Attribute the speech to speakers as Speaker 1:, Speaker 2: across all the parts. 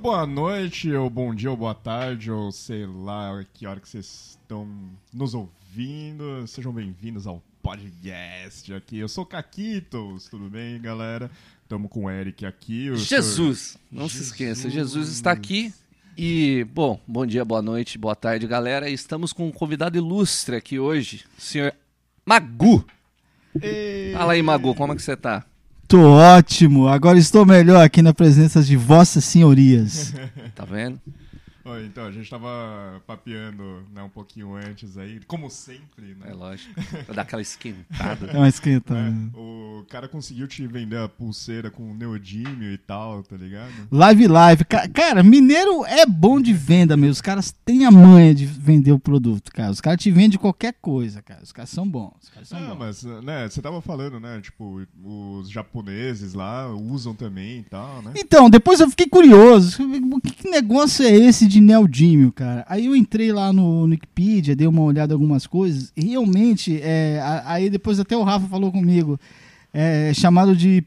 Speaker 1: boa noite, ou bom dia, ou boa tarde, ou sei lá que hora que vocês estão nos ouvindo. Sejam bem-vindos ao podcast aqui. Eu sou o Caquitos, tudo bem, galera? Tamo com o Eric aqui. o senhor-
Speaker 2: Jesus! Não se esqueça, Jesus está aqui. E, bom, bom dia, boa noite, boa tarde, galera. Estamos com um convidado ilustre aqui hoje, o senhor Magu.
Speaker 1: Ei,
Speaker 2: Fala aí, Magu, como é que você tá?
Speaker 3: Tô ótimo, agora estou melhor aqui na presença de vossas senhorias.
Speaker 2: Tá vendo?
Speaker 1: Oi, então, a gente tava papeando né, um pouquinho antes aí, como sempre, né?
Speaker 2: É lógico. Pra dar aquela esquentada.
Speaker 3: É uma escrita.
Speaker 1: né? O cara conseguiu te vender a pulseira com neodímio e tal, tá ligado?
Speaker 3: Live, live. Ca- Cara, mineiro é bom de venda, meu. Os caras têm a manha de vender o produto, cara. Os caras te vendem qualquer coisa, cara. Os caras são bons. Os caras são
Speaker 1: Ah,
Speaker 3: bons.
Speaker 1: mas, né, você tava falando, né, tipo, os japoneses lá usam também e tal, né?
Speaker 3: Então, depois eu fiquei curioso. O que que negócio é esse de neodímio, cara? Aí eu entrei lá no Wikipedia, dei uma olhada em algumas coisas. e Realmente, é, a- aí depois até o Rafa falou comigo. É chamado de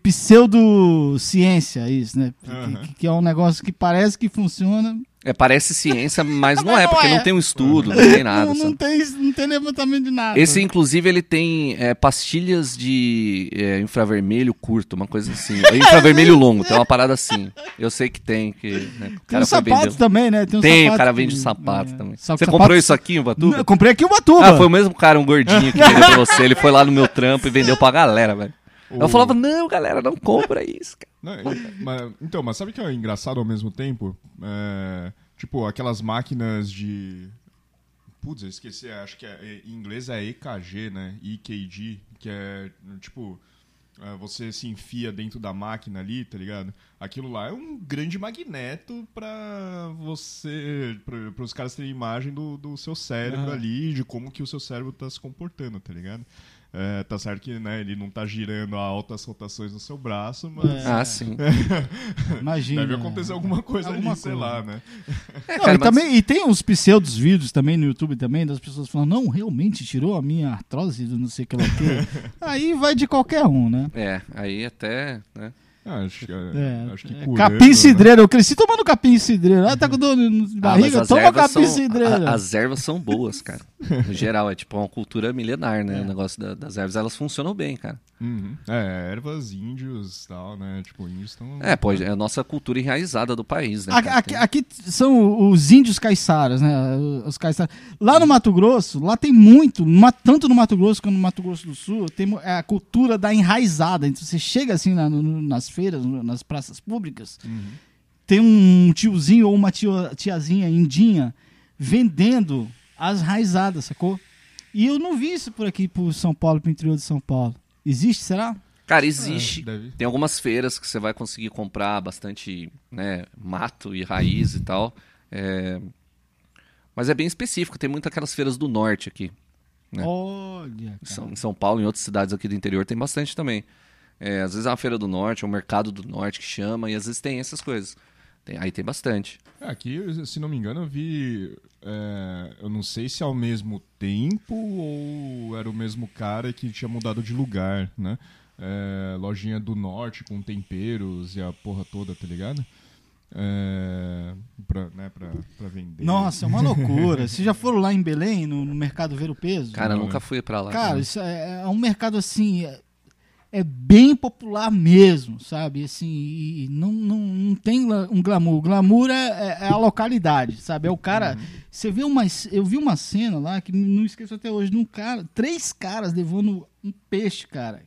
Speaker 3: pseudociência, isso, né? Que-
Speaker 1: Aham.
Speaker 3: Que, que é um negócio que parece que funciona.
Speaker 2: É, parece ciência, mas não
Speaker 3: Mas
Speaker 2: é,
Speaker 3: não
Speaker 2: porque
Speaker 3: é.
Speaker 2: não tem um estudo, não tem nada.
Speaker 3: não, tá. não
Speaker 2: sabe?
Speaker 3: tem, não tem levantamento de nada.
Speaker 2: Esse, inclusive, ele tem é, pastilhas de é, infravermelho curto, uma coisa assim. É infravermelho longo, tem uma parada assim. Eu sei que tem, que né, o
Speaker 3: tem
Speaker 2: cara foi
Speaker 3: um sapato
Speaker 2: vender.
Speaker 3: também, né? Tem, um
Speaker 2: Tem,
Speaker 3: sapato
Speaker 2: o cara vende
Speaker 3: que-
Speaker 2: sapato
Speaker 3: é,
Speaker 2: também.
Speaker 3: só
Speaker 2: Você
Speaker 3: que sapato-
Speaker 2: comprei comprou isso aqui em Ubatuba?
Speaker 3: Não, eu comprei aqui o Batuba.
Speaker 2: Ah, foi o mesmo cara, um gordinho que vendeu pra você. Ele foi lá no meu trampo e vendeu pra galera, velho.
Speaker 1: O-
Speaker 2: Eu falava, não, galera, não compra isso, cara.
Speaker 1: Não, e- mas- então, mas sabe que é engraçado ao mesmo tempo? É, tipo, aquelas máquinas de. Putz, eu esqueci, acho que é- em inglês é EKG, né? EKG, que é tipo. é, Você se enfia dentro da máquina ali, tá ligado? Aquilo lá é um grande magneto pra você. para os caras terem imagem do, do seu cérebro ali, de como que o seu cérebro tá se comportando, tá ligado? É, tá certo que né, ele não tá girando a altas rotações no seu braço, mas.
Speaker 2: Ah, sim.
Speaker 3: Imagina.
Speaker 1: Deve acontecer alguma coisa
Speaker 3: Alguma
Speaker 1: ali, sei
Speaker 3: coisa.
Speaker 1: lá, né?
Speaker 2: É,
Speaker 3: Não,
Speaker 2: cara,
Speaker 3: e,
Speaker 2: mas-
Speaker 3: também, e tem uns pseudos vídeos também no YouTube também, das pessoas falando, não, realmente tirou a minha artrose do não sei o que lá o quê." Aí vai de qualquer um, né?
Speaker 2: É, aí até, né?
Speaker 1: Ah, acho que,
Speaker 3: É,
Speaker 1: acho que
Speaker 3: é,
Speaker 1: curando,
Speaker 3: capim
Speaker 1: né?
Speaker 3: cidreiro, eu cresci tomando capim cidreiro. Ah, tá com dor de
Speaker 2: Ah,
Speaker 3: barriga,
Speaker 2: mas as
Speaker 3: toma
Speaker 2: ervas
Speaker 3: capim
Speaker 2: são-
Speaker 3: cidreiro.
Speaker 2: a- as ervas são boas, cara. No geral, é tipo uma cultura milenar,
Speaker 3: É.
Speaker 2: né? O negócio da- das ervas, elas funcionam bem, cara.
Speaker 1: Uhum. É, ervas, índios e tal, né? Tipo, índios estão.
Speaker 2: É, pô, é a nossa cultura enraizada do país, né?
Speaker 3: A-
Speaker 2: cara?
Speaker 3: Aqui, aqui são os índios caiçaras, né? Os caiçaras. Lá no Mato Grosso, lá tem muito, no Ma- tanto no Mato Grosso quanto no Mato Grosso do Sul, tem mu- é a cultura da enraizada. Então você chega assim na- no- nas feiras, no- nas praças públicas, tem um tiozinho ou uma tio- tiazinha indinha vendendo as raizadas, sacou? E eu não vi isso por aqui, por São Paulo, pro interior de São Paulo. Existe, será?
Speaker 2: Cara,
Speaker 3: É,
Speaker 2: existe.
Speaker 1: deve.
Speaker 2: Tem algumas feiras que você vai conseguir comprar bastante né, mato e raiz e tal. É, Mas é bem específico. Tem muito aquelas feiras do norte aqui. É.
Speaker 3: Olha.
Speaker 2: Em
Speaker 3: cara.
Speaker 2: São, em São Paulo e em outras cidades aqui do interior tem bastante também. É, às vezes é uma feira do norte, é um mercado do norte que chama, e às vezes tem essas coisas. Tem- aí tem bastante.
Speaker 1: É, Aqui, se não me engano, eu vi. é, eu não sei se ao mesmo tempo ou era o mesmo cara que tinha mudado de lugar, né? É, lojinha do norte com temperos e a porra toda, tá ligado? É, pra, né, pra, pra vender.
Speaker 3: Nossa, é uma loucura. Vocês já foram lá em Belém, no, no mercado ver o peso?
Speaker 2: Cara, eu
Speaker 1: Não,
Speaker 2: nunca fui pra lá.
Speaker 3: Cara, isso é, é um mercado assim. É, é bem popular mesmo, sabe? Assim, e não, não, não tem la- um glamour. O glamour é, é- é a localidade, sabe? É o cara.
Speaker 2: Uhum.
Speaker 3: Você vê uma. c- Eu vi uma cena lá que não esqueço até hoje, de um cara. Três caras levando um peixe, cara.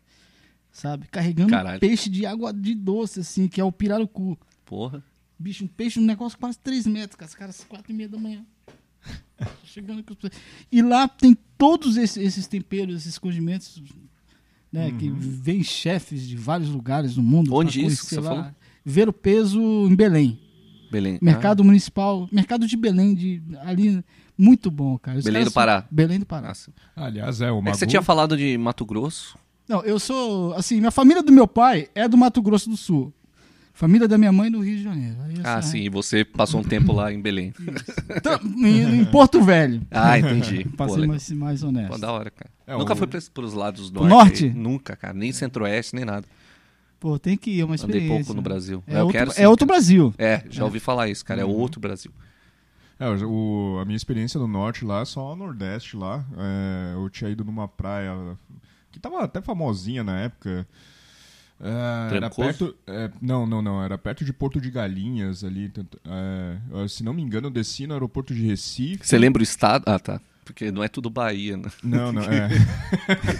Speaker 3: Sabe? Carregando
Speaker 2: Caralho.
Speaker 3: um peixe de água de doce, assim, que é o pirarucu.
Speaker 2: porra.
Speaker 3: Bicho, um peixe, um negócio quase 3 metros, cara. Os caras, 4 e meia da manhã. Chegando com os... E lá tem todos esses, esses temperos, esses condimentos, né? Que vêm chefes de vários lugares do mundo. pra
Speaker 2: Uhum. Onde isso que
Speaker 3: conhecer
Speaker 2: você falou?
Speaker 3: Ver o peso em Belém.
Speaker 2: Belém. Ah,
Speaker 3: Mercado municipal, mercado de Belém, de, ali, muito bom, cara. Os
Speaker 2: Belém
Speaker 3: caras
Speaker 2: do
Speaker 3: são-
Speaker 2: Pará.
Speaker 3: Belém do
Speaker 2: Ah,
Speaker 3: Pará.
Speaker 2: nossa.
Speaker 1: Aliás, é
Speaker 2: É
Speaker 1: uma.
Speaker 2: que você tinha falado de Mato Grosso.
Speaker 3: Não, eu sou. Assim, minha família do meu pai é do Mato Grosso do Sul. Família da minha mãe do Rio de Janeiro. Aí
Speaker 2: Ah,
Speaker 3: essa-
Speaker 2: sim. E você passou um tempo lá em Belém.
Speaker 3: Tam- em, em Porto Velho.
Speaker 2: Ah, entendi.
Speaker 3: Pra
Speaker 2: Pô,
Speaker 3: ser
Speaker 2: legal.
Speaker 3: mais, mais honesto.
Speaker 2: Pô, da hora, cara.
Speaker 1: É,
Speaker 2: Nunca
Speaker 1: o-
Speaker 2: foi fui pros, pros lados do
Speaker 3: Pro
Speaker 2: norte?
Speaker 3: norte?
Speaker 2: Nunca, cara. Nem centro-oeste, nem nada.
Speaker 3: Pô, tem que ir, é uma
Speaker 2: um Andei
Speaker 3: experiência.
Speaker 2: pouco no Brasil.
Speaker 3: É,
Speaker 2: Eu
Speaker 3: outro,
Speaker 2: quero sim,
Speaker 3: é outro
Speaker 2: cara.
Speaker 3: Brasil.
Speaker 2: É, já ouvi falar isso, cara. É outro Brasil.
Speaker 1: É, o- a minha experiência no norte lá é só o nordeste lá. É, eu tinha ido numa praia que tava até famosinha na época. É, era
Speaker 2: Trancoso?
Speaker 1: perto. é, não, não, não. Era perto de Porto de Galinhas ali. tanto- é, eu, se não me engano, eu desci no aeroporto de Recife.
Speaker 2: Você lembra o estado? Ah, tá. Porque não é tudo Bahia, né?
Speaker 1: Não, não, é.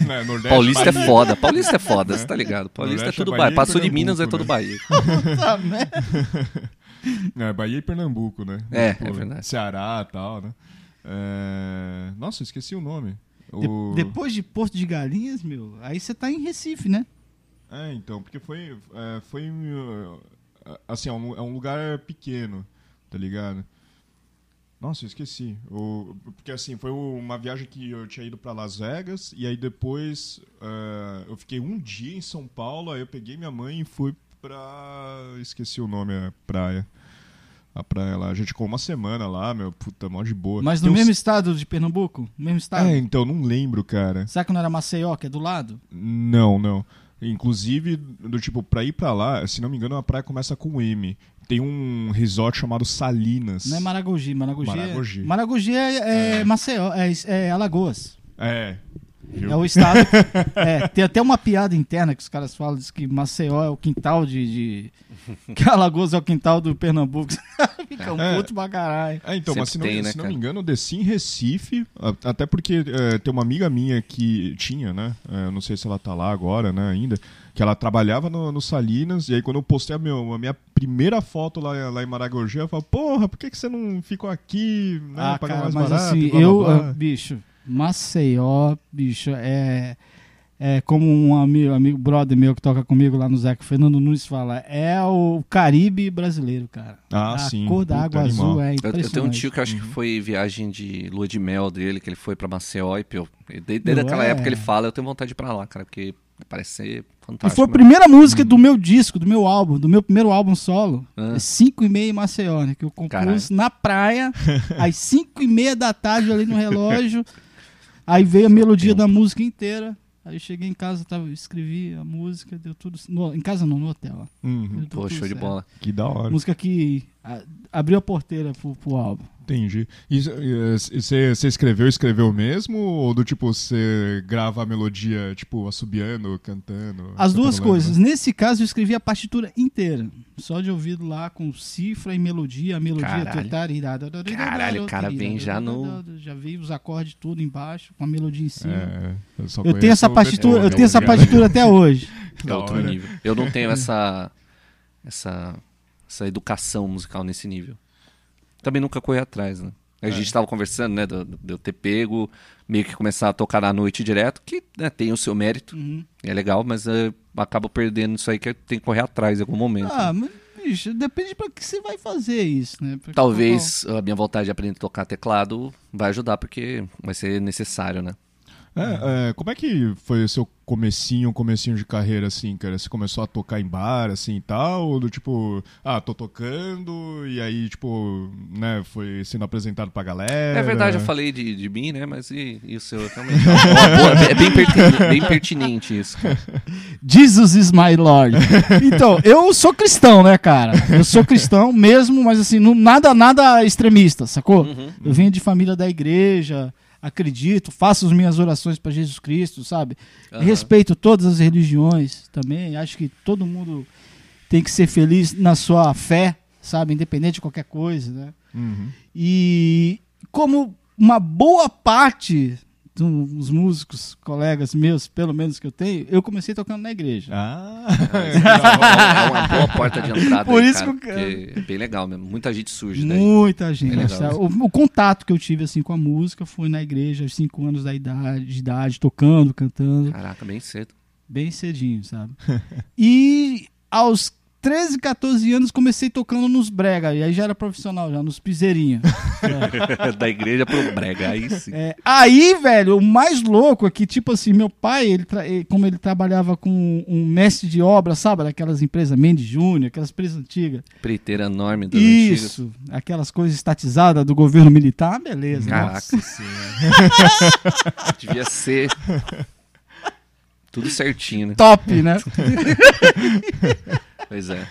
Speaker 1: Não, é Nordeste,
Speaker 2: Paulista
Speaker 1: Bahia.
Speaker 2: é foda. Paulista é foda, você tá ligado? Paulista é
Speaker 1: Nordeste é
Speaker 2: tudo
Speaker 1: Bahia
Speaker 2: Bahia.
Speaker 1: e
Speaker 2: Passou de
Speaker 1: Pernambuco,
Speaker 2: Minas, é todo
Speaker 1: né?
Speaker 2: Bahia.
Speaker 3: Tá, né?
Speaker 1: É, Bahia e Pernambuco, né?
Speaker 2: É, é verdade.
Speaker 1: Ceará e tal, né? É, Nossa, eu esqueci o nome.
Speaker 3: De-
Speaker 1: O...
Speaker 3: depois de Porto de Galinhas, meu, aí você tá em Recife, né?
Speaker 1: É, então, porque foi. é, foi uh, assim, é um, lu- é um lugar pequeno, tá ligado? Nossa, eu esqueci. O- porque assim, foi o- uma viagem que eu tinha ido pra Las Vegas e aí depois é, eu fiquei um dia em São Paulo, aí eu peguei minha mãe e fui pra. Esqueci o nome, a praia. A praia lá. A gente ficou uma semana lá, meu, puta, mó de boa.
Speaker 3: Mas no
Speaker 1: Tem
Speaker 3: mesmo
Speaker 1: uns-
Speaker 3: estado de Pernambuco? No mesmo estado?
Speaker 1: É, então, não lembro, cara.
Speaker 3: Será que não era Maceió, que é do lado?
Speaker 1: Não, não. Inclusive, do tipo, pra ir pra lá, se não me engano, a praia começa com M. Tem um resort chamado Salinas.
Speaker 3: Não é Maragogi, Maragogi. é-
Speaker 1: Maragogi.
Speaker 3: Maragogi é, é Maceió, é, é Alagoas.
Speaker 1: É. Viu?
Speaker 3: É o estado. é, tem até uma piada interna que os caras falam, diz que Maceió é o quintal de. de- que Alagoas é o quintal do Pernambuco. Fica um
Speaker 1: É.
Speaker 3: puto pra caralho.
Speaker 1: É, então, mas se não,
Speaker 2: Sempre tem, né,
Speaker 1: se não
Speaker 2: cara?
Speaker 1: me engano, eu desci em Recife, a- até porque é, tem uma amiga minha que tinha, né? é, eu não sei se ela tá lá agora, né, ainda, que ela trabalhava no, no Salinas, e aí quando eu postei a, meu- a minha primeira foto lá, lá em Maragogi, ela falou, porra, por que, que você não ficou aqui, né,
Speaker 3: Ah,
Speaker 1: pagar
Speaker 3: cara,
Speaker 1: mais
Speaker 3: mas
Speaker 1: barato,
Speaker 3: assim,
Speaker 1: blá, blá,
Speaker 3: eu,
Speaker 1: blá?"
Speaker 3: ah, bicho, Maceió, bicho, é. É como um amigo, amigo, brother meu que toca comigo lá no Zeca, Fernando Nunes, fala, é o Caribe brasileiro, cara.
Speaker 1: Ah,
Speaker 3: a
Speaker 1: sim,
Speaker 3: cor da
Speaker 1: puta,
Speaker 3: água
Speaker 1: animal.
Speaker 3: azul é
Speaker 2: Eu, eu
Speaker 3: impressionante.
Speaker 2: tenho um tio que eu acho que foi viagem de lua de mel dele, que ele foi pra Maceió e pô, e de- Desde
Speaker 3: Não
Speaker 2: aquela
Speaker 3: é?
Speaker 2: época ele fala, eu tenho vontade de ir pra lá, cara, porque parece ser
Speaker 3: E
Speaker 2: fantástico. né?
Speaker 3: foi a
Speaker 2: mesmo.
Speaker 3: primeira música
Speaker 1: Hum.
Speaker 3: do meu disco, do meu álbum, do meu primeiro álbum solo,
Speaker 2: Ah.
Speaker 3: é 5 e meia em Maceió, né, que eu compus
Speaker 2: Caralho.
Speaker 3: na praia, às 5 e meia da tarde ali no relógio, aí veio a melodia da música inteira, aí eu cheguei em casa, tava, escrevi a música, deu tudo, no- em casa não, no hotel, ó.
Speaker 1: Uhum,
Speaker 3: Deu
Speaker 2: Pô,
Speaker 3: tudo
Speaker 2: show de é.
Speaker 3: certo.
Speaker 2: bola.
Speaker 1: que da hora.
Speaker 3: Música que a- abriu a porteira pro, pro álbum.
Speaker 1: Entendi. E eh, você escreveu, escreveu mesmo? Ou do tipo, você grava a melodia, tipo, assobiando, cantando?
Speaker 3: As
Speaker 2: tá
Speaker 3: duas
Speaker 1: cantarolando,
Speaker 3: coisas,
Speaker 1: né?
Speaker 3: nesse caso eu escrevi a partitura inteira, só de ouvido lá com cifra e melodia, a melodia
Speaker 2: Caralho.
Speaker 3: tarirada, tarirada,
Speaker 2: Caralho, o cara vem já no-
Speaker 3: já veio os acordes tudo embaixo, com a melodia em cima.
Speaker 1: É, eu só
Speaker 3: Eu
Speaker 1: conheço
Speaker 3: tenho essa
Speaker 1: o
Speaker 3: partitura,
Speaker 1: Beethoven,
Speaker 3: eu tenho essa
Speaker 1: tá ligado?
Speaker 3: partitura até hoje.
Speaker 2: É
Speaker 1: Da
Speaker 2: outro
Speaker 1: hora.
Speaker 2: nível. Eu não tenho essa, essa, essa educação musical nesse nível. Também nunca corri atrás, né? A gente tava conversando, né, do- do- de eu ter pego, meio que começar a tocar na noite direto, que né, tem o seu mérito,
Speaker 3: Uhum.
Speaker 2: é legal, mas eh, acabo perdendo isso aí que tem que correr atrás em algum momento.
Speaker 3: Ah, mas bicho, depende pra que você vai fazer isso, né? Pra-
Speaker 2: Talvez a minha vontade de aprender a tocar teclado vai ajudar, porque vai ser necessário, né?
Speaker 1: É, é, como é que foi o seu comecinho, comecinho de carreira, assim, cara? Você começou a tocar em bar, assim, e tal? Ou do tipo, ah, tô tocando, e aí, tipo, né, foi sendo apresentado pra galera?
Speaker 2: É verdade, eu falei de, de mim, né? Mas e, e o seu? Realmente é, uma boa- é bem, pertinente, bem pertinente isso. cara.
Speaker 3: Jesus is my Lord. Então, eu sou cristão, né, cara? Eu sou cristão mesmo, mas assim, não, nada, nada extremista, sacou?
Speaker 2: Uhum,
Speaker 3: Eu venho de família da igreja, acredito, faço as minhas orações pra Jesus Cristo, sabe?
Speaker 2: Aham.
Speaker 3: Respeito todas as religiões também. Acho que todo mundo tem que ser feliz na sua fé, sabe? Independente de qualquer coisa, né?
Speaker 1: Uhum.
Speaker 3: E como uma boa parte um, dos músicos, colegas meus, pelo menos que eu tenho, eu comecei tocando na igreja.
Speaker 1: Ah,
Speaker 2: é uma boa porta de entrada.
Speaker 3: Por
Speaker 2: aí,
Speaker 3: isso
Speaker 2: cara,
Speaker 3: que eu quero.
Speaker 2: porque É bem legal mesmo. Muita gente surge daí.
Speaker 3: Muita gente.
Speaker 2: É legal
Speaker 3: sabe? o, o contato que eu tive assim com a música foi na igreja, aos 5 anos da idade, de idade, tocando, cantando,
Speaker 2: Caraca, bem cedo.
Speaker 3: bem cedinho, sabe? E aos 13, 14 anos comecei tocando nos brega, e aí já era profissional já, nos piseirinhos.
Speaker 2: da igreja pro brega, aí sim.
Speaker 3: É, aí, velho, o mais louco é que, tipo assim, meu pai, ele tra- ele- como ele trabalhava com um mestre de obra, sabe? Daquelas empresas Mendes Júnior, aquelas empresas antigas.
Speaker 2: Preteira enorme das antigas.
Speaker 3: Isso, aquelas coisas estatizadas do governo militar, ah, beleza. né?
Speaker 2: Caraca.
Speaker 3: nossa.
Speaker 1: sim,
Speaker 2: Devia ser é. Tudo certinho, né?
Speaker 3: Top, né?
Speaker 2: Pois é.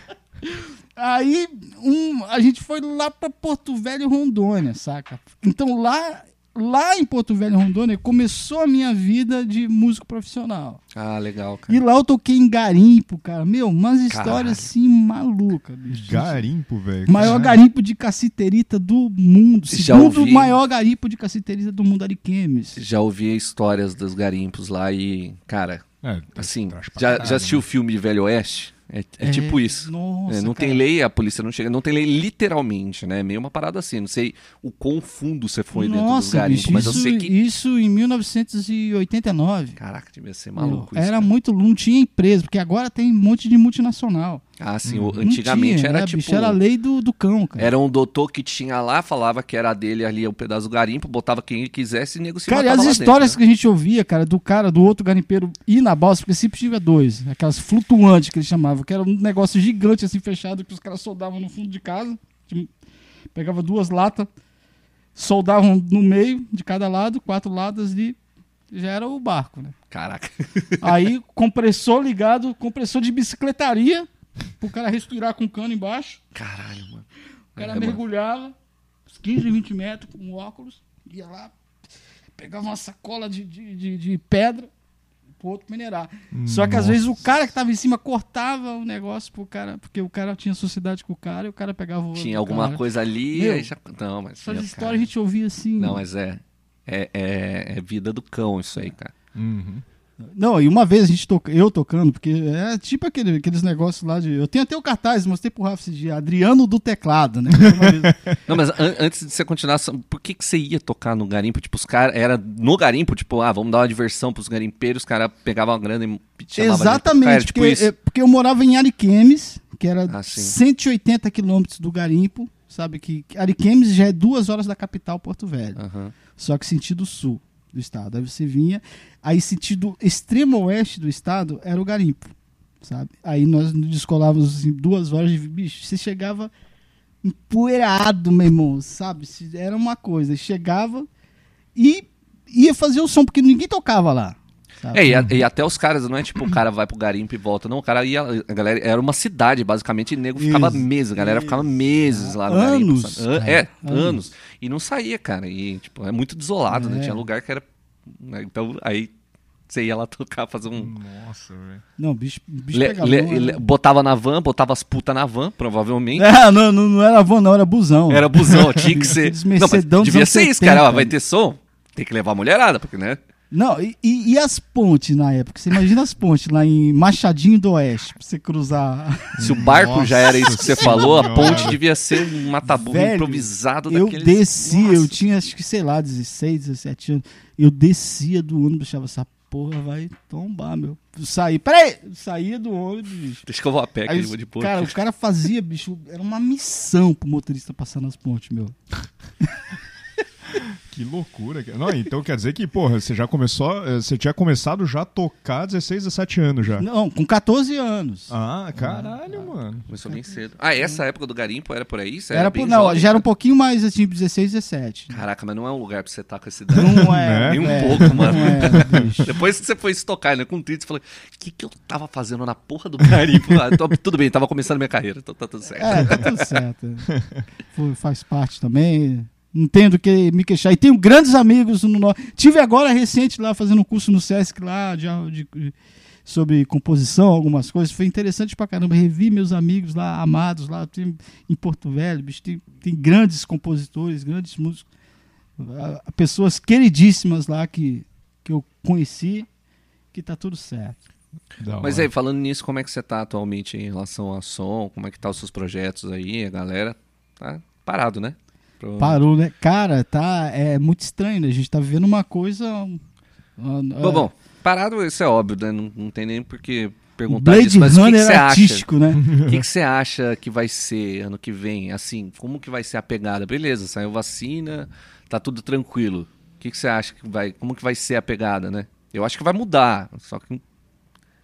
Speaker 3: Aí um, a gente foi lá pra Porto Velho, Rondônia, saca? Então lá, lá em Porto Velho, Rondônia, começou a minha vida de músico profissional.
Speaker 2: Ah, legal,
Speaker 3: E
Speaker 2: cara.
Speaker 3: lá eu toquei em garimpo, cara. Meu, umas histórias assim malucas, bicho.
Speaker 1: Garimpo, velho.
Speaker 3: Maior
Speaker 1: Caralho.
Speaker 3: garimpo de caciterita do mundo.
Speaker 2: é. Já
Speaker 3: Segundo
Speaker 2: ouvi.
Speaker 3: maior garimpo de caciterita do mundo, Ariquemes.
Speaker 2: Já ouvi histórias dos garimpos lá e, cara,
Speaker 1: É, tá-
Speaker 2: assim,
Speaker 1: trash pra
Speaker 2: já,
Speaker 1: caralho,
Speaker 2: já
Speaker 3: né?
Speaker 2: assistiu o filme Velho Oeste? É, é tipo isso.
Speaker 3: Nossa,
Speaker 2: É, não
Speaker 3: cara.
Speaker 2: tem lei, a polícia não chega. Não tem lei literalmente, né? É meio uma parada assim. Não sei o quão fundo você foi dentro dos
Speaker 3: Nossa,
Speaker 2: garimpos,
Speaker 3: bicho,
Speaker 2: mas eu
Speaker 3: isso,
Speaker 2: sei que.
Speaker 3: isso em 1989.
Speaker 2: Caraca, devia ser maluco
Speaker 3: Meu,
Speaker 2: isso.
Speaker 3: Era
Speaker 2: cara.
Speaker 3: muito, não tinha empresa, porque agora tem um monte de multinacional.
Speaker 2: Ah, sim, o-
Speaker 3: Não
Speaker 2: antigamente
Speaker 3: tinha,
Speaker 2: era
Speaker 3: né,
Speaker 2: tipo.
Speaker 3: bicho, era a lei do, do cão, cara.
Speaker 2: Era um doutor que tinha lá, falava que era dele ali o pedaço do garimpo, botava quem ele quisesse e nego se
Speaker 3: Cara, e
Speaker 2: matava
Speaker 3: as
Speaker 2: lá
Speaker 3: histórias
Speaker 2: dentro, né?
Speaker 3: que a gente ouvia, cara, do cara, do outro garimpeiro ir na balsa, porque sempre tinha dois, aquelas flutuantes que eles chamavam, que era um negócio gigante assim fechado que os caras soldavam no fundo de casa, Tipo, pegava duas latas, soldavam no meio de cada lado, quatro latas e já era o barco, né?
Speaker 2: né? Caraca.
Speaker 3: Aí compressor ligado, compressor de bicicletaria, pro cara respirar com o cano embaixo.
Speaker 2: Caralho, mano.
Speaker 3: O cara
Speaker 2: É, mano.
Speaker 3: mergulhava, uns 15, 20 metros, com um óculos, ia lá, pegava uma sacola de, de, de, de pedra pro outro minerar.
Speaker 2: Hum,
Speaker 3: Só que às vezes o cara que tava em cima cortava o negócio pro cara, porque o cara tinha sociedade com o cara e o cara pegava o outro
Speaker 2: Tinha alguma
Speaker 3: cara.
Speaker 2: coisa ali.
Speaker 3: Meu,
Speaker 2: aí já... Não, mas.
Speaker 3: Essas
Speaker 2: meu,
Speaker 3: histórias
Speaker 2: cara.
Speaker 3: a gente ouvia assim.
Speaker 2: Não, mas é. É, é, é vida do cão isso aí, cara.
Speaker 1: Uhum.
Speaker 3: Não, e uma vez a gente toca, eu tocando, porque é tipo aquele- aqueles negócios lá de. Eu tenho até o cartaz, mostrei pro Rafa esse dia, Adriano do teclado, né? Uma vez-
Speaker 2: Não, mas an- antes de você continuar, só- por que, que você ia tocar no garimpo? Tipo, os caras. Era no garimpo, tipo, ah, vamos dar uma diversão pros garimpeiros, os caras pegavam a grana e chamavam
Speaker 3: Exatamente,
Speaker 2: Era, tipo
Speaker 3: porque,
Speaker 2: isso.
Speaker 3: é, porque eu morava em Ariquemes, que era
Speaker 2: Ah, sim.
Speaker 3: 180 quilômetros do Garimpo, sabe? Que que Ariquemes já é duas horas da capital Porto Velho,
Speaker 2: Aham.
Speaker 3: só que sentido sul do estado. Aí você vinha, aí sentido extremo oeste do estado era o Garimpo, sabe? Aí nós nos descolávamos em duas horas de bicho, você chegava empoeirado, meu irmão, sabe? Se- Era uma coisa, chegava e ia fazer o som, porque ninguém tocava lá. sabe?
Speaker 2: É, e, a- e até os caras, não é tipo o cara vai pro garimpo e volta, não. O cara ia. A galera era uma cidade, basicamente, e nego ficava
Speaker 3: Isso,
Speaker 2: meses, a galera ficava meses lá no
Speaker 3: Anos,
Speaker 2: garimpo. sabe? An-
Speaker 3: cara,
Speaker 2: é,
Speaker 3: anos.
Speaker 2: anos. E não saía, cara. E, tipo, é muito desolado,
Speaker 3: É.
Speaker 2: né? Tinha lugar que era. né, Então, aí você ia lá tocar, fazer um.
Speaker 1: Nossa, velho.
Speaker 3: Não, bicho, bicho
Speaker 2: Le-
Speaker 3: pegador,
Speaker 2: le-
Speaker 3: né?
Speaker 2: le- botava na van, botava as putas na van, provavelmente.
Speaker 3: Ah, não, não, não era van, não, era busão.
Speaker 2: Era busão, tinha que ser.
Speaker 3: Aqueles
Speaker 2: Não, mas
Speaker 3: Mercedão dos
Speaker 2: devia
Speaker 3: anos
Speaker 2: ser isso,
Speaker 3: 70,
Speaker 2: cara. Ó, vai
Speaker 3: cara.
Speaker 2: ter som, tem que levar a mulherada, porque, né?
Speaker 3: Não, e, e- e as pontes na época? Você imagina as pontes lá em Machadinho do Oeste, pra você cruzar.
Speaker 2: Se o barco já era isso que você
Speaker 1: Nossa
Speaker 2: falou, a
Speaker 1: Senhora.
Speaker 2: ponte devia ser um mataburro
Speaker 3: Velho,
Speaker 2: improvisado
Speaker 3: Eu
Speaker 2: daqueles.
Speaker 3: desci, eu
Speaker 2: Nossa.
Speaker 3: tinha acho que, sei lá, 16, 17 anos. Eu descia do ônibus, achava essa porra vai tombar, meu. Eu saí, peraí! Eu saía do ônibus, bicho.
Speaker 2: Deixa que eu vou a pé, que
Speaker 3: Aí
Speaker 2: eu
Speaker 3: os-
Speaker 2: vou É de porco.
Speaker 3: cara, o cara fazia, bicho, era uma missão pro motorista passar nas pontes, meu.
Speaker 1: Que loucura. cara. Não, então quer dizer que, porra, você já começou. eh, Você tinha começado já a tocar 16, 17 anos
Speaker 2: Ah.
Speaker 1: já.
Speaker 3: Não, com 14 anos.
Speaker 1: Ah, caralho, mano.
Speaker 2: Começou bem cedo. Ah, essa época do garimpo era por aí? Você
Speaker 3: era
Speaker 2: bem
Speaker 3: pro, não,
Speaker 2: jovem,
Speaker 3: já era um
Speaker 2: cara?
Speaker 3: pouquinho mais, assim, 16, 17.
Speaker 2: Caraca, mas não é um lugar pra você estar com essa idade.
Speaker 3: Não é.
Speaker 2: Nem um
Speaker 3: é,
Speaker 2: pouco, mano.
Speaker 3: Não é, bicho.
Speaker 2: Depois que você foi estocar, né, com o você falou, o que, que eu tava fazendo na porra do garimpo? Ah, tô- tudo bem, tava começando minha carreira, então tá tudo certo.
Speaker 3: É, tá tudo certo. Foi- faz parte também. Não tenho do que me queixar. E tenho grandes amigos no nó. Tive agora recente lá fazendo um curso no Sesc lá de, de- sobre composição, algumas coisas. Foi interessante pra caramba. Revi meus amigos lá, amados lá tem- em Porto Velho. Bicho, tem, tem grandes compositores, grandes músicos. ah, Pessoas queridíssimas lá que, que eu conheci. Que tá tudo certo.
Speaker 1: Da
Speaker 2: Mas
Speaker 1: hora.
Speaker 2: aí, falando nisso, como é que você tá atualmente em relação ao som? Como é que tá os seus projetos aí? A galera tá parado, né? Pro-
Speaker 3: Parou, né? Cara, tá. É muito estranho, né? A gente tá vivendo uma coisa. um, um,
Speaker 2: Bom,
Speaker 3: é,
Speaker 2: bom, parado isso é óbvio, né? Não, não tem nem por que
Speaker 3: um
Speaker 2: perguntar
Speaker 3: Blade
Speaker 2: disso, mas o que, que
Speaker 3: Runner
Speaker 2: você acha?
Speaker 3: artístico, né?
Speaker 2: O que, que você acha que vai ser ano que vem? Assim, como que vai ser a pegada? Beleza, saiu vacina, tá tudo tranquilo. O que, que você acha que vai. Como que vai ser a pegada, né? Eu acho que vai mudar. Só que.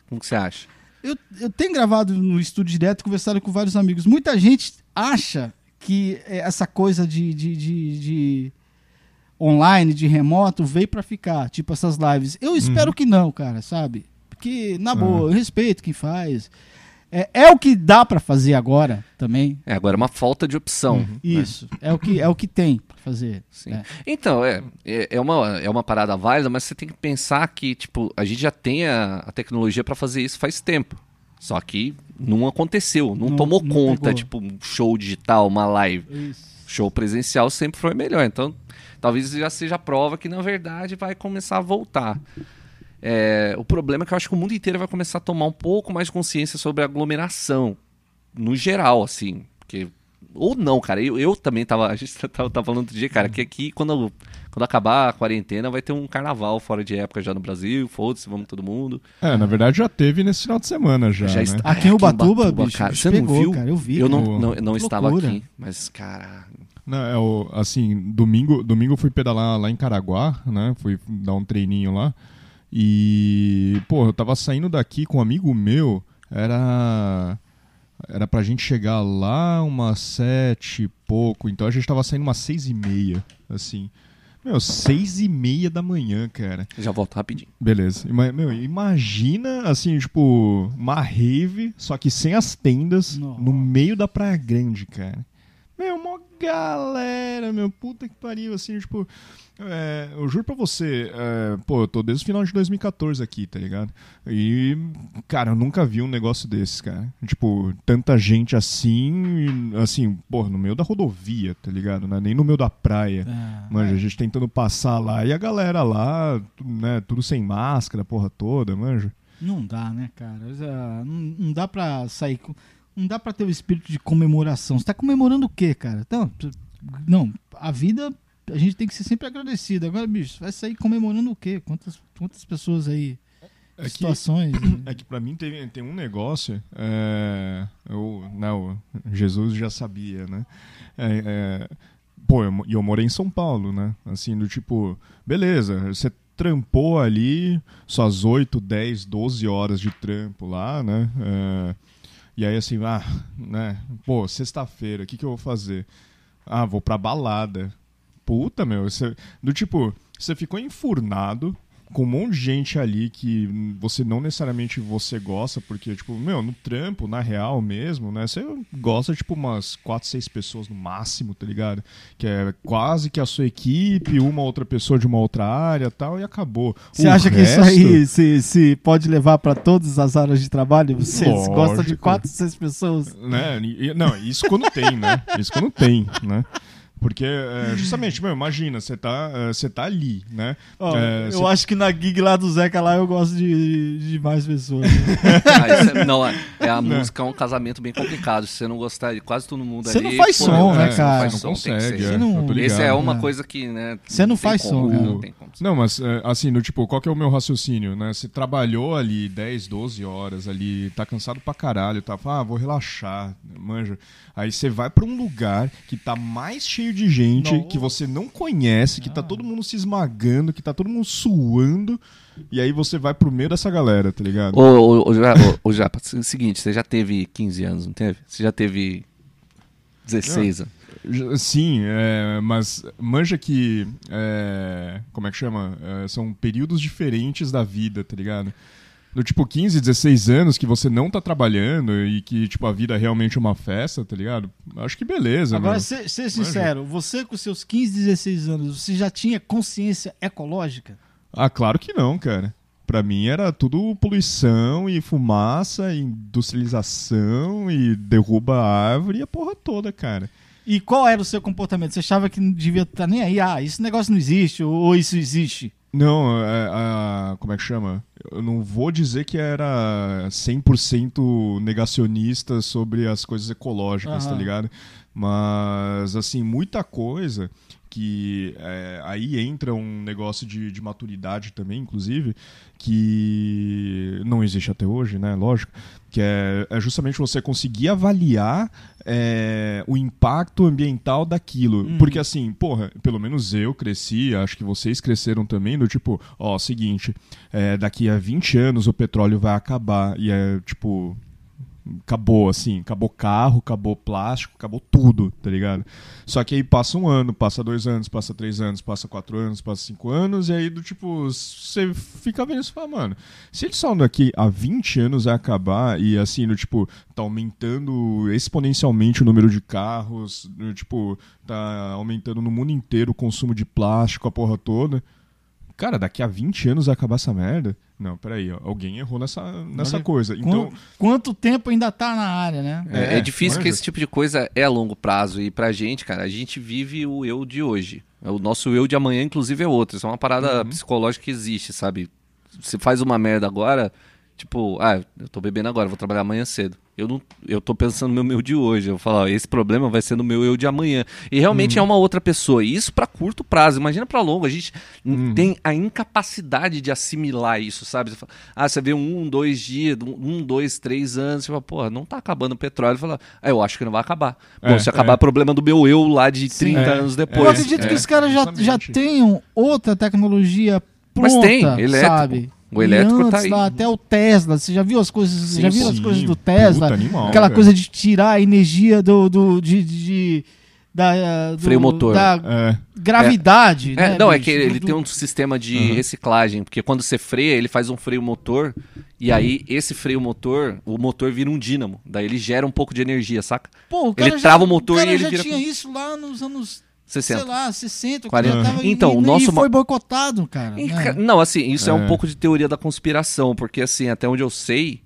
Speaker 2: Como que você acha?
Speaker 3: Eu, eu tenho gravado no estúdio direto, conversado com vários amigos. Muita gente acha que é, essa coisa de, de, de- de online, de remoto, veio pra ficar. Tipo essas lives. Eu espero que não, cara, sabe? Porque, na boa, eu respeito quem faz. É, é o que dá pra fazer agora também.
Speaker 2: É, agora é uma falta de opção. né?
Speaker 3: Isso. É o que é o que tem pra fazer.
Speaker 2: Sim.
Speaker 3: É.
Speaker 2: Então, é, é, é uma, é uma parada válida, mas você tem que pensar que, tipo, a gente já tem a, a tecnologia para fazer isso faz tempo. Só que não aconteceu, não,
Speaker 3: Não-
Speaker 2: tomou
Speaker 3: não
Speaker 2: conta,
Speaker 3: pegou.
Speaker 2: tipo, um show digital, uma live.
Speaker 3: Isso.
Speaker 2: Show presencial sempre foi melhor. Então, talvez já seja a prova que, na verdade, vai começar a voltar. É, o problema é que eu acho que o mundo inteiro vai começar a tomar um pouco mais de consciência sobre aglomeração, no geral, assim. Porque, ou não, cara. Eu, eu também tava. A gente tava, tava falando outro dia, cara, que aqui, quando, quando acabar a quarentena, vai ter um carnaval fora de época já no Brasil. Foda-se, vamos todo mundo.
Speaker 1: É, na verdade já teve nesse final de semana já,
Speaker 2: Já Ah,
Speaker 1: né?
Speaker 2: está-
Speaker 3: Aqui em Ubatuba, bicho, bicho,
Speaker 2: você não
Speaker 3: pegou,
Speaker 2: viu?
Speaker 3: cara, eu vi,
Speaker 2: Eu não,
Speaker 1: cara.
Speaker 2: não, eu não
Speaker 3: Que
Speaker 2: estava
Speaker 3: loucura.
Speaker 2: aqui, mas, cara.
Speaker 1: Não, é o, assim, domingo, domingo eu fui pedalar lá em Caraguá, né? Fui dar um treininho lá. E, pô, eu tava saindo daqui com um amigo meu, era era pra gente chegar lá umas sete e pouco, então a gente tava saindo umas seis e meia, assim. Meu, seis e meia da manhã, cara.
Speaker 2: Já volto rapidinho.
Speaker 1: Beleza. Ima- meu, imagina, assim, tipo, uma rave, só que sem as tendas,
Speaker 3: Nossa.
Speaker 1: no meio da Praia Grande, cara. Meu, uma galera, meu, puta que pariu, assim, tipo... é, eu juro pra você, é, pô, eu tô desde o final de 2014 aqui, tá ligado? E, cara, eu nunca vi um negócio desse, cara. Tipo, tanta gente assim, assim, pô, no meio da rodovia, tá ligado? Não é nem no meio da praia.
Speaker 3: É.
Speaker 1: Manja, a gente tentando passar lá e a galera lá, tu- né, tudo sem máscara, porra toda, manja.
Speaker 3: Não dá, né, cara? Já- não, não dá pra sair. com- Não dá pra ter o espírito de comemoração. Você tá comemorando o quê, cara? Então, tu- não, a vida a gente tem que ser sempre agradecido. Agora, bicho, vai sair comemorando o quê? Quantas, quantas pessoas aí?
Speaker 1: É que-
Speaker 3: situações. né?
Speaker 1: É que pra mim teve, tem um negócio, é, eu, não, Jesus já sabia, né? É, é, pô, eu, mo- e eu morei em São Paulo, né? Assim, do tipo, beleza, você trampou ali suas 8, 10, 12 horas de trampo lá, né? É, e aí assim, ah, né? Pô, sexta-feira, o que, que eu vou fazer? Ah, vou pra balada. Puta, meu, você- do tipo, você ficou enfurnado com um monte de gente ali que hum, você não necessariamente você gosta, porque, tipo, meu, no trampo, na real mesmo, né? Você gosta, tipo, umas quatro, seis pessoas no máximo, tá ligado? Que é quase que a sua equipe, uma outra pessoa de uma outra área e tal, e acabou.
Speaker 3: Você
Speaker 1: O
Speaker 3: acha que isso
Speaker 1: resto-
Speaker 3: aí se, se pode levar pra todas as áreas de trabalho? Você
Speaker 1: Lógico.
Speaker 3: gosta de quatro, seis pessoas?
Speaker 1: né? E- e- Não, isso quando tem, né? Isso quando tem, né? Porque, é, justamente, meu, imagina, você tá, é, você tá ali, né?
Speaker 3: Ó,
Speaker 1: É,
Speaker 3: eu
Speaker 1: você-
Speaker 3: acho que na gig lá do Zeca lá eu gosto de, de mais pessoas.
Speaker 2: Ah, isso é- não, é é a música é um casamento bem complicado. Se você não gostar de quase todo mundo
Speaker 3: Você
Speaker 2: ali.
Speaker 3: não faz
Speaker 2: pô,
Speaker 3: som, né,
Speaker 2: você
Speaker 3: cara?
Speaker 2: faz
Speaker 1: Não
Speaker 2: som, tem que
Speaker 1: consegue,
Speaker 2: ser.
Speaker 1: é,
Speaker 3: não-
Speaker 1: eu tô ligado.
Speaker 2: Esse é uma
Speaker 3: é.
Speaker 2: coisa que, né?
Speaker 3: Você não
Speaker 2: tem
Speaker 3: faz
Speaker 2: como,
Speaker 3: som,
Speaker 2: né,
Speaker 3: cara.
Speaker 2: Não tem como.
Speaker 1: Não, mas é, assim, no tipo, qual que é o meu raciocínio, né? Você trabalhou ali 10, 12 horas ali, tá cansado pra caralho, tá? Ah, vou relaxar, manja. Aí você vai pra um lugar que tá mais cheio de gente,
Speaker 3: Nossa.
Speaker 1: que você não conhece,
Speaker 2: Ah.
Speaker 1: que tá todo mundo se esmagando, que tá todo mundo suando, e aí você vai pro meio dessa galera, tá ligado?
Speaker 2: Ô, ô, ô, Ja- ô, ô, Japa, se- seguinte, você já teve 15 anos, não teve? Você já teve 16 anos.
Speaker 1: J- Sim, é, mas manja que. é, como é que chama? É, são períodos diferentes da vida, tá ligado? Do tipo 15, 16 anos que você não tá trabalhando e que, tipo, a vida é realmente uma festa, tá ligado? Acho que beleza,
Speaker 3: Agora,
Speaker 1: mano.
Speaker 3: ser, ser sincero, você com seus 15, 16 anos, você já tinha consciência ecológica?
Speaker 1: Ah, claro que não, cara. Pra mim era tudo poluição e fumaça, e industrialização e derruba a árvore e a porra toda, cara.
Speaker 3: E qual era o seu comportamento? Você achava que não devia estar nem aí? Ah, esse negócio não existe, ou, ou isso existe?
Speaker 1: Não, é, a- como é que chama? Eu não vou dizer que era 100% negacionista sobre as coisas ecológicas, tá
Speaker 3: Aham.
Speaker 1: ligado? Mas, assim, muita coisa que é, aí entra um negócio de, de maturidade também, inclusive, que não existe até hoje, né? Lógico. Que é, é justamente você conseguir avaliar é, o impacto ambiental daquilo. Porque assim, porra, pelo menos eu cresci, acho que vocês cresceram também, do tipo, ó, seguinte, é, daqui a 20 anos o petróleo vai acabar. E é tipo. Acabou, assim, acabou carro, acabou plástico, acabou tudo, tá ligado? Só que aí passa um ano, passa dois anos, passa três anos, passa quatro anos, passa cinco anos, e aí do tipo, você fica vendo isso e fala, mano, se eles falam daqui a 20 anos vai acabar, e assim, no tipo, tá aumentando exponencialmente o número de carros, no, tipo, tá aumentando no mundo inteiro o consumo de plástico, a porra toda. Cara, daqui a 20 anos vai acabar essa merda? Não, peraí, ó, alguém errou nessa, nessa
Speaker 3: Olha,
Speaker 1: coisa. Então,
Speaker 3: Quan- Quanto tempo ainda tá na área, né?
Speaker 2: É, é difícil
Speaker 1: manja.
Speaker 2: que esse tipo de coisa é a longo prazo. E pra gente, cara, a gente vive o eu de hoje. O nosso eu de amanhã, inclusive, é outro. Isso é uma parada psicológica que existe, sabe? Você faz uma merda agora, tipo, ah, eu tô bebendo agora, vou trabalhar amanhã cedo. Eu, não, eu tô pensando no meu eu de hoje. Eu falo, ó, esse problema vai ser no meu eu de amanhã. E realmente é uma outra pessoa. E isso pra curto prazo. Imagina pra longo. A gente
Speaker 3: Uhum.
Speaker 2: n- tem a incapacidade de assimilar isso, sabe? Você fala, ah, você vê um, dois dias, um, dois, três anos. Você fala, porra, não tá acabando o petróleo. Fala, ah, eu acho que não vai acabar. Bom,
Speaker 1: É,
Speaker 2: se
Speaker 1: é.
Speaker 2: acabar, é problema do meu eu lá de 30
Speaker 1: É,
Speaker 2: anos depois.
Speaker 3: Eu acredito
Speaker 1: é,
Speaker 3: que os caras já, já
Speaker 1: exatamente.
Speaker 3: tenham outra tecnologia
Speaker 2: Mas
Speaker 3: pronta,
Speaker 2: tem, elétrico.
Speaker 3: sabe?
Speaker 2: O elétrico
Speaker 3: E antes
Speaker 2: tá aí.
Speaker 3: lá, até o Tesla, você já viu as coisas,
Speaker 2: Sim,
Speaker 3: já viu as
Speaker 1: sim,
Speaker 3: coisas do
Speaker 1: puta
Speaker 3: Tesla?
Speaker 1: animal,
Speaker 3: aquela
Speaker 1: velho.
Speaker 3: coisa de tirar a energia do, do de, de- de- da eh, do-
Speaker 2: Freio motor.
Speaker 3: da
Speaker 1: é,
Speaker 3: gravidade,
Speaker 2: É,
Speaker 3: né,
Speaker 2: não, é
Speaker 3: bicho?
Speaker 2: que ele
Speaker 3: Do-
Speaker 2: tem um sistema de
Speaker 1: Uhum.
Speaker 2: reciclagem, porque quando você freia, ele faz um freio motor,
Speaker 3: Uhum.
Speaker 2: e aí esse freio motor, o motor vira um dínamo, daí ele gera um pouco de energia, saca?
Speaker 3: Pô, o
Speaker 2: ele
Speaker 3: cara já-
Speaker 2: trava o motor
Speaker 3: cara
Speaker 2: e ele
Speaker 3: já
Speaker 2: vira
Speaker 3: tinha
Speaker 2: com-
Speaker 3: isso lá nos anos,
Speaker 2: 60.
Speaker 3: sei lá, 60, o
Speaker 2: 40.
Speaker 3: cara tava-
Speaker 2: Então,
Speaker 3: e,
Speaker 2: o nosso
Speaker 3: e foi
Speaker 2: ma-
Speaker 3: boicotado, cara.
Speaker 2: E,
Speaker 3: né?
Speaker 2: ca- Não, assim, isso
Speaker 1: É.
Speaker 2: é. um pouco de teoria da conspiração, porque assim, até onde eu sei,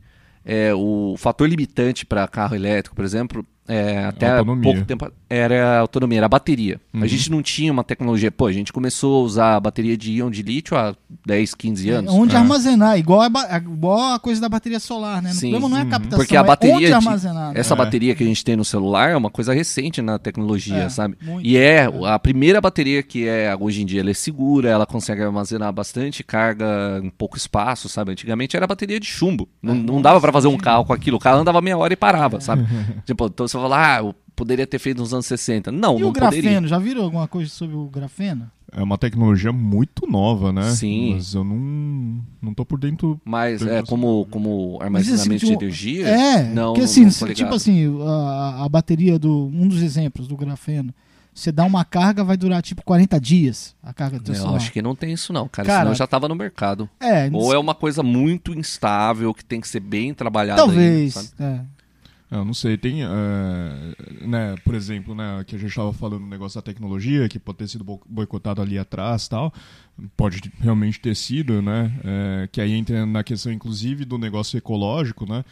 Speaker 2: é, o fator limitante para carro elétrico, por exemplo, é, até há
Speaker 1: Autonomia.
Speaker 2: pouco tempo era a autonomia, era a bateria.
Speaker 1: Uhum.
Speaker 2: A gente não tinha uma tecnologia, pô, a gente começou a usar a bateria de íon de lítio há 10, 15 anos.
Speaker 3: Onde
Speaker 1: É.
Speaker 3: armazenar, igual a, ba- igual a coisa da bateria solar, né? O
Speaker 2: Sim.
Speaker 3: problema não é a captação,
Speaker 2: Porque a bateria
Speaker 3: é onde
Speaker 2: de-
Speaker 3: armazenar. né?
Speaker 2: Essa
Speaker 1: É.
Speaker 2: bateria que a gente tem no celular é uma coisa recente na tecnologia,
Speaker 3: É,
Speaker 2: sabe?
Speaker 3: muito.
Speaker 2: E é a primeira bateria que é hoje em dia ela é segura, ela consegue armazenar bastante carga em pouco espaço, sabe? Antigamente era bateria de chumbo.
Speaker 3: É,
Speaker 2: Não, não dava pra fazer um carro com aquilo. O carro andava meia hora e parava, sabe? Tipo, então você fala, ah, eu poderia ter feito nos anos 60. Não,
Speaker 3: E
Speaker 2: não
Speaker 3: o grafeno?
Speaker 2: poderia.
Speaker 3: Já viram alguma coisa sobre o grafeno?
Speaker 1: é uma tecnologia muito nova, né?
Speaker 2: Sim.
Speaker 1: Mas eu não, não tô por dentro.
Speaker 2: Mas é, como, como
Speaker 3: Mas, assim,
Speaker 2: armazenamento de
Speaker 3: tipo,
Speaker 2: energia.
Speaker 3: É,
Speaker 2: não,
Speaker 3: porque
Speaker 2: não-
Speaker 3: assim,
Speaker 2: não tô
Speaker 3: se- tipo
Speaker 2: ligado.
Speaker 3: assim, a, a bateria do. Um dos exemplos do grafeno. Você dá uma carga, vai durar tipo 40 dias a carga do
Speaker 2: Eu
Speaker 3: teu celular.
Speaker 2: acho que não tem isso, não, cara.
Speaker 3: Cara,
Speaker 2: Senão eu já tava no mercado.
Speaker 3: É,
Speaker 2: Ou é uma coisa muito instável que tem que ser bem trabalhada.
Speaker 3: talvez.
Speaker 2: ainda, sabe?
Speaker 3: é.
Speaker 1: Eu não sei, tem. é, né, por exemplo, né, que a gente tava falando o negócio da tecnologia, que pode ter sido bo- boicotado ali atrás e tal. Pode realmente ter sido, né? é, que aí entra na questão, inclusive, do negócio ecológico, né?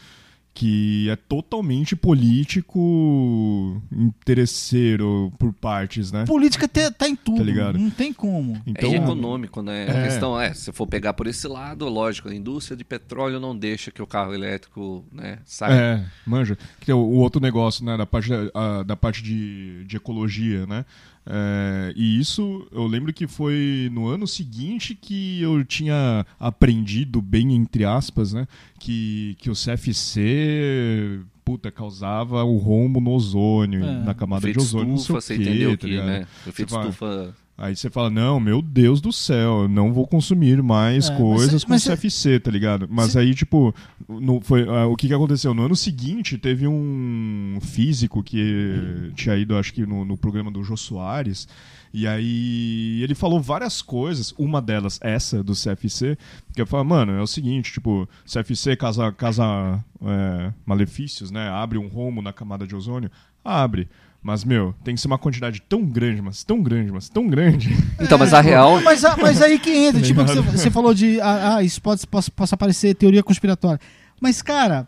Speaker 1: Que é totalmente político interesseiro por partes, né?
Speaker 3: Política te- tá em tudo.
Speaker 1: Tá ligado?
Speaker 3: Não tem como.
Speaker 2: é econômico, né?
Speaker 1: Então, É.
Speaker 2: A questão é, se for pegar por esse lado, lógico, a indústria de petróleo não deixa que o carro elétrico, né, saia.
Speaker 1: É, manja. Que tem o, o outro negócio, né, da parte, da, a- da parte de, de ecologia, né? É, e isso, eu lembro que foi no ano seguinte que eu tinha aprendido bem, entre aspas, né? Que, que o CFC, puta, causava o rombo no ozônio,
Speaker 3: É.
Speaker 1: na camada
Speaker 2: Efeito
Speaker 1: de ozônio, não sei
Speaker 2: estufa,
Speaker 1: o
Speaker 2: você
Speaker 1: quê,
Speaker 2: entendeu
Speaker 1: tá
Speaker 2: que,
Speaker 1: ligado?
Speaker 2: né? Efeito
Speaker 1: Você fala-
Speaker 2: estufa.
Speaker 1: Aí você fala, não, meu Deus do céu, eu não vou consumir mais
Speaker 3: É, mas
Speaker 1: coisas
Speaker 3: cê-
Speaker 1: com
Speaker 3: mas cê-
Speaker 1: CFC, tá ligado? Mas
Speaker 3: cê-
Speaker 1: aí, tipo, no, foi, ah, o que, que aconteceu? No ano seguinte, teve um físico que tinha ido, acho que, no, no programa do Jô Soares, e aí ele falou várias coisas, uma delas, essa do CFC, que eu falo, mano, é o seguinte, tipo, CFC casa, casa é, malefícios, né? Abre um rombo na camada de ozônio, abre. Mas, meu, tem que ser uma quantidade tão grande, mas tão grande, mas tão grande,
Speaker 2: Então, mas a real.
Speaker 3: É, Mas, a- mas aí que entra,
Speaker 1: Tá
Speaker 3: tipo, que você,
Speaker 1: ligado?
Speaker 3: você falou de. Ah, ah, isso pode, possa, possa parecer teoria conspiratória. Mas, cara,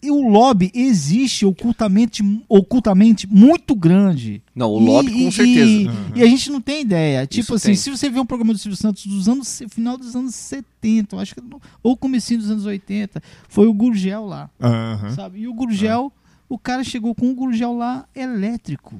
Speaker 3: e o lobby existe ocultamente, ocultamente muito grande.
Speaker 2: Não, o
Speaker 3: E-
Speaker 2: lobby
Speaker 3: e-
Speaker 2: com certeza.
Speaker 3: E, e a gente não tem ideia. Tipo
Speaker 2: Isso
Speaker 3: assim,
Speaker 2: tem.
Speaker 3: se você vê um programa do Silvio Santos dos anos. final dos anos 70, eu acho que. não- Ou comecinho dos anos 80, foi o Gurgel lá.
Speaker 1: Aham.
Speaker 3: Sabe? E o Gurgel, o cara chegou com um Gurgel lá elétrico.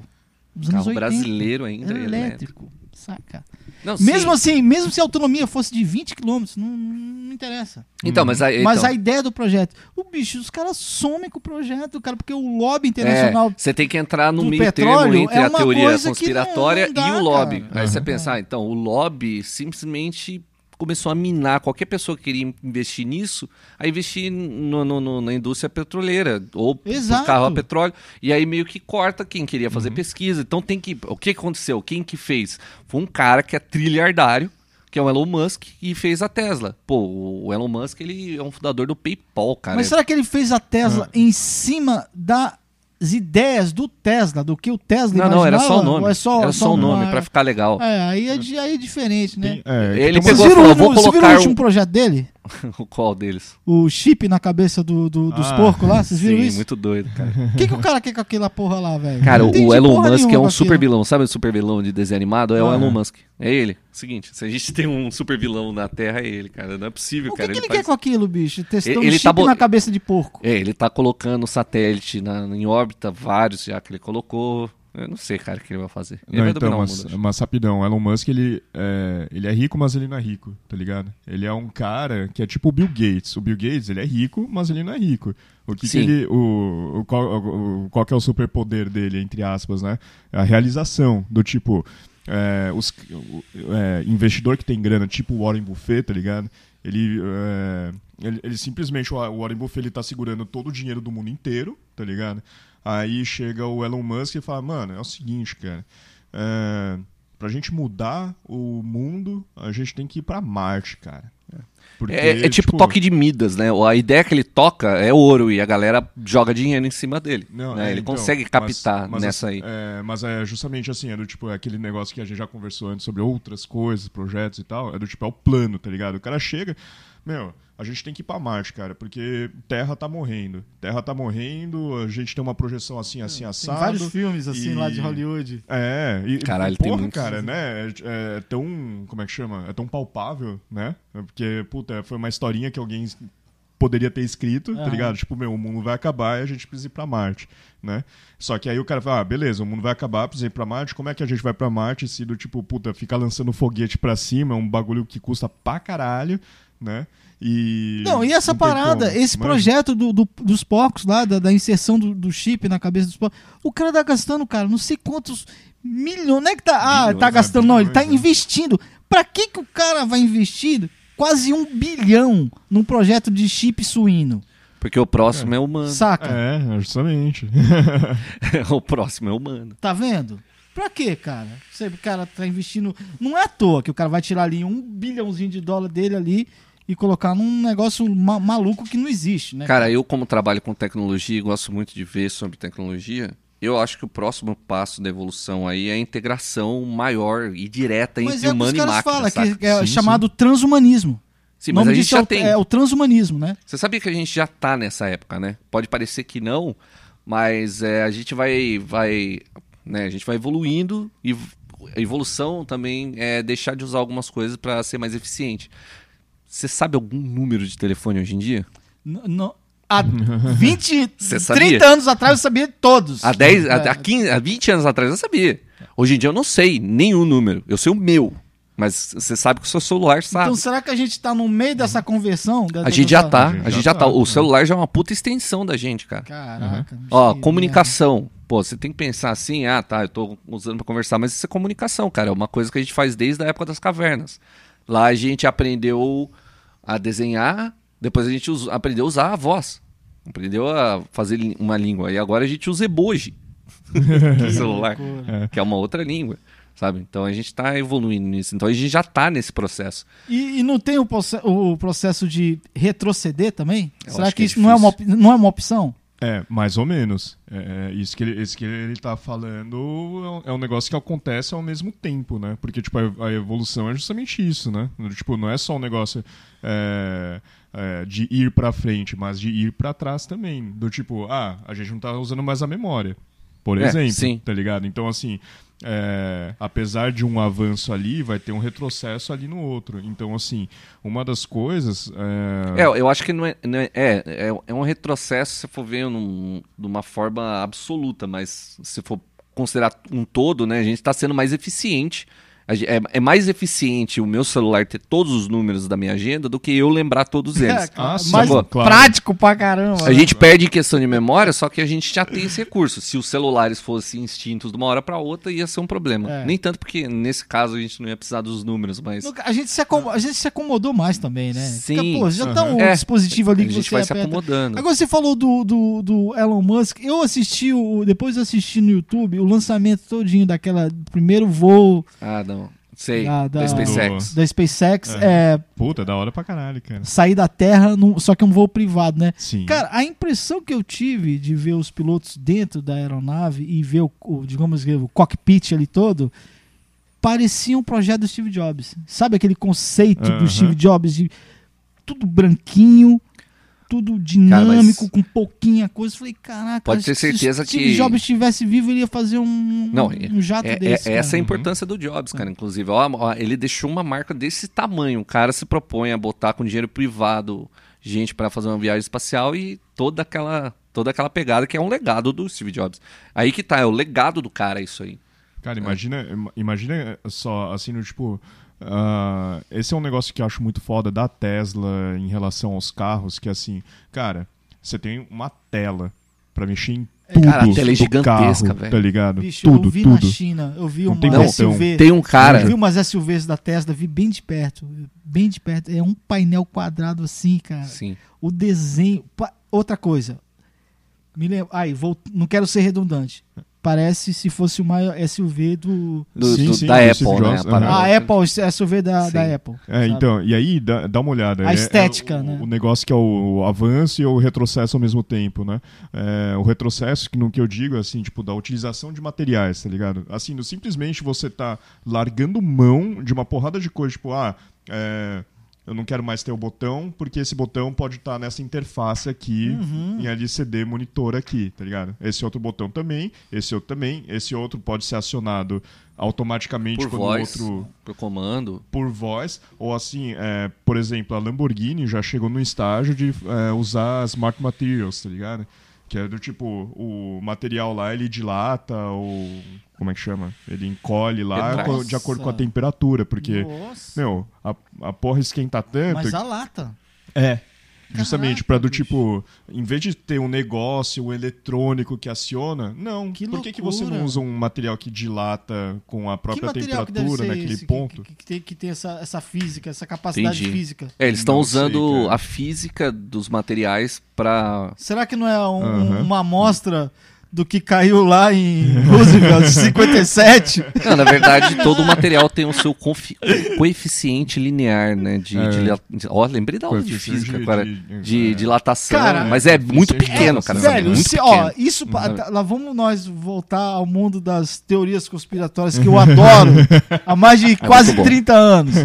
Speaker 3: Dos anos
Speaker 2: Carro
Speaker 3: 80.
Speaker 2: brasileiro ainda é
Speaker 3: Elétrico,
Speaker 2: elétrico.
Speaker 3: saca?
Speaker 2: Não,
Speaker 3: Mesmo
Speaker 2: sim.
Speaker 3: assim, mesmo se a autonomia fosse de 20 km, não, não interessa.
Speaker 2: Então, mas aí.
Speaker 3: assim, Mas
Speaker 2: então,
Speaker 3: a ideia do projeto. O bicho, os caras somem com o projeto, cara, porque o lobby internacional.
Speaker 2: É, Você tem que entrar no
Speaker 3: do
Speaker 2: meio termo
Speaker 3: petróleo
Speaker 2: entre
Speaker 3: é
Speaker 2: a
Speaker 3: uma
Speaker 2: teoria
Speaker 3: coisa que
Speaker 2: conspiratória
Speaker 3: não- não dá,
Speaker 2: e "Ah, o lobby.
Speaker 3: cara.
Speaker 2: Aí você pensar, então, o lobby simplesmente começou a minar. Qualquer pessoa que queria investir nisso, a investir no- no- no- na indústria petroleira ou pro
Speaker 3: Exato. Uhum.
Speaker 2: carro a petróleo. E aí meio que corta quem queria fazer pesquisa. Então tem que. O que aconteceu? Quem que fez? Foi um cara que é trilhardário. Que é o Elon Musk e fez a Tesla. Pô, o Elon Musk ele é um fundador do PayPal, cara.
Speaker 3: Mas será que ele fez a Tesla em cima das ideias do Tesla, do que o Tesla
Speaker 2: Não, não, era
Speaker 3: imaginava?
Speaker 2: só o nome.
Speaker 3: Ou é só,
Speaker 2: era só o nome, pra ficar legal.
Speaker 3: É, aí é, di- aí é diferente,
Speaker 1: Tem-
Speaker 3: né?
Speaker 1: é, que
Speaker 2: Ele
Speaker 1: tem
Speaker 2: pegou
Speaker 3: Vocês
Speaker 2: e
Speaker 3: viram,
Speaker 2: falou,
Speaker 3: o-
Speaker 2: "Vou
Speaker 3: vocês viram
Speaker 2: colocar
Speaker 3: o
Speaker 2: o-
Speaker 3: último projeto dele?
Speaker 2: o qual deles?
Speaker 3: O chip na cabeça do, do- dos
Speaker 1: Ah,
Speaker 3: porcos lá? Vocês viram
Speaker 2: Sim,
Speaker 3: isso?
Speaker 2: muito doido, cara.
Speaker 3: O que, que o cara quer com aquela porra lá, velho?
Speaker 2: Cara,
Speaker 3: Não entendi
Speaker 2: o Elon
Speaker 3: porra
Speaker 2: Musk é
Speaker 3: nenhuma
Speaker 2: um
Speaker 3: com
Speaker 2: super
Speaker 3: aquilo.
Speaker 2: vilão. Sabe o super vilão de desenho animado? É o
Speaker 1: Ah.
Speaker 2: Elon Musk. É ele. Seguinte, se a gente tem um super vilão na Terra, é ele, cara. Não é possível,
Speaker 3: O que,
Speaker 2: cara.
Speaker 3: que ele quer
Speaker 2: faz-
Speaker 3: com aquilo, bicho? Testando
Speaker 2: Ele- ele
Speaker 3: chip
Speaker 2: tá bo-
Speaker 3: na cabeça de porco.
Speaker 2: É, ele tá colocando satélite na, em órbita, vários já que ele colocou. Eu não sei, cara, o que ele vai fazer. Ele
Speaker 1: Não,
Speaker 2: vai
Speaker 1: então,
Speaker 2: dominar
Speaker 1: mas,
Speaker 2: o mundo.
Speaker 1: mas rapidão, o Elon Musk, ele é, ele é rico, mas ele não é rico, tá ligado? Ele é um cara que é tipo o Bill Gates. O Bill Gates, ele é rico, mas ele não é rico. O que, que
Speaker 2: Sim.
Speaker 1: ele... O, o, qual, o- qual que é o superpoder dele, entre aspas, né? A realização do tipo... é, os, o- é, investidor que tem grana, tipo o Warren Buffett, tá ligado? Ele, é, ele, ele simplesmente, o o Warren Buffett, ele tá segurando todo o dinheiro do mundo inteiro, tá ligado? Aí chega o Elon Musk e fala, mano, é o seguinte, cara, é, pra gente mudar o mundo, a gente tem que ir pra Marte, cara. Porque,
Speaker 2: É, é tipo, toque de Midas, né? A ideia que ele toca é ouro e a galera joga dinheiro em cima dele.
Speaker 1: Não,
Speaker 2: né?
Speaker 1: é,
Speaker 2: ele
Speaker 1: então,
Speaker 2: consegue
Speaker 1: mas-
Speaker 2: captar
Speaker 1: mas
Speaker 2: nessa
Speaker 1: assim,
Speaker 2: aí.
Speaker 1: é, mas é justamente assim, é do tipo, é aquele negócio que a gente já conversou antes sobre outras coisas, projetos e tal, é do tipo, é o plano, tá ligado? O cara chega, meu, a gente tem que ir pra Marte, cara, porque Terra tá morrendo. Terra tá morrendo, a gente tem uma projeção assim, assim,
Speaker 3: É, Tem
Speaker 1: assado.
Speaker 3: vários filmes assim
Speaker 1: e-
Speaker 3: lá de Hollywood.
Speaker 1: É, e
Speaker 2: Caralho,
Speaker 1: porra,
Speaker 2: tem muitos.
Speaker 1: cara, né? É, é tão, como é que chama? É tão palpável, né? É Porque, puta, foi uma historinha que alguém es- poderia ter escrito, tá
Speaker 3: Aham.
Speaker 1: ligado? Tipo, meu, o mundo vai acabar e a gente precisa ir pra Marte, né? Só que aí o cara fala, ah, beleza, o mundo vai acabar, precisa ir pra Marte, como é que a gente vai pra Marte se do tipo, puta, ficar lançando foguete pra cima é um bagulho que custa pra caralho, né? E...
Speaker 3: Não, e essa
Speaker 1: tem
Speaker 3: parada,
Speaker 1: como, né?"
Speaker 3: esse
Speaker 1: manja.
Speaker 3: projeto do- do- dos porcos lá, da, da inserção do, do chip na cabeça dos porcos, o cara tá gastando, cara, não sei quantos milhões, não é que tá, ah,
Speaker 1: Bilhões,
Speaker 3: tá
Speaker 1: né?
Speaker 3: gastando, não, ele tá
Speaker 1: Bilhões, né?
Speaker 3: investindo. Pra que que o cara vai investir quase um bilhão num projeto de chip suíno,
Speaker 2: Porque o próximo é, humano.
Speaker 3: saca?
Speaker 1: É, justamente.
Speaker 2: o próximo é humano.
Speaker 3: Tá vendo? Pra quê, cara? Você, o cara tá investindo, não é à toa que o cara vai tirar ali um bilhãozinho de dólar dele ali e colocar num negócio ma- maluco que não existe, né?
Speaker 2: Cara, eu como trabalho com tecnologia e gosto muito de ver sobre tecnologia, eu acho que o próximo passo da evolução aí é a integração maior e direta
Speaker 3: Mas
Speaker 2: entre
Speaker 3: é o que os
Speaker 2: humano e
Speaker 3: caras
Speaker 2: máquina,
Speaker 3: falam,
Speaker 2: saca?
Speaker 3: que
Speaker 1: Sim,
Speaker 3: é
Speaker 1: sim.
Speaker 3: chamado transhumanismo.
Speaker 2: Sim,
Speaker 3: o
Speaker 2: mas
Speaker 3: nome
Speaker 2: a gente
Speaker 3: disso é
Speaker 2: já
Speaker 3: o-
Speaker 2: tem.
Speaker 3: É o transhumanismo, né?
Speaker 2: Você sabia que a gente já tá nessa época, né? Pode parecer que não, mas é, a gente vai, vai, né? A gente vai evoluindo e v- a evolução também é deixar de usar algumas coisas para ser mais eficiente. Você sabe algum número de telefone hoje em dia?
Speaker 3: N- n- há 20,
Speaker 2: Você
Speaker 3: 30
Speaker 2: sabia?
Speaker 3: anos atrás eu sabia todos.
Speaker 2: Há 10, há,
Speaker 3: É,
Speaker 2: há 15, há 20 anos atrás eu sabia. Hoje em dia eu não sei nenhum número. Eu sei o meu. Mas você sabe que o seu celular sabe.
Speaker 3: Então será que a gente tá no meio dessa conversão?
Speaker 2: a gente já tá.
Speaker 1: A gente
Speaker 2: A
Speaker 1: já
Speaker 2: gente já
Speaker 1: tá,
Speaker 2: tá. O
Speaker 1: né?
Speaker 2: celular já é uma puta extensão da gente, cara.
Speaker 3: Caraca.
Speaker 2: Uhum. Ó,
Speaker 3: que
Speaker 2: comunicação. Pô, você tem que pensar assim, ah, tá, eu tô usando pra conversar, mas isso é comunicação, cara. É uma coisa que a gente faz desde a época das cavernas. Lá a gente aprendeu a desenhar, depois a gente us- aprendeu a usar a voz. Aprendeu a fazer li- uma língua. E agora a gente usa emoji no celular,
Speaker 3: loucura.
Speaker 2: que é uma outra língua, sabe? Então a gente tá evoluindo nisso. Então a gente já tá nesse processo.
Speaker 3: E, e não tem o, proce- o processo de retroceder também?
Speaker 2: Eu
Speaker 3: será
Speaker 2: acho
Speaker 3: que,
Speaker 2: que é
Speaker 3: isso não é, uma, op- não é uma opção?
Speaker 1: É, mais ou menos. É, é, isso que ele, isso que ele tá falando é um- é um negócio que acontece ao mesmo tempo, né? Porque, tipo, a, a evolução é justamente isso, né? Tipo, não é só um negócio é, é, de ir pra frente, mas de ir pra trás também. Do tipo, ah, a gente não tá usando mais a memória, por
Speaker 2: É,
Speaker 1: exemplo,
Speaker 2: sim.
Speaker 1: tá ligado? Então, assim, é, apesar de um avanço ali, vai ter um retrocesso ali no outro. Então, assim, uma das coisas...
Speaker 2: É, eu acho que não é. não é, é, é- é um retrocesso se for ver num- de uma forma absoluta, mas se for considerar um todo, né? A gente está sendo mais tá eficiente A ge- É, é mais eficiente o meu celular ter todos os números da minha agenda do que eu lembrar todos eles.
Speaker 1: Ah, sim,
Speaker 3: É, mais
Speaker 2: É, claro.
Speaker 3: prático pra caramba. né?
Speaker 2: A gente perde em questão de memória, só que a gente já tem esse recurso. Se os celulares fossem extintos de uma hora para outra, ia ser um problema.
Speaker 3: É.
Speaker 2: Nem tanto porque, nesse caso, a gente não ia precisar dos números, mas
Speaker 3: No ca- A gente, se acom- a gente se acomodou mais também, né?
Speaker 2: Sim.
Speaker 3: pô, já tá um
Speaker 2: Aham. É.
Speaker 3: dispositivo
Speaker 2: a
Speaker 3: ali que
Speaker 2: gente
Speaker 3: você
Speaker 2: vai se
Speaker 3: aperta.
Speaker 2: acomodando.
Speaker 3: Agora você falou do, do, do Elon Musk. Eu assisti, o, depois eu assisti no YouTube o lançamento todinho daquela do primeiro voo
Speaker 2: Ah, não. Sei.
Speaker 3: Ah,
Speaker 2: Da,
Speaker 3: da-
Speaker 2: SpaceX.
Speaker 3: da SpaceX é,
Speaker 1: Puta, da hora pra caralho, cara.
Speaker 3: sair da Terra, num- só que é um voo privado, né?
Speaker 1: Sim.
Speaker 3: Cara, a impressão que eu tive de ver os pilotos dentro da aeronave e ver o, o, digamos que o cockpit ali todo, parecia um projeto do Steve Jobs. Sabe aquele conceito
Speaker 1: Aham.
Speaker 3: do Steve Jobs de tudo branquinho, tudo dinâmico, com pouquinha coisa. Eu Falei, caraca,
Speaker 2: Pode ter certeza
Speaker 3: se o Steve
Speaker 2: que-
Speaker 3: Jobs estivesse vivo, ele ia fazer um,
Speaker 2: Não,
Speaker 3: um jato
Speaker 2: É, é-
Speaker 3: desse.
Speaker 2: é
Speaker 3: cara.
Speaker 2: essa
Speaker 1: Uhum.
Speaker 2: a importância do Jobs, cara, inclusive. Ó, ó, ele deixou uma marca desse tamanho. O cara se propõe a botar com dinheiro privado gente para fazer uma viagem espacial e toda aquela, toda aquela pegada que é um legado do Steve Jobs. Aí que tá, é o legado do cara isso aí.
Speaker 3: É.
Speaker 1: Cara, imagina, ima- imagina só, assim, no tipo. ah, esse é um negócio que eu acho muito foda da Tesla em relação aos carros, que assim, cara, você tem uma tela pra mexer em tudo.
Speaker 2: cara, a tela é
Speaker 1: do
Speaker 2: gigantesca,
Speaker 1: carro,
Speaker 2: velho.
Speaker 1: Tá ligado?
Speaker 3: Bicho,
Speaker 1: tudo,
Speaker 3: eu vi na
Speaker 1: tudo.
Speaker 3: China, eu vi
Speaker 1: Não
Speaker 3: uma
Speaker 1: tem
Speaker 2: botão.
Speaker 3: SUV.
Speaker 2: Tem um cara.
Speaker 3: Eu vi umas SUVs da Tesla, vi bem de perto. Bem de perto. É um painel quadrado assim, cara.
Speaker 2: Sim.
Speaker 3: O desenho. pa- Outra coisa. Me lembro. Ai, vou... não quero ser redundante. Parece se fosse uma SUV do.
Speaker 2: Do-
Speaker 1: Sim,
Speaker 2: do-
Speaker 1: sim,
Speaker 2: da
Speaker 1: do
Speaker 2: Apple,
Speaker 1: Steve
Speaker 2: né?
Speaker 1: Jobs,
Speaker 2: a parada.
Speaker 1: aham.
Speaker 3: A Apple, SUV da,
Speaker 2: Sim.
Speaker 3: da Apple.
Speaker 1: Ah, É,
Speaker 3: sabe?
Speaker 1: então, e aí dá, dá uma olhada.
Speaker 3: A
Speaker 1: É- é
Speaker 3: estética,
Speaker 1: o,
Speaker 3: né?
Speaker 1: O negócio que é o avanço e o retrocesso ao mesmo tempo, né? É, o retrocesso, que no que eu digo, é assim, tipo, da utilização de materiais, tá ligado? Assim, no- simplesmente você tá largando mão de uma porrada de coisa, tipo, ah, é, eu não quero mais ter o botão, porque esse botão pode estar nessa interface aqui,
Speaker 3: Uhum.
Speaker 1: em LCD monitor aqui, tá ligado? Esse outro botão também, esse outro também, esse outro pode ser acionado automaticamente
Speaker 2: Por
Speaker 1: quando
Speaker 2: voz,
Speaker 1: o Tipo, outro
Speaker 2: por comando.
Speaker 1: por voz, ou assim, é, por exemplo, a Lamborghini já chegou no estágio de é, usar smart materials, tá ligado? Que é do tipo, o material lá ele dilata, ou. Como é que chama? Ele encolhe lá
Speaker 2: Retrai.
Speaker 1: co- de acordo com a
Speaker 3: Nossa.
Speaker 1: temperatura, porque.
Speaker 3: Nossa.
Speaker 1: Meu, a, a porra esquenta tanto.
Speaker 3: Mas
Speaker 1: que-
Speaker 3: a lata.
Speaker 1: É. Justamente, pra do
Speaker 3: bicho.
Speaker 1: tipo, em vez de ter um negócio, um eletrônico que aciona, não.
Speaker 3: Que
Speaker 1: Por que, que você
Speaker 3: loucura.
Speaker 1: não usa um material que dilata com a
Speaker 3: que
Speaker 1: própria
Speaker 3: material que deve
Speaker 1: temperatura
Speaker 3: ser
Speaker 1: naquele
Speaker 3: esse que-
Speaker 1: ponto?
Speaker 3: Que, que tem, que tem essa, essa física, essa capacidade
Speaker 2: Entendi.
Speaker 3: física.
Speaker 2: É, eles estão
Speaker 1: Não sei,
Speaker 2: usando
Speaker 1: cara.
Speaker 2: a física dos materiais para
Speaker 3: Será que não é um-
Speaker 1: Aham.
Speaker 3: uma amostra do que caiu lá em Roosevelt de 57?
Speaker 2: Não, na verdade, todo material tem o seu confi- coeficiente linear, né? De,
Speaker 1: É.
Speaker 2: de la- de- ó, lembrei da aula de
Speaker 1: Coeficiente
Speaker 2: física,
Speaker 1: de-
Speaker 2: cara.
Speaker 1: de-
Speaker 2: De,
Speaker 1: é.
Speaker 2: dilatação.
Speaker 3: Cara,
Speaker 2: mas é
Speaker 1: coeficiente
Speaker 2: muito
Speaker 1: de
Speaker 2: pequeno, cara.
Speaker 1: dilatação.
Speaker 2: é
Speaker 3: Velho,
Speaker 2: muito
Speaker 3: se, ó,
Speaker 2: pequeno. Uhum.
Speaker 3: isso. pa- tá- Lá vamos nós voltar ao mundo das teorias conspiratórias que eu adoro há mais de
Speaker 2: Uhum. É
Speaker 3: quase
Speaker 2: muito bom.
Speaker 3: 30 anos.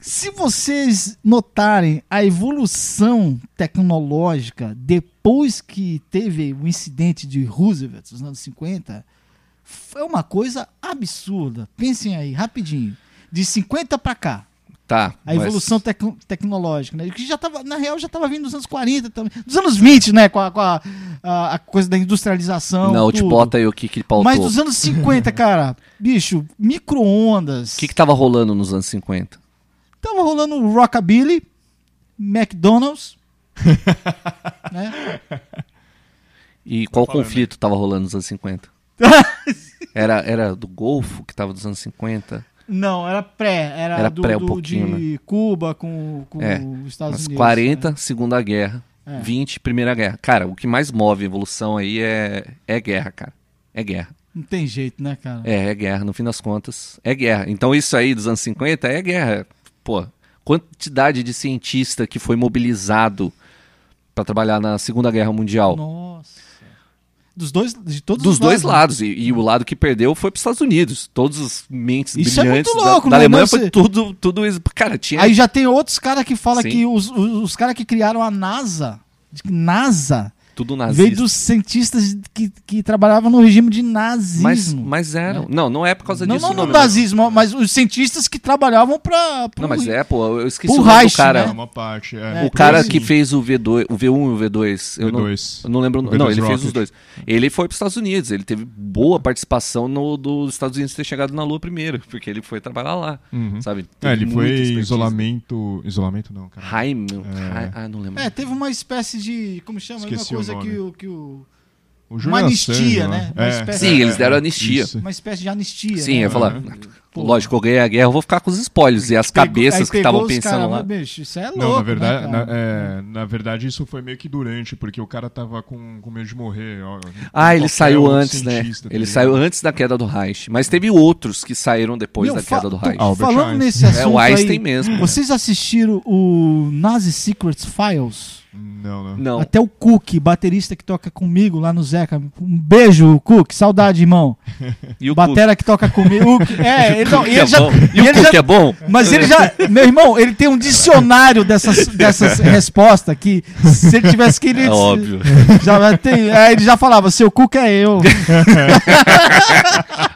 Speaker 3: Se vocês notarem a evolução tecnológica depois que teve o incidente de Roosevelt nos anos 50, foi uma coisa absurda. Pensem aí, rapidinho. De 50 pra cá.
Speaker 2: Tá.
Speaker 3: A
Speaker 2: mas-
Speaker 3: evolução tecno- tecnológica, né? Que já tava, na real, já estava vindo dos anos 40 também. Dos anos 20, né? Com a, com a, a- a coisa da industrialização.
Speaker 2: Não, te
Speaker 3: tudo.
Speaker 2: bota aí o que que pautou.
Speaker 3: Mas dos anos 50, cara, bicho, micro-ondas.
Speaker 2: O que que tava rolando nos anos 50?
Speaker 3: Tava rolando o Rockabilly, McDonald's. né?
Speaker 2: E
Speaker 1: Tá
Speaker 2: qual conflito tava rolando nos anos 50? Era, era do Golfo que tava dos anos 50?
Speaker 3: Não, era pré. Era,
Speaker 2: Era
Speaker 3: do,
Speaker 2: pré um
Speaker 3: do-
Speaker 2: pouquinho,
Speaker 3: de Cuba com, com
Speaker 2: É,
Speaker 3: os Estados
Speaker 2: Mas
Speaker 3: Unidos. né?
Speaker 2: 40, Segunda Guerra.
Speaker 3: É.
Speaker 2: 20, Primeira Guerra. Cara, o que mais move a evolução aí é, é guerra, cara. É guerra.
Speaker 3: Não tem jeito, né, cara?
Speaker 2: É, é guerra, no fim das contas. É guerra. Então isso aí dos anos 50 é guerra. Pô, quantidade de cientista que foi mobilizado pra trabalhar na Segunda Guerra Mundial.
Speaker 3: Nossa. Dos dois, de todos
Speaker 2: Dos
Speaker 3: os
Speaker 2: dois
Speaker 3: lados. né?
Speaker 2: lados. E, e o lado que perdeu foi pros Estados Unidos. Todos os mentes
Speaker 3: Isso é
Speaker 2: brilhantes
Speaker 3: muito
Speaker 2: da-
Speaker 3: louco,
Speaker 2: da,
Speaker 3: né?
Speaker 2: Alemanha
Speaker 3: Não,
Speaker 2: foi
Speaker 3: você-
Speaker 2: tudo, tudo isso. Cara, tinha.
Speaker 3: Aí já tem outros caras que falam
Speaker 2: um- Sim.
Speaker 3: que os, os, os caras que criaram a NASA, de que NASA
Speaker 2: Tudo nazista.
Speaker 3: Veio dos cientistas que, que trabalhavam no regime de nazismo. né?
Speaker 2: Mas, mas eram. Não, não é por causa
Speaker 3: não,
Speaker 2: disso.
Speaker 3: não no
Speaker 2: não.
Speaker 3: nazismo, mas os cientistas que trabalhavam pra. pra
Speaker 2: Não, mas é, pô, eu esqueci
Speaker 3: Pro
Speaker 2: o nome do
Speaker 3: Reich,
Speaker 1: É
Speaker 2: cara.
Speaker 3: né?
Speaker 1: uma parte.
Speaker 3: É,
Speaker 1: É.
Speaker 2: O cara
Speaker 3: Sim.
Speaker 2: que fez o V2, o V1 e o V2. Eu não,
Speaker 1: V2.
Speaker 2: eu não lembro. o nome.
Speaker 1: V2
Speaker 2: Não, ele fez os
Speaker 1: Rocket.
Speaker 2: dois. Ele foi para os Estados Unidos. Ele teve boa participação no, dos Estados Unidos ter chegado na Lua primeiro, porque ele foi trabalhar lá,
Speaker 3: Hum.
Speaker 2: sabe?
Speaker 1: É, ele
Speaker 2: Teve
Speaker 1: foi
Speaker 2: muita expertise.
Speaker 1: isolamento. Isolamento não, cara.
Speaker 2: Heim, Heim- ah, não lembro.
Speaker 3: É, teve uma espécie de. Como chama?
Speaker 1: Esqueci o
Speaker 3: uma coisa
Speaker 1: nome.
Speaker 3: que o. Que o
Speaker 1: O Julian
Speaker 3: anistia,
Speaker 1: Assange,
Speaker 3: né? Uma
Speaker 1: É.
Speaker 3: espécie-
Speaker 2: Sim, eles deram anistia.
Speaker 1: Isso.
Speaker 3: uma espécie de anistia.
Speaker 2: Sim, eu ia
Speaker 3: né?
Speaker 2: falar.
Speaker 3: Pô.
Speaker 2: Lógico, eu ganhei a guerra, eu vou ficar com os spoilers e as
Speaker 3: Pegou- aí
Speaker 2: cabeças que
Speaker 3: pegou
Speaker 2: estavam
Speaker 3: os
Speaker 2: pensando
Speaker 3: caras,
Speaker 2: lá.
Speaker 3: mas, Bicho, isso é louco.
Speaker 1: Não, na verdade,
Speaker 3: né,
Speaker 1: na,
Speaker 3: cara?
Speaker 1: é, na verdade isso foi meio que durante, porque o cara tava com, com medo de morrer. ó.
Speaker 2: Ah,
Speaker 1: Qualquer
Speaker 2: ele
Speaker 3: um
Speaker 2: saiu
Speaker 1: outro
Speaker 2: antes, né?
Speaker 1: cientista, tá
Speaker 2: Ele
Speaker 1: ligado?
Speaker 2: saiu antes da queda do Reich. Mas teve outros é, que saíram depois
Speaker 3: Meu,
Speaker 2: da
Speaker 3: fa-
Speaker 2: queda do
Speaker 3: tô-
Speaker 2: Reich.
Speaker 1: Albert
Speaker 3: Falando
Speaker 1: Einstein.
Speaker 3: nesse assunto.
Speaker 2: É o Einstein
Speaker 3: aí,
Speaker 2: mesmo.
Speaker 3: Vocês assistiram o Nazi Secrets Files?
Speaker 1: Não, não.
Speaker 2: Não.
Speaker 3: Até o Cook, baterista que toca comigo lá no Zeca. Um beijo, Cook. Saudade, irmão.
Speaker 2: E o
Speaker 3: Batera que toca comigo. O- é, ele, não,
Speaker 2: Cook
Speaker 3: ele
Speaker 2: é
Speaker 3: já.
Speaker 2: bom. E o
Speaker 3: ele
Speaker 2: Cook
Speaker 3: já-
Speaker 2: é bom?
Speaker 3: Mas ele já. Meu irmão, ele tem um dicionário dessas, dessas respostas que se ele tivesse querido.
Speaker 2: É óbvio.
Speaker 3: Já vai ter- aí ele já falava, seu Cook é eu.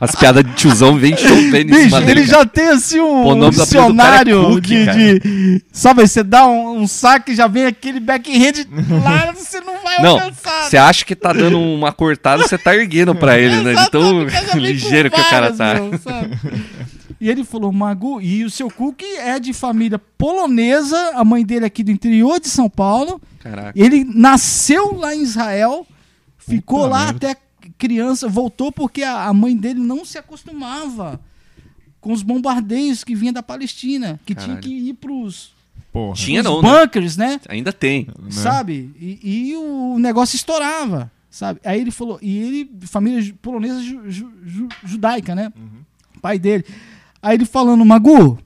Speaker 2: As piadas de tiozão vêm chovendo em
Speaker 3: Bicho,
Speaker 2: cima dele.
Speaker 3: ele já tem assim um
Speaker 2: Pô, o nome do apelido do cara é
Speaker 3: dicionário
Speaker 2: Cook,
Speaker 3: de,
Speaker 2: cara.
Speaker 3: de- Sabe, você dá um, um saque e já vem aquele backhand lá, você não vai
Speaker 2: Não,
Speaker 3: alcançar. né?
Speaker 2: você acha que tá dando uma cortada, você tá erguendo pra ele, né? De tão
Speaker 3: Exatamente, já vem com
Speaker 2: ligeiro que o cara
Speaker 3: várias,
Speaker 2: tá.
Speaker 3: meu, sabe? e ele falou, Magu, e o seu Cook é de família polonesa, a mãe dele é aqui do interior de São Paulo.
Speaker 2: Caraca.
Speaker 3: Ele nasceu lá em Israel, ficou
Speaker 1: Puta
Speaker 3: lá
Speaker 1: merda.
Speaker 3: até criança, voltou porque a, a mãe dele não se acostumava com os bombardeios que vinha da Palestina, que tinha
Speaker 2: Caralho.
Speaker 3: que ir pros
Speaker 1: Porra.
Speaker 2: Tinha
Speaker 3: os
Speaker 2: não, né?
Speaker 3: bunkers, né?
Speaker 2: Ainda tem.
Speaker 1: né?
Speaker 3: Sabe? E, e o negócio estourava, sabe? Aí ele falou, e ele, família ju- polonesa ju- ju- ju- judaica, né?
Speaker 2: Uhum.
Speaker 3: Pai dele. Aí ele falando, Magu,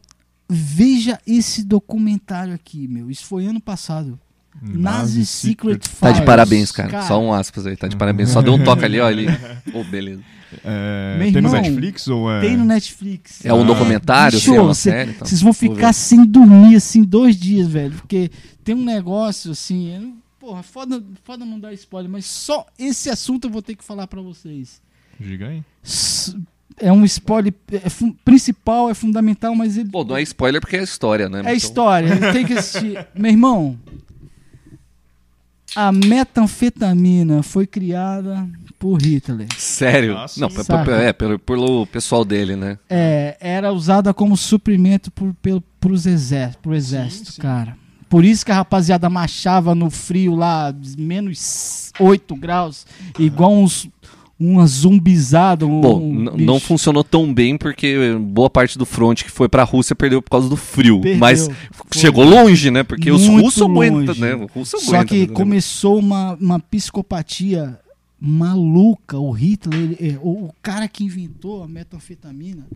Speaker 3: veja esse documentário aqui, meu. Isso foi ano passado. Nazi, Secret Files.
Speaker 2: Tá de parabéns, cara. Só um aspas aí, tá de parabéns. Só deu um toque ali, ó. Ele... Ô, beleza.
Speaker 1: É,
Speaker 3: Meu
Speaker 1: tem no
Speaker 3: irmão,
Speaker 1: Netflix ou é.
Speaker 3: Tem no Netflix.
Speaker 2: um-
Speaker 3: Ah,
Speaker 2: É um documentário,
Speaker 3: Bicho,
Speaker 2: sei lá, uma
Speaker 3: cê-
Speaker 2: série e tal.
Speaker 3: Vocês vão ficar sem dormir, assim, dois dias, velho. Porque tem um negócio, assim... eu não- Porra, foda, foda não dar spoiler, mas só esse assunto eu vou ter que falar pra vocês.
Speaker 1: Diga aí.
Speaker 3: S- É um spoiler é fun- principal, é fundamental, mas ele...
Speaker 2: Bom, não é spoiler porque é história, né?
Speaker 3: É
Speaker 2: Então,
Speaker 3: história, tem que assistir. Meu irmão, a metanfetamina foi criada por Hitler.
Speaker 2: Sério?
Speaker 1: Nossa,
Speaker 2: não,
Speaker 1: sim.
Speaker 2: p- p-
Speaker 3: Saca.
Speaker 2: é, pelo, pelo pessoal dele, né?
Speaker 3: É, era usada como suprimento por, pelo, pros exército, pro exército,
Speaker 1: sim.
Speaker 3: cara. Por isso que a rapaziada marchava no frio lá, menos 8 graus, igual uns uma zumbizada. Um,
Speaker 2: Bom,
Speaker 3: um
Speaker 2: n-
Speaker 3: bicho.
Speaker 2: não funcionou tão bem porque boa parte do front que foi pra Rússia perdeu por causa do frio.
Speaker 3: Perdeu.
Speaker 2: Mas
Speaker 3: Foi.
Speaker 2: chegou longe, né? Porque os
Speaker 3: Muito
Speaker 2: russos aguentam,
Speaker 3: longe.
Speaker 2: né? O russo
Speaker 3: Só
Speaker 2: aguenta,
Speaker 3: que
Speaker 2: né?
Speaker 3: começou uma, uma psicopatia maluca. O Hitler, ele- é, o, o cara que inventou a metanfetamina,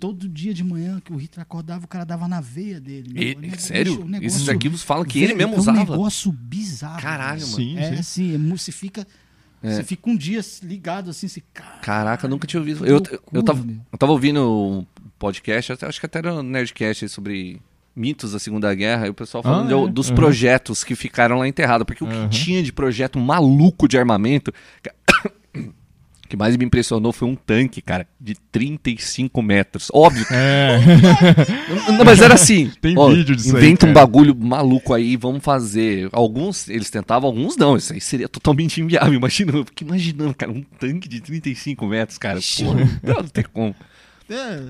Speaker 3: todo dia de manhã que o Hitler acordava, o cara dava na veia dele. meu.
Speaker 2: E-
Speaker 3: O nego-
Speaker 2: sério?
Speaker 3: o negócio-
Speaker 2: Esses arquivos falam que
Speaker 3: velho,
Speaker 2: ele mesmo
Speaker 3: é um
Speaker 2: usava.
Speaker 3: negócio bizarro.
Speaker 2: Caralho, mano.
Speaker 1: Sim,
Speaker 3: É
Speaker 1: sim.
Speaker 3: assim, é, mu- você fica.
Speaker 2: É.
Speaker 3: Você fica um dia ligado assim, você. Cara,
Speaker 2: Caraca, eu nunca tinha ouvido.
Speaker 3: Que
Speaker 2: Eu,
Speaker 3: loucura,
Speaker 2: eu, tava,
Speaker 3: meu.
Speaker 2: eu tava ouvindo um podcast, até- acho que até era um Nerdcast aí sobre mitos da Segunda Guerra, e o pessoal falando
Speaker 1: Ah,
Speaker 2: de-
Speaker 1: é?
Speaker 2: dos
Speaker 1: Uhum.
Speaker 2: projetos que ficaram lá enterrados. Porque o que
Speaker 1: Uhum.
Speaker 2: tinha de projeto maluco de armamento. que- O que mais me impressionou foi um tanque, cara, de 35 metros. Óbvio.
Speaker 1: É.
Speaker 2: Não, mas era assim.
Speaker 1: Tem
Speaker 2: ó,
Speaker 1: vídeo disso aí,
Speaker 2: Inventa um
Speaker 1: cara.
Speaker 2: bagulho maluco aí, vamos fazer. Alguns eles tentavam, alguns não. Isso aí seria totalmente inviável. Imagina, eu fico imaginando, cara, um tanque de 35 metros, cara. Porra, não, não tem como.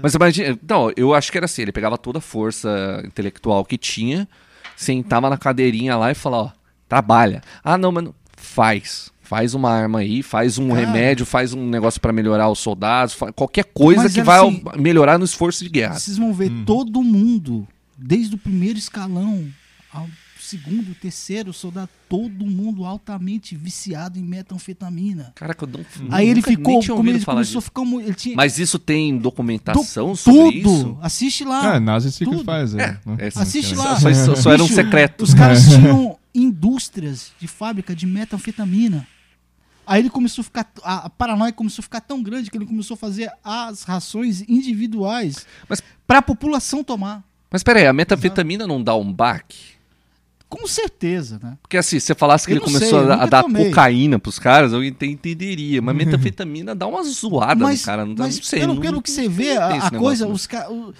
Speaker 2: Mas imagina. Não, eu acho que era assim. Ele pegava toda a força intelectual que tinha, sentava na cadeirinha lá e falava, ó, trabalha. Ah, não, mano, faz. Faz uma arma aí, faz um remédio, faz um negócio pra melhorar os soldados, fa- qualquer coisa
Speaker 3: Mas
Speaker 2: que
Speaker 3: era
Speaker 2: vai
Speaker 3: assim-
Speaker 2: ao- melhorar no esforço de guerra.
Speaker 3: Vocês vão ver todo mundo, desde o primeiro escalão ao segundo, terceiro soldado, todo mundo altamente viciado em metanfetamina.
Speaker 2: Caraca, eu não,
Speaker 3: Uhum. Aí ele
Speaker 2: Uhum. nunca nem
Speaker 3: ficou,
Speaker 2: tinha
Speaker 3: como
Speaker 2: ouvido
Speaker 3: ele
Speaker 2: falar
Speaker 3: começou
Speaker 2: disso.
Speaker 3: a ficar, mu- ele tinha
Speaker 2: Mas isso tem
Speaker 3: do-
Speaker 2: documentação
Speaker 3: tudo.
Speaker 2: sobre isso?
Speaker 3: Assiste
Speaker 1: É,
Speaker 3: lá.
Speaker 1: Nazi Secret
Speaker 3: tudo.
Speaker 1: Files. É. né?
Speaker 2: É,
Speaker 3: Assiste lá.
Speaker 2: Só, só, só era um
Speaker 3: Bicho,
Speaker 2: secreto.
Speaker 3: Os caras tinham indústrias de fábrica de metanfetamina. Aí ele começou a ficar. A a paranoia começou a ficar tão grande que ele começou a fazer as rações individuais
Speaker 2: Mas-
Speaker 3: para a população tomar.
Speaker 2: Mas peraí, a metafetamina não dá um baque?
Speaker 3: com certeza, né?
Speaker 2: Porque assim, se você falasse que
Speaker 3: Eu
Speaker 2: ele
Speaker 3: não
Speaker 2: começou
Speaker 3: sei, eu
Speaker 2: a, a
Speaker 3: nunca
Speaker 2: dar
Speaker 3: tomei. Uhum.
Speaker 2: cocaína pros caras, eu ente- entenderia. Mas metanfetamina dá uma zoada no Ah, cara. Não,
Speaker 3: mas
Speaker 2: não sei.
Speaker 3: pelo,
Speaker 2: não-
Speaker 3: pelo que você vê,
Speaker 2: não tem
Speaker 3: a,
Speaker 2: esse
Speaker 3: a
Speaker 2: negócio,
Speaker 3: coisa,
Speaker 2: né?
Speaker 3: os, ca- o-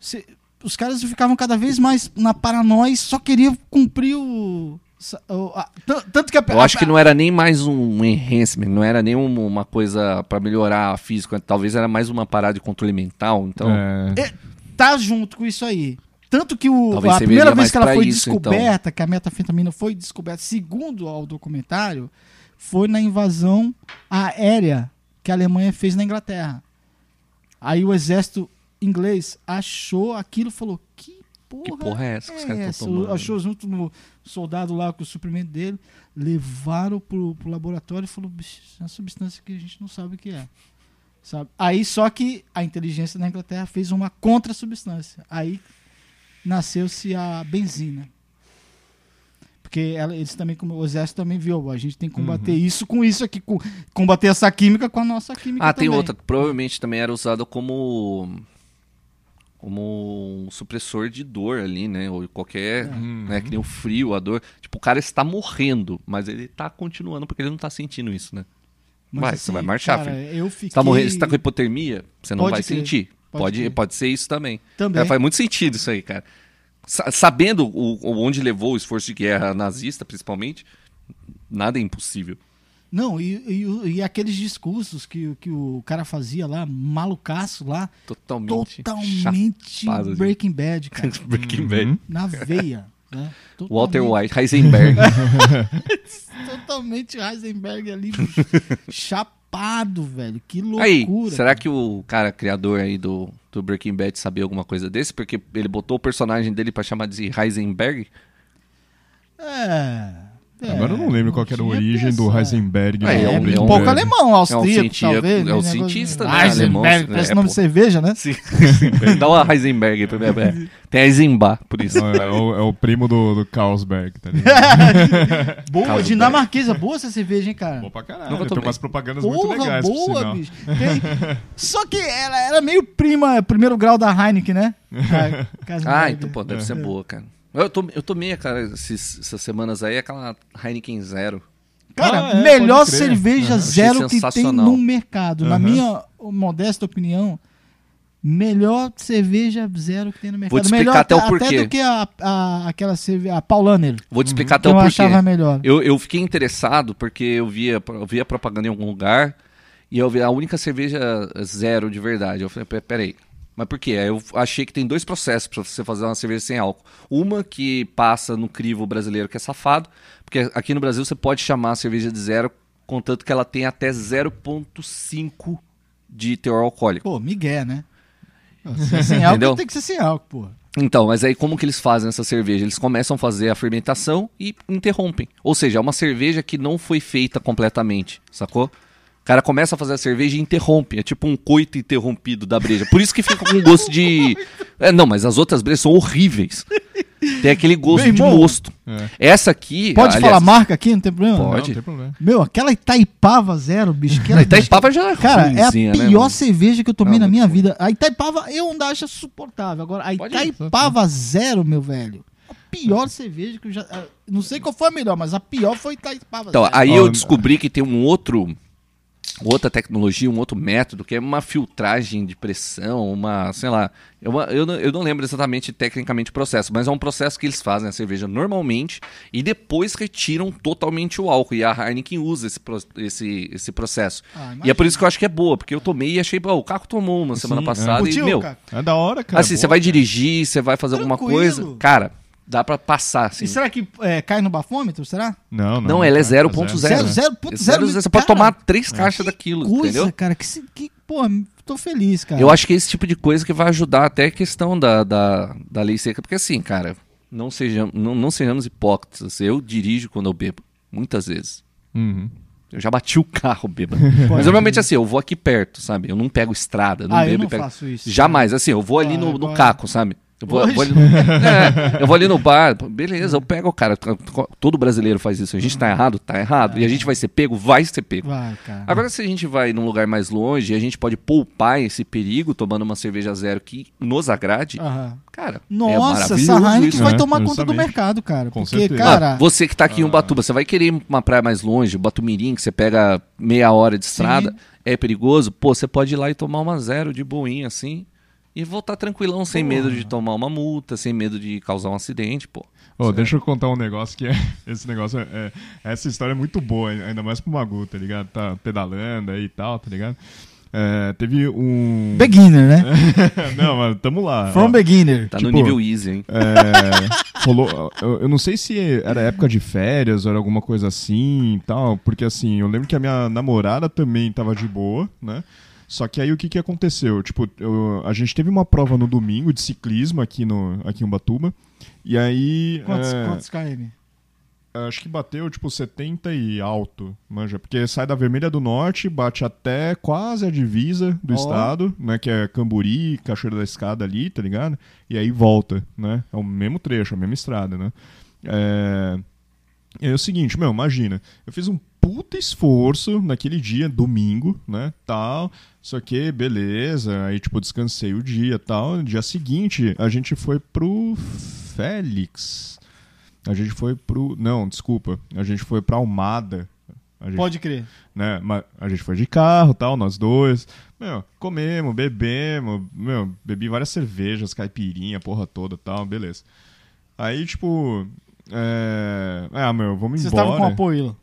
Speaker 3: cê- os caras ficavam cada vez mais na paranoia e só queriam cumprir o. sa- o- a- tan- tanto que a,
Speaker 2: Eu acho
Speaker 3: a-
Speaker 2: que não era nem mais um enhancement, não era nem um- uma coisa pra melhorar a física, talvez era mais uma parada de controle mental, então...
Speaker 1: É.
Speaker 3: é, tá junto com isso aí. Tanto que o,
Speaker 2: Talvez
Speaker 3: a
Speaker 2: você
Speaker 3: primeira
Speaker 2: vendia
Speaker 3: vez que
Speaker 2: mais
Speaker 3: ela
Speaker 2: pra
Speaker 3: foi
Speaker 2: isso, então.
Speaker 3: descoberta, que a metafetamina foi descoberta, segundo ao documentário, foi na invasão aérea que a Alemanha fez na Inglaterra. Aí o exército inglês achou aquilo e falou: que porra,
Speaker 2: Que porra é essa que os caras
Speaker 3: é
Speaker 2: tão
Speaker 3: essa?"
Speaker 2: tomando?
Speaker 3: Achou junto no soldado lá com o suprimento dele, levaram pro, pro laboratório e falou: "Bicho, isso é uma substância que a gente não sabe o que é. Sabe? Aí só que a inteligência da Inglaterra fez uma contra-substância. Aí nasceu-se a benzina. Porque ela- eles também, como o exército também viu, "Ó, a gente tem que combater
Speaker 2: Uhum.
Speaker 3: isso com isso aqui, com- combater essa química com a nossa química
Speaker 2: Ah, tem
Speaker 3: também.
Speaker 2: outra, que provavelmente também era usado como... Como um supressor de dor ali, né? Ou qualquer. Né? Que nem o frio, a dor. Tipo, o cara está morrendo, mas ele tá continuando porque ele não tá sentindo isso, né? vai, você vai marchar,
Speaker 3: assim, cara,
Speaker 2: filho.
Speaker 3: Eu fiquei...
Speaker 2: Você tá morrendo, você tá com hipotermia, você não
Speaker 3: Pode
Speaker 2: vai
Speaker 3: crer,
Speaker 2: sentir.
Speaker 3: pode
Speaker 2: Pode,
Speaker 3: crer.
Speaker 2: pode, ser isso também.
Speaker 3: Também.
Speaker 2: É, faz muito sentido isso aí, cara. Sa- sabendo o, o- onde levou o esforço de guerra nazista, principalmente, nada é impossível.
Speaker 3: Não, e, e o- e aqueles discursos que, que o cara fazia lá, malucaço lá,
Speaker 2: Totalmente.
Speaker 3: totalmente
Speaker 2: chapado, assim.
Speaker 3: Breaking Bad, cara.
Speaker 2: Breaking
Speaker 1: Uhum.
Speaker 2: Bad.
Speaker 3: na veia. Né?
Speaker 2: Walter
Speaker 3: Totalmente-
Speaker 2: White, Heisenberg.
Speaker 3: Totalmente Heisenberg ali, bicho. chapado, velho. Que loucura.
Speaker 2: aí, será
Speaker 3: cara.
Speaker 2: que o cara criador aí do, do Breaking Bad sabia alguma coisa desse? Porque ele botou o personagem dele pra chamar de Heisenberg?
Speaker 3: É. é,
Speaker 1: Agora eu não lembro qual que era a
Speaker 3: tinha
Speaker 1: origem do
Speaker 3: pensado.
Speaker 1: Heisenberg. né?
Speaker 2: É,
Speaker 1: no
Speaker 3: É,
Speaker 2: um-
Speaker 1: Breaking
Speaker 2: é um-
Speaker 3: pouco
Speaker 1: Bad.
Speaker 3: alemão, austríaco,
Speaker 2: cientista-
Speaker 3: talvez.
Speaker 2: é um
Speaker 3: né, negócio-
Speaker 2: cientista, né,
Speaker 3: Heisenberg,
Speaker 2: alemão,
Speaker 3: parece
Speaker 2: né,
Speaker 3: nome de
Speaker 2: pô.
Speaker 3: cerveja, né?
Speaker 2: Dá uma Heisenberg. pra- é, é. Tem Heisenbach, por isso.
Speaker 1: Não, É o, é o primo do, do Carlsberg, tá ligado?
Speaker 3: Boa,
Speaker 2: Carlsberg.
Speaker 3: dinamarquesa. Boa essa cerveja, hein, cara?
Speaker 1: Boa pra caralho.
Speaker 2: Nunca
Speaker 1: Tem
Speaker 2: tomei.
Speaker 1: umas propagandas muito
Speaker 3: Porra,
Speaker 1: legais, por
Speaker 3: boa,
Speaker 1: sinal.
Speaker 3: bicho. Tem- Só que ela era meio prima, primeiro grau da Heineken, né? A
Speaker 2: Ah,
Speaker 3: Carlsberg.
Speaker 2: então, pô,
Speaker 3: é.
Speaker 2: deve ser boa, cara. Eu, to, eu tomei, cara, esses- essas semanas aí, aquela Heineken Zero.
Speaker 1: Ah,
Speaker 3: Cara,
Speaker 1: é,
Speaker 3: melhor
Speaker 1: pode crer.
Speaker 3: cerveja
Speaker 2: Achei
Speaker 3: zero que tem
Speaker 2: sensacional.
Speaker 3: no mercado. Na minha modesta opinião, melhor cerveja zero que tem no mercado.
Speaker 2: Vou te explicar
Speaker 3: melhor
Speaker 2: até o porquê.
Speaker 3: do que a, a- aquela cerveja, a Paulaner,
Speaker 2: Vou te explicar
Speaker 3: que
Speaker 2: até
Speaker 3: Uhum. eu
Speaker 2: o porquê.
Speaker 3: achava melhor.
Speaker 2: Eu, eu fiquei interessado porque eu via, eu via propaganda em algum lugar e eu vi a única cerveja zero de verdade. Eu falei, "Pe- peraí. Mas por quê? Aí Eu achei que tem dois processos para você fazer uma cerveja sem álcool. Uma que passa no crivo brasileiro, que é safado, porque aqui no Brasil você pode chamar a cerveja de zero, contanto que ela tenha até 0,5 de teor alcoólico.
Speaker 3: Pô, migué, né? Se é sem álcool,
Speaker 2: Entendeu?
Speaker 3: tem que ser sem álcool, pô.
Speaker 2: Então, mas aí como que eles fazem essa cerveja? Eles começam a fazer a fermentação e interrompem. Ou seja, é uma cerveja que não foi feita completamente, sacou? O cara começa a fazer a cerveja e interrompe. É tipo um coito interrompido da breja. Por isso que fica com gosto de. É, não, mas as outras brejas são horríveis. Tem aquele gosto
Speaker 3: Meu
Speaker 2: de
Speaker 3: irmão.
Speaker 2: mosto. Essa aqui.
Speaker 3: Pode
Speaker 2: aliás,
Speaker 3: falar marca aqui, não tem problema?
Speaker 1: É. Não,
Speaker 2: Pode?
Speaker 1: não tem problema.
Speaker 3: Meu, aquela Itaipava zero, bicho. Aquela
Speaker 2: Itaipava já é
Speaker 3: Cara, é a
Speaker 2: ruinzinha, né,
Speaker 3: pior
Speaker 2: mano?
Speaker 3: cerveja que eu tomei
Speaker 2: Não,
Speaker 3: na
Speaker 2: muito
Speaker 3: minha vida. A Itaipava eu ainda acho suportável. Agora, a
Speaker 2: Pode ir.
Speaker 3: Itaipava zero, meu velho. A pior cerveja que eu já. ah, Não sei qual foi a melhor, mas a pior foi Itaipava
Speaker 2: Então,
Speaker 3: zero.
Speaker 2: aí
Speaker 1: Ó,
Speaker 2: eu descobri que tem um outro outra tecnologia, um outro método, que é uma filtragem de pressão, uma, sei lá, é uma- eu, não- eu não lembro exatamente tecnicamente o processo, mas é um processo que eles fazem a cerveja normalmente e depois retiram totalmente o álcool, e a Heineken usa esse, pro- esse, esse processo.
Speaker 3: Ah,
Speaker 2: e é por isso que eu acho que é boa, porque eu tomei e achei, pô, o Caco tomou uma semana
Speaker 1: Sim, é.
Speaker 2: passada e,
Speaker 3: Curtiu,
Speaker 2: meu,
Speaker 3: cara?
Speaker 1: É da hora, cara.
Speaker 2: assim,
Speaker 1: boa.
Speaker 2: você vai dirigir, você vai fazer alguma
Speaker 3: Tranquilo.
Speaker 2: coisa, cara, dá pra passar, assim.
Speaker 3: E será que é, cai no bafômetro? Será?
Speaker 1: Não, não. tá,
Speaker 2: Não, ela é 0.0.
Speaker 3: Zero,
Speaker 2: Zero,
Speaker 3: zero, ponto zero.
Speaker 2: Zero, você pode
Speaker 3: Cara,
Speaker 2: tomar três caixas daquilo,
Speaker 3: Coisa,
Speaker 2: entendeu?
Speaker 3: cara, que, se- que. Pô, tô feliz, cara.
Speaker 2: Eu acho que é esse tipo de coisa que vai ajudar até a questão da, da, da lei seca, porque assim, cara, não sejamos, não, não sejamos hipócritas. assim, Eu dirijo quando eu bebo, muitas vezes.
Speaker 1: Uhum.
Speaker 2: Eu já bati o carro bêbado. Mas normalmente assim, eu vou aqui perto, sabe? Eu não pego estrada, não
Speaker 3: Ah, eu
Speaker 2: bebo e
Speaker 3: não
Speaker 2: pego.
Speaker 3: faço isso.
Speaker 2: Jamais, assim, eu vou ali
Speaker 3: Ah,
Speaker 2: no, no
Speaker 3: agora-
Speaker 2: caco, sabe? Eu vou, eu vou ali no, é, eu vou ali no bar, beleza, eu
Speaker 3: É.
Speaker 2: pego o cara. Todo brasileiro faz isso. A gente tá errado? Tá errado. E a gente vai ser pego? Vai ser pego.
Speaker 3: Vai, cara.
Speaker 2: Uhum. Agora, se a gente vai num lugar mais longe e a gente pode poupar esse perigo tomando uma cerveja zero que nos agrade,
Speaker 3: Aham.
Speaker 2: cara, Ah. é
Speaker 3: Ah. Nossa,
Speaker 2: maravilhoso
Speaker 3: essa Heineken
Speaker 2: isso.
Speaker 1: né?
Speaker 3: vai tomar conta do
Speaker 1: Justamente.
Speaker 3: mercado, cara.
Speaker 1: Com
Speaker 3: porque,
Speaker 1: certeza.
Speaker 3: cara.
Speaker 2: Ah, você que tá aqui em Ubatuba, você vai querer uma praia mais longe, Batumirim, que você pega meia hora de estrada, é perigoso? Pô, você pode ir lá e tomar uma zero de boinha, assim, e voltar tranquilão, sem medo de tomar uma multa, sem medo de causar um acidente, pô.
Speaker 1: Ô, deixa eu contar um negócio que é. Esse negócio é, é- Essa história é muito boa, ainda mais pro Magu, tá ligado? Tá pedalando aí e tal, tá ligado? É, teve um.
Speaker 3: Beginner, né?
Speaker 1: Não, mas tamo lá.
Speaker 3: From
Speaker 1: Ó,
Speaker 3: beginner.
Speaker 2: Tá no
Speaker 1: Tipo,
Speaker 2: nível easy, hein?
Speaker 1: é, rolou, eu, eu não sei se era época de férias ou era alguma coisa assim e tal, porque assim, eu lembro que a minha namorada também tava de boa, né? Só que aí o que que aconteceu? Tipo, eu- a gente teve uma prova no domingo de ciclismo aqui, no, aqui em Ubatuba, e aí...
Speaker 3: Quantos,
Speaker 1: é,
Speaker 3: quantos KM?
Speaker 1: Acho que bateu, tipo, 70 e alto, manja. Porque sai da Vermelha do Norte, bate até quase a divisa do
Speaker 3: Ó.
Speaker 1: estado, né? Que é Camburi, Cachoeira da Escada ali, tá ligado? E aí volta, né? É o mesmo trecho, a mesma estrada, né? É... E aí é o seguinte, meu, imagina. Eu fiz um puta esforço naquele dia, domingo, né? Tal, isso aqui, beleza. Aí, tipo, descansei o dia tal. No dia seguinte, a gente foi pro Félix. A gente foi pro. Não, desculpa. A gente foi pra Almada. A gente,
Speaker 3: Pode crer.
Speaker 1: né, ma- a gente foi de carro tal, nós dois. Meu, comemos, bebemos. Meu, bebi várias cervejas, caipirinha, porra toda tal, beleza. Aí, tipo. É... Ah, meu, vamos
Speaker 3: Vocês
Speaker 1: embora.
Speaker 3: estavam com apoio lá.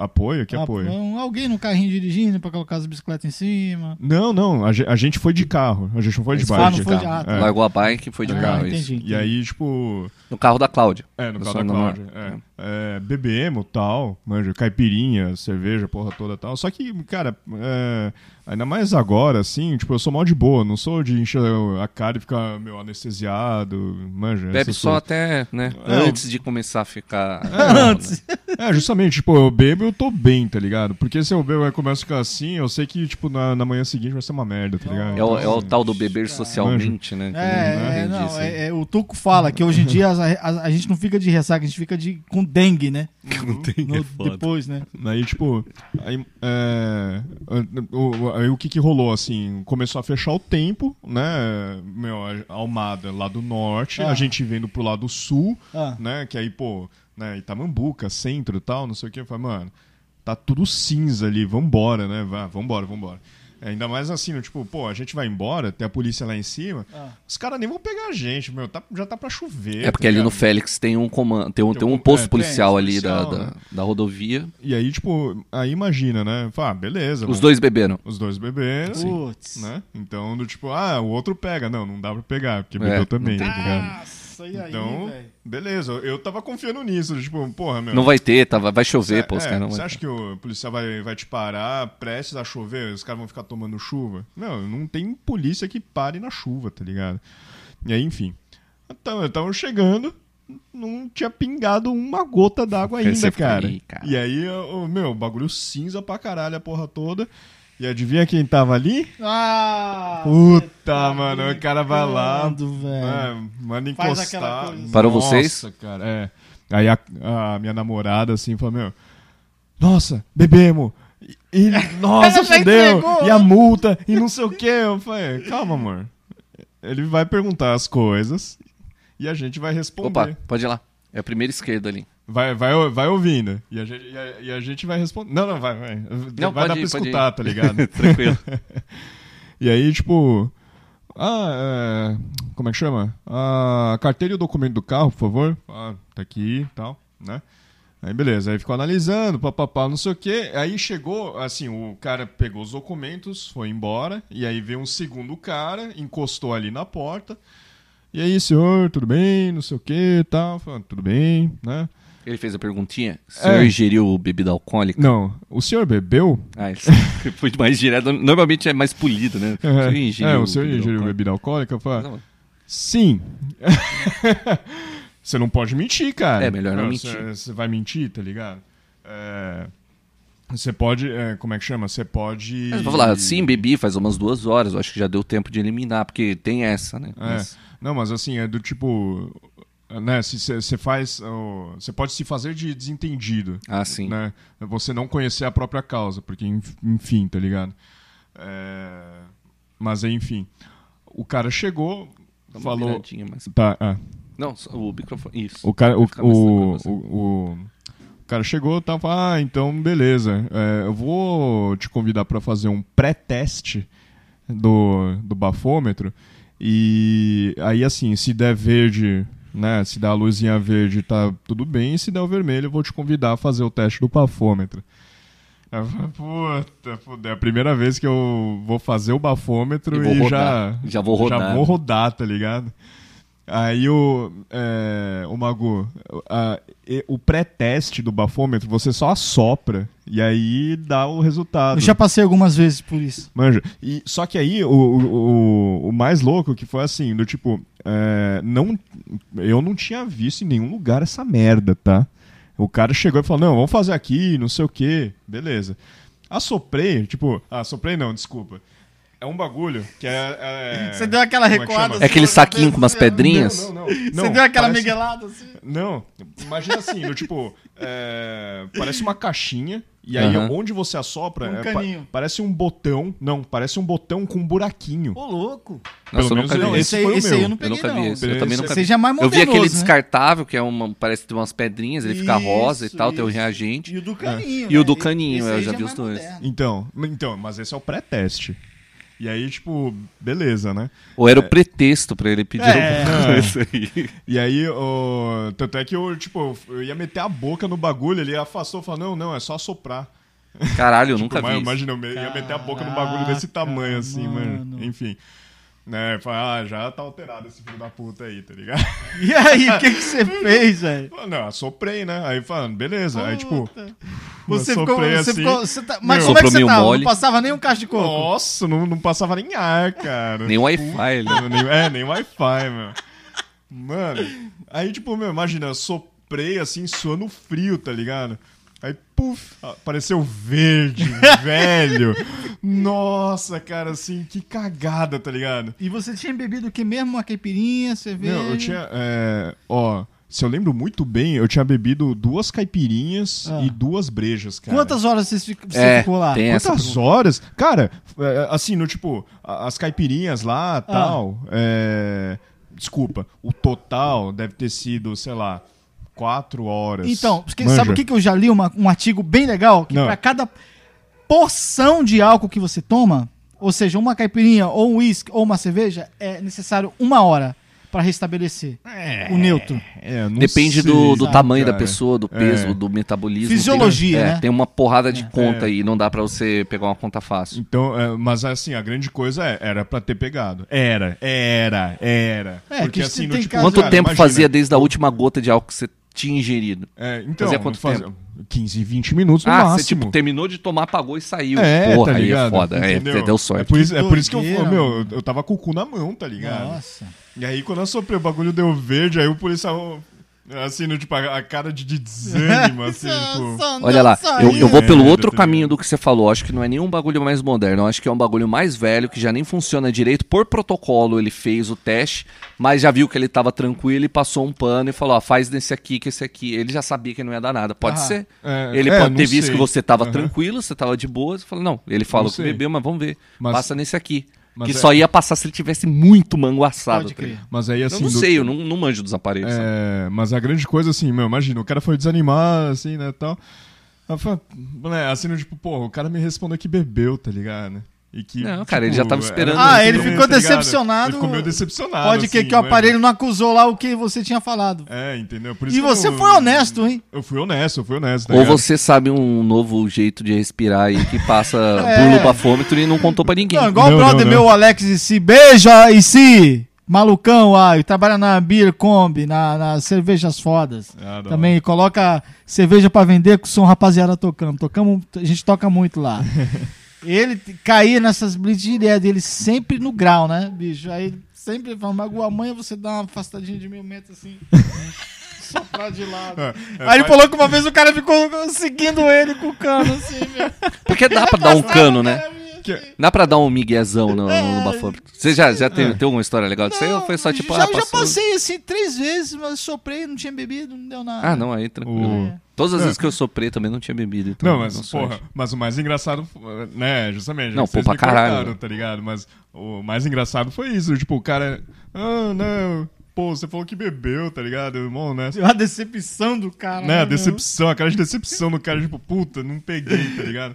Speaker 1: A- apoio? Que
Speaker 3: Ah,
Speaker 1: apoio?
Speaker 3: um- Alguém no carrinho dirigindo pra colocar as bicicletas em cima.
Speaker 1: Não, não, a ge- a gente foi de carro. A gente não foi de
Speaker 2: Eles
Speaker 1: bike.
Speaker 3: Ah, não foi de- ah,
Speaker 1: carro.
Speaker 3: tá.
Speaker 1: É.
Speaker 2: Largou a bike e foi de
Speaker 3: Ah,
Speaker 2: carro,
Speaker 3: entendi,
Speaker 2: isso.
Speaker 1: E
Speaker 3: entendi.
Speaker 1: aí, tipo.
Speaker 2: No carro da Cláudia.
Speaker 1: É, no
Speaker 2: Da
Speaker 1: caso
Speaker 2: sua
Speaker 1: da
Speaker 2: namorada.
Speaker 1: Cláudia. É. É, bebemos, tal, manja, caipirinha, cerveja, porra toda, tal. Só que, cara, é, ainda mais agora, assim, tipo, eu sou mal de boa, não sou de encher a cara e ficar, meu, anestesiado, manja.
Speaker 2: Bebe
Speaker 1: essas
Speaker 2: só
Speaker 1: coisas.
Speaker 2: até, né?
Speaker 1: É,
Speaker 2: antes de começar a ficar.
Speaker 3: Antes.
Speaker 1: É, justamente, tipo, eu bebo e eu tô bem, tá ligado? Porque se eu bebo e começo a ficar assim, eu sei que, tipo, na, na manhã seguinte vai ser uma merda, tá ligado?
Speaker 2: É o, é
Speaker 1: Então,
Speaker 2: o tal do beber socialmente, né? Que eu
Speaker 3: É, é,
Speaker 2: entendi
Speaker 3: não,
Speaker 2: isso aí.
Speaker 3: é, é, o Tuco fala que hoje em dia as- a, a- a gente não fica de ressaca, a gente fica de, com dengue, né? No-
Speaker 1: é
Speaker 3: depois, né?
Speaker 1: Aí, tipo, aí, é, o- o- aí o que que rolou, assim, começou a fechar o tempo, né, meu, a Almada lá do norte,
Speaker 3: Ah.
Speaker 1: a gente vendo pro lado sul,
Speaker 3: Ah.
Speaker 1: né, que aí, pô, né, Itamambuca, centro e tal, não sei o que, eu falei, mano, tá tudo cinza ali, vambora, né, vá, vambora, vambora. Ainda mais assim, né, tipo, pô, a gente vai embora, tem a polícia lá em cima,
Speaker 3: Ah.
Speaker 1: os caras nem vão pegar a gente, meu, tá- já tá pra chover.
Speaker 2: É porque
Speaker 1: tá
Speaker 2: ali no
Speaker 1: ligado?
Speaker 2: Félix tem um comando, tem um, tem um
Speaker 1: com-
Speaker 2: posto
Speaker 1: é, tem,
Speaker 2: policial ali da,
Speaker 1: policial,
Speaker 2: da,
Speaker 1: né?
Speaker 2: da rodovia.
Speaker 1: E aí, tipo, aí imagina, né, fala, ah, beleza.
Speaker 2: Os
Speaker 1: vamos-
Speaker 2: dois beberam.
Speaker 1: Os dois bebendo.
Speaker 3: Putz.
Speaker 1: né? Então, do tipo, ah, o outro pega. Não, não dá pra pegar, porque bebeu
Speaker 2: não
Speaker 1: também, tá ligado?
Speaker 3: Nossa, e aí,
Speaker 1: Então,
Speaker 3: velho?
Speaker 1: beleza, eu tava confiando nisso, tipo, porra, meu.
Speaker 2: Não vai ter, tá, vai- vai chover,
Speaker 1: Cê-
Speaker 2: pô, os
Speaker 1: é,
Speaker 2: caras não
Speaker 1: Você
Speaker 2: vai-
Speaker 1: acha que o policial vai, vai te parar prestes a chover? Os caras vão ficar tomando chuva? Não, não tem polícia que pare na chuva, tá ligado? E aí, enfim. Então, eu tava chegando, não tinha pingado uma gota d'água
Speaker 2: Aí você
Speaker 1: ainda,
Speaker 2: fica,
Speaker 1: cara.
Speaker 2: "Ih, cara."
Speaker 1: E aí, o meu, bagulho cinza pra caralho a porra toda. E adivinha quem tava ali?
Speaker 3: Ah!
Speaker 1: Puta,
Speaker 3: tá
Speaker 1: mano, o cara vai lá,
Speaker 3: brincando, velho.
Speaker 1: é, manda
Speaker 3: Faz
Speaker 1: encostar.
Speaker 3: aquela coisa.
Speaker 2: Parou
Speaker 1: Nossa,
Speaker 2: vocês?
Speaker 1: cara, é. Aí a, a minha namorada, assim, falou, meu, nossa, bebemos. E, e, nossa,
Speaker 3: Ela já
Speaker 1: fudeu.
Speaker 3: entregou.
Speaker 1: E a multa, e não sei o que. Eu falei, calma, amor. Ele vai perguntar as coisas e a gente vai responder.
Speaker 2: Opa, pode ir lá. É a primeira esquerda ali.
Speaker 1: Vai, vai, vai ouvindo. E a, gente, e, a, e a gente vai responder. Não, não, vai, vai.
Speaker 2: Não,
Speaker 1: vai
Speaker 2: pode
Speaker 1: dar
Speaker 2: ir,
Speaker 1: pra
Speaker 2: pode
Speaker 1: escutar,
Speaker 2: ir.
Speaker 1: tá ligado?
Speaker 2: Tranquilo.
Speaker 1: E aí, tipo. Ah, é, como é que chama? Ah, carteira e o documento do carro, por favor. Ah, tá aqui e tal, né? Aí beleza, aí ficou analisando, papapá, não sei o quê. Aí chegou, assim, o cara pegou os documentos, foi embora, e aí veio um segundo cara, encostou ali na porta. E aí, senhor, tudo bem? Não sei o quê, tal, falando, tudo bem, né?
Speaker 2: Ele fez a perguntinha. O senhor
Speaker 1: É.
Speaker 2: ingeriu bebida alcoólica?
Speaker 1: Não, o senhor bebeu?
Speaker 2: Ah, isso foi mais direto. Normalmente é mais polido, né? O senhor ingeriu
Speaker 1: é, o senhor
Speaker 2: bebida
Speaker 1: ingeriu
Speaker 2: alcoólica?
Speaker 1: bebida alcoólica? Eu falo,
Speaker 2: Tá. Não,
Speaker 1: Sim. você não pode mentir, cara.
Speaker 2: É, melhor não
Speaker 1: Você-
Speaker 2: mentir.
Speaker 1: Você vai mentir, tá ligado? É... Você pode. é, como é que chama? Você pode.
Speaker 2: Mas eu vou É, falar, sim, bebi faz umas duas horas, eu acho que já deu tempo de eliminar, porque tem essa, né?
Speaker 1: É.
Speaker 2: Mas-
Speaker 1: Não, mas assim, é do tipo. Né, se você faz. ó, Você pode se fazer de desentendido.
Speaker 2: Ah, sim.
Speaker 1: Né? Você não conhecer a própria causa, porque, enf- enfim, tá ligado? É, Mas, enfim. O cara chegou,
Speaker 2: Dá uma
Speaker 1: falou.
Speaker 2: viradinha, mas-
Speaker 1: Tá, ah,
Speaker 2: Não, só o microfone. Isso.
Speaker 1: o cara. O,
Speaker 2: Fica mais
Speaker 1: o,
Speaker 2: tranquilo,
Speaker 1: o, o- o cara chegou e tava. Ah, então, beleza. É, eu vou te convidar para fazer um pré-teste do, do bafômetro. E aí, assim, se der verde. Né? Se der a luzinha verde, tá tudo bem. E se der o vermelho, eu vou te convidar a fazer o teste do bafômetro. Eu falei, Puta, fudeu. É a primeira vez que eu vou fazer o bafômetro
Speaker 2: E
Speaker 1: e,
Speaker 2: vou
Speaker 1: já,
Speaker 2: rodar. Já vou rodar,
Speaker 1: Já
Speaker 2: né?
Speaker 1: vou rodar, tá ligado? Aí o, é, o Magu, a- e- o pré-teste do bafômetro você só assopra e aí dá o resultado.
Speaker 3: Eu já passei algumas vezes por isso.
Speaker 1: Manja. E, só que aí o, o, o- o mais louco que foi assim, do tipo, é, não, eu não tinha visto em nenhum lugar essa merda, tá? O cara chegou e falou, não, vamos fazer aqui, não sei o quê, beleza. Assoprei, tipo, ah, assoprei não, desculpa. É um bagulho que é. é-
Speaker 3: Você deu aquela
Speaker 1: como é que
Speaker 3: recuada, assim,
Speaker 1: chama?
Speaker 2: É aquele saquinho com umas pedrinhas?
Speaker 1: Não, não, não.
Speaker 3: Você
Speaker 1: Não,
Speaker 3: deu aquela
Speaker 1: parece-
Speaker 3: miguelada assim?
Speaker 1: não, imagina assim, do tipo, é, parece uma caixinha, e aí
Speaker 2: Aham.
Speaker 1: onde você assopra,
Speaker 3: Um
Speaker 1: é, pa-
Speaker 3: caninho.
Speaker 1: parece um botão, não, parece um botão com um buraquinho.
Speaker 3: Ô, louco.
Speaker 1: Pelo
Speaker 2: Nossa, eu
Speaker 1: menos
Speaker 2: nunca vi
Speaker 1: não,
Speaker 2: isso.
Speaker 1: esse foi o meu.
Speaker 2: Eu nunca vi isso. Eu
Speaker 1: Esse- é
Speaker 2: também nunca vi.
Speaker 3: Seja é mais
Speaker 2: Eu vi aquele
Speaker 3: modernoso, né?
Speaker 2: descartável, que é uma. Parece que tem umas pedrinhas, ele fica rosa e
Speaker 3: Isso,
Speaker 2: tal, tem o
Speaker 3: isso.
Speaker 2: reagente. É.
Speaker 3: E o do caninho.
Speaker 2: E o
Speaker 3: né?
Speaker 2: do caninho,
Speaker 3: Esse
Speaker 2: eu
Speaker 3: aí
Speaker 2: já
Speaker 3: é
Speaker 2: vi
Speaker 3: mais
Speaker 2: os dois.
Speaker 3: moderno.
Speaker 1: Então, então, mas esse é o pré-teste. E aí, tipo, beleza, né?
Speaker 2: Ou era o pretexto pra ele pedir
Speaker 1: É.
Speaker 2: alguma coisa aí.
Speaker 1: E aí, o... tanto é que eu, tipo, eu ia meter a boca no bagulho, ele afastou, falou, não, não, é só soprar.
Speaker 2: Caralho, eu nunca
Speaker 1: Tipo,
Speaker 2: vi.
Speaker 1: Mas,
Speaker 2: isso.
Speaker 1: imagina, eu me- ia meter a boca no bagulho desse tamanho, assim, mano.
Speaker 3: mano.
Speaker 1: Enfim. Né, fala, ah, já tá alterado esse filho da puta aí, tá ligado?
Speaker 3: E aí, o que, que você fez, velho?
Speaker 1: Falei, Não, assoprei, né? Aí falando, beleza. Aí, tipo,
Speaker 3: Você ficou.
Speaker 1: assoprei
Speaker 3: Você ficou você tá- mas
Speaker 1: Meu.
Speaker 3: como é que
Speaker 2: Soprou
Speaker 3: você
Speaker 2: meio
Speaker 3: tava?
Speaker 2: mole.
Speaker 3: Não passava nem um cacho de coco.
Speaker 1: Nossa, não, não passava nem ar, cara.
Speaker 2: Nem Wi-Fi, né?
Speaker 1: tipo, Não, nem- é, nem Wi-Fi, meu. Mano, aí, tipo, meu, imagina, eu soprei assim, suando frio, tá ligado? Aí, puf, apareceu verde, velho. Nossa, cara, assim, que cagada, tá ligado?
Speaker 3: E você tinha bebido o que mesmo? Uma caipirinha, cerveja?
Speaker 1: Não, eu tinha. é, ó, se eu lembro muito bem, eu tinha bebido duas caipirinhas
Speaker 3: Ah.
Speaker 1: e duas brejas, cara.
Speaker 3: Quantas horas você, fi- você
Speaker 2: É,
Speaker 3: ficou lá?
Speaker 2: tem essa.
Speaker 1: Quantas horas? Cara, é, assim, no tipo, a- as caipirinhas
Speaker 3: Ah.
Speaker 1: lá tal. é, Desculpa, o total deve ter sido, sei lá, quatro horas.
Speaker 3: Então, porque
Speaker 1: Manja.
Speaker 3: sabe o que, que eu já li? Uma- um artigo bem legal? Que
Speaker 1: Não.
Speaker 3: pra cada porção de álcool que você toma, ou seja, uma caipirinha, ou um uísque, ou uma cerveja, é necessário uma hora pra restabelecer o neutro.
Speaker 1: É, não
Speaker 2: Depende
Speaker 1: sei,
Speaker 2: do, do
Speaker 1: sabe,
Speaker 2: tamanho da
Speaker 1: cara? É.
Speaker 2: pessoa, do peso, do metabolismo. Tem-
Speaker 3: Fisiologia,
Speaker 2: é,
Speaker 3: né?
Speaker 2: Tem uma porrada de conta
Speaker 1: É.
Speaker 2: aí, não dá pra você pegar uma conta fácil.
Speaker 1: Então, é, mas assim, a grande coisa é, era pra ter pegado. Era, era, era. assim,
Speaker 3: É, que se tem caso-
Speaker 2: Quanto
Speaker 1: tipo, cara,
Speaker 2: tempo
Speaker 1: imagina.
Speaker 2: fazia desde a última gota de álcool que você tinha ingerido?
Speaker 1: É, então,
Speaker 2: Fazia quanto
Speaker 1: fazia 15, 20 minutos no
Speaker 2: ah,
Speaker 1: máximo.
Speaker 2: você tipo, terminou de tomar, pagou e saiu.
Speaker 1: É,
Speaker 2: Porra,
Speaker 1: tá
Speaker 2: aí é
Speaker 1: ligado?
Speaker 2: foda. É,
Speaker 1: Entendeu?
Speaker 2: você deu sorte.
Speaker 1: É por isso, é por isso que eu,
Speaker 3: doideira,
Speaker 1: meu, eu tava com o cu na mão, tá ligado?
Speaker 3: Nossa.
Speaker 1: E aí, quando eu soprei, o bagulho deu verde, aí o policial, assim, no, tipo, a, a cara de, de desânimo, assim, tipo...
Speaker 2: Olha lá, eu, eu vou
Speaker 1: É,
Speaker 2: pelo
Speaker 1: tá
Speaker 2: outro
Speaker 1: ligado.
Speaker 2: caminho do que você falou. Acho que não é nenhum bagulho mais moderno. Acho que é um bagulho mais velho, que já nem funciona direito. Por protocolo, ele fez o teste, mas já viu que ele tava tranquilo e passou um pano e falou: ó, faz nesse aqui, que esse aqui. Ele já sabia que não ia dar nada. Pode
Speaker 3: Ah,
Speaker 2: ser.
Speaker 1: é,
Speaker 2: ele
Speaker 1: é,
Speaker 2: pode
Speaker 1: não
Speaker 2: ter visto
Speaker 1: sei.
Speaker 2: que você tava
Speaker 1: Aham.
Speaker 2: tranquilo, você tava de boa. Você falou: não, ele falou
Speaker 1: Não
Speaker 2: que
Speaker 1: sei.
Speaker 2: bebeu, mas vamos ver.
Speaker 1: Mas-
Speaker 2: Passa nesse aqui.
Speaker 1: mas
Speaker 2: Que
Speaker 1: é-
Speaker 2: só ia passar se ele tivesse muito mango assado.
Speaker 3: Pode
Speaker 2: tá ligado?
Speaker 3: crer.
Speaker 1: Mas aí, assim...
Speaker 2: eu não
Speaker 1: do-
Speaker 2: sei, eu não, não manjo dos aparelhos. sabe?
Speaker 1: É, mas a grande coisa, assim, meu, imagina, o cara foi desanimado, assim, né, tal. Aí eu falei, né, Assim, no, tipo, porra, o cara me respondeu que bebeu, tá ligado? E que, tipo,
Speaker 2: Não, cara, ele já tava
Speaker 1: era-
Speaker 2: esperando.
Speaker 3: Ah, ele
Speaker 1: Tá
Speaker 3: ficou
Speaker 1: ligado?
Speaker 3: decepcionado.
Speaker 1: Ele ficou meio decepcionado,
Speaker 3: Pode que,
Speaker 1: assim,
Speaker 3: que o
Speaker 1: manja.
Speaker 3: aparelho não acusou lá o que você tinha falado.
Speaker 1: É, entendeu? Por isso
Speaker 3: E
Speaker 1: que eu-
Speaker 3: você foi honesto, hein?
Speaker 1: Eu fui honesto, eu fui honesto. tá
Speaker 2: Ou
Speaker 1: ligado?
Speaker 2: você sabe um novo jeito de respirar aí que passa burlo bafômetro e não contou pra ninguém.
Speaker 3: Não, igual
Speaker 1: Não,
Speaker 3: o
Speaker 1: não,
Speaker 3: brother
Speaker 1: não.
Speaker 3: meu, o Alex, e se beija e se malucão, ai, trabalha na Beer Combi, na, nas cervejas fodas.
Speaker 1: Ah, da
Speaker 3: Também coloca cerveja pra vender com o som rapaziada tocando. Tocamos, a gente toca muito lá. ele t- caía nessas blitz direto, ele sempre no grau, né, bicho? Aí sempre fala, Magu, amanhã você dá uma afastadinha de mil metros assim. soprar de lado.
Speaker 1: É, é,
Speaker 4: Aí ele
Speaker 1: faz-
Speaker 4: falou que uma vez o cara ficou seguindo ele com o cano, assim, velho.
Speaker 2: Porque dá pra dar um cano, né?
Speaker 1: que-
Speaker 2: Dá pra dar um miguezão no, no bafo. Você já, já teve, tem alguma história legal disso aí? Ou foi só tipo,
Speaker 4: já,
Speaker 2: ah,
Speaker 4: já
Speaker 2: passou?
Speaker 4: passei assim três vezes, mas soprei, não tinha bebido, não deu nada.
Speaker 2: Ah, não, aí tranquilo.
Speaker 1: O-
Speaker 2: Todas as vezes que eu soprei também não tinha bebido. Então,
Speaker 1: Não, mas,
Speaker 2: sorte.
Speaker 1: porra, mas o mais engraçado, né, justamente.
Speaker 2: Não,
Speaker 1: já que vocês
Speaker 2: pô, pra
Speaker 1: me cortaram,
Speaker 2: caralho. né?
Speaker 1: Tá ligado? Mas o mais engraçado foi isso. Tipo, o cara. Ah, não. Pô, você falou que bebeu, tá ligado? Irmão, né?
Speaker 3: A decepção do cara.
Speaker 1: Né, a decepção, a cara de decepção do cara, tipo, puta, não peguei, tá ligado?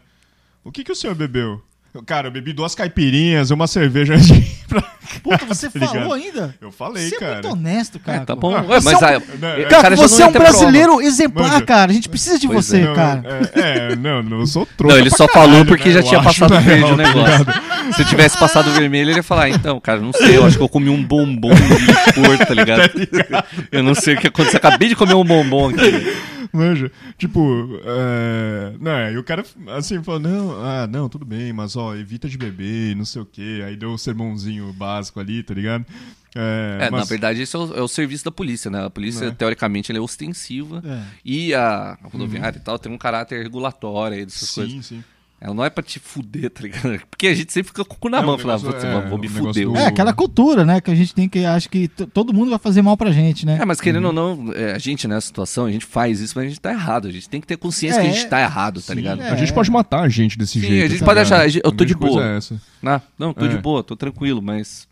Speaker 1: O que que o senhor bebeu? Eu, Cara, eu bebi duas caipirinhas e uma cerveja antes de ir pra cá,
Speaker 4: Puta, você
Speaker 1: tá ligado?
Speaker 4: falou ainda?
Speaker 1: Eu falei,
Speaker 4: Você é
Speaker 1: cara.
Speaker 4: muito honesto, cara.
Speaker 2: Tá bom.
Speaker 1: Ah,
Speaker 2: Ué, mas
Speaker 4: você é
Speaker 2: aí,
Speaker 1: Né,
Speaker 2: o
Speaker 1: é-
Speaker 2: cara
Speaker 4: Cara,
Speaker 2: já não
Speaker 4: você é
Speaker 2: ia
Speaker 4: um
Speaker 2: ter prova.
Speaker 4: brasileiro exemplar,
Speaker 1: Manja.
Speaker 4: cara. A gente precisa de
Speaker 2: Pois
Speaker 4: você,
Speaker 1: Não,
Speaker 4: cara.
Speaker 1: É, é, não, não, eu sou trouxa.
Speaker 2: Não, ele
Speaker 1: pra
Speaker 2: só
Speaker 1: caralho,
Speaker 2: falou porque
Speaker 1: né,
Speaker 2: já
Speaker 1: eu
Speaker 2: tinha
Speaker 1: acho,
Speaker 2: passado
Speaker 1: na
Speaker 2: verde
Speaker 1: real,
Speaker 2: o né,
Speaker 1: tá
Speaker 2: negócio.
Speaker 1: ligado?
Speaker 2: Se tivesse passado vermelho, ele ia falar, então, cara, não sei, eu acho que eu comi um bombom de cor, tá ligado? Eu não sei o que aconteceu, acabei de comer um bombom aqui.
Speaker 1: Manja, tipo, é... não, aí o cara assim falou, não, ah, não, tudo bem, mas ó, evita de beber, não sei o quê. Aí deu o sermãozinho básico ali, tá ligado? É,
Speaker 2: É,
Speaker 1: mas-
Speaker 2: Na verdade, isso é o, é o serviço da polícia, né? A polícia,
Speaker 1: É.
Speaker 2: teoricamente, ela é ostensiva
Speaker 3: É.
Speaker 2: e a a rodoviária e tal tem um caráter regulatório aí dessas coisas.
Speaker 1: Sim, sim.
Speaker 2: Ela não é pra te fuder, tá ligado? Porque a gente sempre fica com o cu na
Speaker 1: É,
Speaker 2: mão,
Speaker 1: o
Speaker 2: falando,
Speaker 1: negócio-
Speaker 2: putz,
Speaker 1: é,
Speaker 2: mano, vou
Speaker 1: o
Speaker 2: me
Speaker 1: negócio
Speaker 2: fuder.
Speaker 1: do-
Speaker 2: hoje.
Speaker 3: É, aquela cultura, né? Que a gente tem que. Acha que t- todo mundo vai fazer mal pra gente, né?
Speaker 2: É, mas querendo ou
Speaker 1: Uhum.
Speaker 2: não, é, a gente nessa situação, a gente faz isso, mas a gente tá errado. A gente tem que ter consciência que a
Speaker 3: É,
Speaker 2: gente tá errado, tá ligado?
Speaker 1: A gente pode matar a gente desse
Speaker 2: Sim,
Speaker 1: jeito.
Speaker 2: a gente
Speaker 1: tá
Speaker 2: pode
Speaker 1: ligado?
Speaker 2: achar, a gente- eu
Speaker 1: A
Speaker 2: tô de
Speaker 1: grande coisa
Speaker 2: boa.
Speaker 1: é essa.
Speaker 2: Ah, não, tô de
Speaker 1: É.
Speaker 2: boa, tô tranquilo, mas.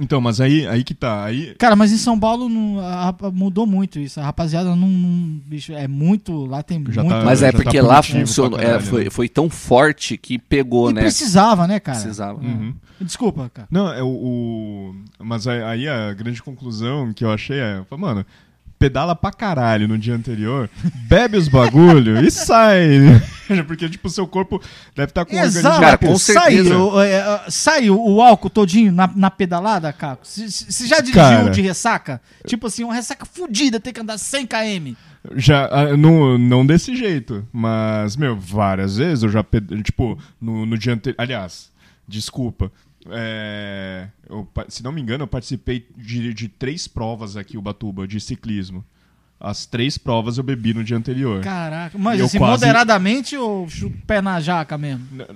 Speaker 1: Então, mas aí, aí que tá. Aí,
Speaker 3: Cara, mas em São Paulo não- a rapa- mudou muito isso. A rapaziada não, não- Bicho, é muito. Lá tem
Speaker 1: Já
Speaker 3: muito.
Speaker 1: tá-
Speaker 2: Mas é
Speaker 1: já
Speaker 2: porque
Speaker 1: tá
Speaker 2: lá
Speaker 1: punitivo pra
Speaker 2: funcionou. é,
Speaker 1: caralho,
Speaker 2: foi,
Speaker 1: né?
Speaker 2: foi tão forte que pegou,
Speaker 3: e
Speaker 2: né?
Speaker 3: precisava, né, cara?
Speaker 2: Precisava.
Speaker 1: Uhum.
Speaker 3: Desculpa, cara.
Speaker 1: Não, é o, o- Mas aí- aí a grande conclusão que eu achei é. eu falei, Mano, pedala pra caralho no dia anterior, bebe os bagulho e sai. Porque, tipo, seu corpo deve estar com um organismo.
Speaker 3: Exato,
Speaker 2: Cara, com
Speaker 3: Caco,
Speaker 2: certeza.
Speaker 3: Saiu, é, é, saiu o álcool todinho na, na pedalada, Caco? Você já dirigiu
Speaker 1: Cara.
Speaker 3: de ressaca? Tipo assim, uma ressaca fudida, ter que andar 100 km.
Speaker 1: Já, ah, não, não desse jeito, mas, meu, várias vezes eu já, pe- tipo, no, no dia anterior, aliás, desculpa, é, eu pa- se não me engano, eu participei de, de três provas aqui, Ubatuba, de ciclismo. As três provas eu bebi no dia anterior.
Speaker 3: Caraca, mas
Speaker 1: Eu
Speaker 3: assim,
Speaker 1: quase-
Speaker 3: moderadamente ou chu- pé na jaca mesmo?
Speaker 1: N-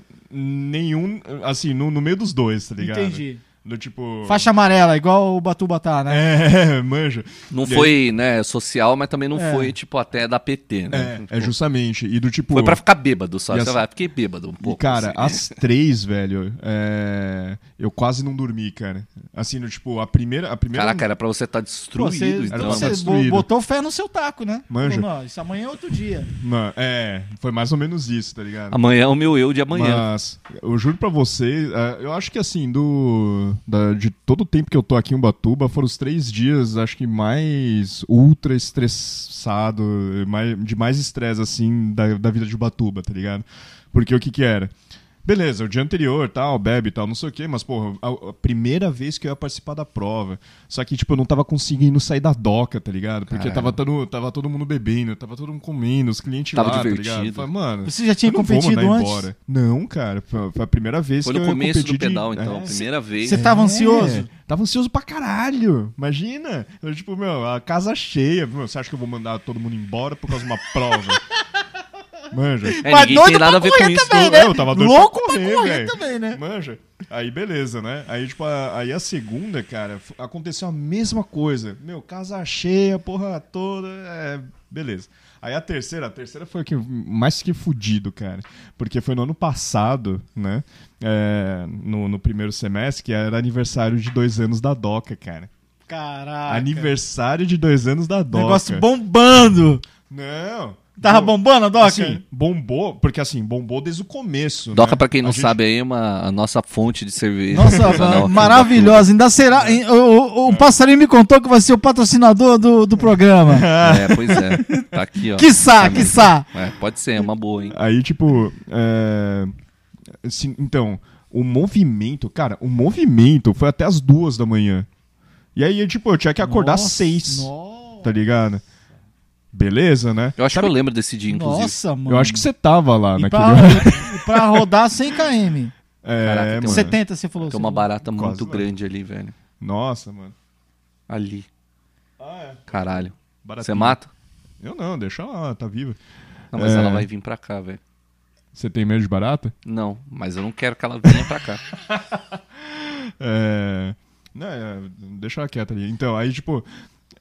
Speaker 1: Nenhum, assim, no, no meio dos dois, tá ligado?
Speaker 3: Entendi.
Speaker 1: Do tipo...
Speaker 3: Faixa amarela, igual o Batuba tá, né?
Speaker 1: É, manja.
Speaker 2: Não
Speaker 1: E aí-
Speaker 2: foi, né, social, mas também não
Speaker 3: É.
Speaker 2: foi, tipo, até da PT, né?
Speaker 1: É,
Speaker 2: Tipo,
Speaker 1: é justamente, e do tipo...
Speaker 2: Foi pra ficar bêbado só.
Speaker 1: E
Speaker 2: Você
Speaker 1: assim-
Speaker 2: vai, fiquei bêbado um
Speaker 1: E,
Speaker 2: pouco.
Speaker 1: cara,
Speaker 2: assim.
Speaker 1: às três, velho, é, eu quase não dormi, cara. Assim, no, tipo, a primeira. A primeira
Speaker 2: Caraca, era pra você estar destruído,
Speaker 3: Você,
Speaker 2: então.
Speaker 1: pra
Speaker 3: você
Speaker 1: tá destruído.
Speaker 3: botou fé no seu taco, né?
Speaker 1: Manja.
Speaker 3: Falou, "Não, isso amanhã é outro dia.
Speaker 1: Mano, é, foi mais ou menos isso, tá ligado?
Speaker 2: Amanhã é o meu eu de amanhã.
Speaker 1: Mas, eu juro pra você, é, eu acho que assim, do. da- de todo o tempo que eu tô aqui em Ubatuba, foram os três dias, acho que mais ultra estressado, mais, de mais estresse, assim, da, da vida de Ubatuba, tá ligado? Porque o que que era? Beleza, o dia anterior, tal, bebe e tal, não sei o quê, mas, porra, a, a primeira vez que eu ia participar da prova. Só que, tipo, eu não tava conseguindo sair da doca, tá ligado? Porque tava, tando- tava todo mundo bebendo, tava todo mundo comendo, os clientes
Speaker 2: Tava
Speaker 1: lá, tá
Speaker 2: divertido.
Speaker 1: ligado? Eu falei, Mano,
Speaker 3: Você já tinha
Speaker 1: eu não vou
Speaker 3: competido
Speaker 1: mandar
Speaker 3: antes?
Speaker 1: né? embora. Não, cara, foi foi a primeira vez
Speaker 2: Foi
Speaker 1: que
Speaker 2: no
Speaker 1: eu
Speaker 2: começo
Speaker 1: competi
Speaker 2: do pedal,
Speaker 1: de...
Speaker 2: então.
Speaker 1: É.
Speaker 2: Primeira vez.
Speaker 3: Você tava ansioso?
Speaker 1: É, tava ansioso pra caralho. Imagina. Eu, tipo, meu, a casa cheia. Meu, você acha que eu vou mandar todo mundo embora por causa de uma prova? Manja.
Speaker 2: É, ninguém tem nada a ver com isso.
Speaker 1: também, né? Eu tava doido
Speaker 3: Louco
Speaker 1: pra correr,
Speaker 3: correr
Speaker 1: velho.
Speaker 3: também, né?
Speaker 1: Manja. Aí beleza, né? Aí, tipo, a, aí a segunda, cara, f- aconteceu a mesma coisa. Meu, casa cheia, porra toda. é, beleza. Aí a terceira, a terceira foi que mais que fudido, cara. Porque foi no ano passado, né? É, no, no primeiro semestre, que era aniversário de dois anos da DOCA, cara.
Speaker 3: Caraca.
Speaker 1: aniversário de dois anos da DOCA.
Speaker 3: Ah, Negócio bombando.
Speaker 1: Não.
Speaker 3: Tava
Speaker 1: Bom-
Speaker 3: bombando a doca?
Speaker 1: Assim, bombou, porque assim, bombou desde o começo.
Speaker 2: Doca,
Speaker 1: né?
Speaker 2: pra quem não
Speaker 1: A gente-
Speaker 2: sabe, aí é uma, a nossa fonte de cerveja.
Speaker 3: Nossa,
Speaker 2: artesanal aqui em
Speaker 3: maravilhosa. Ainda será. hein,
Speaker 2: É.
Speaker 3: o- o- Um passarinho me contou que vai ser o patrocinador do, do programa.
Speaker 2: Batuba. É, pois é. Tá aqui, ó. Tá
Speaker 3: Quiçá,
Speaker 2: mesmo.
Speaker 3: quiçá.
Speaker 2: É, pode ser, é uma boa, hein?
Speaker 1: Aí, tipo. é, assim, então, o movimento, cara, o movimento foi até as duas da manhã. E aí, tipo, eu tinha que acordar às seis, tá ligado? Beleza, né?
Speaker 2: Eu acho que eu lembro desse dia, inclusive.
Speaker 3: Nossa, mano.
Speaker 1: Eu acho que você tá, né, tava lá
Speaker 3: E
Speaker 1: naquele.
Speaker 3: pra, e pra rodar 100 km.
Speaker 1: É,
Speaker 2: Caraca, tem
Speaker 1: mano.
Speaker 2: uma-
Speaker 3: 70, você falou. assim.
Speaker 2: Tem é uma
Speaker 3: você falou.
Speaker 2: barata
Speaker 1: Quase
Speaker 2: muito
Speaker 1: lá.
Speaker 2: grande ali, velho.
Speaker 1: Nossa, mano.
Speaker 2: Ali.
Speaker 1: Ah, é.
Speaker 2: Caralho.
Speaker 1: Baratinho.
Speaker 2: Você mata?
Speaker 1: Eu não, deixa lá, tá viva.
Speaker 2: Não, mas
Speaker 1: É.
Speaker 2: ela vai vir pra cá, velho.
Speaker 1: Você tem medo de barata?
Speaker 2: Não, mas eu não quero que ela venha pra cá.
Speaker 1: É... Não, é, deixa ela quieta ali. Então, aí, tipo...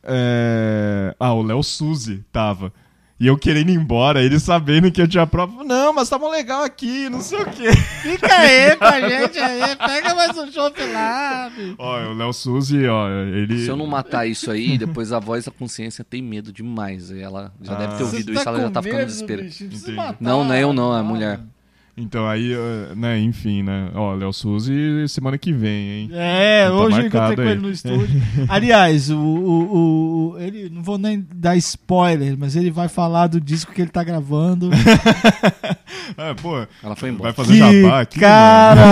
Speaker 1: é, Ah, o Léo Suzy tava. E eu querendo ir embora, ele sabendo que eu tinha prova. Não, mas tá mó legal aqui, não sei o quê.
Speaker 3: Fica aí com a gente aí, pega mais um chopp lá. bicho.
Speaker 1: ó, o Léo Suzy, ó, ele...
Speaker 2: Se eu não matar isso aí, depois a voz da consciência tem medo demais. E ela já
Speaker 1: Ah.
Speaker 2: deve ter ouvido
Speaker 3: Você
Speaker 2: isso, ela já
Speaker 3: com
Speaker 2: tá ficando
Speaker 3: medo,
Speaker 2: desesperada.
Speaker 3: bicho? Ah. Precisa
Speaker 1: Entendi.
Speaker 3: matar.
Speaker 2: Não, não é eu não, é a mulher.
Speaker 1: Então, aí, eh, né, enfim, né. Ó, Léo Suzy, semana que vem, hein.
Speaker 3: É,
Speaker 1: Tá
Speaker 3: hoje eu
Speaker 1: marcado
Speaker 3: encontrei com
Speaker 1: aí.
Speaker 3: ele no estúdio. Aliás, o, o- o- o- ele não vou nem dar spoiler, mas ele vai falar do disco que ele tá gravando.
Speaker 1: Ah, pô,
Speaker 2: Ela
Speaker 1: vai
Speaker 2: foi embora.
Speaker 1: fazer jabá
Speaker 3: que
Speaker 1: aqui?
Speaker 3: cara,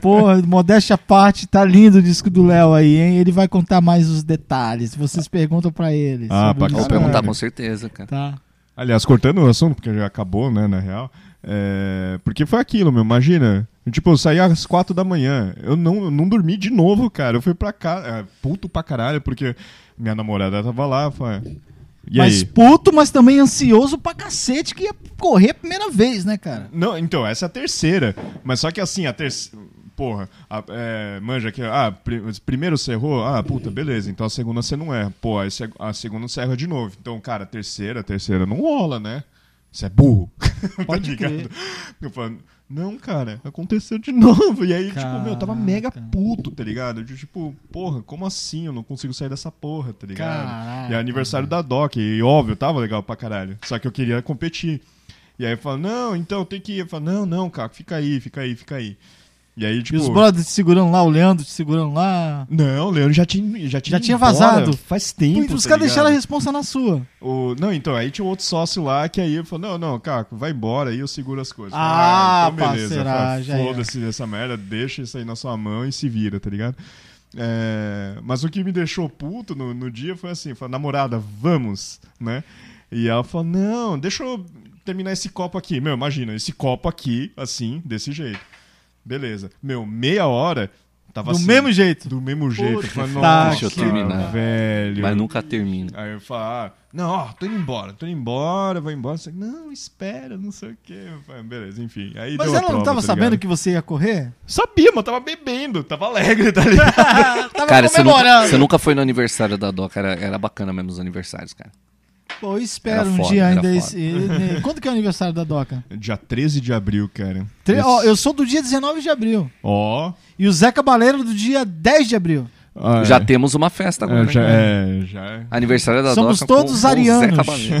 Speaker 3: porra, modéstia à parte, tá lindo o disco do Léo aí, hein? Ele vai contar mais os detalhes. Vocês perguntam pra ele.
Speaker 1: Ah, pra cá
Speaker 3: sobre o
Speaker 2: Vou
Speaker 3: disco.
Speaker 1: Caralho.
Speaker 2: perguntar com certeza, cara.
Speaker 3: Tá.
Speaker 1: Aliás, cortando o assunto, porque já acabou, né, na real. é, Porque foi aquilo, meu, imagina. Tipo, eu saí às quatro da manhã. Eu não, não dormi de novo, cara. Eu fui pra casa. É, puto pra caralho, porque minha namorada tava lá. Foi... E
Speaker 3: mas
Speaker 1: aí?
Speaker 3: puto, mas também ansioso pra cacete que ia correr a primeira vez, né, cara?
Speaker 1: Não, então, essa é a terceira. Mas só que assim, a terceira. Porra, a- é, manja que. Ah, pri- primeiro você errou? Ah, puta, beleza. Então a segunda você não erra. Pô, aí você- a segunda você erra de novo. Então, cara, a terceira, a terceira não rola, né? Você é burro.
Speaker 3: Pode crer.
Speaker 1: Eu falo, não, cara, aconteceu de novo. E aí, tipo, meu, eu tava
Speaker 3: Caraca.
Speaker 1: mega puto, tá ligado? Eu, tipo, porra, como assim? Eu não consigo sair dessa porra, tá ligado?
Speaker 3: Caraca.
Speaker 1: E é aniversário da DOC, e óbvio, tava legal pra caralho. Só que eu queria competir. E aí eu falo, não, então tem que ir. Eu falo, não, não, cara, fica aí, fica aí, fica aí. E aí, tipo.
Speaker 3: E os brothers te segurando lá, o Leandro te segurando lá.
Speaker 1: Não, Leandro já tinha já tinha,
Speaker 3: Já
Speaker 1: ido
Speaker 3: tinha
Speaker 1: embora
Speaker 3: vazado.
Speaker 1: Faz tempo.
Speaker 3: Os
Speaker 1: tá
Speaker 3: caras
Speaker 1: ligado?
Speaker 3: deixaram a responsa na sua.
Speaker 1: O- não, então, aí tinha um outro sócio lá que aí eu falei, não, não, Caco, vai embora, aí eu seguro as coisas.
Speaker 3: Ah,
Speaker 1: Eu falei, então Eu falei,
Speaker 3: parceiragem, aí, ó.
Speaker 1: Foda-se dessa merda, deixa isso aí na sua mão e se vira, tá ligado? É, mas o que me deixou puto no, no dia foi assim, eu falei, namorada, vamos, né? E ela falou, não, deixa eu terminar esse copo aqui. Meu, imagina, esse copo aqui, assim, desse jeito. Beleza. Meu, meia hora, tava
Speaker 3: Do
Speaker 1: assim,
Speaker 3: mesmo jeito.
Speaker 1: Do mesmo jeito. Eu
Speaker 3: Puta
Speaker 1: falei,
Speaker 3: que
Speaker 1: nossa,
Speaker 2: Deixa eu terminar.
Speaker 1: velho.
Speaker 2: Mas nunca termina.
Speaker 1: Aí eu falo, ah, não, ó, tô indo embora, tô indo embora, vou embora. Você, não, espera, não sei o quê. Eu falo, beleza, enfim. Aí
Speaker 3: Mas
Speaker 1: deu a
Speaker 3: ela não
Speaker 1: prova,
Speaker 3: tava
Speaker 1: tá
Speaker 3: sabendo
Speaker 1: ligado?
Speaker 3: que você ia correr?
Speaker 1: Sabia, mas tava bebendo, tava alegre, tá ligado?
Speaker 3: tava
Speaker 2: Cara, você nunca,
Speaker 3: comemorando.
Speaker 2: você nunca foi no aniversário da Doc, era, era bacana mesmo os aniversários, cara.
Speaker 3: Pô, eu espero
Speaker 2: Era
Speaker 3: um
Speaker 2: foda,
Speaker 3: dia
Speaker 2: era
Speaker 3: ainda
Speaker 2: foda.
Speaker 3: esse. eh, Quando que é o aniversário da Doca?
Speaker 1: Dia 13 de abril, cara.
Speaker 3: Tre-
Speaker 1: Esse-
Speaker 3: Ó, eu sou do dia 19 de abril.
Speaker 1: Ó.
Speaker 3: E o Zé Cabaleiro do dia 10 de abril.
Speaker 1: Ah,
Speaker 2: Já
Speaker 1: é.
Speaker 2: temos uma festa agora.
Speaker 1: É, já,
Speaker 2: né?
Speaker 1: é, já.
Speaker 2: Aniversário da
Speaker 3: Somos
Speaker 2: Doca
Speaker 3: todos
Speaker 2: com,
Speaker 3: arianos.
Speaker 2: Com o Zé Cabaleiro.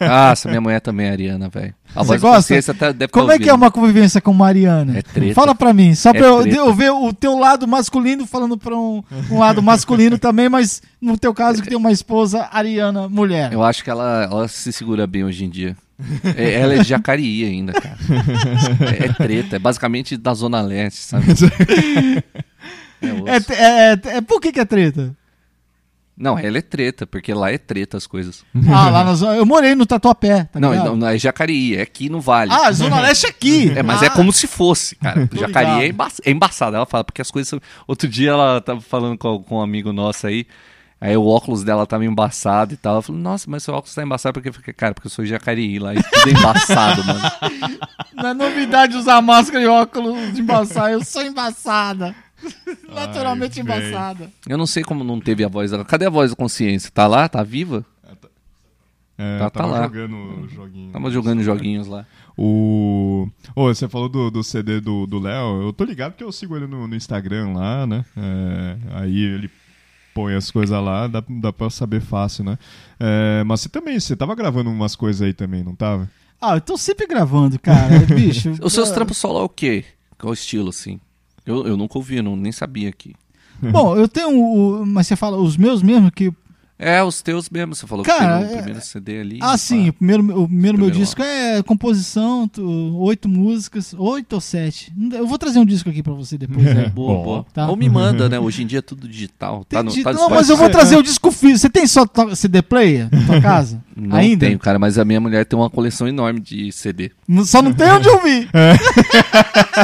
Speaker 2: Nossa, minha mulher também é ariana, velho. A voz
Speaker 3: Você
Speaker 2: da
Speaker 3: gosta?
Speaker 2: consciência até deve
Speaker 3: Como
Speaker 2: tá
Speaker 3: é que é
Speaker 2: ouvindo.
Speaker 3: uma convivência com Mariana?
Speaker 2: É treta.
Speaker 3: Fala pra mim, só
Speaker 2: É
Speaker 3: pra eu,
Speaker 2: treta.
Speaker 3: eu ver o teu lado masculino falando pra um, um lado masculino também, mas no teu caso que tem uma esposa ariana mulher.
Speaker 2: Eu acho que ela, ela se segura bem hoje em dia. É- ela é de Jacareí ainda, cara. É, é treta, é basicamente da Zona Leste, sabe? É osso.
Speaker 3: É, t- é- é- é- por que que é treta?
Speaker 2: Não, ela é treta, porque lá é treta as coisas.
Speaker 3: Ah, lá na zona, eu morei no Tatuapé, tá
Speaker 2: não,
Speaker 3: ligado?
Speaker 2: não, não, é Jacareí, é aqui no Vale.
Speaker 3: Ah, Zona Leste é aqui.
Speaker 2: É, mas é
Speaker 3: Ah,
Speaker 2: como se fosse, cara. Jacareí é,
Speaker 3: ligado.
Speaker 2: emba é embaçado. Ela fala, porque as coisas. são- Outro dia ela tava falando com, com um amigo nosso aí. Aí o óculos dela tava embaçado e tal. Eu falei, nossa, mas seu óculos tá embaçado porque eu falei, cara, porque eu sou de Jacareí lá. Isso tudo é embaçado, mano.
Speaker 3: Não é novidade usar máscara e óculos de embaçar, eu sou embaçada. Naturalmente
Speaker 1: Ai, véi.
Speaker 3: embaçada.
Speaker 2: Eu não sei como não teve a voz dela. Cadê a voz da consciência? Tá lá? Tá viva?
Speaker 1: É,
Speaker 2: Tá- tá
Speaker 1: tava
Speaker 2: lá.
Speaker 1: jogando o joguinho.
Speaker 2: Tava jogando joguinhos lá.
Speaker 1: O. Ô, você falou do, do CD do do Léo. Eu tô ligado que eu sigo ele no, no Instagram lá, né? É, aí ele põe as coisas lá, dá, dá pra saber fácil, né? É, mas você também, você tava gravando umas coisas aí também, não tava?
Speaker 3: Ah, eu tô sempre gravando, cara. Bicho.
Speaker 2: Os seus
Speaker 3: ah,
Speaker 2: trampos solo é o quê? Qual o estilo, assim? Eu, eu nunca ouvi, eu não, nem sabia aqui.
Speaker 3: Bom, eu tenho. o- Mas você fala, os meus mesmo, que.
Speaker 2: É, os teus mesmo. Você falou que
Speaker 3: Cara,
Speaker 2: tem o
Speaker 3: é-
Speaker 2: primeiro CD ali.
Speaker 3: Ah,
Speaker 2: pá.
Speaker 3: sim, o primeiro, o primeiro meu
Speaker 2: Primeiro
Speaker 3: disco é composição, tu- oito músicas, oito ou sete. Eu vou trazer um disco aqui pra você depois. né?
Speaker 2: é, Boa,
Speaker 1: Ó.
Speaker 2: boa.
Speaker 3: Tá.
Speaker 2: Ou me manda, né? Hoje em dia é tudo digital. Tá no,
Speaker 3: Entendi.
Speaker 2: tá no
Speaker 3: não, mas eu vou
Speaker 2: Spotify.
Speaker 3: trazer o disco físico. Você tem só to- CD player na tua casa?
Speaker 2: Não
Speaker 3: Ainda?
Speaker 2: tenho, cara, mas a minha mulher tem uma coleção enorme de CD.
Speaker 3: Não- Só não tem onde ouvir.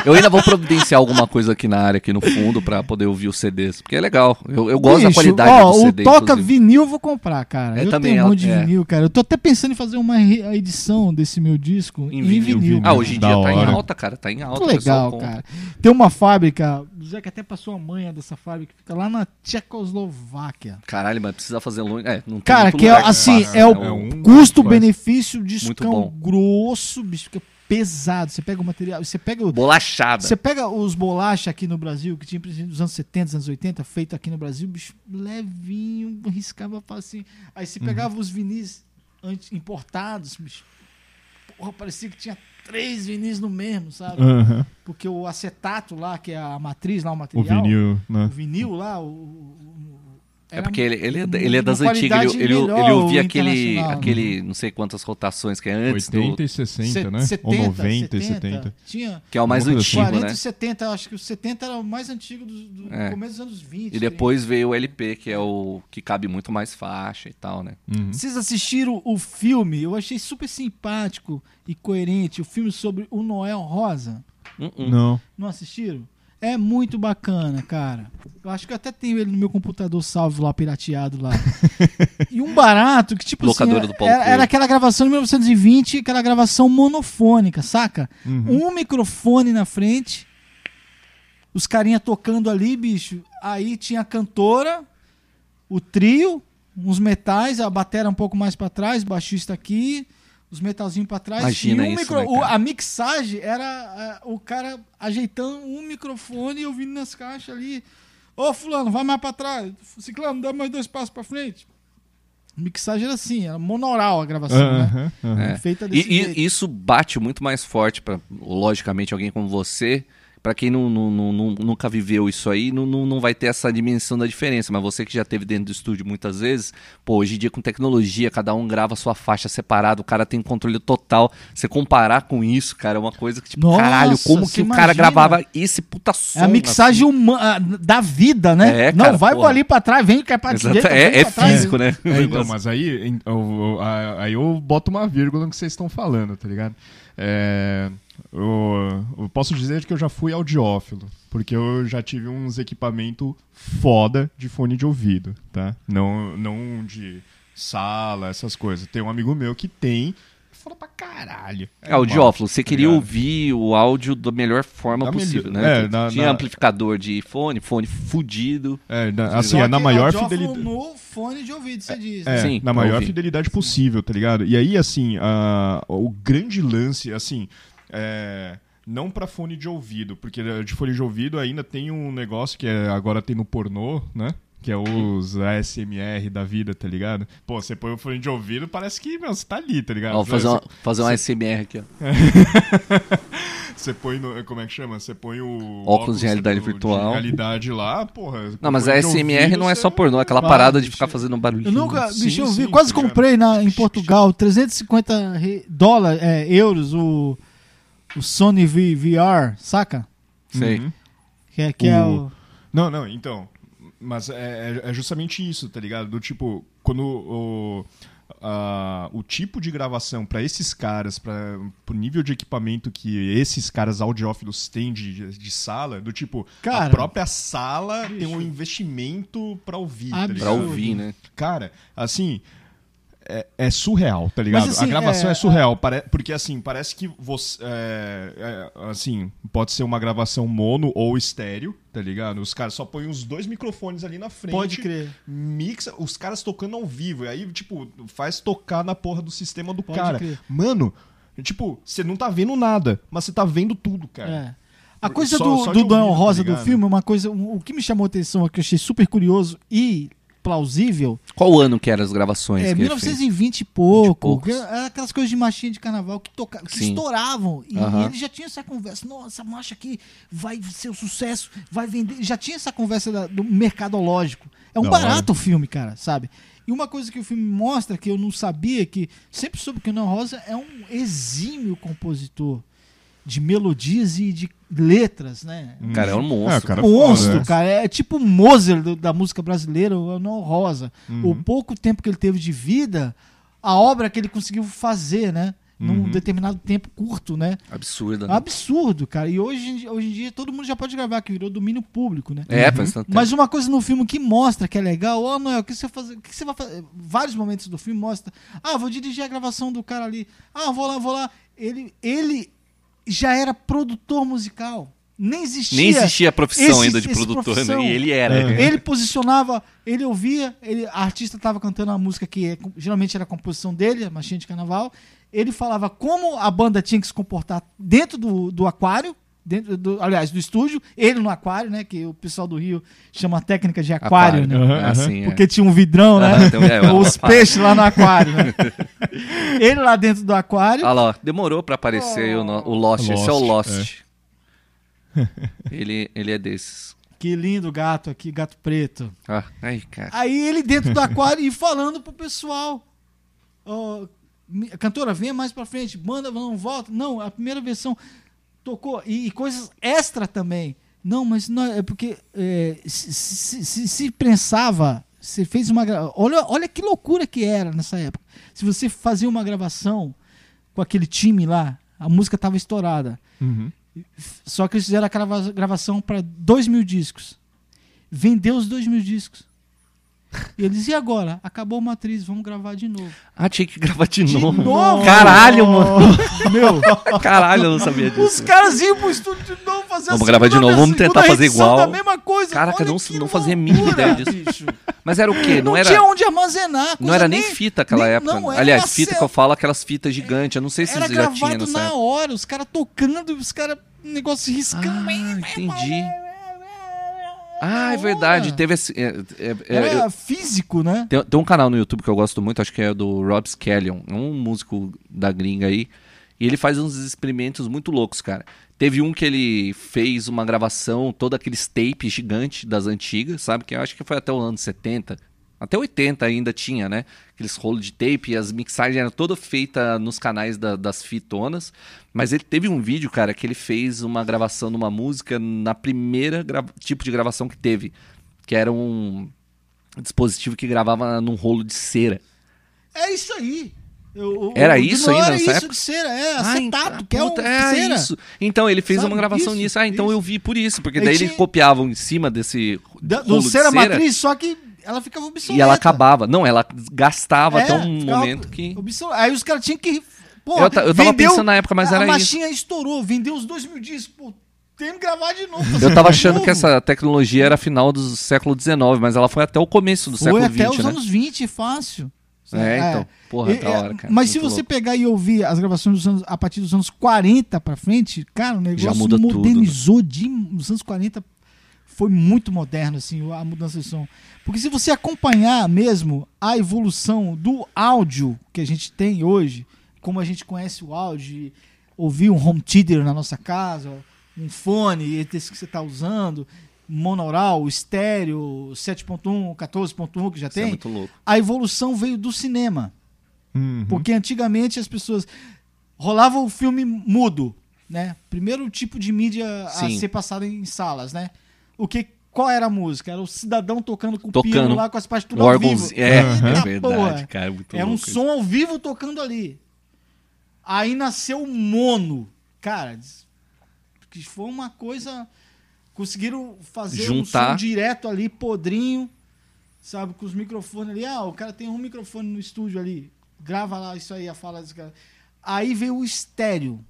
Speaker 2: Eu ainda vou providenciar alguma coisa aqui na área, aqui no fundo, pra poder ouvir os CDs. Porque é legal. Eu, eu gosto
Speaker 3: Bicho,
Speaker 2: da qualidade
Speaker 3: ó,
Speaker 2: do
Speaker 3: o
Speaker 2: CD.
Speaker 3: Toca
Speaker 2: inclusive.
Speaker 3: Vinil vou comprar, cara.
Speaker 2: É,
Speaker 3: eu
Speaker 2: também
Speaker 3: tenho um
Speaker 2: é-
Speaker 3: monte de
Speaker 2: é.
Speaker 3: vinil, cara. Eu tô até pensando em fazer uma re- edição desse meu disco em, vinil.
Speaker 2: Ah, hoje em
Speaker 1: Da
Speaker 2: dia tá em
Speaker 1: hora.
Speaker 2: alta, cara. Tá em alta.
Speaker 3: Muito
Speaker 2: o pessoal
Speaker 3: legal,
Speaker 2: compra.
Speaker 3: cara. Tem uma fábrica, o Zé que até passou a manha dessa fábrica, que fica lá na Tchecoslováquia.
Speaker 2: Caralho, mas precisa fazer longe. É, não tem
Speaker 3: Cara,
Speaker 2: muito
Speaker 3: que é
Speaker 2: lugar
Speaker 3: assim,
Speaker 2: faça,
Speaker 3: é
Speaker 2: né?
Speaker 1: É
Speaker 3: o
Speaker 1: um-
Speaker 3: custo-benefício de
Speaker 2: bom.
Speaker 3: discão grosso, bicho, fica pesado. Você pega o material, você pega o,
Speaker 2: Bolachada.
Speaker 3: você pega os bolachas aqui no Brasil, que tinha principalmente nos anos 70, anos 80, feito aqui no Brasil, bicho, levinho, riscava assim. Aí
Speaker 2: Uhum.
Speaker 3: você pegava os vinis antes- importados, bicho. Porra, parecia que tinha três vinis no mesmo, sabe?
Speaker 1: Aham.
Speaker 3: Porque o acetato lá, que é a matriz lá, o
Speaker 1: O
Speaker 3: material.
Speaker 1: vinil, né?
Speaker 3: o vinil lá, o. o- o-
Speaker 2: É
Speaker 3: era
Speaker 2: porque ele, ele, é da-
Speaker 3: uma
Speaker 2: ele é das antigas, ele,
Speaker 3: qualidade
Speaker 2: ele,
Speaker 3: melhor
Speaker 2: ele ouvia
Speaker 3: o
Speaker 2: aquele,
Speaker 3: internacional, né?
Speaker 2: aquele, não sei quantas rotações que é antes
Speaker 1: 80
Speaker 2: do.
Speaker 1: e 60,
Speaker 3: Se-
Speaker 1: né? Ou 90 e 70.
Speaker 3: Tinha.
Speaker 2: Que é o mais
Speaker 1: Alguma coisa
Speaker 2: antigo,
Speaker 1: assim.
Speaker 3: 40
Speaker 2: né?
Speaker 3: e 70, eu acho que o 70 era o mais antigo do, do
Speaker 2: É.
Speaker 3: começo dos anos né? 20.
Speaker 2: E depois veio o LP, que é o que cabe muito mais faixa e tal, né?
Speaker 1: Uhum.
Speaker 3: 30. Vocês assistiram o filme, eu achei super simpático e coerente, o filme sobre o Noel Rosa.
Speaker 2: Hum, hum.
Speaker 1: Não.
Speaker 3: Não assistiram? É muito bacana, cara. Eu acho que eu até tenho ele no meu computador salvo lá, pirateado lá. e um barato que, tipo
Speaker 2: Locadora
Speaker 3: assim,
Speaker 2: do Paulo
Speaker 3: era,
Speaker 2: Coelho.
Speaker 3: era aquela gravação de 1920, aquela gravação monofônica, saca?
Speaker 1: Uhum.
Speaker 3: Um microfone na frente, os carinha tocando ali, bicho. Aí tinha a cantora, o trio, uns metais, a batera um pouco mais pra trás, baixista aqui, os metalzinhos pra trás.
Speaker 2: Imagina
Speaker 3: e um
Speaker 2: isso,
Speaker 3: micro-
Speaker 2: né,
Speaker 3: o-
Speaker 2: cara?
Speaker 3: a mixagem era ah, o cara ajeitando um microfone e ouvindo nas caixas ali. Ô, fulano, vai mais pra trás. Ciclano, dá mais dois passos pra frente. Mixagem era assim, era monoral a gravação, né?
Speaker 1: Aham, aham.
Speaker 2: É.
Speaker 3: Feita
Speaker 2: E,
Speaker 3: desse
Speaker 2: e
Speaker 3: jeito.
Speaker 2: isso bate muito mais forte para logicamente alguém como você. Pra quem não, não- não- não- nunca viveu isso aí, não, não, não vai ter essa dimensão da diferença. Mas você que já teve dentro do estúdio muitas vezes, pô, hoje em dia com tecnologia, cada um grava sua faixa separado, o cara tem controle total. Você comparar com isso, cara, é uma coisa que tipo,
Speaker 3: Nossa,
Speaker 2: caralho, como
Speaker 3: você
Speaker 2: que o cara
Speaker 3: imagina?
Speaker 2: gravava esse puta som?
Speaker 3: É a mixagem huma- ah, da vida, né?
Speaker 2: É,
Speaker 3: não,
Speaker 2: cara,
Speaker 3: vai
Speaker 2: porra.
Speaker 3: ali pra trás, vem que é pra
Speaker 2: Exato,
Speaker 3: direita, vem
Speaker 2: é, é
Speaker 3: pra trás.
Speaker 2: físico, né?
Speaker 1: É, então, mas aí em- eu, eu- a- aí eu boto uma vírgula no que vocês estão falando, tá ligado? É, eu, eu posso dizer que eu já fui audiófilo, porque eu já tive uns equipamento foda de fone de ouvido, tá? Não, não de sala, essas coisas. Tem um amigo meu que tem, foda pra caralho.
Speaker 2: É, audiófilo,
Speaker 1: mal,
Speaker 2: você
Speaker 1: tá
Speaker 2: queria
Speaker 1: ligado?
Speaker 2: ouvir o áudio da melhor forma
Speaker 1: Da
Speaker 2: possível,
Speaker 1: melhor-
Speaker 2: né?
Speaker 1: é, na-
Speaker 2: Tinha
Speaker 1: na-
Speaker 2: amplificador de fone, fone fudido.
Speaker 1: É, na-
Speaker 3: Só
Speaker 1: assim, é na
Speaker 3: que
Speaker 1: maior
Speaker 3: audiófono
Speaker 1: fidelidade.
Speaker 3: no fone de ouvido, você diz.
Speaker 1: É,
Speaker 3: né?
Speaker 2: Sim,
Speaker 1: na
Speaker 2: pra
Speaker 1: maior
Speaker 2: ouvir.
Speaker 1: fidelidade possível, tá ligado? E aí, assim, a- o grande lance, assim, é, não pra fone de ouvido, porque de fone de ouvido ainda tem um negócio que é- agora tem no pornô, né? Que é os ASMR da vida, tá ligado? Pô, você põe o fone de ouvido, parece que, meu, você tá ali, tá ligado?
Speaker 2: Ó,
Speaker 1: Você-
Speaker 2: fazer uma, fazer uma SMR aqui, ó.
Speaker 1: Você põe no. Como é que chama? Você põe o. né,
Speaker 2: Óculos de realidade
Speaker 1: do-
Speaker 2: virtual.
Speaker 1: realidade lá, porra. com
Speaker 2: Não, mas a
Speaker 1: fone de
Speaker 2: SMR
Speaker 1: ouvido,
Speaker 2: não é
Speaker 1: você-
Speaker 2: só pornô, é aquela
Speaker 1: Vai,
Speaker 2: parada de
Speaker 1: bicho.
Speaker 2: ficar fazendo barulhinho.
Speaker 3: Eu nunca,
Speaker 1: Sim,
Speaker 3: bicho, eu vi,
Speaker 1: sim,
Speaker 3: quase
Speaker 1: cara.
Speaker 3: comprei na, em Portugal 350 re, dólar, é, euros o, o Sony V- VR, saca?
Speaker 2: Sei.
Speaker 1: Uhum.
Speaker 3: Que, é- que é
Speaker 1: O-
Speaker 3: o.
Speaker 1: Não, não, então. Mas é, é- é justamente isso, tá ligado? Do tipo, quando o, a- o tipo de gravação pra esses caras, para pro nível de equipamento que esses caras audiófilos têm de, de sala, do tipo,
Speaker 3: Cara.
Speaker 1: a própria sala tem um investimento pra ouvir, tá
Speaker 3: Absurdo.
Speaker 1: ligado?
Speaker 2: Pra ouvir, né?
Speaker 1: Cara, assim. É, é surreal, tá ligado?
Speaker 3: assim,
Speaker 1: a gravação
Speaker 3: é-
Speaker 1: é, surreal, pare- porque assim, parece que você. é, é, assim, pode ser uma gravação mono ou estéreo, tá ligado? Os caras só põem os dois microfones ali na frente.
Speaker 3: Pode crer.
Speaker 1: Mixa, os caras tocando ao vivo. E aí, tipo, faz tocar na porra do sistema do
Speaker 3: Pode
Speaker 1: cara.
Speaker 3: crer.
Speaker 1: Mano, tipo, você não tá vendo nada, mas você tá vendo tudo, cara.
Speaker 3: É. A coisa
Speaker 1: Só-
Speaker 3: do,
Speaker 1: só de
Speaker 3: do Daniel
Speaker 1: ouvido, tá
Speaker 3: Rosa do
Speaker 1: ligado?
Speaker 3: filme, é uma coisa. um- o que me chamou a atenção, é que eu achei super curioso e plausível,
Speaker 2: Qual ano que eram as gravações?
Speaker 3: é
Speaker 2: que ele fez?
Speaker 3: 1920 e pouco.
Speaker 2: poucos.
Speaker 3: Era aquelas coisas de marchinha de carnaval que, toca, que
Speaker 2: Sim.
Speaker 3: estouravam. E,
Speaker 2: Aham.
Speaker 3: e ele já tinha essa conversa. Nossa, a marcha aqui vai ser um sucesso, vai vender. Já tinha essa conversa da- do mercadológico. É um
Speaker 1: Da
Speaker 3: barato o filme, cara, sabe? E uma coisa que o filme mostra que eu não sabia, que sempre soube que o Nan Rosa é um exímio compositor de melodias e de letras, né?
Speaker 2: Cara, é um monstro.
Speaker 1: É, cara.
Speaker 3: monstro,
Speaker 1: foda, né?
Speaker 3: cara. É tipo o Mozart do- da música brasileira, o Não
Speaker 1: Uhum.
Speaker 3: Rosa. O pouco tempo que ele teve de vida, a obra que ele conseguiu fazer, né?
Speaker 1: Uhum.
Speaker 3: num determinado tempo curto, né?
Speaker 2: Absurda. né?
Speaker 3: Absurdo, cara. E hoje, hoje em dia todo mundo já pode gravar, que virou domínio público, né?
Speaker 2: É, faz tanto tempo.
Speaker 3: Mas uma coisa no filme que mostra que é legal, ó, Noel, o que você, vai fazer, o que você vai fazer? Vários momentos do filme mostra. Ah, vou dirigir a gravação do cara ali. Ah, vou lá, vou lá. Ele, ele já era produtor musical. Nem existia.
Speaker 2: Nem existia a profissão
Speaker 3: esse-
Speaker 2: ainda de
Speaker 3: esse
Speaker 2: produtor,
Speaker 3: profissão. É.
Speaker 2: né? E ele era.
Speaker 3: Ele posicionava, ele ouvia, ele, a artista estava cantando a música que é- geralmente era a composição dele, a Machinha de Carnaval. Ele falava como a banda tinha que se comportar dentro do, do aquário, dentro do, aliás, do estúdio, ele no aquário, né? Que o pessoal do Rio chama a técnica de aquário, né?
Speaker 1: Aham, aham.
Speaker 2: Assim,
Speaker 3: Porque tinha um vidrão, né?
Speaker 2: Aham, então, é, é,
Speaker 3: Os
Speaker 2: aquário.
Speaker 3: peixes lá no aquário, né? Ele lá dentro do aquário.
Speaker 2: Olha lá, ó, demorou pra aparecer aí o, no- o Lost. Esse é o
Speaker 1: Lost,
Speaker 2: Lost. ele, ele é desses.
Speaker 3: Que lindo gato aqui, gato preto.
Speaker 2: Ah, ai, cara.
Speaker 3: Aí ele dentro do aquário e falando pro pessoal. Ó, me- cantora, venha mais pra frente, banda, não volta. Não, a primeira versão tocou. E, e coisas extra também. Não, mas não, é porque é, se, se- se- se pensava, você fez uma gra- olha Olha que loucura que era nessa época. Se você fazia uma gravação com aquele time lá, a música tava estourada.
Speaker 1: Uhum.
Speaker 3: Só que eles fizeram a grava- gravação para dois mil discos. Vendeu os dois mil discos. E eles, e agora? Acabou a matriz, vamos gravar de novo.
Speaker 2: Ah, tinha que gravar de,
Speaker 3: De
Speaker 2: novo.
Speaker 3: novo?
Speaker 2: Caralho, mano.
Speaker 3: Meu,
Speaker 2: Caralho, eu não sabia
Speaker 3: os
Speaker 2: disso.
Speaker 3: caras iam pro estúdio de novo fazer a
Speaker 2: Vamos gravar de
Speaker 3: segunda
Speaker 2: novo, vamos
Speaker 3: versão,
Speaker 2: tentar
Speaker 3: segunda
Speaker 2: fazer
Speaker 3: edição
Speaker 2: igual.
Speaker 3: da mesma coisa.
Speaker 2: Caraca,
Speaker 3: Olha
Speaker 2: não-
Speaker 3: que
Speaker 2: não fazia a mínima ideia disso.
Speaker 3: bicho.
Speaker 2: Mas era o quê?
Speaker 3: Não,
Speaker 2: Não era.
Speaker 3: tinha onde armazenar.
Speaker 2: Não
Speaker 3: coisa
Speaker 2: era nem fita aquela
Speaker 3: nem-
Speaker 2: época. né?
Speaker 3: não, era
Speaker 2: Aliás,
Speaker 3: uma
Speaker 2: fita
Speaker 3: cel-
Speaker 2: que eu falo, é aquelas fitas gigantes. Eu não sei se
Speaker 3: Era
Speaker 2: já tinha
Speaker 3: gravado
Speaker 2: nessa
Speaker 3: na
Speaker 2: época.
Speaker 3: hora, os caras tocando, os caras, negócio riscando.
Speaker 2: Ah, entendi. Ah, é verdade. Teve esse. é, é, é,
Speaker 3: Era
Speaker 2: eu-
Speaker 3: físico, né?
Speaker 2: Tem, tem um canal no YouTube que eu gosto muito, acho que é do Rob Scallion, é um músico da gringa aí. E ele faz uns experimentos muito loucos, cara. Teve um que ele fez uma gravação, todo aqueles tapes gigante das antigas, sabe? Que eu acho que foi até o ano 70. Até 80 ainda tinha, né? Aqueles rolos de tape e as mixagens eram todas feitas nos canais da- das fitonas. Mas ele teve um vídeo, cara, que ele fez uma gravação de uma música na primeira gra- tipo de gravação que teve. Que era um dispositivo que gravava num rolo de cera.
Speaker 3: É isso aí. Eu- o-
Speaker 2: Era
Speaker 3: o
Speaker 2: isso
Speaker 3: Dino
Speaker 2: aí
Speaker 3: Era
Speaker 2: nessa
Speaker 3: isso
Speaker 2: época?
Speaker 3: de cera, é
Speaker 2: Ah,
Speaker 3: acetato,
Speaker 2: então,
Speaker 3: que é um
Speaker 2: puta, é
Speaker 3: cera.
Speaker 2: isso. Então ele fez
Speaker 3: Sabe?
Speaker 2: uma gravação
Speaker 3: Isso,
Speaker 2: nisso. Ah, então
Speaker 3: isso.
Speaker 2: eu vi por isso, porque
Speaker 3: Ele
Speaker 2: daí
Speaker 3: tinha-
Speaker 2: eles copiavam em cima desse
Speaker 3: Da, do
Speaker 2: rolo de
Speaker 3: cera
Speaker 2: cera,
Speaker 3: matriz, só que ela ficava obsoleta.
Speaker 2: e ela acabava. Não, ela gastava
Speaker 3: É,
Speaker 2: até um
Speaker 3: ficava
Speaker 2: momento que
Speaker 3: obsol- Aí os caras tinham que. Pô,
Speaker 2: Eu ta- eu tava
Speaker 3: vendeu-
Speaker 2: pensando na época, mas
Speaker 3: a
Speaker 2: era
Speaker 3: A
Speaker 2: isso.
Speaker 3: machinha estourou, vendeu os dois mil discos. Pô, tem que gravar de novo. fazer
Speaker 2: eu tava
Speaker 3: de
Speaker 2: achando
Speaker 3: novo.
Speaker 2: que essa tecnologia era final do século XIX, mas ela foi até o começo do
Speaker 3: Foi
Speaker 2: século
Speaker 3: até
Speaker 2: XX,
Speaker 3: os
Speaker 2: né?
Speaker 3: anos 20, fácil.
Speaker 2: É, então. Porra,
Speaker 3: E-
Speaker 2: da
Speaker 3: é,
Speaker 2: hora, cara.
Speaker 3: Mas se
Speaker 2: Muito
Speaker 3: você
Speaker 2: louco.
Speaker 3: pegar e ouvir as gravações dos anos, a partir dos anos 40 pra frente, cara, o negócio
Speaker 2: muda tudo,
Speaker 3: modernizou de nos anos 40 foi muito moderno assim a mudança de som. Porque se você acompanhar mesmo a evolução do áudio que a gente tem hoje, como a gente conhece o áudio, ouvir um home theater na nossa casa, um fone, esse que você está usando, monaural, estéreo, 7.1, 14.1 que já
Speaker 2: Isso é
Speaker 3: tem
Speaker 2: muito louco.
Speaker 3: a evolução veio do cinema.
Speaker 1: Uhum.
Speaker 3: Porque antigamente as pessoas rolava o filme mudo, né? Primeiro tipo de mídia a
Speaker 2: Sim.
Speaker 3: ser passada em salas, né? O que qual era a música? Era o cidadão tocando com o
Speaker 2: Tocando.
Speaker 3: piano lá com as partituras ao
Speaker 2: Órgãos.
Speaker 3: vivo.
Speaker 2: É,
Speaker 1: Uhum.
Speaker 2: é
Speaker 3: Eita
Speaker 2: verdade,
Speaker 3: porra.
Speaker 2: cara. É, muito
Speaker 3: É um
Speaker 2: louco isso.
Speaker 3: som ao vivo tocando ali. Aí nasceu o mono. Cara, diz- que foi uma coisa. Conseguiram fazer um
Speaker 2: Juntar.
Speaker 3: som direto ali, podrinho, sabe? Com os microfones ali. Ah, o cara tem um microfone no estúdio ali. Grava lá isso aí, a fala desse cara. Aí veio o estéreo.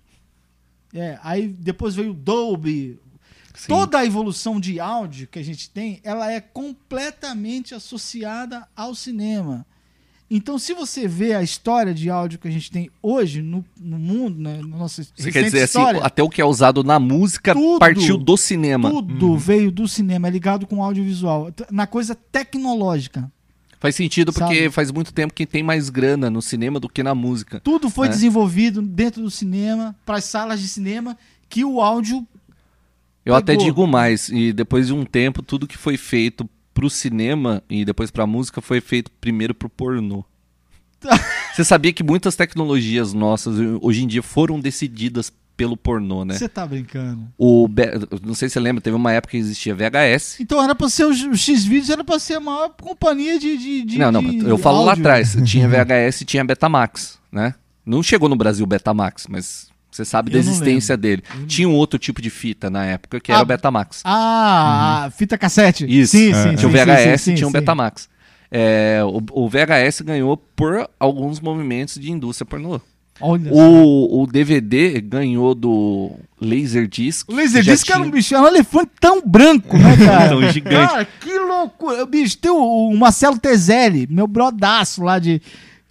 Speaker 3: É, aí depois veio o Dolby.
Speaker 2: Sim.
Speaker 3: Toda a evolução de áudio que a gente tem, ela é completamente associada ao cinema. Então, se você vê a história de áudio que a gente tem hoje no, no mundo, né, na nossa
Speaker 2: Você quer
Speaker 3: recente
Speaker 2: dizer
Speaker 3: história,
Speaker 2: assim, até o que é usado na música
Speaker 3: Tudo.
Speaker 2: partiu do cinema. Uhum.
Speaker 3: tudo veio do cinema, é ligado com o audiovisual, t- na coisa tecnológica.
Speaker 2: Faz sentido porque
Speaker 3: Sabe?
Speaker 2: faz muito tempo que tem mais grana no cinema do que na música.
Speaker 3: Tudo foi
Speaker 2: É.
Speaker 3: desenvolvido dentro do cinema, para as salas de cinema, que o áudio
Speaker 2: Eu até
Speaker 3: Pegou.
Speaker 2: digo mais, e depois de um tempo, tudo que foi feito pro cinema e depois pra música foi feito primeiro pro pornô. Você sabia que muitas tecnologias nossas eh, hoje em dia foram decididas pelo pornô, né?
Speaker 3: você tá brincando.
Speaker 2: O Be- Não sei se você lembra, teve uma época que existia VHS.
Speaker 3: Então era para ser o X- o X-Videos, era para ser a maior companhia de. de, de
Speaker 2: não, não,
Speaker 3: de
Speaker 2: eu falo lá
Speaker 3: áudio.
Speaker 2: atrás. Tinha VHS e tinha Betamax, né? Não chegou no Brasil o Betamax, mas você sabe da
Speaker 3: Eu não
Speaker 2: existência dele. Tinha um outro tipo de fita na época que era
Speaker 3: Ah,
Speaker 2: o Betamax.
Speaker 3: Ah, a fita cassete.
Speaker 2: Uhum. Isso.
Speaker 3: Sim,
Speaker 2: É.
Speaker 3: sim,
Speaker 2: tinha o
Speaker 3: sim, sim,
Speaker 2: VHS
Speaker 3: sim, sim,
Speaker 2: e tinha um o
Speaker 3: sim.
Speaker 2: Betamax. É, o, o VHS ganhou por alguns movimentos de indústria pornô.
Speaker 3: Olha. O
Speaker 2: O, o DVD ganhou do Laserdisc. Já
Speaker 3: Laserdisc era um
Speaker 2: tinha-
Speaker 3: bicho, era um elefante tão branco, né, cara?
Speaker 2: Tão gigante.
Speaker 3: Cara, que loucura. Bicho, tem o, o Marcelo Tezelli, meu brodaço lá de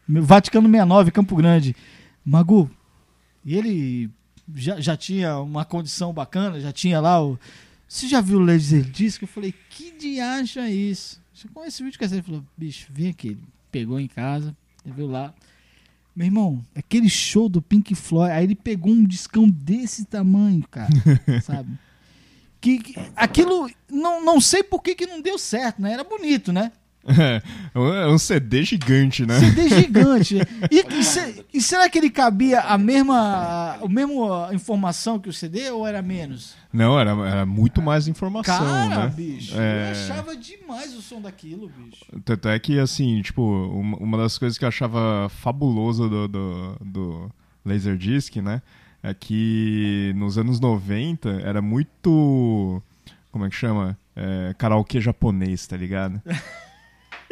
Speaker 3: meu Vaticano 69, Campo Grande. Magu, e ele já, já tinha uma condição bacana, já tinha lá o... Você já viu o Laserdisc? Eu falei, que diacho é isso? Você conhece esse vídeo que ele falou, bicho, vem aqui. Ele pegou em casa, ele viu lá. Meu irmão, aquele show do Pink Floyd, aí ele pegou um discão desse tamanho, cara, sabe? Que, que- aquilo, não, não sei por que, que não deu certo, né? Era bonito, né?
Speaker 1: É, é um CD gigante, né?
Speaker 3: CD gigante. né? E, e se- e será que ele cabia a mesma, a mesma informação que o CD ou era menos?
Speaker 1: Não, era, era muito mais informação,
Speaker 3: Cara,
Speaker 1: né?
Speaker 3: bicho,
Speaker 1: É.
Speaker 3: eu achava demais o som daquilo, bicho.
Speaker 1: Tanto é que, assim, tipo, uma, uma das coisas que eu achava fabulosa do, do, do Laserdisc, né? É que nos anos 90 era muito. Como é que chama? É, karaokê japonês, tá ligado?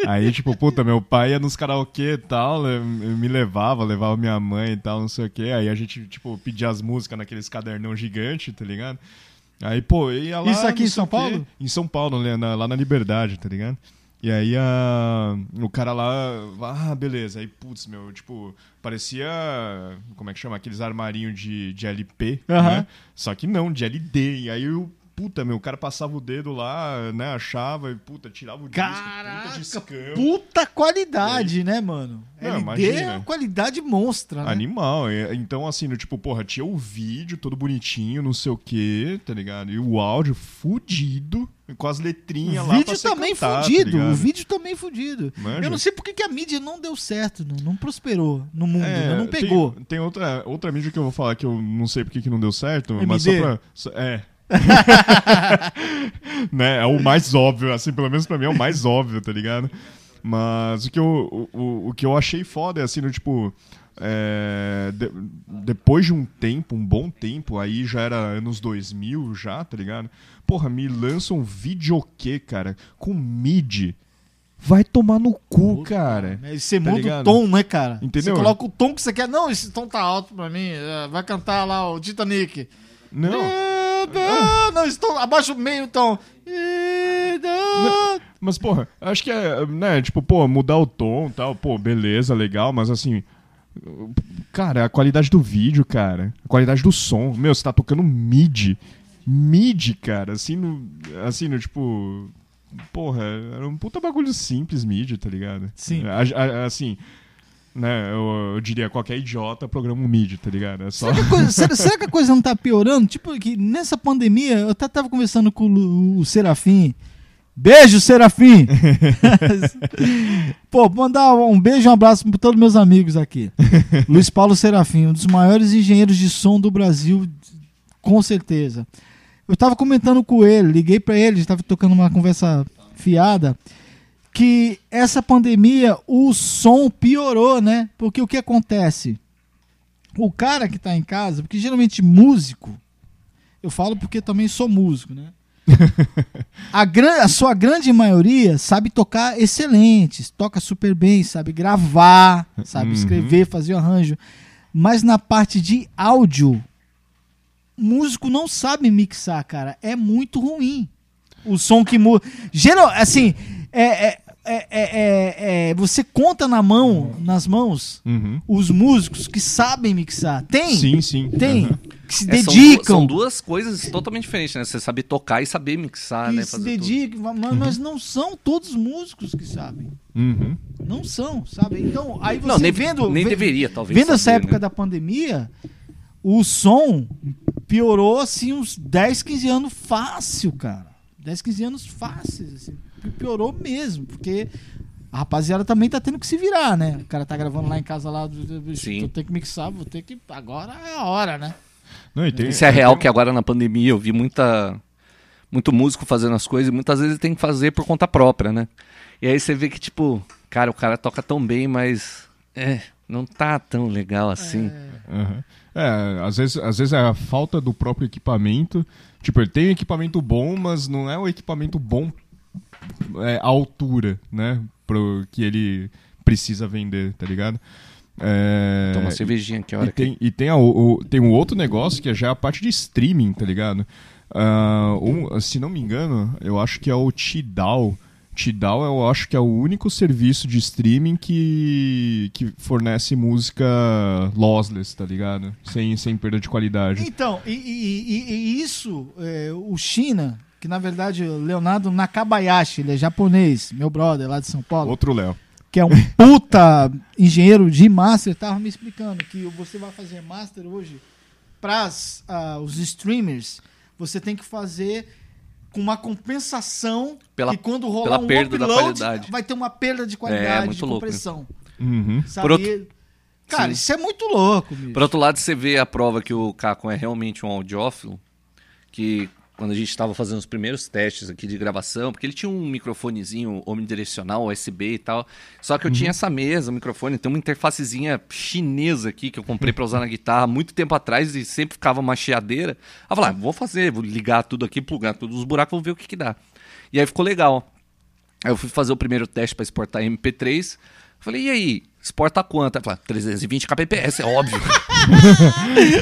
Speaker 1: Aí, tipo, puta, meu pai ia nos karaokê e tal, le- me levava, levava minha mãe e tal, não sei o quê. Aí a gente, tipo, pedia as músicas naqueles cadernão gigante, tá ligado? Aí, pô, eu ia lá.
Speaker 3: Isso aqui
Speaker 1: não
Speaker 3: em
Speaker 1: sei
Speaker 3: São
Speaker 1: o quê.
Speaker 3: Paulo?
Speaker 1: Em São Paulo, né, na- lá na Liberdade, tá ligado? E aí a- o cara lá, ah, beleza. Aí, putz, meu, tipo, parecia, como é que chama? Aqueles armarinhos de, de LP,
Speaker 3: Aham.
Speaker 1: né? Só que não, de LD. E aí o puta, meu, o cara passava o dedo lá, né, achava e, puta, tirava o
Speaker 3: Caraca,
Speaker 1: disco, puta discão.
Speaker 3: Puta né? qualidade, né, mano?
Speaker 1: Não,
Speaker 3: LD é uma
Speaker 1: imagina.
Speaker 3: qualidade monstra, né?
Speaker 1: Animal. é, Então, assim, no, tipo, porra, tinha o vídeo todo bonitinho, não sei o quê, tá ligado? E o áudio fudido, com as letrinhas
Speaker 3: O
Speaker 1: lá pra
Speaker 3: vídeo
Speaker 1: você
Speaker 3: também
Speaker 1: cantar, tá
Speaker 3: fudido,
Speaker 1: ligado?
Speaker 3: o vídeo também fudido.
Speaker 1: Manja.
Speaker 3: Eu não sei por que que a mídia não deu certo, não, não prosperou no mundo,
Speaker 1: É,
Speaker 3: né? não
Speaker 1: tem-
Speaker 3: pegou.
Speaker 1: Tem, outra, outra mídia que eu vou falar que eu não sei porque que não deu certo, mas só
Speaker 3: MD?
Speaker 1: pra. só- é. Né, É o mais óbvio, assim, pelo menos pra mim é o mais óbvio, tá ligado? Mas o que eu, o, o- o que eu achei foda é assim, no, tipo. é, de- depois de um tempo, um bom tempo, aí já era anos 2000 já, tá ligado? Porra, me lança um videoquê, cara, com MIDI. Vai tomar no cu, cara.
Speaker 3: Né? E Você
Speaker 1: Tá
Speaker 3: muda
Speaker 1: ligado?
Speaker 3: o tom, né, cara?
Speaker 1: Entendeu?
Speaker 3: Você coloca o tom que você quer. Não, esse tom tá alto pra mim. é, Vai cantar lá o Titanic.
Speaker 1: Não. Ah.
Speaker 3: É, Não, não, esse tom, abaixa o meio tom. É, não.
Speaker 1: Mas, porra, acho que é, né, tipo, pô, mudar o tom e tal, pô, beleza, legal, mas assim. Cara, a qualidade do vídeo, cara. A qualidade do som. Meu, você tá tocando MIDI. MIDI, cara, assim, no, assim, no tipo. Porra, era um puta bagulho simples, MIDI, tá ligado?
Speaker 3: Sim.
Speaker 1: A- a- assim, né, eu, eu diria, qualquer idiota programa um MIDI, tá ligado? É só.
Speaker 3: Será, que a coisa, será- será que a coisa não tá piorando? Tipo, que nessa pandemia, eu até tava conversando com o Lu- o Serafim. Beijo, Serafim! Pô, mandar um beijo e um abraço para todos meus amigos aqui. Luiz Paulo Serafim, um dos maiores engenheiros de som do Brasil, com certeza. Eu tava comentando com ele, liguei para ele, estava tocando uma conversa fiada, que essa pandemia o som piorou, né? Porque o que acontece? O cara que tá em casa, porque geralmente músico, eu falo porque também sou músico, né? a, gran- a sua grande maioria sabe tocar excelentes, toca super bem, sabe gravar, sabe
Speaker 1: Uhum.
Speaker 3: escrever, fazer o arranjo. Mas na parte de áudio, músico não sabe mixar, cara. É muito ruim. O som que muda. Geral, assim, é, é- é- é- é- é- você conta na mão, nas mãos,
Speaker 1: Uhum.
Speaker 3: os músicos que sabem mixar. Tem?
Speaker 1: Sim, sim.
Speaker 3: Tem.
Speaker 1: Uhum.
Speaker 3: Que se
Speaker 2: É, são du-
Speaker 3: dedicam.
Speaker 2: São duas coisas totalmente diferentes, né? Você saber tocar e saber mixar,
Speaker 3: que
Speaker 2: né?
Speaker 3: se
Speaker 2: Fazer
Speaker 3: dedicam, mas, mas não são todos os músicos que sabem.
Speaker 1: Uhum.
Speaker 3: Não são, sabe? Então, aí você
Speaker 2: tudo. Não, nem,
Speaker 3: vendo.
Speaker 2: nem
Speaker 3: ve-
Speaker 2: deveria, talvez.
Speaker 3: Vendo essa
Speaker 2: saber,
Speaker 3: época
Speaker 2: né?
Speaker 3: da pandemia, o som piorou assim uns 10, 15 anos fácil, cara. 10, 15 anos fáceis, assim. Pi- Piorou mesmo, porque a rapaziada também tá tendo que se virar, né? O cara tá gravando lá em casa lá, do- do- bicho,
Speaker 2: Sim.
Speaker 3: vou ter que mixar, vou ter que. Agora é a hora, né?
Speaker 1: Não, e tem-
Speaker 2: Isso é real que agora na pandemia eu vi muita muito músico fazendo as coisas e muitas vezes tem que fazer por conta própria, né? E aí você vê que tipo, cara, o cara toca tão bem, mas é, Não tá tão legal assim.
Speaker 1: Aham. É, às vezes, às vezes é a falta do próprio equipamento. Tipo, ele tem um equipamento bom, mas não é o equipamento bom é, à altura, né? Pro que ele precisa vender, tá ligado? É,
Speaker 2: Toma uma cervejinha que hora
Speaker 1: e tem, e tem, a- o, o- tem um outro negócio que é já a parte de streaming, tá ligado? Ah, um- se não me engano, eu acho que é o Tidal. Tidal eu acho que é o único serviço de streaming que, que fornece música lossless, tá ligado? Sem, sem perda de qualidade.
Speaker 3: Então, e, e- e- e isso, é, o China, que na verdade o Leonardo Nakabayashi, ele é japonês, meu brother lá de São Paulo,
Speaker 1: Outro Léo.
Speaker 3: que é um puta engenheiro de master, tava me explicando que você vai fazer master hoje para os streamers, você tem que fazer com uma compensação
Speaker 2: Pela-
Speaker 3: que quando rolar
Speaker 2: pela
Speaker 3: um
Speaker 2: perda da
Speaker 3: upload,
Speaker 2: qualidade. É,
Speaker 3: vai ter uma perda de qualidade,
Speaker 2: muito
Speaker 3: de
Speaker 2: louco, né?
Speaker 3: compressão.
Speaker 1: Uhum.
Speaker 3: Sabe?
Speaker 2: Por outro-
Speaker 3: Cara,
Speaker 2: Sim.
Speaker 3: isso é muito louco, bicho.
Speaker 2: Por outro lado, você vê a prova que o Caco é realmente um audiófilo, que quando a gente estava fazendo os primeiros testes aqui de gravação, porque ele tinha um microfonezinho omnidirecional, USB e tal, só que eu tinha essa mesa, um microfone, tem uma interfacezinha chinesa aqui que eu comprei para usar na guitarra há muito tempo atrás e sempre ficava uma chiadeira. Aí eu falei, ah, vou fazer, vou ligar tudo aqui, plugar todos os buracos, vou ver o que que dá. E aí ficou legal. Aí eu fui fazer o primeiro teste pra exportar MP3. Falei, e aí? Exporta quanto? Ela falou, 320 kbps, é óbvio.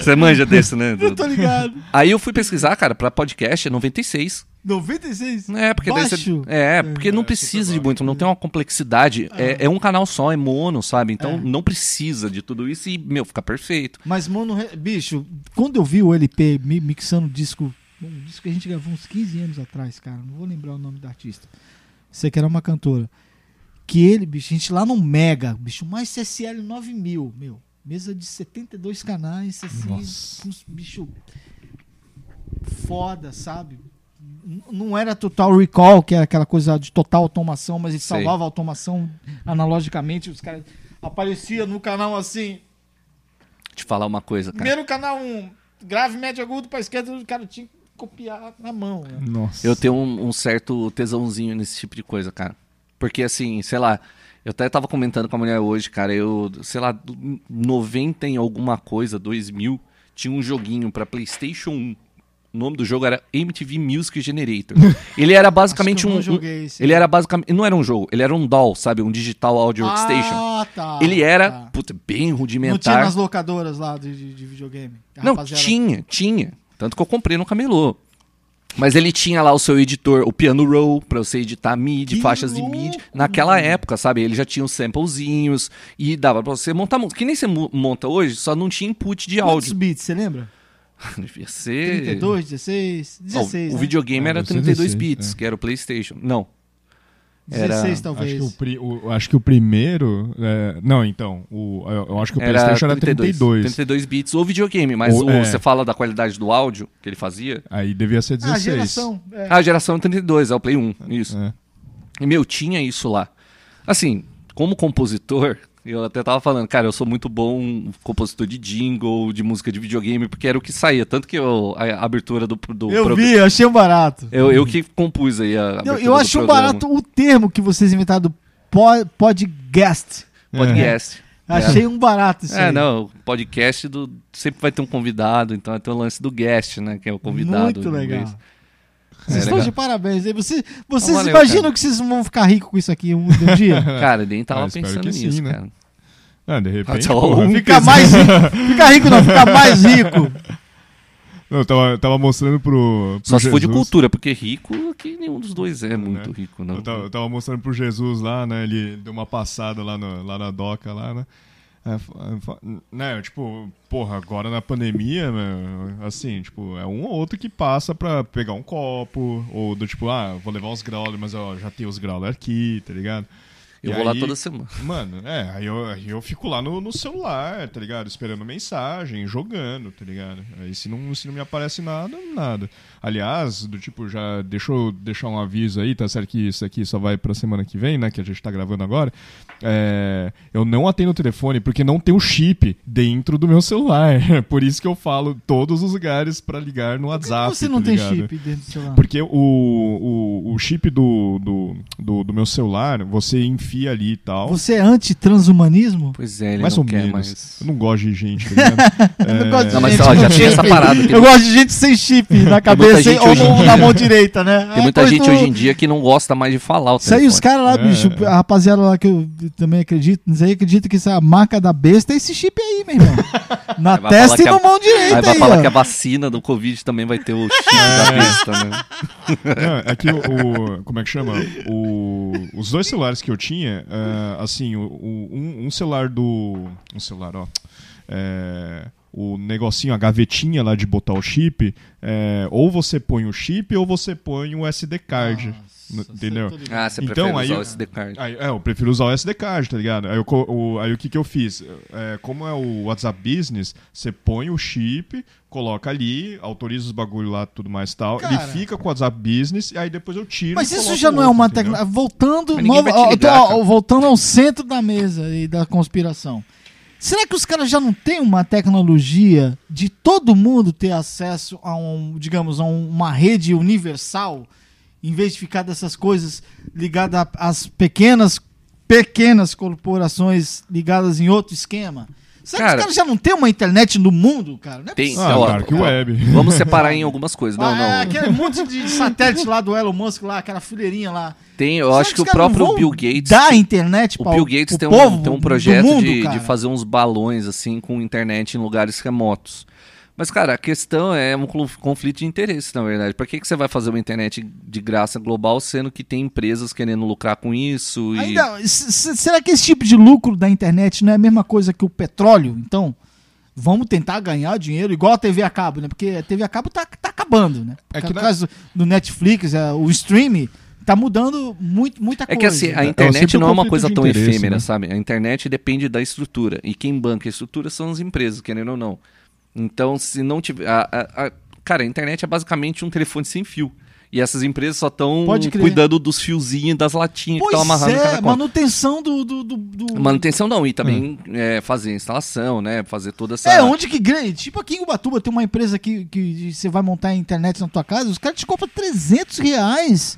Speaker 2: Você manja desse, né?
Speaker 3: Eu tô ligado.
Speaker 2: Aí eu fui pesquisar, cara, pra podcast é 96.
Speaker 3: 96?
Speaker 2: É, porque daí você...
Speaker 3: Baixo.
Speaker 2: É, porque não precisa de muito, não tem uma complexidade.
Speaker 3: Ah.
Speaker 2: É, é um canal só, é mono, sabe? Então não precisa de tudo isso e, meu, fica perfeito.
Speaker 3: Mas, mano, re- bicho, quando eu vi o LP mi- mixando o disco, um disco que a gente gravou uns 15 anos atrás, cara, não vou lembrar o nome da artista. Sei que era uma cantora. Que ele, bicho, a gente lá no Mega, bicho, mais CSL 9000, meu. Mesa de 72 canais, assim,
Speaker 1: Nossa.
Speaker 3: com uns bicho foda, sabe? N- Não era Total Recall, que era aquela coisa de total automação, mas ele
Speaker 2: Sei.
Speaker 3: salvava a automação analogicamente, os caras aparecia no canal assim,
Speaker 2: Te falar uma coisa, cara.
Speaker 3: Primeiro canal 1, grave, médio, agudo pra esquerda, o cara tinha que copiar na mão. Né?
Speaker 1: Nossa.
Speaker 2: Eu tenho um, um certo tesãozinho nesse tipo de coisa, cara. Porque, assim, sei lá, eu até tava comentando com a mulher hoje, cara, eu, sei lá, do- 90 em alguma coisa, 2000, tinha um joguinho pra PlayStation 1. O nome do jogo era MTV Music Generator. Ele era basicamente
Speaker 3: eu não
Speaker 2: um.
Speaker 3: joguei esse.
Speaker 2: ele era basicamente. Não era um jogo, ele era um doll, sabe? Um digital audio workstation.
Speaker 3: Ah, tá.
Speaker 2: ele era,
Speaker 3: tá.
Speaker 2: puta, bem
Speaker 3: Não tinha
Speaker 2: rudimentar.
Speaker 3: nas locadoras lá de, de- de videogame. que a
Speaker 2: Não,
Speaker 3: rapaziada-
Speaker 2: tinha, tinha. Tanto que eu comprei no camelô. Mas ele tinha lá o seu editor, o piano roll, pra você editar MIDI,
Speaker 3: Que
Speaker 2: faixas de MIDI. Naquela época, sabe? Ele já tinha os samplezinhos e dava pra você montar música. Que nem você mu- monta hoje, só não tinha input de
Speaker 3: Quantos
Speaker 2: áudio.
Speaker 3: bits, você lembra?
Speaker 2: Devia ser.
Speaker 3: 32, 16,
Speaker 2: Ó,
Speaker 3: 16.
Speaker 2: o
Speaker 3: né?
Speaker 2: videogame
Speaker 1: É,
Speaker 2: era
Speaker 1: deve ser
Speaker 2: 32
Speaker 1: 16,
Speaker 2: bits,
Speaker 1: é.
Speaker 2: que era o PlayStation. Não. era-
Speaker 3: 16
Speaker 1: Acho que,
Speaker 3: talvez.
Speaker 1: o pri- o, acho que o primeiro. é, não, então. O, eu, eu acho que o
Speaker 2: Era
Speaker 1: PlayStation era
Speaker 2: 32,
Speaker 1: 32.
Speaker 2: 32 bits ou videogame, mas
Speaker 1: Ou-
Speaker 2: o-
Speaker 1: é.
Speaker 2: você fala da qualidade do áudio que ele fazia.
Speaker 1: Aí devia ser
Speaker 3: Ah,
Speaker 1: 16.
Speaker 3: a geração. é.
Speaker 2: Ah, geração 32, é o Play 1. Isso.
Speaker 1: É.
Speaker 2: E, meu, tinha isso lá. Assim, como compositor, eu até tava falando, cara, eu sou muito bom compositor de jingle, de música de videogame, porque era o que saía. Tanto que eu- a, a abertura do, do
Speaker 3: Eu
Speaker 2: pro-
Speaker 3: vi, eu achei um barato.
Speaker 2: Eu, eu que compus aí a
Speaker 3: Eu,
Speaker 2: É, abertura
Speaker 3: eu
Speaker 2: do
Speaker 3: acho um
Speaker 2: programa.
Speaker 3: barato o termo que vocês inventaram, po- podcast.
Speaker 2: É.
Speaker 1: É.
Speaker 2: Podcast.
Speaker 3: Achei um barato isso
Speaker 2: É,
Speaker 3: aí.
Speaker 2: não, podcast do. Sempre vai ter um convidado, então tem o lance do guest, né? Que é o convidado.
Speaker 3: Muito
Speaker 2: em
Speaker 3: legal.
Speaker 2: inglês.
Speaker 3: Vocês
Speaker 2: É,
Speaker 3: estão
Speaker 2: legal.
Speaker 3: de parabéns. hein? Vocês, vocês
Speaker 2: valeu,
Speaker 3: imaginam
Speaker 2: cara.
Speaker 3: que vocês vão ficar ricos com isso aqui um, um dia?
Speaker 2: Cara, nem tava
Speaker 1: Ah, espero
Speaker 2: pensando
Speaker 1: que sim,
Speaker 2: nisso,
Speaker 1: né?
Speaker 2: cara.
Speaker 1: Ah, de repente.
Speaker 2: Então,
Speaker 1: porra,
Speaker 2: um-
Speaker 3: Ficar mais rico. Ficar rico não, ficar mais rico.
Speaker 1: Não, eu tava, eu tava mostrando pro. pro
Speaker 2: Só se for de
Speaker 1: Jesus. Né?
Speaker 2: cultura, porque rico, que nenhum dos dois é muito rico, não.
Speaker 1: Eu tava, eu tava mostrando pro Jesus lá, né? Ele deu uma passada lá, no- lá na doca lá, né? Aí fa- aí fa- Né, eu, tipo, porra, agora na pandemia, né, assim, tipo, é um ou outro que passa pra pegar um copo, ou do tipo, ah, vou levar os growler, mas ó, já tem os growler aqui, tá ligado?
Speaker 2: Eu
Speaker 1: E
Speaker 2: vou lá
Speaker 1: aí-
Speaker 2: toda semana.
Speaker 1: Mano, é, aí eu, aí eu fico lá no, no celular, tá ligado? Esperando mensagem, jogando, tá ligado? Aí se não, se não me aparece nada, nada. Aliás, do tipo, já deixa eu deixar um aviso aí, tá certo que isso aqui só vai pra semana que vem, né? Que a gente tá gravando agora. É, eu não atendo o telefone porque não tem o chip dentro do meu celular. Por isso que eu falo todos os lugares pra ligar no
Speaker 3: Por que
Speaker 1: WhatsApp.
Speaker 3: você não
Speaker 1: tá
Speaker 3: tem
Speaker 1: ligado?
Speaker 3: chip dentro do celular?
Speaker 1: Porque o, o, o chip do, do, do, do meu celular, você filosofia ali e tal.
Speaker 3: Você é anti-transhumanismo?
Speaker 2: Pois é, ele
Speaker 1: mais
Speaker 2: não
Speaker 1: ou
Speaker 2: quer
Speaker 1: menos.
Speaker 2: mais.
Speaker 1: Eu não gosto de gente, tá ligado?
Speaker 3: Eu não gosto de
Speaker 2: Não, mas
Speaker 3: gente
Speaker 2: ó, já
Speaker 3: com
Speaker 2: tem essa
Speaker 3: chip.
Speaker 2: parada. Tem,
Speaker 3: Eu gosto de gente sem chip na cabeça
Speaker 2: gente
Speaker 3: hein, ou
Speaker 2: hoje em
Speaker 3: no-
Speaker 2: dia.
Speaker 3: na mão direita, né?
Speaker 2: tem muita gente hoje em dia que não gosta mais de falar o
Speaker 3: Isso aí,
Speaker 2: telefone.
Speaker 3: os caras lá,
Speaker 1: É.
Speaker 3: bicho, a rapaziada lá que eu também acredito, isso aí acredita que isso é a marca da besta é esse chip aí, meu irmão. Na
Speaker 2: Aí vai falar
Speaker 3: testa e
Speaker 2: que
Speaker 3: na
Speaker 2: a-
Speaker 3: mão direita
Speaker 2: Aí
Speaker 3: aí, Ah,
Speaker 2: vai falar
Speaker 3: ó.
Speaker 2: que a vacina do Covid também vai ter o chip da
Speaker 3: é.
Speaker 2: besta, né?
Speaker 1: Não, é que o, o- Como é que chama? O- os dois celulares que eu tinha, é, assim, o- o- um, um celular do. Um celular, ó. é, o negocinho, a gavetinha lá de botar o chip, é, ou você põe o chip ou você põe o SD card. n- entendeu?
Speaker 3: é
Speaker 2: Ah, você
Speaker 1: Então,
Speaker 2: prefere
Speaker 1: aí
Speaker 2: usar
Speaker 1: eu-
Speaker 2: o SD card.
Speaker 1: Aí, é, eu prefiro usar o SD card, tá ligado? Aí, eu co- o, aí o que, que eu fiz? É, como é o WhatsApp Business, você põe o chip, coloca ali, autoriza os bagulho lá tudo mais e tal.
Speaker 3: Cara.
Speaker 1: ele fica com o WhatsApp Business e aí depois eu tiro.
Speaker 3: Mas
Speaker 1: e
Speaker 3: isso
Speaker 1: coloco
Speaker 3: já não é
Speaker 1: outro,
Speaker 3: uma
Speaker 1: entendeu?
Speaker 3: tecnologia. Voltando,
Speaker 2: Mas ninguém
Speaker 3: nova-
Speaker 2: vai te
Speaker 3: ó,
Speaker 2: ligar,
Speaker 3: tô- ó,
Speaker 2: cara.
Speaker 3: voltando ao centro da mesa e da conspiração. Será que os caras já não têm uma tecnologia de todo mundo ter acesso a um, digamos, a um- uma rede universal, em vez de ficar dessas coisas ligadas a- às pequenas, pequenas corporações ligadas em outro esquema? Será que
Speaker 2: Cara-
Speaker 3: os caras já não têm uma internet no mundo, cara? Não é
Speaker 2: Tem,
Speaker 1: Ah,
Speaker 2: ó,
Speaker 1: dark
Speaker 2: ó,
Speaker 1: web.
Speaker 2: Vamos separar em algumas coisas. Não,
Speaker 3: Ah,
Speaker 2: não.
Speaker 3: Aquele monte de satélite lá do Elon Musk lá, aquela fileirinha lá.
Speaker 2: Tem, eu
Speaker 3: Será
Speaker 2: acho que
Speaker 3: os
Speaker 2: o
Speaker 3: caras não
Speaker 2: próprio
Speaker 3: vão
Speaker 2: Bill Gates.
Speaker 3: Dar a internet
Speaker 2: o
Speaker 3: pra-
Speaker 2: Bill Gates tem
Speaker 3: pro povo
Speaker 2: um, tem um
Speaker 3: do
Speaker 2: projeto
Speaker 3: mundo,
Speaker 2: de,
Speaker 3: cara?
Speaker 2: de fazer uns balões assim com internet em lugares remotos. Mas, cara, a questão é um clu- conflito de interesse, na verdade. Pra que, que você vai fazer uma internet de graça global, sendo que tem empresas querendo lucrar com isso? E...
Speaker 3: Ainda- s- s- será que esse tipo de lucro da internet não é a mesma coisa que o petróleo? Então, vamos tentar ganhar dinheiro igual a TV a cabo, né? Porque a TV a cabo tá, tá acabando, né?
Speaker 1: É
Speaker 3: Por
Speaker 1: que na-
Speaker 3: causa do Netflix, é, o stream tá mudando muito, muita
Speaker 2: É
Speaker 3: coisa.
Speaker 2: que assim, a
Speaker 1: sempre
Speaker 2: internet
Speaker 1: um
Speaker 2: não é uma
Speaker 1: conflito
Speaker 2: coisa
Speaker 1: de
Speaker 2: tão
Speaker 1: interesse,
Speaker 2: efêmera,
Speaker 1: né?
Speaker 2: sabe? A internet depende da estrutura. E quem banca a estrutura são as empresas, querendo ou não. Então, se não tiver. a- a- a- cara, a internet é basicamente um telefone sem fio. E essas empresas só estão
Speaker 3: Pode crer.
Speaker 2: cuidando dos fiozinhos, das latinhas que estão
Speaker 3: Pois
Speaker 2: tá amarrando em cada
Speaker 3: é,
Speaker 2: conta. É
Speaker 3: manutenção do... do, do- do-
Speaker 2: Manutenção não, e também é, fazer a instalação, né? Fazer toda essa.
Speaker 3: Ah. É, onde que grande. Tipo aqui em Ubatuba tem uma empresa que, que você vai montar a internet na tua casa, os caras te compram 300 reais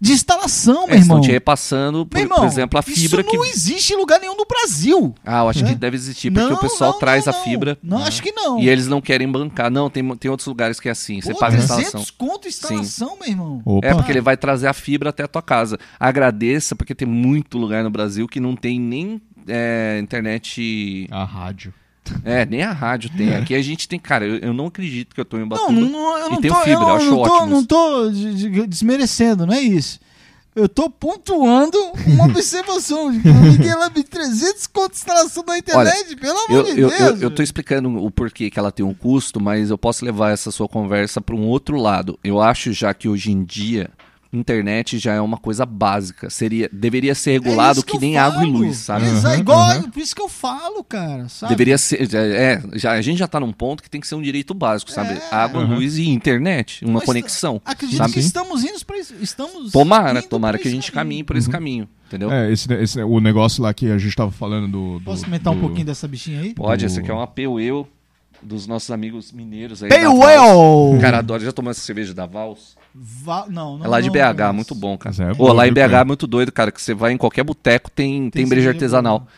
Speaker 3: de instalação,
Speaker 2: é,
Speaker 3: meu irmão.
Speaker 2: estão te repassando, por,
Speaker 3: Meu
Speaker 2: por
Speaker 3: irmão,
Speaker 2: exemplo, a fibra
Speaker 3: isso
Speaker 2: que.
Speaker 3: não existe em lugar nenhum no Brasil.
Speaker 2: Ah, eu acho que deve existir, porque
Speaker 3: Não,
Speaker 2: o pessoal
Speaker 3: não,
Speaker 2: traz
Speaker 3: não,
Speaker 2: a
Speaker 3: não.
Speaker 2: fibra. né?
Speaker 3: Não, acho que não.
Speaker 2: E eles não querem bancar. Não, tem, tem outros lugares que é assim. Você
Speaker 3: Pô,
Speaker 2: paga a
Speaker 3: 300
Speaker 2: instalação.
Speaker 3: conto instalação, meu irmão.
Speaker 1: Opa.
Speaker 2: É, porque ele vai trazer a fibra até a tua casa. Agradeça, porque tem muito lugar no Brasil que não tem nem é, internet.
Speaker 1: A rádio.
Speaker 2: É, nem a rádio tem. Aqui a gente tem. Cara, eu, eu não acredito que eu tô em
Speaker 3: Não,
Speaker 2: Ubatuba.
Speaker 3: não, não, eu
Speaker 2: E
Speaker 3: não
Speaker 2: tem o
Speaker 3: tô,
Speaker 2: fibra,
Speaker 3: eu
Speaker 2: eu acho
Speaker 3: não tô,
Speaker 2: ótimo
Speaker 3: não tô de- de- desmerecendo, não é isso. Eu tô pontuando uma observação. de que Ninguém lá me 300 conto de instalação na internet, pelo amor
Speaker 2: Eu,
Speaker 3: de
Speaker 2: eu,
Speaker 3: Deus.
Speaker 2: eu, eu tô explicando o porquê que ela tem um custo, mas eu posso levar essa sua conversa para um outro lado. Eu acho já que hoje em dia internet já é uma coisa básica. Seria, deveria ser regulado
Speaker 3: É isso
Speaker 2: que,
Speaker 3: eu
Speaker 2: nem
Speaker 3: falo.
Speaker 2: água e luz, sabe?
Speaker 3: Exa-
Speaker 1: Uhum,
Speaker 3: igual,
Speaker 1: uhum.
Speaker 3: por isso que eu falo, cara, sabe?
Speaker 2: Deveria ser. já- É, já, a gente já tá num ponto que tem que ser um direito básico, sabe?
Speaker 3: É.
Speaker 2: Água,
Speaker 1: Uhum.
Speaker 2: luz e internet, uma
Speaker 3: Mas tá
Speaker 2: conexão.
Speaker 3: Acredito
Speaker 2: sabe?
Speaker 3: que estamos indo para isso. Estamos
Speaker 2: Tomara,
Speaker 3: indo
Speaker 2: tomara
Speaker 3: pra
Speaker 2: que a
Speaker 3: esse
Speaker 2: gente
Speaker 3: caminho.
Speaker 2: caminhe por esse caminho, entendeu?
Speaker 1: Uhum. É, esse, esse- o negócio lá que a gente tava falando do. do-
Speaker 3: Posso comentar um
Speaker 1: do-
Speaker 3: pouquinho dessa bichinha aí?
Speaker 2: Pode,
Speaker 1: do-
Speaker 2: essa aqui é uma PUEL dos nossos amigos mineiros aí. da Vals.
Speaker 3: Paywell!
Speaker 2: Cara, adoro, já tomou essa cerveja da Vals?
Speaker 3: Va- não, não,
Speaker 2: É lá de
Speaker 3: não,
Speaker 2: BH,
Speaker 3: não.
Speaker 2: muito bom, cara.
Speaker 1: Mas é
Speaker 2: Ô,
Speaker 1: bom,
Speaker 2: lá em
Speaker 1: viu,
Speaker 2: BH é
Speaker 1: cara?
Speaker 2: muito doido, cara, que você vai em qualquer boteco, tem, tem,
Speaker 3: cerveja
Speaker 2: breja artesanal.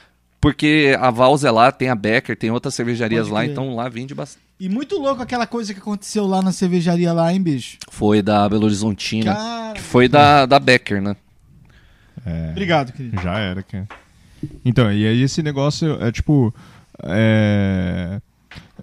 Speaker 2: Porque a Vals é lá, tem a Becker, tem outras cervejarias
Speaker 3: Pode
Speaker 2: lá,
Speaker 3: crer.
Speaker 2: então lá vende bastante.
Speaker 3: E muito louco aquela coisa que aconteceu lá na cervejaria lá, hein, bicho?
Speaker 2: Foi da Belo Horizontina, que
Speaker 3: Cara,
Speaker 2: foi da, da Becker, né?
Speaker 1: É.
Speaker 3: obrigado, querido.
Speaker 1: Já era, cara. Então, e aí esse negócio é tipo. É,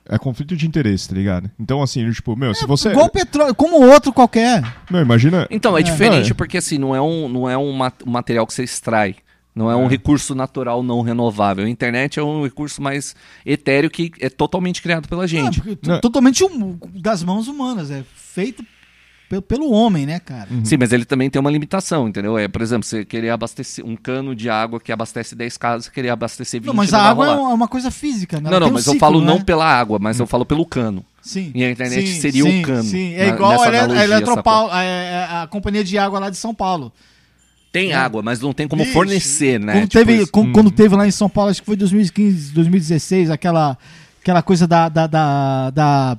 Speaker 1: é conflito de interesse, tá ligado? Então, assim, tipo, meu, se você.
Speaker 3: É, Igual petróleo, como outro qualquer.
Speaker 1: Meu, imagina.
Speaker 2: Então, é, diferente
Speaker 1: Não, é.
Speaker 2: porque assim, não é, um, não é um mat- um material que você extrai. Não é um recurso natural não renovável. A internet é um recurso mais etéreo que é totalmente criado pela
Speaker 3: Ah,
Speaker 2: gente.
Speaker 3: porque t-
Speaker 1: Não.
Speaker 3: Totalmente hum- das mãos humanas, é feito pe- pelo homem, né, cara?
Speaker 1: Uhum.
Speaker 2: Sim, mas ele também tem uma limitação, entendeu? É, por exemplo, você querer abastecer um cano de água que abastece 10 casas, você querer abastecer 20
Speaker 3: Não, mas a
Speaker 2: não vai
Speaker 3: água é
Speaker 2: rolar.
Speaker 3: uma- é uma coisa física, né? Ela
Speaker 2: Não, não,
Speaker 3: tem um
Speaker 2: mas eu
Speaker 3: ciclo,
Speaker 2: falo não
Speaker 3: né?
Speaker 2: pela água, mas eu falo pelo cano.
Speaker 3: Sim.
Speaker 2: E a internet
Speaker 3: Sim,
Speaker 2: seria
Speaker 3: sim,
Speaker 2: um cano,
Speaker 3: Sim, é
Speaker 2: na-
Speaker 3: igual
Speaker 2: nessa
Speaker 3: a, ele- a
Speaker 2: analogia,
Speaker 3: Eletropaulo, a, a- a companhia de água lá de São Paulo.
Speaker 2: Tem água, mas não tem como
Speaker 3: Bicho,
Speaker 2: fornecer, né?
Speaker 3: Quando,
Speaker 2: Tipo
Speaker 3: É. teve,
Speaker 2: isso.
Speaker 3: com- quando teve lá em São Paulo, acho que foi 2015, 2016, aquela, aquela coisa da, da, da, da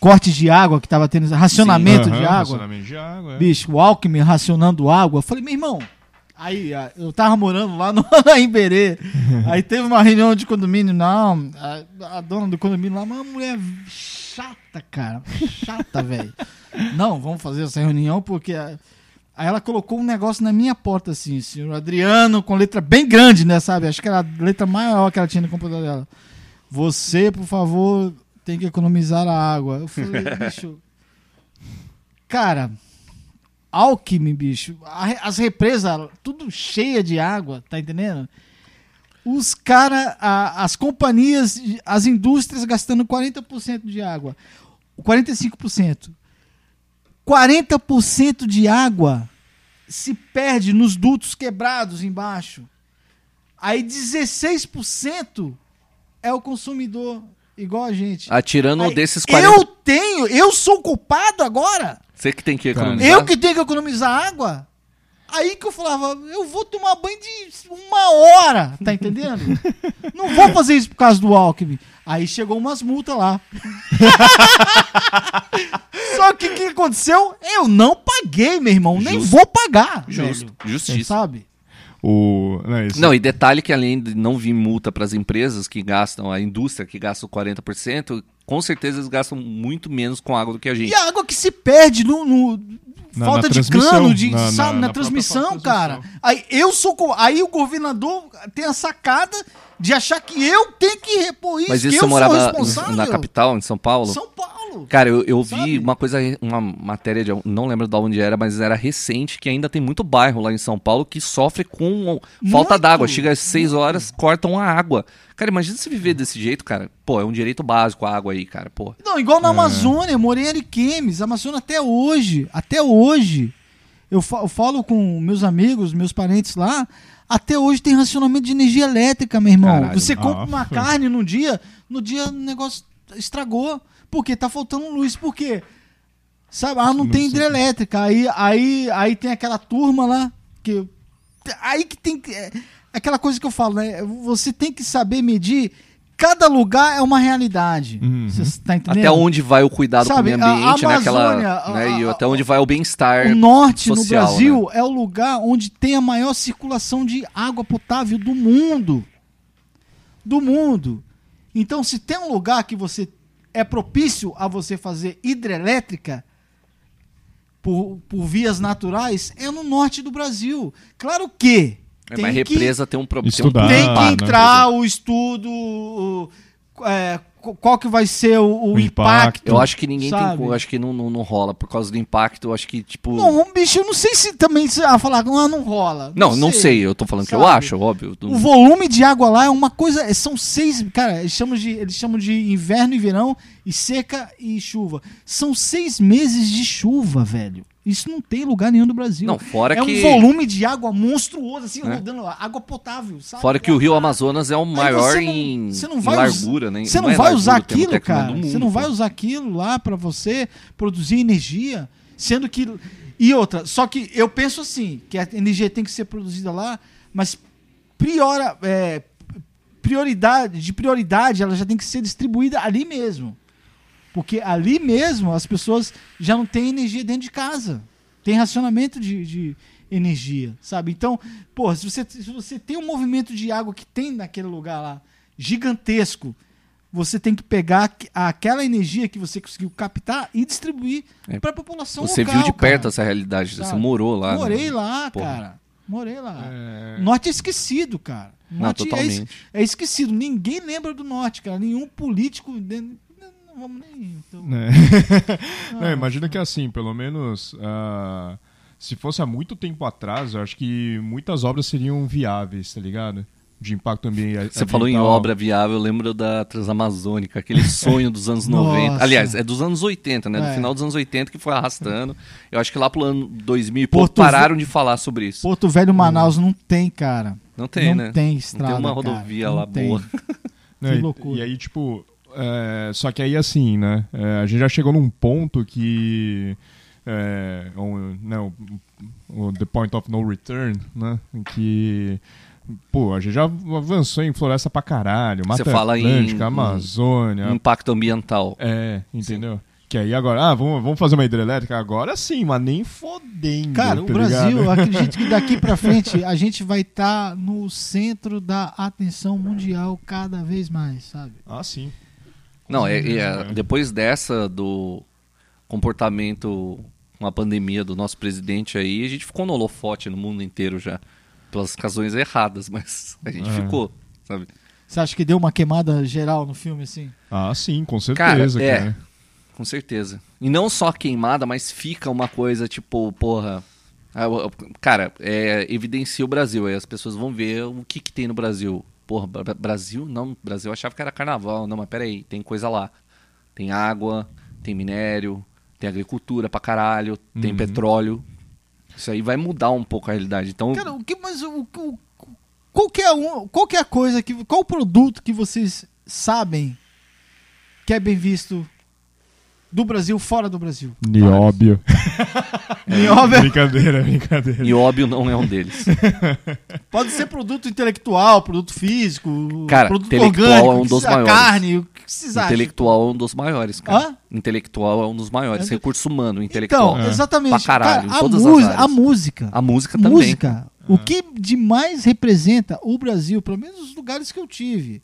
Speaker 3: corte de água que tava tendo, racionamento
Speaker 1: Aham,
Speaker 3: de água.
Speaker 1: racionamento de água, é.
Speaker 3: Bicho, o Alckmin racionando água. Eu falei, meu irmão, Aí ah, eu tava morando lá no, em Berê. Aí teve uma reunião de condomínio, não. A, a dona do condomínio lá, uma mulher chata, cara. Chata, velho. Não, vamos fazer essa reunião porque. ah, Aí ela colocou um negócio na minha porta, assim, senhor Adriano, com letra bem grande, né, sabe? Acho que era a letra maior que ela tinha no computador dela. Você, por favor, tem que economizar a água. Eu falei, bicho. Cara, Alckmin, bicho. a re- As represas, tudo cheia de água, tá entendendo? Os caras, as companhias, as indústrias gastando 40% de água. 45%. 40% de água se perde nos dutos quebrados embaixo. Aí 16% é o consumidor, igual a gente.
Speaker 2: Atirando
Speaker 3: Aí,
Speaker 2: desses 40.
Speaker 3: Eu tenho, eu sou o culpado agora?
Speaker 2: Você que tem que
Speaker 1: Cara.
Speaker 2: economizar.
Speaker 3: Eu que tenho que economizar água? Aí que eu falava, eu vou tomar banho de uma hora, tá entendendo? Não vou fazer isso por causa do Alckmin. Aí chegou umas multas lá. Só que o que aconteceu? Eu não paguei, meu irmão. Nem
Speaker 2: Justo.
Speaker 3: vou pagar.
Speaker 2: Justo.
Speaker 3: Velho,
Speaker 2: Justiça.
Speaker 3: sabe?
Speaker 1: O, não, esse- é,
Speaker 2: Não, e detalhe que além de não vir multa para as empresas que gastam, a indústria que gasta o 40%, com certeza eles gastam muito menos com água do que a gente.
Speaker 3: E é a água que se perde no. no-
Speaker 1: Na- na
Speaker 3: falta de
Speaker 1: transmissão,
Speaker 3: cano, de,
Speaker 1: na- na-
Speaker 3: sabe, na,
Speaker 1: na
Speaker 3: transmissão,
Speaker 1: própria falta de
Speaker 3: cara. Aí eu sou. co- Aí o governador tem a sacada de achar que eu tenho que repor isso,
Speaker 2: Mas
Speaker 3: que
Speaker 2: isso
Speaker 3: eu
Speaker 2: você morava
Speaker 3: sou responsável.
Speaker 2: na capital, em São Paulo?
Speaker 3: São Paulo.
Speaker 2: Cara, eu, eu vi
Speaker 3: Sabe?
Speaker 2: uma coisa, uma matéria de. Não lembro de onde era, mas era recente, que ainda tem muito bairro lá em São Paulo que sofre com falta
Speaker 3: Muito.
Speaker 2: d'água. Chega às 6 horas, cortam a água. Cara, imagina se viver desse jeito, cara. Pô, é um direito básico a água aí, cara. Pô.
Speaker 3: Não, igual na Amazônia, eu morei em Ariquemes, Amazônia até hoje, até hoje, eu fa- eu falo com meus amigos, meus parentes lá, até hoje tem racionamento de energia elétrica, meu irmão.
Speaker 2: Caralho.
Speaker 3: Você compra uma
Speaker 1: Nossa.
Speaker 3: carne num dia, no dia o negócio estragou, porque tá faltando luz, por quê? Sabe, ah, não, tem hidrelétrica, aí, aí, aí tem aquela turma lá, que aí que tem que... é, aquela coisa que eu falo, né? Você tem que saber medir... Cada lugar é uma realidade.
Speaker 1: Uhum.
Speaker 3: Você tá entendendo?
Speaker 2: Até um onde vai o cuidado
Speaker 3: Sabe,
Speaker 2: com o meio
Speaker 3: a- a
Speaker 2: ambiente, né? Aquela,
Speaker 3: Amazônia,
Speaker 2: né,
Speaker 3: a-
Speaker 2: e
Speaker 3: a-
Speaker 2: até onde vai o bem-estar.
Speaker 3: O norte no
Speaker 2: social, né?
Speaker 3: Brasil é o lugar onde tem a maior circulação de água potável do mundo. Do mundo. Então, se tem um lugar que você é propício a você fazer hidrelétrica por, por vias naturais, é no norte do Brasil. Claro que.
Speaker 2: É,
Speaker 3: tem
Speaker 2: mas
Speaker 3: que-
Speaker 2: represa tem um problema.
Speaker 1: Estudar.
Speaker 2: Tem um
Speaker 3: tem que
Speaker 1: Ah,
Speaker 2: impacto, né?
Speaker 3: entrar o estudo, o- é, qu- qual que vai ser o, o
Speaker 1: O impacto.
Speaker 3: impacto.
Speaker 2: Eu acho que ninguém tem.
Speaker 3: Sabe?
Speaker 2: co- Acho que não, não, não rola por causa do impacto. Eu acho que, tipo.
Speaker 3: Não, um bicho, eu não sei se também se, ah, falar, ah, não rola.
Speaker 2: Não, não sei. eu tô falando que eu
Speaker 3: Sabe?
Speaker 2: acho, óbvio.
Speaker 3: O volume de água lá é uma coisa. São seis. Cara, eles chamam de, eles chamam de inverno e verão, e seca e chuva. São seis meses de chuva, velho. Isso não tem lugar nenhum no Brasil.
Speaker 2: Não, fora
Speaker 3: é
Speaker 2: que-
Speaker 3: um volume de água monstruoso, assim,
Speaker 2: É.
Speaker 3: rodando lá, água potável, sabe?
Speaker 2: Fora que o Rio Amazonas é o maior
Speaker 3: você não-
Speaker 2: em,
Speaker 3: você não
Speaker 2: em
Speaker 3: vai us-
Speaker 2: largura, né?
Speaker 3: Você não,
Speaker 2: é
Speaker 3: vai
Speaker 2: largura,
Speaker 3: usar
Speaker 2: o termo
Speaker 3: aquilo,
Speaker 2: técnico, mas
Speaker 3: cara.
Speaker 2: do
Speaker 3: você
Speaker 2: mundo,
Speaker 3: não vai
Speaker 2: pô.
Speaker 3: usar aquilo lá pra você produzir energia, sendo que e outra, só que eu penso assim, que a energia tem que ser produzida lá, mas priora é, prioridade, de prioridade, ela já tem que ser distribuída ali mesmo. Porque ali mesmo as pessoas já não têm energia dentro de casa. Tem racionamento de, de energia, sabe? Então, porra, se você, se você tem um movimento de água que tem naquele lugar lá, gigantesco, você tem que pegar que- aquela energia que você conseguiu captar e distribuir
Speaker 2: É.
Speaker 3: para a população
Speaker 2: Você
Speaker 3: um local.
Speaker 2: viu de perto
Speaker 3: cara.
Speaker 2: essa realidade, você
Speaker 3: Sabe?
Speaker 2: morou lá. né?
Speaker 3: Morei lá,
Speaker 2: Porra.
Speaker 3: cara. Morei lá.
Speaker 1: É,
Speaker 3: O Norte é esquecido, cara. O
Speaker 2: Não,
Speaker 3: norte é
Speaker 2: totalmente.
Speaker 3: es- É, esquecido. Ninguém lembra do Norte, cara. Nenhum político. de- Não, não vamos nem. Então,
Speaker 1: né? Não, imagina que assim, pelo menos ah, se fosse há muito tempo atrás, eu acho que muitas obras seriam viáveis, tá ligado? De impacto ambi- ambiental.
Speaker 2: Você falou em obra viável, eu lembro da Transamazônica, aquele sonho dos anos 90.
Speaker 3: Nossa.
Speaker 2: Aliás, é dos anos 80, né? Do
Speaker 3: É.
Speaker 2: final dos anos 80 que foi arrastando. Eu acho que lá pro ano 2000 e pouco
Speaker 3: Porto Ve-
Speaker 2: pararam de falar sobre isso.
Speaker 3: Porto Velho Manaus
Speaker 2: Hum.
Speaker 3: não tem, cara.
Speaker 2: Não tem,
Speaker 3: não
Speaker 2: né?
Speaker 3: tem estrada.
Speaker 2: uma
Speaker 3: cara.
Speaker 2: rodovia
Speaker 3: Não
Speaker 2: lá
Speaker 3: tem.
Speaker 2: boa.
Speaker 1: Né?
Speaker 3: Que
Speaker 1: E-
Speaker 3: loucura.
Speaker 1: E aí, tipo, é, só que aí assim, né? é, a gente já chegou num ponto que. É, um, não, o The Point of No Return, né? em Que. Pô, a gente já avançou em floresta pra caralho, Mata
Speaker 2: fala em-
Speaker 1: Atlântica,
Speaker 2: em-
Speaker 3: É.
Speaker 1: Amazônia.
Speaker 2: Impacto um ambiental.
Speaker 1: É, entendeu? Que aí agora, ah, vamos, vamos fazer uma hidrelétrica? Agora sim, mas nem fodendo.
Speaker 3: Cara, o
Speaker 1: tá
Speaker 3: Brasil, é
Speaker 2: né?
Speaker 1: ligado?
Speaker 3: eu acredito que daqui pra frente a gente vai estar no centro da atenção mundial cada vez mais, sabe?
Speaker 1: Ah, sim.
Speaker 2: Não, é, é, depois dessa do comportamento com a pandemia do nosso presidente aí, a gente ficou no holofote no mundo inteiro já. Pelas razões erradas, mas a gente
Speaker 1: É.
Speaker 2: ficou, sabe?
Speaker 3: Você acha que deu uma queimada geral no filme, assim?
Speaker 1: Ah, sim, com
Speaker 2: Cara,
Speaker 1: certeza.
Speaker 2: é.
Speaker 1: cara.
Speaker 2: Com certeza. E não só queimada, mas fica uma coisa tipo, porra. ah, eu- eu- Cara, é, evidencia o Brasil. Aí as pessoas vão ver o que, que tem no Brasil. Porra, Bra- Bra- Brasil? Não, Brasil eu achava que era carnaval. Não, mas peraí, tem coisa lá. Tem água, tem minério, tem agricultura pra caralho, tem petróleo. Isso aí vai mudar um pouco a realidade. Então,
Speaker 3: Cara, o que, mas o, o- qual, que é um, qual que é a coisa, que, qual o produto que vocês sabem que é bem visto do Brasil, fora do Brasil?
Speaker 1: Nióbio.
Speaker 2: É,
Speaker 3: Nióbio.
Speaker 1: brincadeira, brincadeira.
Speaker 2: e óbvio, não é um deles.
Speaker 3: Pode ser produto intelectual, produto físico,
Speaker 2: Cara,
Speaker 3: produto
Speaker 2: intelectual
Speaker 3: orgânico,
Speaker 2: é um
Speaker 3: o que
Speaker 2: dos
Speaker 3: cê- a
Speaker 2: maiores.
Speaker 3: carne, o que vocês acham?
Speaker 2: Intelectual é um dos maiores, cara.
Speaker 3: Hã?
Speaker 2: Intelectual é um dos maiores.
Speaker 3: É do-
Speaker 2: Recurso humano, intelectual. né?
Speaker 3: Então,
Speaker 1: É.
Speaker 3: exatamente.
Speaker 2: Pra caralho,
Speaker 3: cara,
Speaker 2: em
Speaker 3: a,
Speaker 2: todas as
Speaker 3: música-
Speaker 2: áreas.
Speaker 3: a música.
Speaker 2: A música também. É.
Speaker 3: música. O que demais representa o Brasil, pelo menos os lugares que eu tive.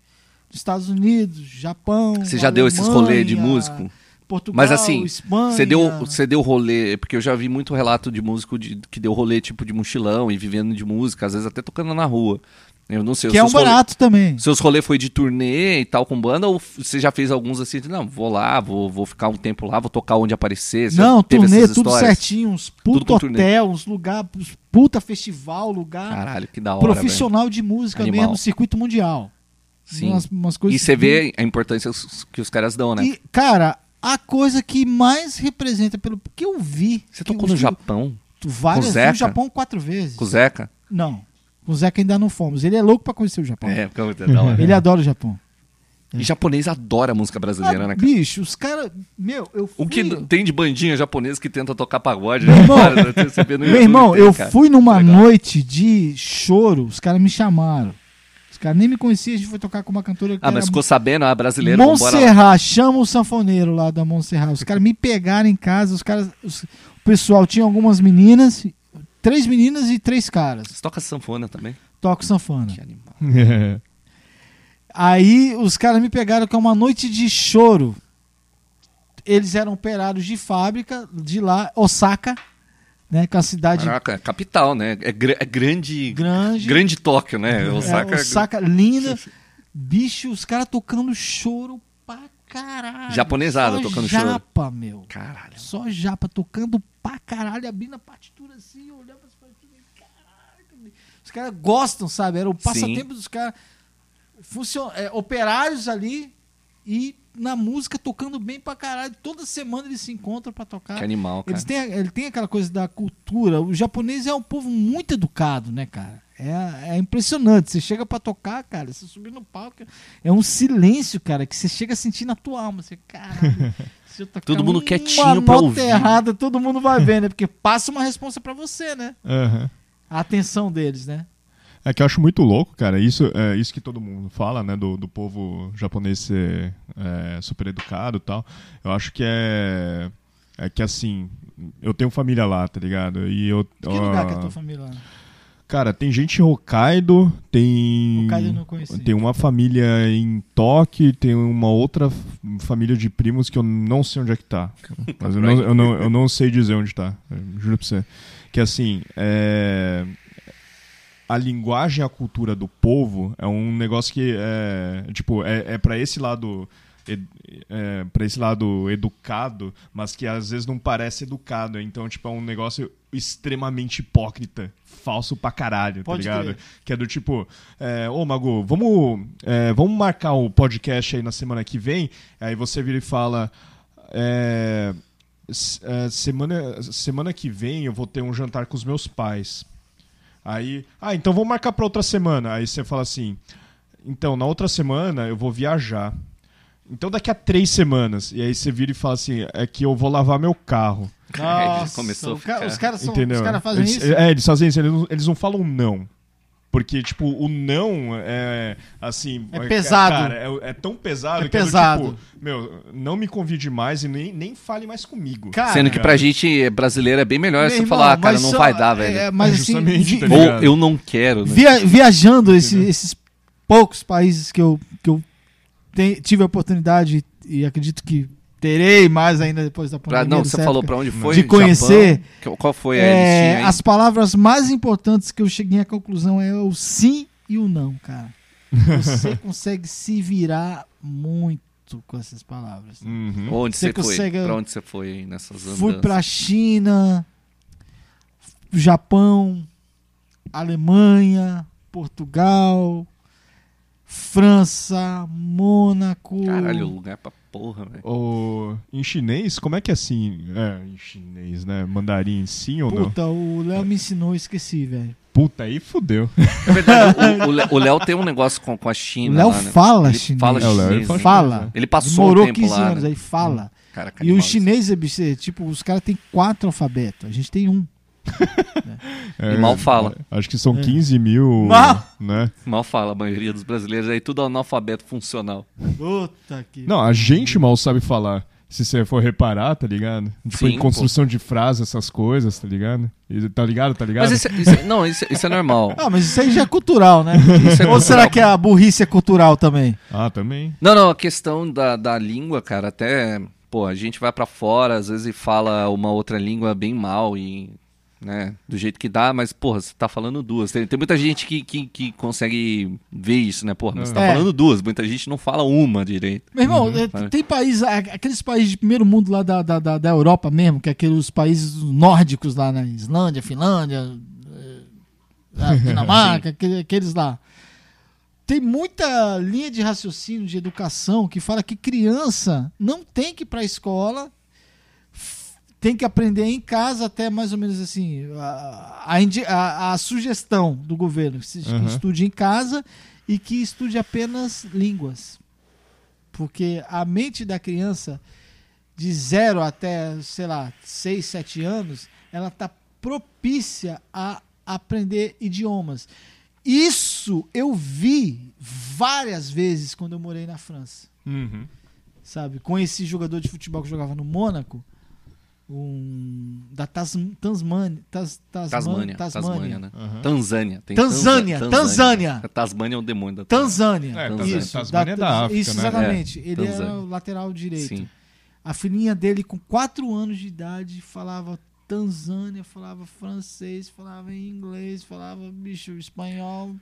Speaker 3: Estados Unidos, Japão.
Speaker 2: Você já deu esses
Speaker 3: Alemanha,
Speaker 2: rolê de músico?
Speaker 3: Portugal,
Speaker 2: Mas assim,
Speaker 3: Espanha.
Speaker 2: você deu, você deu rolê, é porque eu já vi muito relato de músico de- que deu rolê tipo de mochilão e vivendo de música, às vezes até tocando na rua. Eu não sei. os
Speaker 3: que é um
Speaker 2: seus rolê-
Speaker 3: barato também.
Speaker 2: seus rolê foi de turnê e tal com banda ou f- você já fez alguns assim, de, não, vou lá, vou, vou ficar um tempo lá, vou tocar onde aparecer. Você
Speaker 3: Não,
Speaker 2: teve
Speaker 3: turnê,
Speaker 2: essas
Speaker 3: tudo
Speaker 2: histórias?
Speaker 3: certinho, uns
Speaker 2: Tudo com
Speaker 3: puta
Speaker 2: turnê.
Speaker 3: hotel, uns lugar, uns puta festival, lugar
Speaker 2: Caralho, que da hora, velho.
Speaker 3: profissional de música
Speaker 2: Animal.
Speaker 3: mesmo, circuito mundial.
Speaker 2: Sim.
Speaker 3: Umas, umas coisas
Speaker 2: E você vê a importância os- que os caras dão, né?
Speaker 3: E, cara, a coisa que mais representa, pelo que eu vi.
Speaker 2: Você
Speaker 3: que
Speaker 2: tocou
Speaker 3: os-
Speaker 2: no Japão
Speaker 3: tu- Várias
Speaker 2: com o
Speaker 3: vezes no
Speaker 2: Zeca?
Speaker 3: Japão quatro vezes.
Speaker 2: com o Zeca?
Speaker 3: Não. Com o Zeca ainda não fomos. Ele é louco pra conhecer o Japão.
Speaker 2: É, porque é da hora.
Speaker 3: Ele adora o Japão.
Speaker 2: E japonês adora a música brasileira,
Speaker 3: Ah,
Speaker 2: né, cara?
Speaker 3: bicho, os caras. Meu, eu fui.
Speaker 2: O que
Speaker 3: Meu
Speaker 2: tem de bandinha japonesa que tenta tocar pagode?
Speaker 3: Meu
Speaker 2: né,
Speaker 3: irmão,
Speaker 2: cara? Você vê no YouTube,
Speaker 3: irmão,
Speaker 2: tem,
Speaker 3: eu
Speaker 2: cara.
Speaker 3: fui numa
Speaker 2: Legal.
Speaker 3: noite de choro, os caras me chamaram. Os caras nem me conheciam, a gente foi tocar com uma cantora que
Speaker 2: Ah, mas ficou sabendo, ah, brasileiro, vambora lá.
Speaker 3: Monserrat, chama o sanfoneiro lá da Monserrat. Os caras me pegaram em casa, os caras. os- o pessoal tinha algumas meninas, três meninas e três caras.
Speaker 2: Você toca sanfona também?
Speaker 3: Toco sanfona.
Speaker 2: Que animal.
Speaker 1: É.
Speaker 3: Aí os caras me pegaram que é uma noite de choro. Eles eram operários de fábrica, de lá, Osaka, né? Que é uma cidade
Speaker 2: Caraca, é capital, né? É, gr- é grande,
Speaker 3: grande.
Speaker 2: grande Tóquio, né? Osaka,
Speaker 3: É, Osaka, linda. Bicho, os caras tocando choro pra caralho.
Speaker 2: Japonesada
Speaker 3: Só
Speaker 2: tocando
Speaker 3: japa,
Speaker 2: choro.
Speaker 3: Japa, meu.
Speaker 2: Caralho.
Speaker 3: Só japa tocando pra caralho, abrindo a partitura assim, olhando as partituras. Caraca, meu. os caras gostam, sabe? Era o passatempo dos caras. Funcion... é, operários ali e na música tocando bem pra caralho. Toda semana eles se encontram pra tocar.
Speaker 2: Que animal, cara.
Speaker 3: Eles têm, ele tem aquela coisa da cultura. O japonês é um povo muito educado, né, cara? É, é impressionante. Você chega pra tocar, cara, você subir no palco, é um silêncio, cara, que você chega a sentir na tua alma. Você, caralho, se eu tocar
Speaker 2: Todo mundo
Speaker 3: uma
Speaker 2: quietinho
Speaker 3: nota
Speaker 2: pra ouvir.
Speaker 3: errada, todo mundo vai ver, né? Porque passa uma resposta pra você, né?
Speaker 1: Aham.
Speaker 3: A atenção deles, né?
Speaker 1: É que eu acho muito louco, cara. Isso, é, isso que todo mundo fala, né? Do, do povo japonês ser é, super educado e tal. Eu acho que é. É que assim. Eu tenho família lá, tá ligado? E eu.
Speaker 3: Que lugar que é a
Speaker 1: ah,
Speaker 3: tua família lá?
Speaker 1: Cara, tem gente em Hokkaido, tem.
Speaker 3: Hokkaido eu não conheci.
Speaker 1: Tem uma família em Tóquio, tem uma outra f- família de primos que eu não sei onde é que tá. Mas eu não, eu não, eu não sei dizer onde tá. eu Juro pra você. Que assim, é. A linguagem e a cultura do povo é um negócio que é. Tipo, é, é para esse lado. ed- É, para esse lado educado, mas que às vezes não parece educado. Então, tipo, é um negócio extremamente hipócrita, falso pra caralho,
Speaker 3: Pode
Speaker 1: tá ligado?
Speaker 3: crer.
Speaker 1: Que é do tipo, é, ô Mago, vamos, é, vamos marcar o podcast aí na semana que vem. Aí você vira e fala. é, s- é, semana, semana que vem eu vou ter um jantar com os meus pais. Aí, ah, então vou marcar pra outra semana. Aí você fala assim: então na outra semana eu vou viajar. Então daqui a três semanas. E aí você vira e fala assim: é que eu vou lavar meu carro.
Speaker 2: Cara, ele começou a
Speaker 3: o ca-
Speaker 2: ficar-
Speaker 3: os caras são- os
Speaker 1: Entendeu?
Speaker 3: caras fazem
Speaker 1: eles,
Speaker 3: isso.
Speaker 1: É, eles fazem isso, eles não, eles não falam não. Porque, tipo, o não é assim.
Speaker 3: É pesado.
Speaker 1: cara, é, é tão pesado
Speaker 3: É
Speaker 1: que é do
Speaker 3: pesado.
Speaker 1: tipo, meu, não me convide mais e nem, nem fale mais comigo.
Speaker 3: Cara,
Speaker 2: Sendo que pra gente é, brasileiro é bem melhor
Speaker 3: Meu
Speaker 2: você
Speaker 3: irmão,
Speaker 2: falar, ah, cara,
Speaker 3: mas
Speaker 2: não
Speaker 3: só-
Speaker 2: vai dar,
Speaker 3: é,
Speaker 2: velho.
Speaker 3: mas assim,
Speaker 1: Justamente,
Speaker 3: vi-
Speaker 1: tá
Speaker 2: Ou
Speaker 1: ligado?
Speaker 2: eu não quero, né?
Speaker 3: via- viajando esse- esses poucos países que eu, que eu te- tive a oportunidade e acredito que terei mais ainda depois da
Speaker 2: Pra-
Speaker 3: pandemia.
Speaker 2: não,
Speaker 3: dessa
Speaker 2: você falou
Speaker 3: época.
Speaker 2: pra onde foi?
Speaker 3: De
Speaker 2: Japão?
Speaker 3: conhecer,
Speaker 2: Qu- Qual foi a
Speaker 3: É,
Speaker 2: listinha aí?
Speaker 3: as palavras mais importantes que eu cheguei à conclusão é o sim e o não, cara. Você consegue se virar muito com essas palavras.
Speaker 1: Uhum.
Speaker 2: Onde
Speaker 3: você
Speaker 2: você, foi?
Speaker 3: consegue-
Speaker 2: Pra onde você foi aí nessas andanças?
Speaker 3: Fui pra China, Japão, Alemanha, Portugal, França, Mônaco.
Speaker 2: Caralho, lugar pra porra, velho.
Speaker 1: Ô, em chinês, como é que é assim? É, em chinês, né? Mandarim sim ou não?
Speaker 3: Puta, o Léo me ensinou, eu esqueci, velho.
Speaker 1: Puta, aí fudeu.
Speaker 2: É verdade, o- o Le- o Léo tem um negócio com, com a
Speaker 3: O
Speaker 2: China
Speaker 3: Léo
Speaker 2: lá, né?
Speaker 3: fala
Speaker 2: Ele
Speaker 3: chinês.
Speaker 2: fala
Speaker 1: É, o Léo, ele
Speaker 2: chinês.
Speaker 1: fala
Speaker 2: né?
Speaker 3: Fala.
Speaker 2: Ele passou
Speaker 3: Demorou
Speaker 2: um tempo
Speaker 3: 15
Speaker 2: lá,
Speaker 3: anos,
Speaker 2: né?
Speaker 3: aí fala.
Speaker 2: Cara, que
Speaker 3: E
Speaker 2: animal
Speaker 3: os
Speaker 2: isso.
Speaker 3: chineses, é, bicho, é, tipo, os caras têm quatro alfabetos. A gente tem um.
Speaker 1: É,
Speaker 2: E mal fala.
Speaker 1: Acho que são 15 mil,
Speaker 3: Mal.
Speaker 1: né?
Speaker 2: Mal fala a maioria dos brasileiros, aí tudo analfabeto funcional.
Speaker 3: Puta que.
Speaker 1: Não, a gente mal sabe falar. Se você for reparar, tá ligado? Tipo,
Speaker 2: Sim,
Speaker 1: em construção de frase, essas coisas, tá ligado? E- Tá ligado, tá ligado?
Speaker 2: Mas isso, é- isso é- não, isso, é- isso é normal.
Speaker 3: Ah, mas isso aí já é cultural, né?
Speaker 2: Isso é
Speaker 3: Ou será
Speaker 2: normal.
Speaker 3: que a burrice é cultural também?
Speaker 1: Ah, também.
Speaker 2: Não, não, a questão da, da língua, cara, até, pô, a gente vai pra fora, às vezes e fala uma outra língua bem mal e, né, do jeito que dá, mas, porra, você tá falando duas. Tem, tem muita gente que, que, que consegue ver isso, né, porra, mas você tá
Speaker 3: É.
Speaker 2: falando duas, muita gente não fala uma direito.
Speaker 3: Meu irmão, é, tem países, aqueles países de primeiro mundo lá da, da, da, da Europa mesmo, que é aqueles países nórdicos lá na Islândia, Finlândia, eh, a Dinamarca, aquele- aqueles lá. Tem muita linha de raciocínio de educação que fala que criança não tem que ir para a escola, f- tem que aprender em casa até mais ou menos assim, a, a indi- a- a sugestão do governo, que se- que
Speaker 1: Uhum.
Speaker 3: estude em casa e que estude apenas línguas. Porque a mente da criança, de zero até, sei lá, seis sete anos, ela está propícia a aprender idiomas. Isso eu vi várias vezes quando eu morei na França
Speaker 1: Uhum.
Speaker 3: sabe? Com esse jogador de futebol que jogava no Mônaco, um da Tas, Tasmania, Tas, Tas,
Speaker 2: Tasmânia,
Speaker 3: Tasmânia,
Speaker 2: Tasmânia,
Speaker 3: Tasmânia,
Speaker 2: né?
Speaker 1: Aham.
Speaker 2: Tanzânia. tem
Speaker 3: Tanzânia,
Speaker 2: Tanzânia.
Speaker 3: Tanzânia.
Speaker 2: A Tasmânia é o demônio da
Speaker 3: Tanzânia.
Speaker 1: É,
Speaker 2: Tanzânia.
Speaker 3: Isso,
Speaker 1: Tasmânia é da África,
Speaker 3: Isso,
Speaker 1: né?
Speaker 3: exatamente. Ele era
Speaker 2: É, Tanzânia.
Speaker 3: o lateral direito.
Speaker 2: Sim.
Speaker 3: A filhinha dele, com 4 anos de idade, falava Tanzânia, falava francês, falava inglês, falava, bicho, espanhol.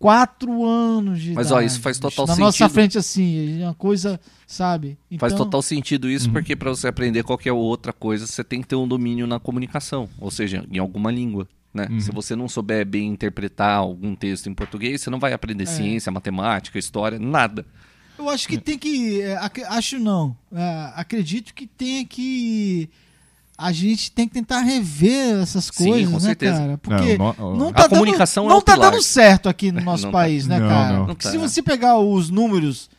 Speaker 3: 4 anos de
Speaker 2: Mas, ó,
Speaker 3: idade.
Speaker 2: isso faz
Speaker 3: bicho.
Speaker 2: total
Speaker 3: Na nossa
Speaker 2: sentido.
Speaker 3: frente, assim, é uma coisa, sabe?
Speaker 2: Faz
Speaker 3: Então-
Speaker 2: total sentido isso, porque para você aprender qualquer outra coisa, você tem que ter um domínio na comunicação, ou seja, em alguma língua. Né?
Speaker 3: Uhum.
Speaker 2: Se você não souber bem interpretar algum texto em português, você não vai aprender ciência, matemática, história, nada.
Speaker 3: Eu acho que tem que. é, ac- Acho não. É, acredito que tem que. A gente tem que tentar rever essas
Speaker 2: Sim,
Speaker 3: coisas,
Speaker 2: com
Speaker 3: né,
Speaker 2: certeza.
Speaker 3: cara? Porque
Speaker 1: Não,
Speaker 3: não,
Speaker 1: no-
Speaker 2: a
Speaker 3: tá, dando,
Speaker 2: comunicação é
Speaker 3: não
Speaker 2: um
Speaker 3: tá
Speaker 2: pilar.
Speaker 3: dando certo aqui no nosso
Speaker 2: Não tá.
Speaker 3: país, né,
Speaker 1: Não,
Speaker 3: cara?
Speaker 1: não.
Speaker 3: Porque
Speaker 2: Não
Speaker 3: se
Speaker 2: tá.
Speaker 3: você pegar os números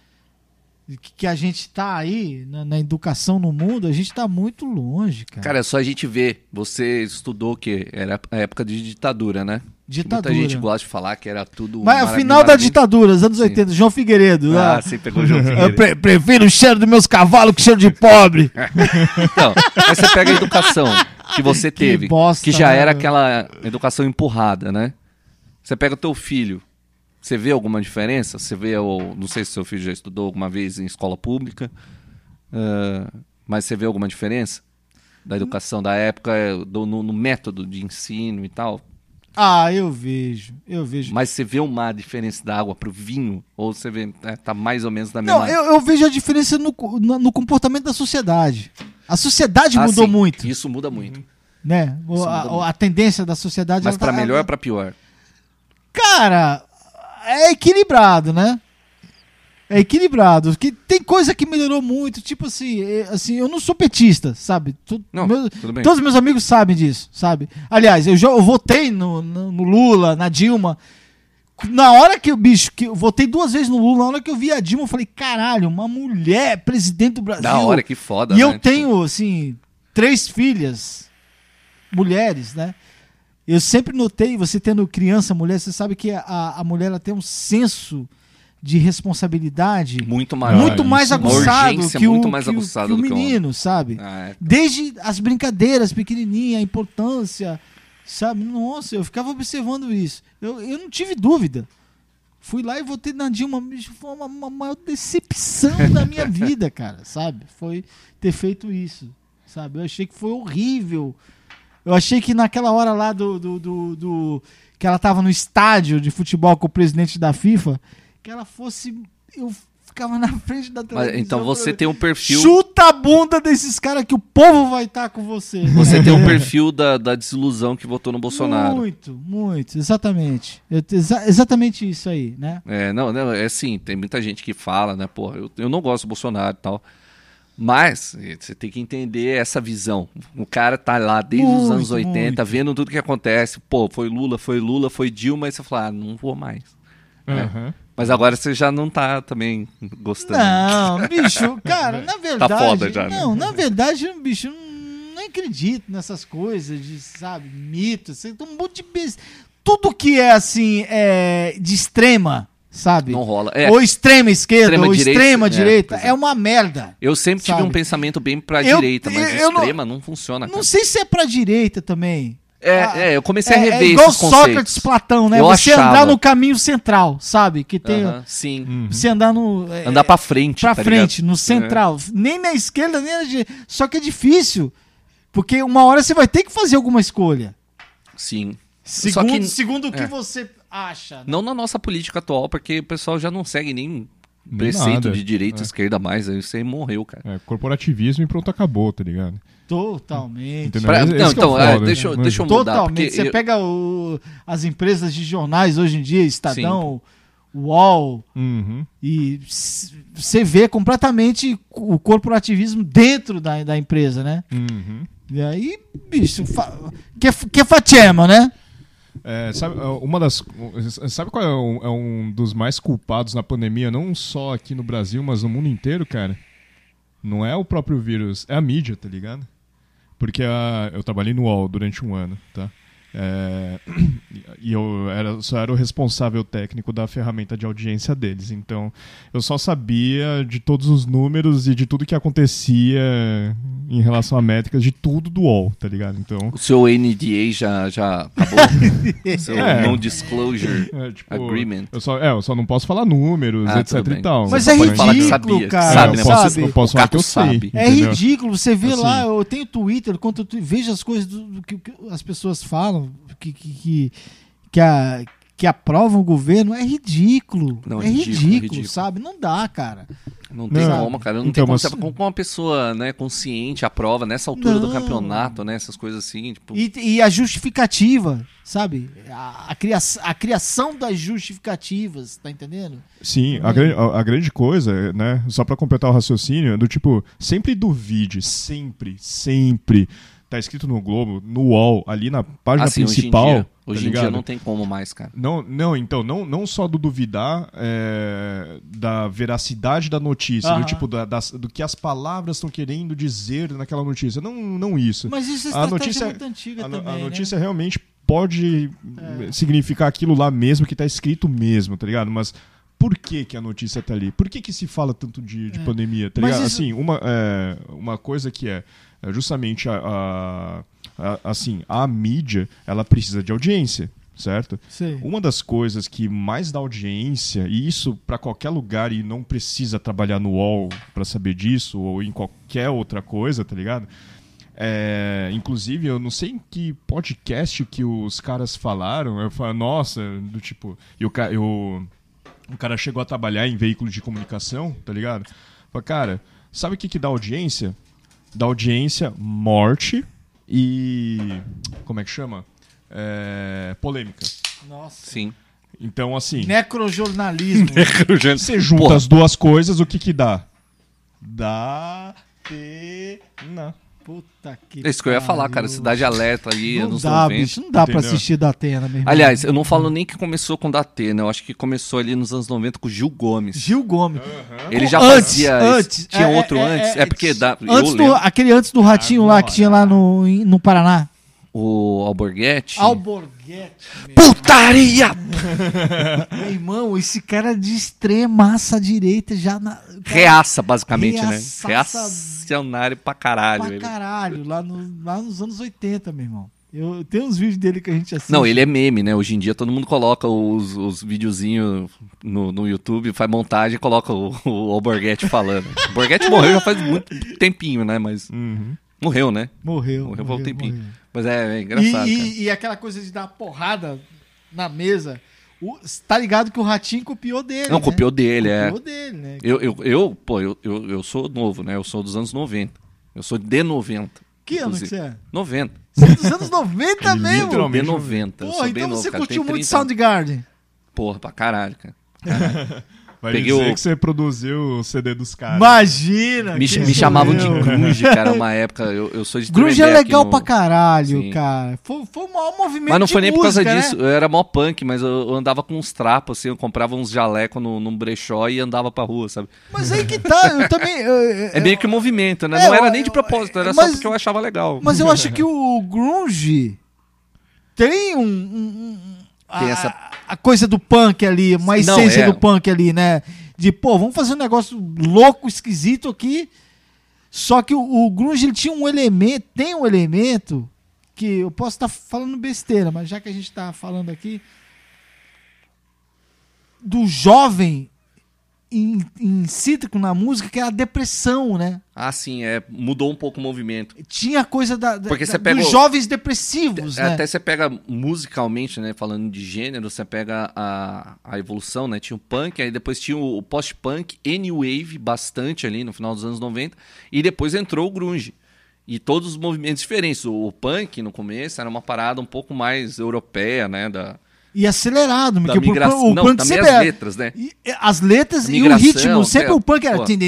Speaker 3: que, que a gente tá aí na, na educação no mundo, a gente tá muito longe, cara.
Speaker 2: Cara, é só a gente ver. Você estudou o quê? Era a época de ditadura, né? Que
Speaker 3: ditadura.
Speaker 2: Muita gente gosta de falar que era tudo.
Speaker 3: Mas é
Speaker 2: maravilha-
Speaker 3: final da
Speaker 2: maravilha.
Speaker 3: ditadura, os anos 80, João Figueiredo.
Speaker 2: Ah,
Speaker 3: lá,
Speaker 2: você pegou o jogo.
Speaker 3: eu pre- prefiro o cheiro dos meus cavalos que o cheiro de pobre.
Speaker 2: Então, aí você pega a educação que você
Speaker 3: Que
Speaker 2: teve, que,
Speaker 3: bosta,
Speaker 2: já
Speaker 3: né,
Speaker 2: era
Speaker 3: meu?
Speaker 2: aquela educação empurrada, né? Você pega o teu filho, você vê alguma diferença? Você vê, o, não sei se seu filho já estudou alguma vez em escola pública, ah, mas você vê alguma diferença da educação da época, eh, do- no, no método de ensino e tal?
Speaker 3: Ah, eu vejo, eu vejo.
Speaker 2: Mas você vê uma diferença da água pro vinho? Ou você vê, é, tá mais ou menos na mesma...
Speaker 3: Não, eu, eu vejo a diferença no, co- na- no comportamento da sociedade. A sociedade
Speaker 2: Ah,
Speaker 3: mudou
Speaker 2: sim,
Speaker 3: muito,
Speaker 2: Isso muda muito.
Speaker 3: né? O-
Speaker 2: Isso
Speaker 3: a,
Speaker 2: muda
Speaker 3: a tendência da sociedade...
Speaker 2: Mas
Speaker 3: ela tá-
Speaker 2: pra melhor ou pra pior?
Speaker 3: Cara, é equilibrado, né? É equilibrado. Que tem coisa que melhorou muito, tipo assim, é, assim eu não sou petista, sabe? Tu-
Speaker 2: Não,
Speaker 3: meu-
Speaker 2: tudo bem.
Speaker 3: Todos meus amigos sabem disso, sabe? Aliás, eu, já, eu votei no, no- no Lula, na Dilma. Na hora que o bicho, que eu votei duas vezes no Lula, na hora que eu vi a Dilma, eu falei, caralho, uma mulher presidente do Brasil.
Speaker 2: Da hora, que foda,
Speaker 3: E
Speaker 2: né?
Speaker 3: eu tenho, assim, três filhas, mulheres, né? Eu sempre notei, você tendo criança, mulher, você sabe que a, a mulher ela tem um senso de responsabilidade
Speaker 2: Tipo, Muito maior.
Speaker 3: muito
Speaker 1: isso.
Speaker 3: mais
Speaker 2: Uma
Speaker 3: aguçado
Speaker 2: urgência
Speaker 3: que o,
Speaker 2: muito mais
Speaker 3: que o-
Speaker 2: aguçada
Speaker 3: que o
Speaker 2: do que o homem.
Speaker 3: menino, sabe?
Speaker 2: Ah, é.
Speaker 3: Desde as brincadeiras pequenininha, a importância, sabe? Nossa, eu ficava observando isso. Eu, eu não tive dúvida. Fui lá e votei na Dilma. bicho, Foi uma, uma maior decepção da minha vida, cara, sabe? Foi ter feito isso, sabe? Eu achei que foi horrível. Eu achei que naquela hora lá do, do, do- do- que ela tava no estádio de futebol com o presidente da FIFA, que ela fosse... Eu ficava na frente da televisão.
Speaker 2: Mas, então você
Speaker 3: eu-
Speaker 2: tem um perfil.
Speaker 3: Chuta a bunda desses caras que o povo vai estar com você. né?
Speaker 2: Você tem um perfil da, da desilusão que votou no Bolsonaro.
Speaker 3: Muito, muito, exatamente. Eu- exa- exatamente isso aí, né?
Speaker 2: É, não, não, é assim, tem muita gente que fala, né, porra, eu, eu não gosto do Bolsonaro e tal. Mas eh, você tem que entender essa visão. O cara tá lá desde os
Speaker 3: Muito,
Speaker 2: anos 80,
Speaker 3: muito.
Speaker 2: vendo tudo que acontece. Pô, foi Lula, foi Lula, foi Dilma, e você fala, ah, não vou mais. É.
Speaker 1: Aham.
Speaker 2: Mas agora você já não tá também gostando.
Speaker 3: Não, bicho, cara, na verdade.
Speaker 2: Tá foda já, né?
Speaker 3: não, na verdade, bicho, eu não acredito nessas coisas de, sabe, mitos. Você tem um monte de bes- Tudo que é assim, é, de extrema, sabe?
Speaker 2: Não rola. É,
Speaker 3: Ou extrema esquerda,
Speaker 2: Extrema
Speaker 3: ou
Speaker 2: direita,
Speaker 3: extrema
Speaker 2: é,
Speaker 3: direita,
Speaker 2: pois
Speaker 3: é,
Speaker 2: é.
Speaker 3: uma merda.
Speaker 2: eu sempre tive
Speaker 3: sabe?
Speaker 2: um pensamento bem pra
Speaker 3: Eu-
Speaker 2: direita, mas
Speaker 3: eu não-
Speaker 2: extrema não, funciona.
Speaker 3: Não
Speaker 2: cara.
Speaker 3: sei se é pra direita também.
Speaker 2: É,
Speaker 3: Ah,
Speaker 2: é, eu comecei a rever
Speaker 3: igual
Speaker 2: esses
Speaker 3: Sócrates,
Speaker 2: conceitos.
Speaker 3: Platão, né?
Speaker 2: Eu
Speaker 3: você
Speaker 2: achava.
Speaker 3: andar no caminho central, sabe? Que tem
Speaker 2: Aham, sim.
Speaker 1: Uhum.
Speaker 3: você andar no é,
Speaker 2: Andar pra frente,
Speaker 3: pra
Speaker 2: tá ligado?
Speaker 3: frente, no central, nem na esquerda, nem na direita. Só que é difícil, porque uma hora você vai ter que fazer alguma escolha.
Speaker 2: Sim.
Speaker 3: Segundo,
Speaker 2: que-
Speaker 3: segundo o que
Speaker 2: é.
Speaker 3: você acha. né?
Speaker 2: Não na nossa política atual, porque o pessoal já não segue nem
Speaker 1: Nem
Speaker 2: preceito
Speaker 1: nada.
Speaker 2: de direita e esquerda mais. Aí você morreu, cara.
Speaker 1: É, corporativismo e pronto, acabou, tá ligado?
Speaker 3: Totalmente.
Speaker 1: Entendeu?
Speaker 2: Pra-
Speaker 1: Esse-
Speaker 2: não,
Speaker 1: esse que é o
Speaker 2: então, é,
Speaker 1: foda,
Speaker 2: deixa, eu-
Speaker 1: né?
Speaker 2: deixa eu mudar.
Speaker 3: Totalmente.
Speaker 2: porque
Speaker 3: Você
Speaker 2: eu-
Speaker 3: pega o- as empresas de jornais hoje em dia, Estadão, UOL,
Speaker 1: Uhum.
Speaker 3: E s- você vê completamente o corporativismo dentro da, da empresa, né?
Speaker 1: Uhum.
Speaker 3: E aí, bicho, fa... que, é f- que é fatema, né?
Speaker 1: É, sabe, é, uma das, sabe qual é um, é um dos mais culpados na pandemia, não só aqui no Brasil, mas no mundo inteiro, cara? Não é o próprio vírus, é a mídia, tá ligado? Porque a- eu trabalhei no UOL durante um ano, tá? É, e eu era, só era o responsável técnico da ferramenta de audiência deles. Então, eu só sabia de todos os números e de tudo que acontecia em relação a métricas, de tudo do UOL, tá ligado? Então,
Speaker 2: O seu NDA já, já acabou. né? seu
Speaker 1: É.
Speaker 2: non-disclosure.
Speaker 1: É, tipo,
Speaker 2: Agreement.
Speaker 1: Eu só, é, eu só não posso falar números,
Speaker 2: Ah,
Speaker 1: etc
Speaker 2: tudo bem.
Speaker 1: e tal.
Speaker 3: Mas
Speaker 1: Você
Speaker 3: é
Speaker 1: pode
Speaker 2: Pode falar que
Speaker 1: falar-
Speaker 3: ridículo,
Speaker 2: sabia.
Speaker 3: cara,
Speaker 1: É,
Speaker 2: Sabe, né?
Speaker 1: eu posso,
Speaker 3: sabe?
Speaker 1: eu posso falar
Speaker 2: O
Speaker 1: que eu
Speaker 2: Caco sabe.
Speaker 1: sei.
Speaker 3: É
Speaker 1: entendeu?
Speaker 3: ridículo. Você vê
Speaker 1: Assim.
Speaker 3: lá, eu tenho Twitter, quando eu tu- vejo as coisas do, do que, que as pessoas falam, que, que, que, que, a- que aprovam o governo, é ridículo.
Speaker 2: Não,
Speaker 3: é,
Speaker 2: é
Speaker 3: ridículo,
Speaker 2: ridículo, é ridículo.
Speaker 3: sabe? Não dá, cara.
Speaker 2: Não tem
Speaker 1: Não.
Speaker 2: como, cara. Não
Speaker 1: Então,
Speaker 2: tem como.
Speaker 1: mas-
Speaker 2: Você- Como uma pessoa né, consciente aprova nessa altura
Speaker 3: Não.
Speaker 2: do campeonato, né? Essas coisas assim. Tipo,
Speaker 3: E, e a justificativa, sabe? A, a, cria, a criação das justificativas, tá entendendo?
Speaker 1: Sim, a, gran- a- a grande coisa, né? Só pra completar o raciocínio, é do tipo, sempre duvide, sempre, sempre. Tá escrito no Globo, no UOL, ali na página
Speaker 2: assim,
Speaker 1: principal.
Speaker 2: hoje em dia.
Speaker 1: tá
Speaker 2: Hoje em dia
Speaker 1: ligado?
Speaker 2: não tem como mais, cara.
Speaker 1: Não, não, então, não, não só do duvidar é, da veracidade da notícia,
Speaker 3: Aham.
Speaker 1: do tipo, da- das- do que as palavras estão querendo dizer naquela notícia. Não, não isso.
Speaker 3: Mas isso é
Speaker 1: A
Speaker 3: estratégia
Speaker 1: notícia- é-
Speaker 3: muito antiga
Speaker 1: a, no- a
Speaker 3: também, né? É.
Speaker 1: notícia realmente pode eh, significar aquilo lá mesmo que tá escrito mesmo, tá ligado? Mas por que, que a notícia tá ali? Por que, que se fala tanto de, de pandemia, tá
Speaker 3: É. Mas
Speaker 1: ligado?
Speaker 3: isso-
Speaker 1: Assim, uma, eh, uma coisa que é é justamente a, a- a- assim, a mídia, ela precisa de audiência, certo?
Speaker 3: Sei.
Speaker 1: Uma das coisas que mais dá audiência, e isso pra qualquer lugar e não precisa trabalhar no UOL pra saber disso, ou em qualquer outra coisa, tá ligado? É, inclusive, eu não sei em que podcast que os caras falaram. Eu falo, nossa, do tipo. E o, ca- eu- o cara chegou a trabalhar em veículo de comunicação, tá ligado? Fala, cara, sabe o que, que dá audiência? Dá audiência morte e. Como é que chama? É, polêmica.
Speaker 3: Nossa.
Speaker 2: Sim.
Speaker 1: Então, assim,
Speaker 3: Né? Necrojornalismo.
Speaker 1: você junta
Speaker 2: Porra.
Speaker 1: as duas coisas, o que que dá? Dá pena.
Speaker 3: Puta que
Speaker 2: É isso que eu ia falar, cara.
Speaker 3: pariu.
Speaker 2: Cidade Alerta ali,
Speaker 3: Não
Speaker 2: anos
Speaker 3: dá,
Speaker 2: 90.
Speaker 3: bicho. Não dá pra
Speaker 1: entendeu?
Speaker 3: assistir da Atena, meu irmão.
Speaker 2: Aliás, eu não falo nem que começou com Datena, eu acho que começou ali nos anos 90 com o Gil Gomes.
Speaker 3: Gil Gomes.
Speaker 2: Ele já
Speaker 3: Antes,
Speaker 2: fazia.
Speaker 3: antes.
Speaker 2: esse- Tinha
Speaker 3: É,
Speaker 2: outro
Speaker 3: é,
Speaker 2: antes?
Speaker 3: é,
Speaker 2: É, porque. Da, eu
Speaker 3: Antes do,
Speaker 2: lembro.
Speaker 3: aquele antes do ratinho lá que
Speaker 1: Agora.
Speaker 3: tinha lá no, em- no Paraná.
Speaker 2: o Alborguete.
Speaker 3: Alborguete.
Speaker 2: Putaria!
Speaker 3: Meu irmão, esse cara é de extremaça direita já na.
Speaker 2: Reaça, basicamente,
Speaker 3: Reaçaça-
Speaker 2: né? Reacionário pra caralho.
Speaker 3: pra
Speaker 2: ele.
Speaker 3: caralho, lá, no- lá nos anos 80, meu irmão. Eu tenho uns vídeos dele que a gente assiste.
Speaker 2: Não, ele é meme, né? Hoje em dia todo mundo coloca os, os videozinhos no, no YouTube, faz montagem e coloca o, o Alborguete falando. O Alborguete morreu já faz muito tempinho, né? Mas
Speaker 1: Uhum.
Speaker 2: morreu, né?
Speaker 3: Morreu.
Speaker 2: Morreu faz um tempinho.
Speaker 3: morreu.
Speaker 2: Mas é, é engraçado,
Speaker 3: E,
Speaker 2: cara.
Speaker 3: e- e aquela coisa de dar porrada na mesa. O, tá ligado que o Ratinho copiou dele.
Speaker 2: Não,
Speaker 3: né?
Speaker 2: copiou dele, é.
Speaker 3: Copiou dele, né?
Speaker 2: Eu, eu, eu pô, eu, eu, eu sou novo, né? Eu sou dos anos 90. Eu sou de 90.
Speaker 3: Que ano que
Speaker 2: inclusive.
Speaker 3: você é?
Speaker 2: 90.
Speaker 3: Você é dos anos
Speaker 1: Ele
Speaker 3: 90 mesmo.
Speaker 1: literal-
Speaker 2: De
Speaker 1: Literalmente
Speaker 2: 90. eu sou
Speaker 3: Porra,
Speaker 2: bem
Speaker 3: então
Speaker 2: novo,
Speaker 3: você
Speaker 2: cara.
Speaker 3: curtiu
Speaker 2: Tenho
Speaker 3: muito
Speaker 2: 30 anos.
Speaker 3: Soundgarden.
Speaker 2: Porra, pra caralho, cara.
Speaker 1: Vai
Speaker 2: Peguei
Speaker 1: dizer
Speaker 2: o-
Speaker 1: que você produziu o CD dos
Speaker 2: Ah,
Speaker 1: caras.
Speaker 3: Imagina.
Speaker 2: Me,
Speaker 3: Ah, que
Speaker 2: me chamavam de
Speaker 3: doeu.
Speaker 2: grunge, cara, uma época. Eu, eu sou de
Speaker 3: Grunge é
Speaker 2: Tremembé aqui
Speaker 3: legal
Speaker 2: no-
Speaker 3: pra caralho,
Speaker 2: Sim.
Speaker 3: cara. Foi, foi o maior movimento
Speaker 2: Mas não foi
Speaker 3: de
Speaker 2: nem por causa
Speaker 3: música, né?
Speaker 2: disso. Eu era mó punk, mas eu, eu andava com uns trapos, assim. Eu comprava uns jalecos no, num brechó e andava pra rua, sabe?
Speaker 3: Mas aí que tá, eu também... eu-
Speaker 2: É meio que um movimento, né?
Speaker 3: é,
Speaker 2: não era
Speaker 3: eu-
Speaker 2: nem de propósito, era
Speaker 3: mas-
Speaker 2: só porque eu achava legal.
Speaker 3: Mas eu acho que o grunge tem um... um- um-
Speaker 2: Tem
Speaker 3: a,
Speaker 2: essa-
Speaker 3: a coisa do punk ali, uma
Speaker 2: Não,
Speaker 3: essência
Speaker 2: é.
Speaker 3: do punk ali, né? De, pô, vamos fazer um negócio louco, esquisito aqui. Só que o, o grunge, ele tinha um elemento, tem um elemento que eu posso estar falando besteira, mas já que a gente tá falando aqui, do jovem in- incítrico na música, que é a depressão, né?
Speaker 2: Ah, sim, é, mudou um pouco o movimento.
Speaker 3: Tinha a coisa da, da-
Speaker 2: Porque
Speaker 3: da-
Speaker 2: você pega
Speaker 3: dos
Speaker 2: o-
Speaker 3: jovens depressivos, né?
Speaker 2: É, Até você pega musicalmente, né? Falando de gênero, você pega a, a evolução, né? Tinha o punk, aí depois tinha o, o post-punk, N-Wave, bastante ali no final dos anos 90, e depois entrou o grunge. E todos os movimentos diferentes. O, o punk, no começo, era uma parada um pouco mais europeia, né? Da,
Speaker 3: E acelerado,
Speaker 2: da
Speaker 3: porque o
Speaker 2: migração.
Speaker 3: punk- o
Speaker 2: Não,
Speaker 3: punk
Speaker 2: também
Speaker 3: sempre
Speaker 2: as
Speaker 3: era-
Speaker 2: letras, né?
Speaker 3: e- e- as letras
Speaker 2: A
Speaker 3: e o
Speaker 2: migração,
Speaker 3: ritmo, sempre
Speaker 2: certo.
Speaker 3: o punk era.
Speaker 2: Pô.
Speaker 3: Né,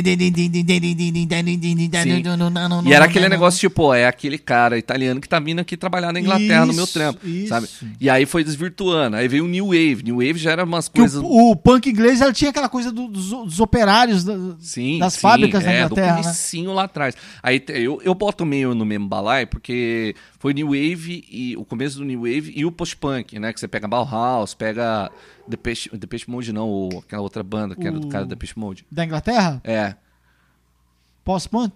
Speaker 2: E era aquele negócio tipo, ó, é aquele cara italiano que tá vindo aqui trabalhar na Inglaterra no meu
Speaker 3: Isso,
Speaker 2: trampo,
Speaker 3: isso.
Speaker 2: sabe? E aí foi desvirtuando. Aí veio o New Wave. New Wave já era umas
Speaker 3: Que
Speaker 2: coisas...
Speaker 3: o, o punk inglês ela tinha aquela coisa do- dos, dos operários. da-
Speaker 2: Sim,
Speaker 3: das
Speaker 2: sim,
Speaker 3: fábricas da
Speaker 2: é,
Speaker 3: Inglaterra, né?
Speaker 2: do comecinho lá atrás. Aí te- eu, eu boto meio no mesmo balai, porque foi New Wave, e, o começo do New Wave e o post-punk, né? Que você pega Bauhaus, pega Depeche, Depeche Mode não, ou aquela outra banda que era do
Speaker 3: O-
Speaker 2: cara da Depeche Mode.
Speaker 3: Da Inglaterra?
Speaker 2: É,
Speaker 3: Pós-punk?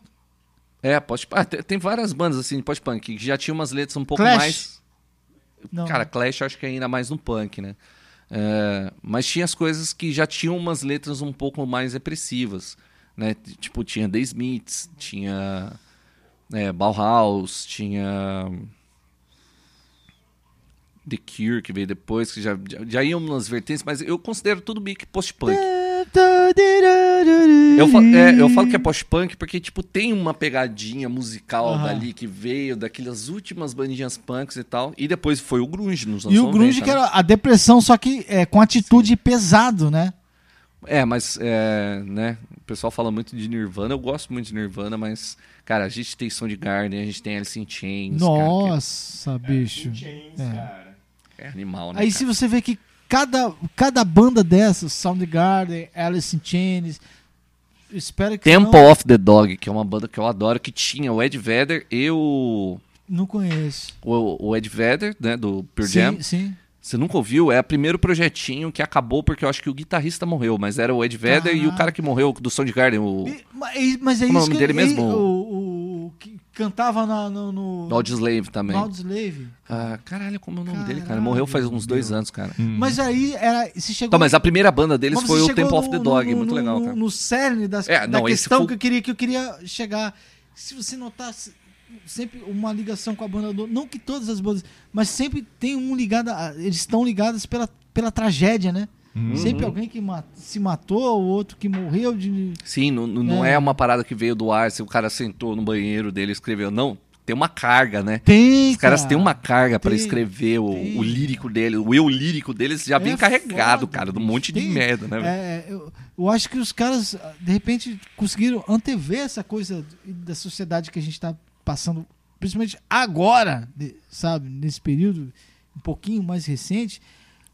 Speaker 2: é, post-punk. Ah, te- tem, várias bandas assim de post-punk que já tinham umas letras um pouco
Speaker 3: Clash?
Speaker 2: mais...
Speaker 3: Não.
Speaker 2: Cara, Clash eu acho que é ainda mais no punk, né? É, mas tinha as coisas que já tinham umas letras um pouco mais repressivas, né? T- Tipo, tinha The Smiths, tinha é, Bauhaus, tinha The Cure, que veio depois, que já, já, já iam nas vertentes, mas eu considero tudo meio que post-punk. Eu falo, é, eu falo que é post-punk porque, tipo, tem uma pegadinha musical
Speaker 3: Aham.
Speaker 2: dali que veio daquelas últimas bandinhas punks e tal. E depois foi o grunge nos anos
Speaker 3: E o
Speaker 2: 90,
Speaker 3: grunge
Speaker 2: né?
Speaker 3: que era a depressão, só que é, com atitude pesado, né?
Speaker 2: É, mas, é, né, o pessoal fala muito de Nirvana. Eu gosto muito de Nirvana, mas, cara, a gente tem Soundgarden, a gente tem Alice in Chains. Cara, é
Speaker 3: Nossa, bicho.
Speaker 1: Chains,
Speaker 3: É.
Speaker 1: cara.
Speaker 2: que é animal, né,
Speaker 3: Aí
Speaker 2: cara?
Speaker 3: se você vê que cada, cada banda dessas, Soundgarden, Alice in Chains, espero que
Speaker 2: Temple
Speaker 3: não,
Speaker 2: of the Dog, que é uma banda que eu adoro, que tinha o Ed Vedder e o...
Speaker 3: não conheço.
Speaker 2: O, o Ed Vedder, né, do Pearl Jam.
Speaker 3: Sim, sim.
Speaker 2: Você nunca ouviu? É o primeiro projetinho que acabou porque eu acho que o guitarrista morreu, mas era o Ed Vedder e o
Speaker 3: Caraca.
Speaker 2: cara que morreu do Soundgarden, o
Speaker 3: E- ma- e- mas é
Speaker 2: Como é o
Speaker 3: isso
Speaker 2: nome
Speaker 3: que
Speaker 2: dele mesmo?
Speaker 3: e- o, o que cantava na- no, no,
Speaker 2: do Audioslave também.
Speaker 3: no Audioslave.
Speaker 2: Ah, caralho, como é o nome dele, cara?
Speaker 3: Caralho,
Speaker 2: Morreu faz uns dois
Speaker 3: meu.
Speaker 2: anos, cara.
Speaker 3: Mas aí era, se chegou
Speaker 2: Então, mas a primeira banda deles
Speaker 3: mas
Speaker 2: foi
Speaker 3: você
Speaker 2: o
Speaker 3: chegou
Speaker 2: Temple of the
Speaker 3: no-
Speaker 2: Dog,
Speaker 3: no-
Speaker 2: muito
Speaker 3: no-
Speaker 2: legal,
Speaker 3: no-
Speaker 2: cara.
Speaker 3: No cerne das,
Speaker 2: É,
Speaker 3: da
Speaker 2: não, esse
Speaker 3: questão
Speaker 2: foi-
Speaker 3: que eu queria que eu queria chegar. Se você notasse sempre uma ligação com a banda do, não que todas as bandas, mas sempre tem um ligado, a- eles estão ligados pela, pela tragédia, né? Sempre alguém que ma- se matou, o outro que morreu de
Speaker 2: Sim, não, não- não
Speaker 3: É.
Speaker 2: é. uma parada que veio do ar, se o cara sentou no banheiro dele e escreveu. Não, tem uma carga, né?
Speaker 3: tem,
Speaker 2: Os caras têm uma carga pra
Speaker 3: Tem,
Speaker 2: escrever o,
Speaker 3: tem.
Speaker 2: o lírico dele, o eu lírico deles já vem
Speaker 3: É
Speaker 2: Tá carregado,
Speaker 3: foda,
Speaker 2: cara, de um
Speaker 3: bicho.
Speaker 2: monte de
Speaker 3: Tem-
Speaker 2: merda, né? velho?
Speaker 3: É, eu, eu acho que os caras, de repente, conseguiram antever essa coisa da sociedade que a gente está passando, principalmente agora, de- sabe? Nesse período um pouquinho mais recente.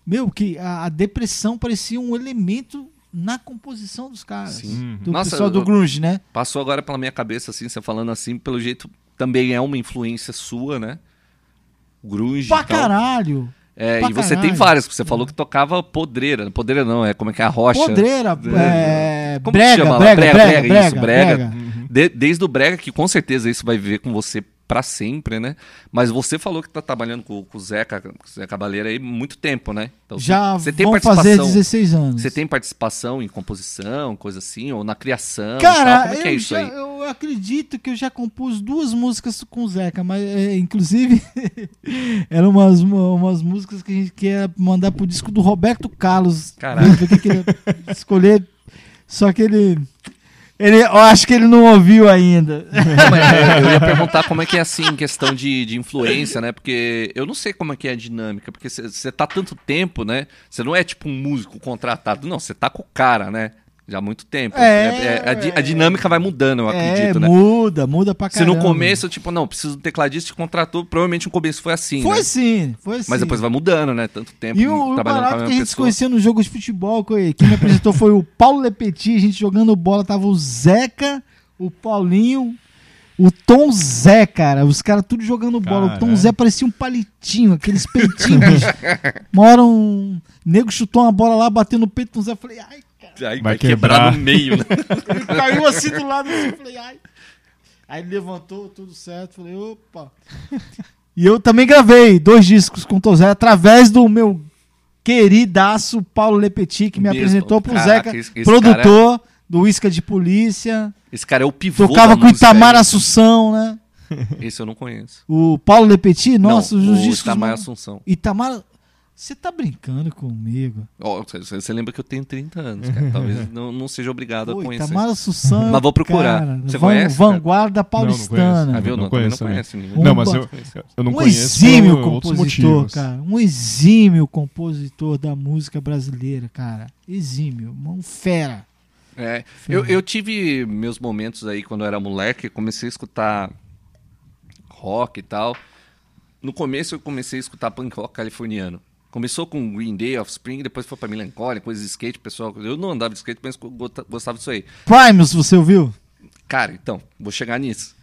Speaker 3: Meu, que a, a depressão parecia um elemento na composição dos caras.
Speaker 2: Sim. Uhum.
Speaker 3: Do
Speaker 2: Nossa,
Speaker 3: pessoal do
Speaker 2: eu-
Speaker 3: grunge, né?
Speaker 2: Passou agora pela minha cabeça, assim, você falando assim, pelo jeito também é uma influência sua, né? grunge.
Speaker 3: Pra
Speaker 2: e tal.
Speaker 3: caralho.
Speaker 2: É,
Speaker 3: pra
Speaker 2: e você tem
Speaker 3: caralho. É.
Speaker 2: várias, porque você falou que tocava podreira. Podreira não, é como é que é a rocha.
Speaker 3: Podreira, é,
Speaker 2: Como que
Speaker 3: brega,
Speaker 2: chama lá?
Speaker 3: brega,
Speaker 2: Brega,
Speaker 3: brega,
Speaker 2: brega,
Speaker 3: brega, brega,
Speaker 2: isso, brega. De- desde o brega, que com certeza isso vai viver com você pra sempre, né? Mas você falou que tá trabalhando com, com o Zeca, com o Zeca Baleira aí muito tempo, né? Então,
Speaker 3: Já vão fazer 16 anos.
Speaker 2: Você tem participação em composição, coisa assim, ou na criação? e tal?
Speaker 3: Cara,
Speaker 2: como é que é
Speaker 3: eu,
Speaker 2: isso
Speaker 3: já-
Speaker 2: aí?
Speaker 3: eu acredito que eu já compus duas músicas com o Zeca, mas é, inclusive eram umas, umas músicas que a gente queria mandar pro disco do Roberto Carlos.
Speaker 2: Caralho.
Speaker 3: Ver o que que ele ia escolher. Só que ele. ele- eu acho que ele não ouviu ainda.
Speaker 2: Não, mas eu, eu ia perguntar como é que é assim, em questão de, de influência, né? Porque eu não sei como é que é a dinâmica, porque você tá tanto tempo, né? Você não é tipo um músico contratado, não, você tá com o cara, né? Já há muito tempo.
Speaker 3: É,
Speaker 2: a, di- a dinâmica vai mudando, eu acredito,
Speaker 3: é,
Speaker 2: né?
Speaker 3: muda, muda pra
Speaker 2: Se
Speaker 3: caramba.
Speaker 2: no começo, tipo, não, preciso do tecladista, te contratou, provavelmente no começo foi assim,
Speaker 3: Foi
Speaker 2: né?
Speaker 3: sim, foi sim.
Speaker 2: Mas depois vai mudando, né? Tanto tempo
Speaker 3: E o, o
Speaker 2: trabalhando com a
Speaker 3: barato que a
Speaker 2: mesma
Speaker 3: gente se
Speaker 2: pessoa.
Speaker 3: conhecia no jogo de futebol, que- quem me apresentou foi o Paulo Lepetit, a gente jogando bola, tava o Zeca, o Paulinho, o Tom Zé, cara. Os caras tudo jogando bola. O Tom
Speaker 1: Caralho.
Speaker 3: Zé parecia um palitinho, aqueles peitinhos. Uma hora um nego chutou uma bola lá, bateu no peito do Tom Zé, eu falei, ai,
Speaker 2: Aí
Speaker 1: Vai
Speaker 2: vai quebrar
Speaker 1: quebrar.
Speaker 2: no meio, né?
Speaker 3: ele caiu assim do lado, assim, eu falei, ai. Aí ele levantou, tudo certo, falei, opa. E eu também gravei dois discos com o Tozé através do meu queridaço Paulo Lepetit, que me
Speaker 2: Mesmo.
Speaker 3: apresentou pro
Speaker 2: Caraca,
Speaker 3: Zeca,
Speaker 2: esse- é esse
Speaker 3: produtor do Isca de Polícia.
Speaker 2: Esse cara é o pivô
Speaker 3: Tocava
Speaker 2: da
Speaker 3: com o
Speaker 2: música
Speaker 3: Itamar
Speaker 2: aí.
Speaker 3: Assunção, né?
Speaker 2: Esse eu não conheço.
Speaker 3: O Paulo Lepetit, nossa,
Speaker 2: não,
Speaker 3: os
Speaker 2: o
Speaker 3: discos.
Speaker 2: Itamar
Speaker 3: mano.
Speaker 2: Assunção.
Speaker 3: Itamar, você tá brincando comigo?
Speaker 2: Ó, você- Você lembra que eu tenho 30 anos, cara. Talvez não, não seja obrigado
Speaker 3: Pô,
Speaker 2: a conhecer.
Speaker 3: Itamar Assunção. é
Speaker 2: Mas
Speaker 3: o
Speaker 2: vou procurar.
Speaker 3: cara,
Speaker 2: Você
Speaker 3: van-
Speaker 2: conhece, cara?
Speaker 3: Vanguarda paulistana.
Speaker 2: Ah, viu?
Speaker 1: Não
Speaker 2: Não, também não
Speaker 1: conheço, né?
Speaker 2: conhece ninguém.
Speaker 1: Não, mas
Speaker 3: Opa.
Speaker 1: eu, eu não
Speaker 3: um
Speaker 1: conheço.
Speaker 3: exímio
Speaker 1: por outros
Speaker 3: compositor,
Speaker 1: motivos.
Speaker 3: cara. Um exímio compositor da música brasileira, cara. Exímio, um fera.
Speaker 2: É, eu, eu tive meus momentos aí quando eu era moleque, comecei a escutar rock e tal. No começo eu comecei a escutar punk rock californiano. Começou com Green Day, Offspring, depois foi pra Melancholia, coisas de skate, pessoal. Eu não andava de skate, mas go- gostava disso aí.
Speaker 3: Primus, você ouviu?
Speaker 2: Cara, então, vou chegar nisso.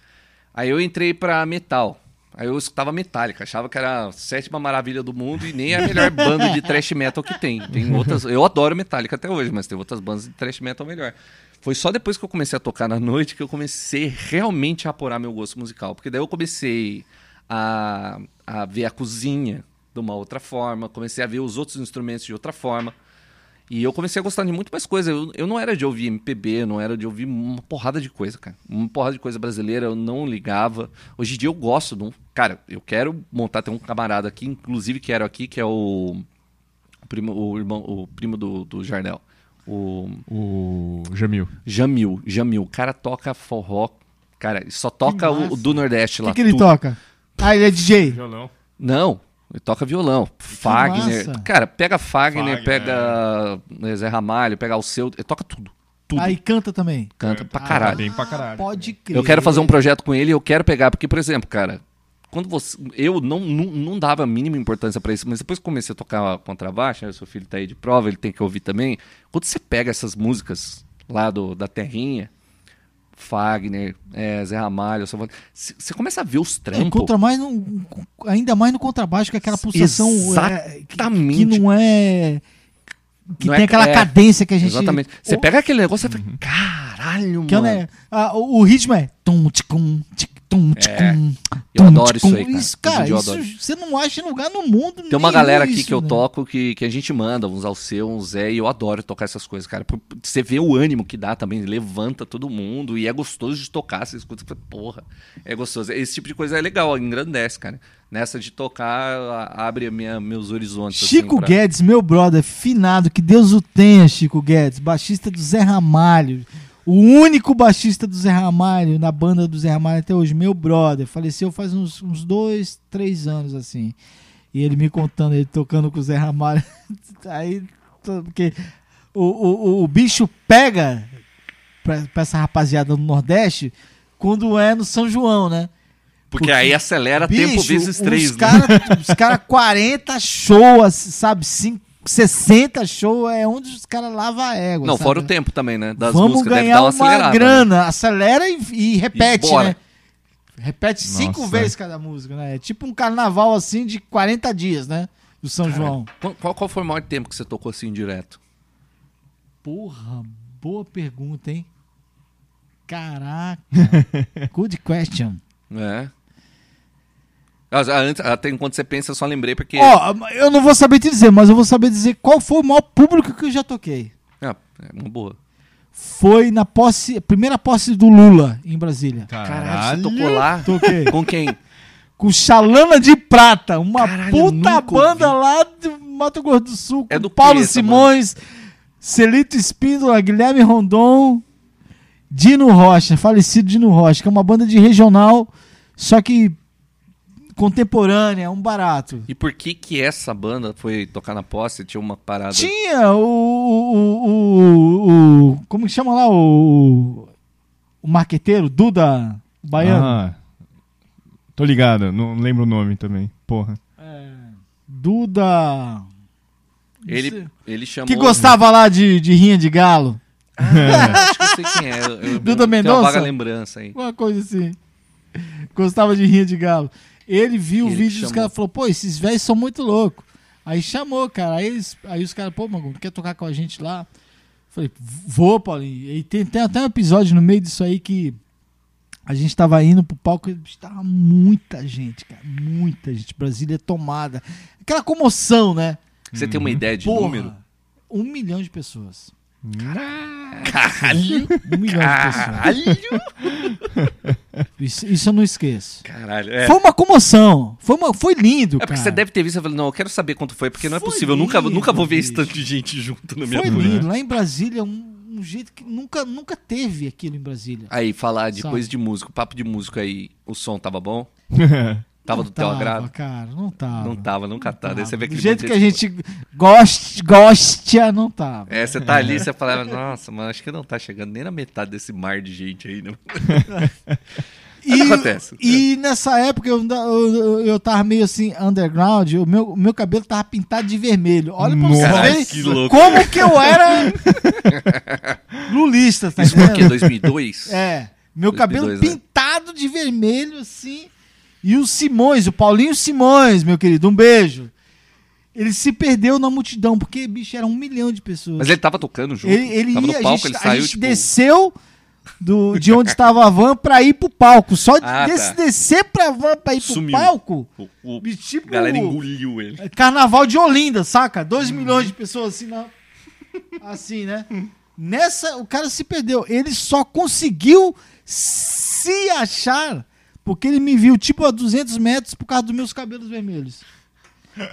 Speaker 2: Aí eu entrei pra metal. Aí eu escutava Metallica, achava que era a sétima maravilha do mundo e nem é a melhor banda de thrash metal que tem. Tem outras, eu adoro Metallica até hoje, mas tem outras bandas de thrash metal melhor. Foi só depois que eu comecei a tocar na noite que eu comecei realmente a apurar meu gosto musical, porque daí eu comecei a, a ver a cozinha de uma outra forma, comecei a ver os outros instrumentos de outra forma. E eu comecei a gostar de muito mais coisa. Eu, eu não era de ouvir MPB, não era de ouvir uma porrada de coisa, cara. Uma porrada de coisa brasileira, eu não ligava. Hoje em dia eu gosto de um. Cara, eu quero montar, tem um camarada aqui, inclusive quero aqui, que é o. o primo, o irmão, o primo do, do Jardel. O
Speaker 1: O Jamil.
Speaker 2: Jamil. Jamil. O cara toca forró. Cara, só toca o, o do Nordeste
Speaker 3: O
Speaker 2: lá.
Speaker 3: que, que ele
Speaker 2: tudo.
Speaker 3: toca? Ah, ele é DJ.
Speaker 1: Violão.
Speaker 2: Não, ele toca violão. Fagner.
Speaker 3: massa.
Speaker 2: Cara, pega Fagner,
Speaker 1: Fagner.
Speaker 2: pega eh, Zé Ramalho, pega Alceu, ele toca tudo. Tudo.
Speaker 3: Aí canta também.
Speaker 2: Canta pra
Speaker 1: Ah,
Speaker 2: caralho.
Speaker 1: Bem pra caralho.
Speaker 3: Pode crer.
Speaker 2: Eu quero fazer um projeto com ele e eu quero pegar, porque, por exemplo, cara, quando você. Eu não, não, não dava a mínima importância pra isso, mas depois que comecei a tocar contrabaixo, né, o seu filho tá aí de prova, ele tem que ouvir também. Quando você pega essas músicas lá do, da Terrinha, Fagner, eh, Zé Ramalho, Salvador, c- você começa a ver os
Speaker 3: É,
Speaker 2: trampos.
Speaker 3: contra mais no, ainda mais no contrabaixo, que é aquela pulsação é, que,
Speaker 2: Exatamente.
Speaker 3: que não é. Que
Speaker 2: Não
Speaker 3: tem
Speaker 2: é-
Speaker 3: aquela
Speaker 2: é,
Speaker 3: cadência que a gente.
Speaker 2: Exatamente. Você
Speaker 3: O-
Speaker 2: pega aquele negócio e fala, caralho,
Speaker 3: Que
Speaker 2: mano.
Speaker 3: é, ah, o, o ritmo é. Tum, ticum, tic, tum, ticum,
Speaker 2: É, eu
Speaker 3: tum,
Speaker 2: adoro isso
Speaker 3: ticum.
Speaker 2: aí, cara.
Speaker 3: Isso,
Speaker 2: Hoje
Speaker 3: cara,
Speaker 2: em dia eu
Speaker 3: isso
Speaker 2: adoro.
Speaker 3: você não acha em lugar no mundo.
Speaker 2: Tem uma
Speaker 3: nenhum
Speaker 2: galera aqui
Speaker 3: isso,
Speaker 2: que eu
Speaker 3: né?
Speaker 2: toco que, que a gente manda, uns ao seu, uns Zé, e eu adoro tocar essas coisas, cara. Por- por- Você vê o ânimo que dá também, levanta todo mundo, e é gostoso de tocar, você escuta, e fala, porra, é gostoso. Esse tipo de coisa é legal, engrandece, cara. Nessa de tocar, a- abre a minha- meus horizontes. assim,
Speaker 3: Chico
Speaker 2: pra-
Speaker 3: Guedes, meu brother, finado, que Deus o tenha, Chico Guedes, baixista do Zé Ramalho. O único baixista do Zé Ramalho, na banda do Zé Ramalho até hoje, meu brother. Faleceu faz uns, uns dois, três anos, assim. E ele me contando, ele tocando com o Zé Ramalho. Aí, tô- porque o, o, o- o bicho pega pra, pra essa rapaziada do Nordeste quando é no São João, né?
Speaker 2: Porque aí acelera tempo vezes três,
Speaker 3: os
Speaker 2: né?
Speaker 3: cara, Os caras 40 shows, sabe? Cin- 60 show é onde os caras lavam a égua.
Speaker 2: Não,
Speaker 3: sabe?
Speaker 2: fora o tempo também, né? Das
Speaker 3: Vamos
Speaker 2: músicas, deve
Speaker 3: ganhar
Speaker 2: dar uma
Speaker 3: uma
Speaker 2: acelerada. né?
Speaker 3: grana. Acelera e, e repete,
Speaker 2: bora.
Speaker 3: né? Repete cinco
Speaker 2: Nossa.
Speaker 3: vezes cada música, né? É tipo um carnaval assim de 40 dias, né? Do São João.
Speaker 2: Qual- Qual, qual foi o maior tempo que você tocou assim direto?
Speaker 3: Porra, boa pergunta, hein? Caraca. Good question.
Speaker 2: É. Ah, já antes- até enquanto você pensa, eu só lembrei porque.
Speaker 3: Ó, eu não vou saber te dizer, mas eu vou saber dizer qual foi o maior público que eu já toquei.
Speaker 2: Ah, é uma boa.
Speaker 3: Foi na posse, primeira posse do Lula em Brasília.
Speaker 2: Caralho, você tocou lá?
Speaker 3: Toquei.
Speaker 2: Com quem?
Speaker 3: Com Chalana de Prata, uma
Speaker 2: Caralho,
Speaker 3: puta
Speaker 2: nunca
Speaker 3: banda lá do Mato Grosso do Sul.
Speaker 2: É
Speaker 3: com
Speaker 2: do quê
Speaker 3: Paulo
Speaker 2: essa
Speaker 3: Simões, Celito Espíndola, Guilherme Rondon, Dino Rocha, falecido Dino Rocha, que é uma banda de regional, só que contemporânea, um barato.
Speaker 2: E por que que essa banda foi tocar na posse? Tinha uma parada.
Speaker 3: Tinha o, o, o, o- Como que chama lá? O. O marqueteiro, Duda Baiano.
Speaker 1: Ah, tô ligado, não lembro o nome também. Porra.
Speaker 3: É, Duda.
Speaker 2: Ele, ele chamou.
Speaker 3: Que gostava lá de, de rinha de galo.
Speaker 2: Ah, acho que eu sei quem é. Eu, eu,
Speaker 3: Duda
Speaker 2: tenho
Speaker 3: Mendonça?
Speaker 2: Uma vaga lembrança aí.
Speaker 3: Uma coisa assim. Gostava de rinha de galo. Ele viu o
Speaker 2: Ele
Speaker 3: vídeo
Speaker 2: que
Speaker 3: dos
Speaker 2: chamou.
Speaker 3: caras e falou: pô, esses velhos são muito loucos. Aí chamou, cara. Aí, eles, aí os caras, pô, Mago, quer tocar com a gente lá? Falei, vou, Paulinho. E tem, tem até um episódio no meio disso aí que a gente tava indo pro palco e tava muita gente, cara. Muita gente. Brasília é tomada. Aquela comoção, né?
Speaker 2: Você tem uma ideia de
Speaker 3: Porra,
Speaker 2: número?
Speaker 3: Um milhão de pessoas.
Speaker 2: Caralho!
Speaker 3: Um milhão de pessoas.
Speaker 2: Caralho!
Speaker 3: Isso, isso eu não esqueço.
Speaker 2: Caralho, é.
Speaker 3: Foi uma comoção. Foi, uma, foi lindo,
Speaker 2: É porque
Speaker 3: cara.
Speaker 2: você deve ter visto e falou, não, eu quero saber quanto foi, porque não é
Speaker 3: Foi
Speaker 2: possível, eu nunca,
Speaker 3: lindo,
Speaker 2: nunca vou ver esse
Speaker 3: bicho.
Speaker 2: tanto de gente junto na minha
Speaker 3: Foi
Speaker 2: vida.
Speaker 3: lindo. Lá em Brasília, um, um jeito que nunca, nunca teve aquilo em Brasília.
Speaker 2: Aí, falar de
Speaker 3: Sabe?
Speaker 2: coisa de músico, papo de músico aí, o som tava bom? Tava
Speaker 3: não
Speaker 2: do teu agrado?
Speaker 3: cara. Não tava.
Speaker 2: Não tava, nunca tava. Daí você vê
Speaker 3: Do
Speaker 2: aquele
Speaker 3: jeito
Speaker 2: monte
Speaker 3: que
Speaker 2: de
Speaker 3: a gente gosta, gosta, não tava.
Speaker 2: É, você tá ali, você fala, nossa, mas acho que não tá chegando nem na metade desse mar de gente aí, né?
Speaker 3: E,
Speaker 2: Acontece.
Speaker 3: e nessa época eu, ainda- eu, eu, eu tava meio assim, underground, o meu, o meu cabelo tava pintado de vermelho. Olha pra vocês
Speaker 1: Nossa,
Speaker 3: verem
Speaker 2: que louco.
Speaker 3: como que eu era lulista, tá
Speaker 2: Isso foi É. o quê?
Speaker 3: entendendo?
Speaker 2: 2002?
Speaker 3: É. Meu
Speaker 2: 2002,
Speaker 3: cabelo
Speaker 2: né?
Speaker 3: pintado de vermelho, assim. E o Simões, o Paulinho Simões, meu querido, um beijo. Ele se perdeu na multidão, porque, bicho, era um milhão de pessoas.
Speaker 2: Mas ele tava tocando junto?
Speaker 3: ele, ele
Speaker 2: tava
Speaker 3: ia,
Speaker 2: no palco,
Speaker 3: a gente,
Speaker 2: ele
Speaker 3: a
Speaker 2: saiu,
Speaker 3: gente
Speaker 2: tipo...
Speaker 3: desceu do, de onde estava a van pra ir pro palco. Só de
Speaker 2: Ah,
Speaker 3: desse-
Speaker 2: tá.
Speaker 3: descer pra van pra ir
Speaker 2: Sumiu.
Speaker 3: pro palco,
Speaker 2: O, o-
Speaker 3: bicho, tipo
Speaker 2: a galera engoliu ele.
Speaker 3: carnaval de Olinda, saca? 2 milhões de pessoas assim, não. assim, né? Nessa, o cara se perdeu. Ele só conseguiu se achar porque ele me viu tipo a 200 metros por causa dos meus cabelos vermelhos.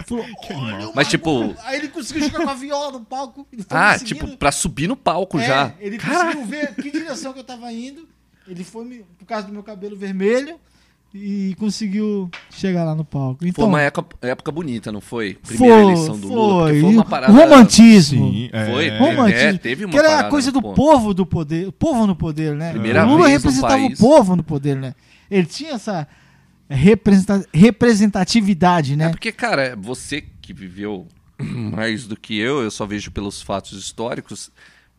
Speaker 3: Falou, "Olha o
Speaker 2: Mas,
Speaker 3: maluco."
Speaker 2: tipo-
Speaker 3: Aí ele conseguiu jogar com a viola no palco. eles tão
Speaker 2: Ah,
Speaker 3: me seguindo.
Speaker 2: tipo, pra subir no palco
Speaker 3: É,
Speaker 2: já.
Speaker 3: Ele
Speaker 2: Caraca.
Speaker 3: conseguiu ver que direção que eu tava indo. Ele foi me- por causa do meu cabelo vermelho e conseguiu chegar lá no palco. Então,
Speaker 2: Foi uma época, época bonita, não foi? Primeira eleição do Lula. porque Foi uma parada...
Speaker 3: Romantismo.
Speaker 1: Sim, é.
Speaker 2: Foi?
Speaker 3: Romantismo.
Speaker 2: É, teve uma
Speaker 3: que era a
Speaker 2: parada,
Speaker 3: coisa do
Speaker 2: pô.
Speaker 3: povo do poder. O povo no poder, né?
Speaker 2: Primeira
Speaker 3: o Lula
Speaker 2: vez no
Speaker 3: representava o
Speaker 2: país.
Speaker 3: povo no poder, né? Ele tinha essa representa- representatividade,
Speaker 2: É
Speaker 3: né?
Speaker 2: porque, cara, você que viveu mais do que eu, eu só vejo pelos fatos históricos.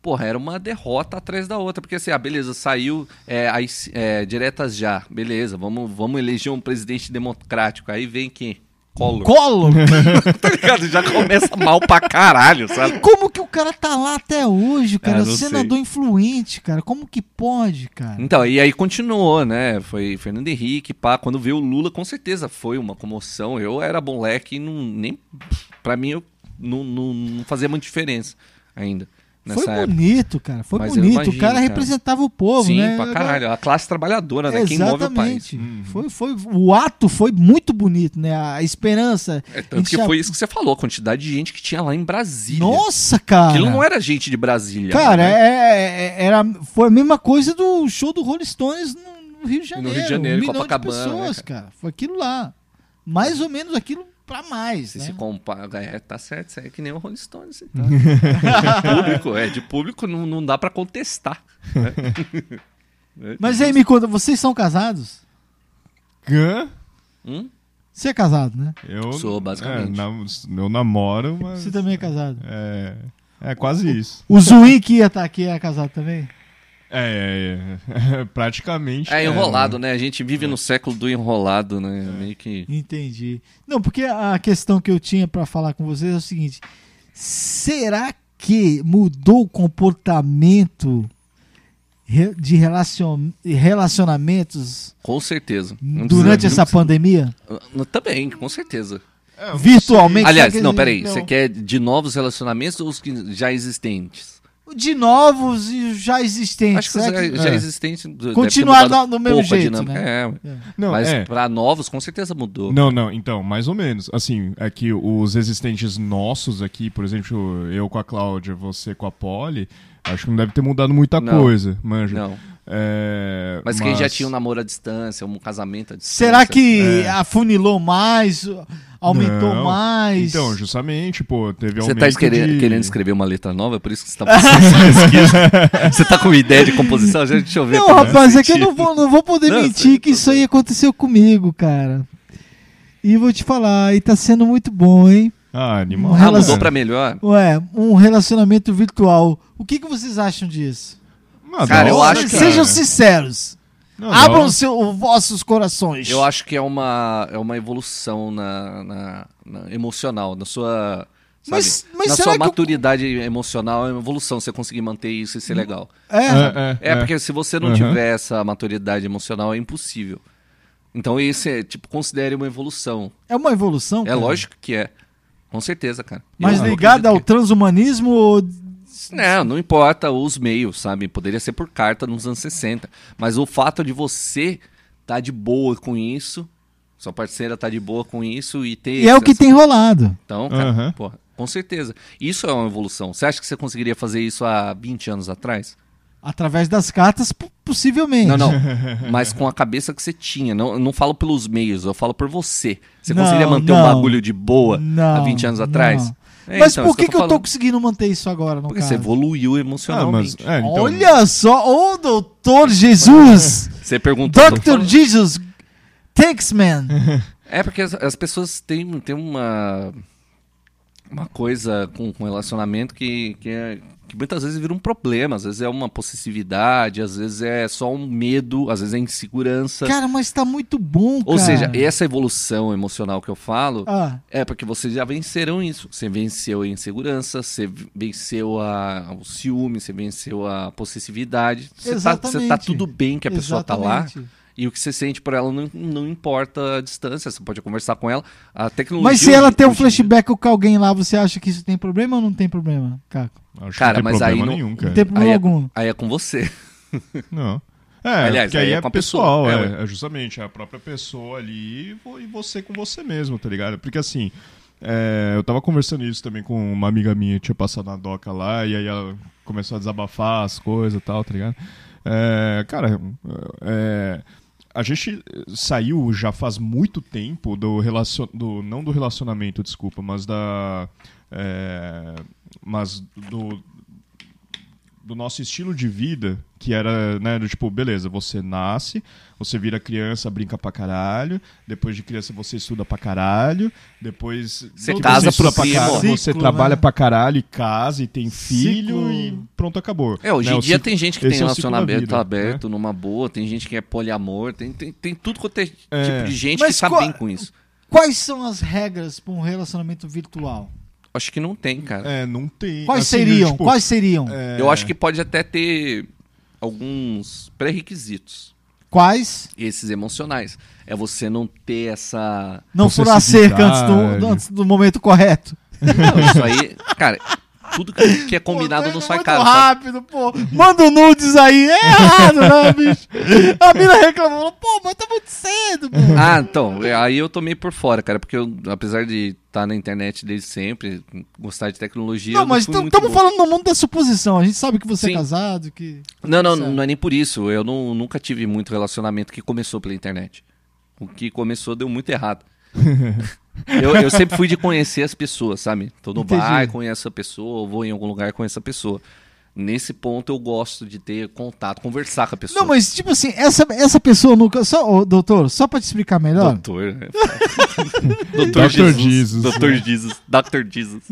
Speaker 2: Porra, era uma derrota atrás da outra. Porque assim, ah, beleza, saiu é, as, é, diretas já. Beleza, vamos, vamos eleger um presidente democrático. Aí vem quem? Collor.
Speaker 3: Colo!
Speaker 2: tá ligado? Já começa mal pra caralho, sabe?
Speaker 3: Como que o cara tá lá até hoje, cara?
Speaker 2: Ah, não
Speaker 3: Senador influente, cara. Como que pode, cara?
Speaker 2: Então, e aí continuou, né? Foi Fernando Henrique, pá. Quando veio o Lula, com certeza foi uma comoção. Eu era moleque e não, nem. Pra mim, eu não, não, não fazia muita diferença ainda. Nessa
Speaker 3: foi
Speaker 2: época.
Speaker 3: bonito, cara. Foi
Speaker 2: Mas eu
Speaker 3: bonito. o
Speaker 2: imagino,
Speaker 3: cara
Speaker 2: cara.
Speaker 3: representava o povo,
Speaker 2: Sim,
Speaker 3: né?
Speaker 2: pra caralho. A classe trabalhadora, né? Quem move o país. Uhum.
Speaker 3: Exatamente. Foi, foi, o ato foi muito bonito, né? A esperança.
Speaker 2: É,
Speaker 3: A gente
Speaker 2: tanto que
Speaker 3: já-
Speaker 2: foi isso que você falou, a quantidade de gente que tinha lá em Brasília.
Speaker 3: Nossa, cara.
Speaker 2: Aquilo não era gente de Brasília.
Speaker 3: Cara,
Speaker 2: né?
Speaker 3: é- é- era, foi a mesma coisa do show do Rolling Stones no, no Rio de Janeiro.
Speaker 2: Rio de Janeiro,
Speaker 3: um milhão
Speaker 2: Copacabana,
Speaker 3: de pessoas,
Speaker 2: né,
Speaker 3: cara? Foi aquilo lá. Mais ou menos aquilo pra mais.
Speaker 2: Se
Speaker 3: Né?
Speaker 2: se compara, é, tá certo, isso aí é que nem o Rolling Stones. Então. de público, é, de público não, não dá pra contestar. né?
Speaker 3: Mas é aí me conta, vocês são casados?
Speaker 1: Hã?
Speaker 2: Hum?
Speaker 3: Você é casado, né?
Speaker 1: Eu
Speaker 2: Sou, basicamente.
Speaker 1: é, nam- eu namoro, mas.
Speaker 3: Você tá também é casado.
Speaker 1: É, é quase isso.
Speaker 3: O Zuin que ia estar aqui é tá casado também?
Speaker 1: É, é, é. praticamente.
Speaker 2: É enrolado,
Speaker 1: né?
Speaker 2: né? A gente vive no século do enrolado, né? Meio que.
Speaker 4: Entendi.
Speaker 3: Não, porque a questão que eu tinha pra falar com vocês é o seguinte: será que mudou o comportamento re- de relacion- relacionamentos
Speaker 2: Com certeza. Não
Speaker 3: durante
Speaker 2: precisa- Ah,
Speaker 3: essa pandemia?
Speaker 2: não- Também, com certeza.
Speaker 1: É, eu não
Speaker 3: Virtualmente?
Speaker 2: Aliás,
Speaker 3: Quer
Speaker 2: não,
Speaker 3: dizer,
Speaker 2: peraí.
Speaker 3: não.
Speaker 2: Você quer de novos relacionamentos ou os que já existentes?
Speaker 3: De novos e já existentes.
Speaker 2: Acho que os
Speaker 3: será
Speaker 2: já,
Speaker 3: que-
Speaker 2: já
Speaker 1: é.
Speaker 2: existentes. do- deve ter
Speaker 3: Continuar
Speaker 2: mudado
Speaker 3: do- do mesmo
Speaker 2: pouco a
Speaker 3: jeito, né?
Speaker 2: dinâmica. É,
Speaker 1: sei. Não,
Speaker 2: mas
Speaker 1: é.
Speaker 2: pra novos, com certeza mudou.
Speaker 1: Não, não, então, mais ou menos. Assim, é que os existentes nossos aqui, por exemplo, eu com a Cláudia, você com a Polly, acho que não deve ter mudado muita
Speaker 2: Não.
Speaker 1: coisa, manja.
Speaker 2: Não.
Speaker 1: É,
Speaker 2: Mas, quem já tinha um namoro à distância, um casamento à distância.
Speaker 3: Será que
Speaker 2: É.
Speaker 3: afunilou mais? Aumentou
Speaker 1: Não.
Speaker 3: mais?
Speaker 1: Então, justamente, pô, teve
Speaker 2: Você
Speaker 1: aumento
Speaker 2: tá escre-
Speaker 1: é de...
Speaker 2: querendo escrever uma letra nova, é por isso que você tá fazendo essa pesquisa. Você tá com ideia de composição? Já- Deixa eu ver. né?
Speaker 3: Não,
Speaker 2: pra ver
Speaker 3: rapaz,
Speaker 2: se
Speaker 3: é que eu não vou, não vou poder
Speaker 2: Não,
Speaker 3: mentir
Speaker 2: sei,
Speaker 3: que
Speaker 2: tudo
Speaker 3: isso aí
Speaker 2: bem.
Speaker 3: aconteceu comigo, cara. E vou te falar, e tá sendo muito bom, hein?
Speaker 1: Ah, animal.
Speaker 3: Um
Speaker 2: Ah,
Speaker 3: relacion-
Speaker 2: mudou pra melhor?
Speaker 3: Ué, um relacionamento virtual. O que, que vocês acham disso?
Speaker 1: Ah,
Speaker 2: Cara,
Speaker 1: da
Speaker 2: eu
Speaker 1: hora,
Speaker 2: acho que-
Speaker 3: Sejam sinceros.
Speaker 1: Não, da
Speaker 3: Abram
Speaker 1: hora.
Speaker 3: seu, os vossos corações.
Speaker 2: Eu acho que é uma, é uma evolução na, na- na- emocional, na sua. sabe?
Speaker 3: Mas- mas
Speaker 2: na
Speaker 3: será
Speaker 2: sua
Speaker 3: que eu-
Speaker 2: maturidade emocional é uma evolução, você conseguir manter isso e ser legal.
Speaker 3: É,
Speaker 1: É,
Speaker 2: É, porque se você não
Speaker 1: Uhum.
Speaker 2: tiver essa maturidade emocional, é impossível. Então, isso é, tipo, considere uma evolução.
Speaker 3: é uma evolução.
Speaker 2: É
Speaker 3: cara.
Speaker 2: lógico é que é. Com certeza, cara.
Speaker 3: Mas
Speaker 2: Eu
Speaker 3: ligada ao
Speaker 2: acredito
Speaker 3: transhumanismo. ou-
Speaker 2: que- Não, não importa os meios, sabe? Poderia ser por carta nos anos 60. Mas o fato de você tá de boa com isso, sua parceira tá de boa com isso assim. e ter.
Speaker 3: E é o que
Speaker 2: essa-
Speaker 3: tem rolado.
Speaker 2: Então, cara,
Speaker 1: Aham.
Speaker 2: porra, com certeza. Isso é uma evolução. Você acha que você conseguiria fazer isso há 20 anos atrás?
Speaker 3: Através das cartas, po- possivelmente.
Speaker 2: Não, não. Mas com a cabeça que você tinha. Não, eu não falo pelos meios, eu falo por você. Você
Speaker 3: Não,
Speaker 2: conseguiria manter um
Speaker 3: não.
Speaker 2: bagulho de boa há
Speaker 3: Não,
Speaker 2: 20 anos atrás?
Speaker 3: não.
Speaker 2: É,
Speaker 3: Mas
Speaker 2: então,
Speaker 3: por
Speaker 2: isso
Speaker 3: que, que eu tô
Speaker 2: falando.
Speaker 3: conseguindo manter isso agora? No
Speaker 2: Porque
Speaker 3: caso?
Speaker 2: você evoluiu
Speaker 1: Ah, mas,
Speaker 2: emocionalmente.
Speaker 1: é, então,
Speaker 3: Olha só, ô doutor Jesus!
Speaker 2: Você perguntou.
Speaker 3: Dr. Jesus! Thanks, man!
Speaker 2: É porque as, as pessoas têm, têm uma, uma coisa com, com relacionamento que, que, é- que muitas vezes vira um problema. Às vezes é uma possessividade, às vezes é só um medo, às vezes é insegurança.
Speaker 3: Cara, mas tá muito bom, cara.
Speaker 2: Ou seja, é essa evolução emocional que eu falo
Speaker 3: Ah,
Speaker 2: é porque vocês já venceram isso. Você venceu a insegurança, você venceu a, o ciúme, você venceu a possessividade. Você tá, você tá
Speaker 3: Exatamente.
Speaker 2: tudo bem que a pessoa tá lá.
Speaker 3: exatamente.
Speaker 2: E o que você sente por ela não, não importa a distância, você pode conversar com ela. A tecnologia.
Speaker 3: Mas se ela
Speaker 2: hoje-
Speaker 3: tem um
Speaker 2: hoje em dia-
Speaker 3: flashback com alguém lá, você acha que isso tem problema ou não tem problema, Caco?
Speaker 1: Acho
Speaker 2: Cara,
Speaker 1: que não tem
Speaker 2: mas
Speaker 1: problema
Speaker 2: aí não-
Speaker 1: nenhum,
Speaker 3: Não
Speaker 1: cara.
Speaker 3: tem problema
Speaker 2: Aí é-
Speaker 3: algum.
Speaker 2: Aí é com você.
Speaker 1: Não. É,
Speaker 2: Aliás,
Speaker 1: porque aí,
Speaker 2: aí é
Speaker 1: é
Speaker 2: com a
Speaker 1: pessoal,
Speaker 2: pessoa,
Speaker 1: é, é justamente é a própria pessoa ali e vo- e você com você mesmo, tá ligado? Porque assim, é, eu tava conversando isso também com uma amiga minha, tinha passado na doca lá, e aí ela começou a desabafar as coisas e tal, tá ligado? É, cara, é, a gente saiu já faz muito tempo do relacionamento, não do relacionamento, desculpa, mas da... é, mas do, do nosso estilo de vida, que era, né, do tipo, beleza, você nasce, você vira criança, brinca pra caralho, depois de criança você estuda pra caralho, depois
Speaker 2: Você
Speaker 1: que
Speaker 2: casa
Speaker 1: estuda
Speaker 2: por
Speaker 1: pra
Speaker 2: cima.
Speaker 1: caralho,
Speaker 3: Ciclo,
Speaker 1: você trabalha
Speaker 3: né?
Speaker 1: pra caralho e casa e tem filho
Speaker 3: Ciclo.
Speaker 1: e pronto, acabou.
Speaker 2: É, hoje
Speaker 1: Né,
Speaker 2: em
Speaker 1: o
Speaker 2: dia
Speaker 1: ciclo-
Speaker 2: tem gente que
Speaker 1: esse
Speaker 2: tem
Speaker 1: é o ciclo da
Speaker 2: relacionamento
Speaker 1: vida,
Speaker 3: né?
Speaker 2: aberto, numa boa, tem gente que é poliamor, tem, tem, tem tudo quanto é, tipo de gente
Speaker 3: Mas
Speaker 2: que tá
Speaker 3: qual-
Speaker 2: bem com isso.
Speaker 3: Quais são as regras para um relacionamento virtual?
Speaker 2: Acho que não tem, cara.
Speaker 1: É, não tem.
Speaker 3: Quais
Speaker 1: assim,
Speaker 3: seriam?
Speaker 1: tipo,
Speaker 3: Quais seriam?
Speaker 1: é,
Speaker 2: Eu acho que pode até ter alguns pré-requisitos.
Speaker 3: Quais?
Speaker 2: Esses emocionais. É você não ter essa.
Speaker 3: Não furar a cerca antes do, antes do momento correto.
Speaker 2: Não, isso aí. Cara, tudo que que é combinado
Speaker 3: Pô,
Speaker 2: não
Speaker 3: tá
Speaker 2: sai
Speaker 3: indo
Speaker 2: caro.
Speaker 3: Muito
Speaker 2: sabe?
Speaker 3: rápido, pô. Manda um nudes aí. É errado, né, bicho? A mina reclamou. Pô, mas tá muito cedo, pô.
Speaker 2: Ah, então, é, aí eu tomei por fora, cara, porque eu, apesar de estar na internet desde sempre, gostar de tecnologia. eu
Speaker 3: Não, mas então
Speaker 2: fui muito
Speaker 3: estamos
Speaker 2: bom.
Speaker 3: falando no mundo da suposição. A gente sabe que você é
Speaker 2: Sim.
Speaker 3: casado, que...
Speaker 2: Não, não,
Speaker 3: Certo.
Speaker 2: não é nem por isso. Eu não- nunca tive muito relacionamento que começou pela internet. O que começou deu muito errado. eu, eu sempre fui de conhecer as pessoas, sabe? Tô no
Speaker 3: Entendi.
Speaker 2: bar, conheço a pessoa, vou em algum lugar, conheço a pessoa. Nesse ponto eu gosto de ter contato, conversar com a pessoa.
Speaker 3: Não, mas tipo assim, essa, essa pessoa nunca. Só, ô, doutor, só pra te explicar melhor.
Speaker 2: Doutor. né?
Speaker 1: Dr.
Speaker 2: Doutor Jesus.
Speaker 1: Jesus.
Speaker 2: Doutor Jesus. Dr. Jesus.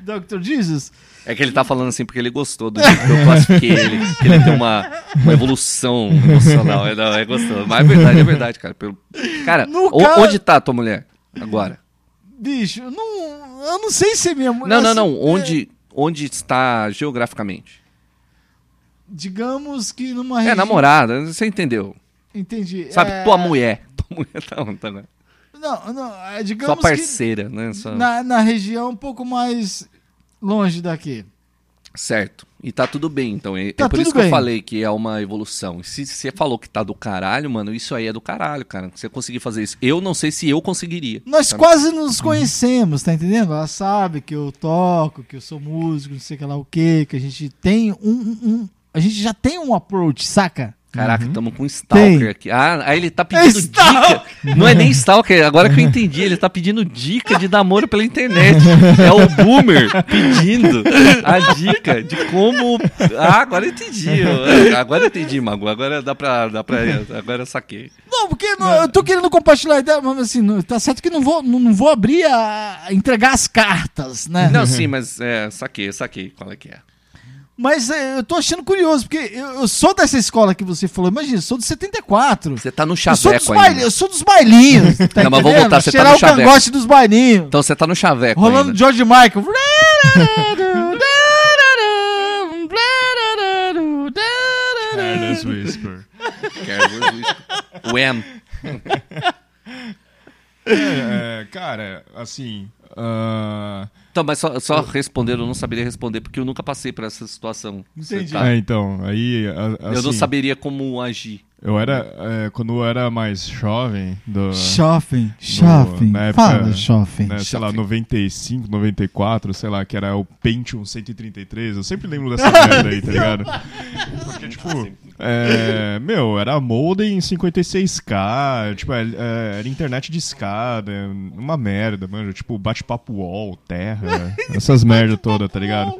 Speaker 3: Dr. Jesus?
Speaker 2: É que ele tá falando assim porque ele gostou do jeito que eu classifiquei ele. que ele tem uma, uma evolução emocional. É, não, é gostoso. Mas é verdade, é verdade, cara. Pelo- Cara,
Speaker 3: No
Speaker 2: o-
Speaker 3: caso-
Speaker 2: onde tá a tua mulher agora?
Speaker 3: Bicho, eu não, eu não sei se é minha mulher.
Speaker 2: Não, não,
Speaker 3: assim,
Speaker 2: não. Onde, onde está geograficamente?
Speaker 3: Digamos que numa
Speaker 2: É,
Speaker 3: região-
Speaker 2: namorada, você entendeu.
Speaker 3: Entendi.
Speaker 2: Sabe,
Speaker 3: é,
Speaker 2: tua mulher. Tua mulher tá onde agora?
Speaker 3: Não, não, é,
Speaker 2: Sua
Speaker 3: digamos
Speaker 2: parceira, né?
Speaker 3: que
Speaker 2: Sua-
Speaker 3: na, na região um pouco mais longe daqui.
Speaker 2: Certo. E tá tudo bem, então. É, é
Speaker 3: Tá
Speaker 2: por
Speaker 3: tudo
Speaker 2: isso que
Speaker 3: bem.
Speaker 2: eu falei que é uma evolução. E Se você falou que tá do caralho, mano, isso aí é do caralho, cara. Você conseguir fazer isso. Eu não sei se eu conseguiria.
Speaker 3: Nós
Speaker 2: Tá-
Speaker 3: quase nos conhecemos, tá entendendo? Ela sabe que eu toco, que eu sou músico, não sei que lá o quê, que a gente tem um, um- um- A gente já tem um approach, saca?
Speaker 2: Caraca, tamo com um stalker
Speaker 3: Uhum. Tem.
Speaker 2: aqui. Ah, aí ele tá pedindo dica. Não é nem stalker, agora que eu entendi, ele tá pedindo dica de namoro pela internet. É o boomer pedindo a dica de como. Ah, agora eu entendi. eu- Agora eu entendi, Mago. Agora dá pra. Dá pra agora eu saquei.
Speaker 3: Não, porque não-
Speaker 2: É.
Speaker 3: eu tô querendo compartilhar a ideia, mas assim, não- tá certo que não vou, não, não vou abrir a. a entregar as cartas, né?
Speaker 2: Não, sim, mas é, saquei, saquei qual é que é.
Speaker 3: Mas é, eu tô achando curioso, porque eu, eu sou dessa escola que você falou, imagina, eu sou do 74.
Speaker 2: Você tá no
Speaker 3: Eu sou, dos
Speaker 2: chaveco
Speaker 3: baile,
Speaker 2: ainda.
Speaker 3: eu sou dos bailinhos. Tá
Speaker 2: Não, mas vou
Speaker 3: entendendo?
Speaker 2: voltar, você tá
Speaker 3: Cheirar
Speaker 2: no
Speaker 3: o
Speaker 2: chaveco.
Speaker 3: cangote dos bailinhos.
Speaker 2: Então você tá no chaveco
Speaker 3: Rolando
Speaker 2: ainda.
Speaker 3: George Michael.
Speaker 1: Careless Whisper.
Speaker 2: O M.
Speaker 1: É, cara, assim. ah,
Speaker 2: Então, mas só, só responder, eu não saberia responder, porque eu nunca passei por essa situação. Você
Speaker 3: Entendi.
Speaker 2: tá-
Speaker 1: É, então, aí. a- Assim,
Speaker 2: Eu não saberia como agir.
Speaker 1: Eu era. é, quando eu era mais jovem. Do,
Speaker 3: Shopping,
Speaker 1: shopping. na época, Fala,
Speaker 3: shopping.
Speaker 1: né, sei lá, 95, 94, sei lá, que era o Pentium 133. Eu sempre lembro dessa merda aí, tá ligado? Porque, tipo, é, meu, era modem em 56k, tipo, é, é, era internet de escada, uma merda, mano. Tipo, bate-papo wall, terra, essas merda toda, tá ligado?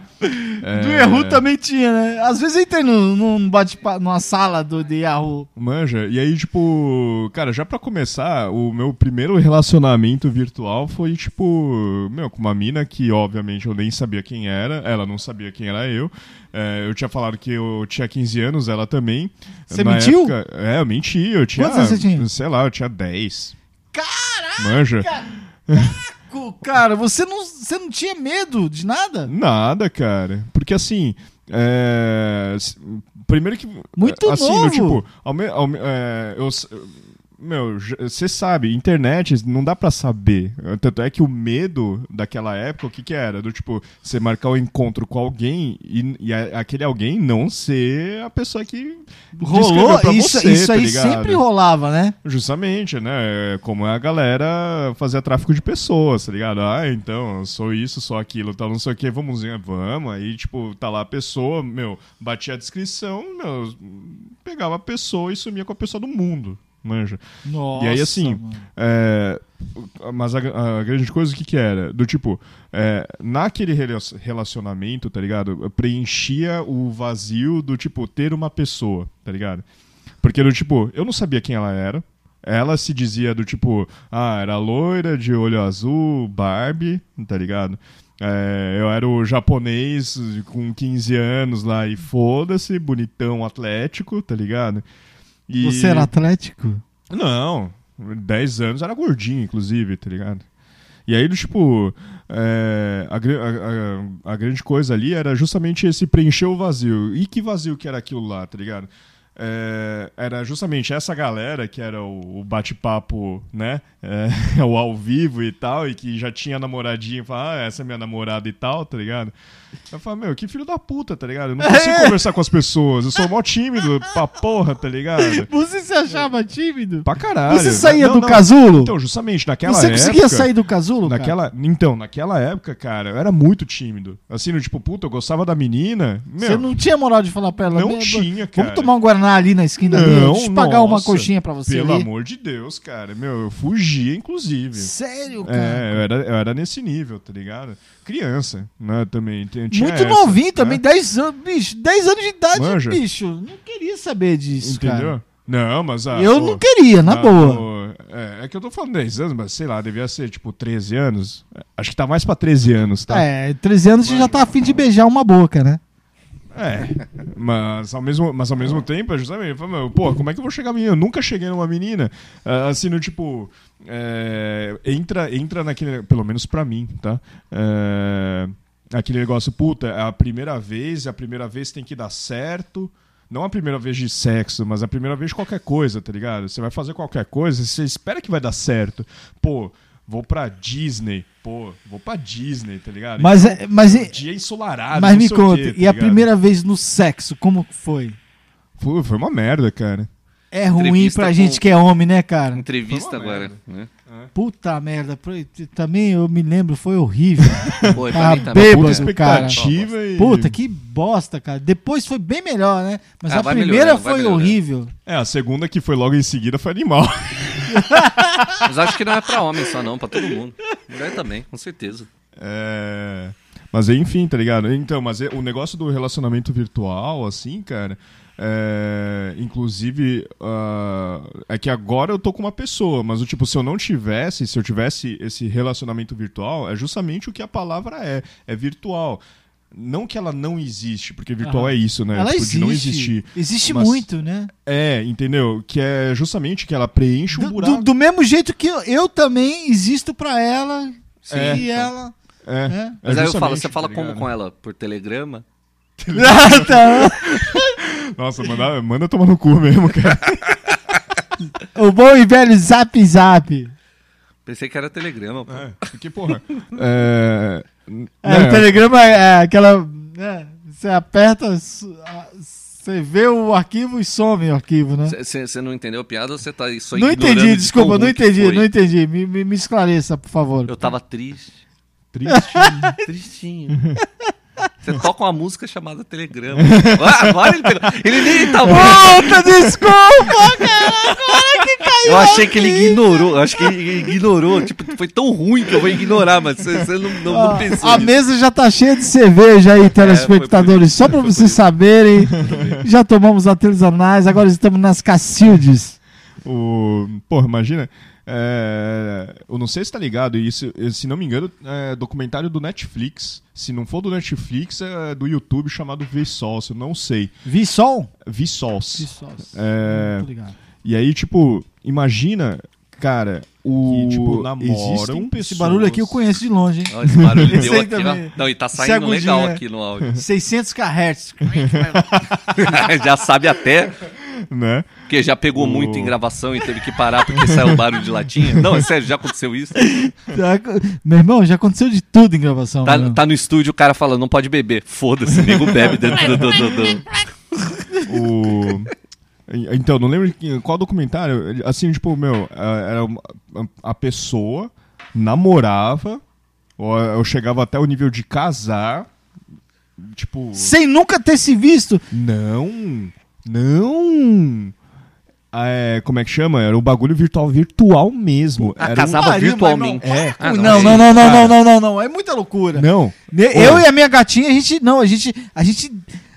Speaker 1: É,
Speaker 3: Do Yahoo também tinha, né? Às vezes eu entrei num, num bate numa sala do de Yahoo.
Speaker 1: Manja, e aí, tipo, cara, já pra começar, o meu primeiro relacionamento virtual foi, tipo, meu, com uma mina que, obviamente, eu nem sabia quem era, ela não sabia quem era eu. É, eu tinha falado que eu tinha 15 anos, ela também.
Speaker 3: Você
Speaker 1: Na
Speaker 3: mentiu?
Speaker 1: época- é, eu menti, eu tinha.
Speaker 3: Quantos anos você tinha?
Speaker 1: Sei lá, eu tinha 10. Caraca! Manja.
Speaker 3: Co- Cara, você não, você não tinha medo de nada?
Speaker 1: Nada, cara. Porque assim. é, s- Primeiro que.
Speaker 3: Muito
Speaker 1: assim,
Speaker 3: novo.
Speaker 1: No, tipo, ao me- ao me- é, eu s- meu, você sabe, internet não dá pra saber. Tanto é que o medo daquela época, o que que era? Do tipo, você marcar o um encontro com alguém e, e a- aquele alguém não ser a pessoa que descreveu pra
Speaker 3: isso,
Speaker 1: você,
Speaker 3: isso
Speaker 1: tá
Speaker 3: aí
Speaker 1: ligado?
Speaker 3: sempre rolava, né?
Speaker 1: Justamente, né? Como a galera fazia tráfico de pessoas, tá ligado? Ah, então, eu sou isso, sou aquilo, tal, não sei o que, vamos, né, vamos. Aí, tipo, tá lá a pessoa, meu, batia a descrição, meu, pegava a pessoa e sumia com a pessoa do mundo, manja.
Speaker 3: Nossa,
Speaker 1: E aí, assim,
Speaker 3: mano.
Speaker 1: é, mas a, a grande coisa, o que que era? Do tipo, é, naquele rela- relacionamento, tá ligado? Preenchia o vazio do, tipo, ter uma pessoa, tá ligado? Porque do tipo, eu não sabia quem ela era. Ela se dizia do tipo, ah, era loira, de olho azul, Barbie, tá ligado? É, eu era o japonês com 15 anos lá e foda-se, bonitão, atlético, tá ligado? E-
Speaker 3: Você era atlético?
Speaker 1: não, 10 anos era gordinho, inclusive, tá ligado? E aí, do tipo, é, a, gr- a- a- a grande coisa ali era justamente esse preencher o vazio. E que vazio que era aquilo lá, tá ligado? É, era justamente essa galera que era o, o bate-papo, né? É, o ao vivo e tal, e que já tinha namoradinha e falava, ah, essa é minha namorada e tal, tá ligado? Eu falo, meu, que filho da puta, tá ligado? Eu não consigo conversar com as pessoas, eu sou mó tímido pra porra, tá ligado?
Speaker 3: Você se achava tímido?
Speaker 1: Pra caralho.
Speaker 3: Você saía
Speaker 1: Não,
Speaker 3: do
Speaker 1: não.
Speaker 3: casulo?
Speaker 1: Então, justamente, naquela
Speaker 3: Você
Speaker 1: época.
Speaker 3: conseguia sair do casulo? cara?
Speaker 1: Naquela, então, naquela época, cara, eu era muito tímido. Assim, no tipo, puta, eu gostava da menina. Meu,
Speaker 3: Você não tinha moral de falar pra ela.
Speaker 1: não
Speaker 3: "Meu,
Speaker 1: tinha,
Speaker 3: Vamos
Speaker 1: cara.
Speaker 3: tomar um Guaraná Guaraná ali na esquina
Speaker 1: Não,
Speaker 3: dele. Deixa eu pagar uma
Speaker 1: nossa,
Speaker 3: coxinha pra você
Speaker 1: Pelo
Speaker 3: ali.
Speaker 1: amor de Deus, cara. Meu, eu fugia, inclusive.
Speaker 3: Sério, cara?
Speaker 1: É, eu era, eu era nesse nível, tá ligado? Criança, né, também. tinha- tinha
Speaker 3: Muito
Speaker 1: essa,
Speaker 3: novinho
Speaker 1: né?
Speaker 3: também, 10 anos, bicho, 10 anos de idade,
Speaker 1: Manja.
Speaker 3: bicho. Não queria saber disso,
Speaker 1: Entendeu?
Speaker 3: cara.
Speaker 1: Não, mas... Ah,
Speaker 3: eu
Speaker 1: pô,
Speaker 3: não queria, na
Speaker 1: ah,
Speaker 3: boa.
Speaker 1: pô, é, é que eu tô falando 10 anos, mas sei lá, devia ser tipo 13 anos. Acho que tá mais pra 13 anos, tá?
Speaker 3: É, 13 anos você já tá afim de beijar uma boca, né?
Speaker 1: É, mas ao mesmo, mas ao mesmo tempo, é justamente, eu falo, meu, pô, como é que eu vou chegar a menina? Eu nunca cheguei numa menina. Ah, assim, no tipo, é, entra, entra naquele, pelo menos pra mim, tá? É, aquele negócio, puta, é a primeira vez, a primeira vez tem que dar certo. Não a primeira vez de sexo, mas a primeira vez de qualquer coisa, tá ligado? Você vai fazer qualquer coisa, você espera que vai dar certo. Pô, vou pra Disney. Pô, vou pra Disney, tá ligado?
Speaker 3: Mas, é- mas,
Speaker 1: Um dia ensolarado,
Speaker 3: mas
Speaker 1: não
Speaker 3: me
Speaker 1: sei o
Speaker 3: conta,
Speaker 1: quê, tá
Speaker 3: e a
Speaker 1: ligado?
Speaker 3: primeira vez no sexo, como que foi?
Speaker 1: Pô, foi uma merda, cara.
Speaker 3: É ruim
Speaker 2: Entrevista
Speaker 3: pra
Speaker 2: com-
Speaker 3: gente que é homem, né,
Speaker 1: Uhum.
Speaker 3: cara?
Speaker 2: Entrevista
Speaker 1: Foi uma
Speaker 2: agora.
Speaker 1: merda.
Speaker 2: Né?
Speaker 3: Puta merda, foi- também eu me lembro, foi horrível.
Speaker 2: Foi,
Speaker 3: Tá
Speaker 2: pra mim
Speaker 1: Puta
Speaker 2: também.
Speaker 3: bêbado. Bêbado, cara.
Speaker 1: expectativa e.
Speaker 3: Puta, que bosta, cara. Depois foi bem melhor, né? Mas
Speaker 2: Ah,
Speaker 3: a
Speaker 2: vai
Speaker 3: primeira
Speaker 2: melhorando, vai
Speaker 3: foi
Speaker 2: melhorando.
Speaker 3: horrível.
Speaker 1: É, a segunda que foi logo em seguida foi animal.
Speaker 2: Mas acho que não é pra homem só, não, pra todo mundo. Mulher também, com certeza.
Speaker 1: É... Mas enfim, tá ligado? Então, mas é- o negócio do relacionamento virtual, assim, cara. é, Inclusive, ah, é que agora eu tô com uma pessoa, mas o tipo, se eu não tivesse, se eu tivesse esse relacionamento virtual, é justamente o que a palavra é: é virtual. Não que ela não existe, porque virtual
Speaker 3: Aham.
Speaker 1: é isso, né?
Speaker 3: Ela
Speaker 1: tipo,
Speaker 3: existe.
Speaker 1: de não existir.
Speaker 3: Existe
Speaker 1: Mas-
Speaker 3: muito, né?
Speaker 1: É, entendeu? Que é justamente que ela preenche um
Speaker 3: Do,
Speaker 1: buraco.
Speaker 3: do- do mesmo jeito que eu, eu também existo pra ela
Speaker 2: Sim,
Speaker 3: e
Speaker 2: então.
Speaker 3: ela.
Speaker 1: É.
Speaker 3: É.
Speaker 2: Mas aí eu falo,
Speaker 1: justamente,
Speaker 2: você fala
Speaker 1: tá
Speaker 2: como
Speaker 1: ligado?
Speaker 2: com ela? Por telegrama?
Speaker 3: Ah, tá.
Speaker 1: Nossa, manda, manda tomar no cu mesmo, cara.
Speaker 3: O bom e velho zap zap.
Speaker 2: Pensei que era telegrama, pô.
Speaker 1: É, porque, porra. É.
Speaker 3: É, O Telegrama é aquela. né, Você aperta, su- a- você vê o arquivo e some o arquivo, né?
Speaker 2: Você não entendeu a piada ou você tá aí só
Speaker 3: não
Speaker 2: ignorando
Speaker 3: entendi,
Speaker 2: de
Speaker 3: desculpa,
Speaker 2: tão
Speaker 3: não
Speaker 2: ruim que
Speaker 3: entendi,
Speaker 2: foi?
Speaker 3: não entendi. Me, me- me esclareça, por favor.
Speaker 2: Eu tava triste.
Speaker 1: Triste.
Speaker 2: Tristinho. Você toca uma música chamada Telegrama. Ah, Agora ele pegou. Ele nem tá
Speaker 3: Puta, desculpa, cara! Agora que caiu!
Speaker 2: Eu achei que ele
Speaker 3: aqui.
Speaker 2: ignorou. Eu acho que ele ignorou. Tipo, foi tão ruim que eu vou ignorar, mas você você não, não, não pensou.
Speaker 3: Ah, A
Speaker 2: nisso.
Speaker 3: mesa já tá cheia de cerveja aí, telespectadores.
Speaker 2: isso,
Speaker 3: Só pra
Speaker 2: foi por
Speaker 3: vocês
Speaker 2: isso.
Speaker 3: saberem, já tomamos artesanais, agora estamos nas Cacildes.
Speaker 1: o... Porra, imagina. é, Eu não sei se tá ligado, e isso, se não me engano, é documentário do Netflix. Se não for do Netflix, é do YouTube chamado Vsauce, eu não sei.
Speaker 3: Vi sol? Vi
Speaker 1: Vsauce.
Speaker 3: sol.
Speaker 1: É.
Speaker 3: Muito ligado.
Speaker 1: E aí, tipo, imagina, cara, o.
Speaker 5: Que, tipo,
Speaker 1: existem
Speaker 5: namoram,
Speaker 2: um
Speaker 1: pessoas...
Speaker 3: Esse barulho aqui eu conheço de longe, hein?
Speaker 2: Ó, esse barulho
Speaker 3: Esse aí
Speaker 2: deu aqui,
Speaker 3: também.
Speaker 2: ó. Não, e tá
Speaker 3: Esse
Speaker 2: saindo
Speaker 3: agudinho,
Speaker 2: legal
Speaker 3: é.
Speaker 2: aqui no áudio.
Speaker 3: 600 kHz.
Speaker 2: já sabe até,
Speaker 1: Né?
Speaker 2: porque já pegou
Speaker 1: O-
Speaker 2: muito em gravação e teve que parar porque saiu o barulho de latinha. Não, é sério, já aconteceu isso.
Speaker 3: Já ac- Meu irmão, já aconteceu de tudo em gravação.
Speaker 2: Tá,
Speaker 3: meu.
Speaker 2: tá no estúdio o cara falando, não pode beber. Foda-se, nego bebe dentro do. do, do, do-
Speaker 1: O... Então, não lembro que- qual documentário. ele- Assim, tipo, meu, a- era uma- a pessoa namorava, ou eu chegava até o nível de casar. Tipo,
Speaker 3: Sem nunca ter se visto.
Speaker 1: não, não. É, como é que chama? Era o bagulho virtual, virtual mesmo.
Speaker 2: Ah,
Speaker 1: Era um-
Speaker 2: casava
Speaker 3: pariu,
Speaker 2: virtualmente.
Speaker 1: É.
Speaker 2: Ah,
Speaker 3: não,
Speaker 2: é
Speaker 3: não,
Speaker 2: isso.
Speaker 3: não, não,
Speaker 1: cara.
Speaker 3: não, não, não, não. É muita loucura.
Speaker 1: Não.
Speaker 3: Ne- Né? Eu e a minha gatinha, a gente. Não, a gente. A gente.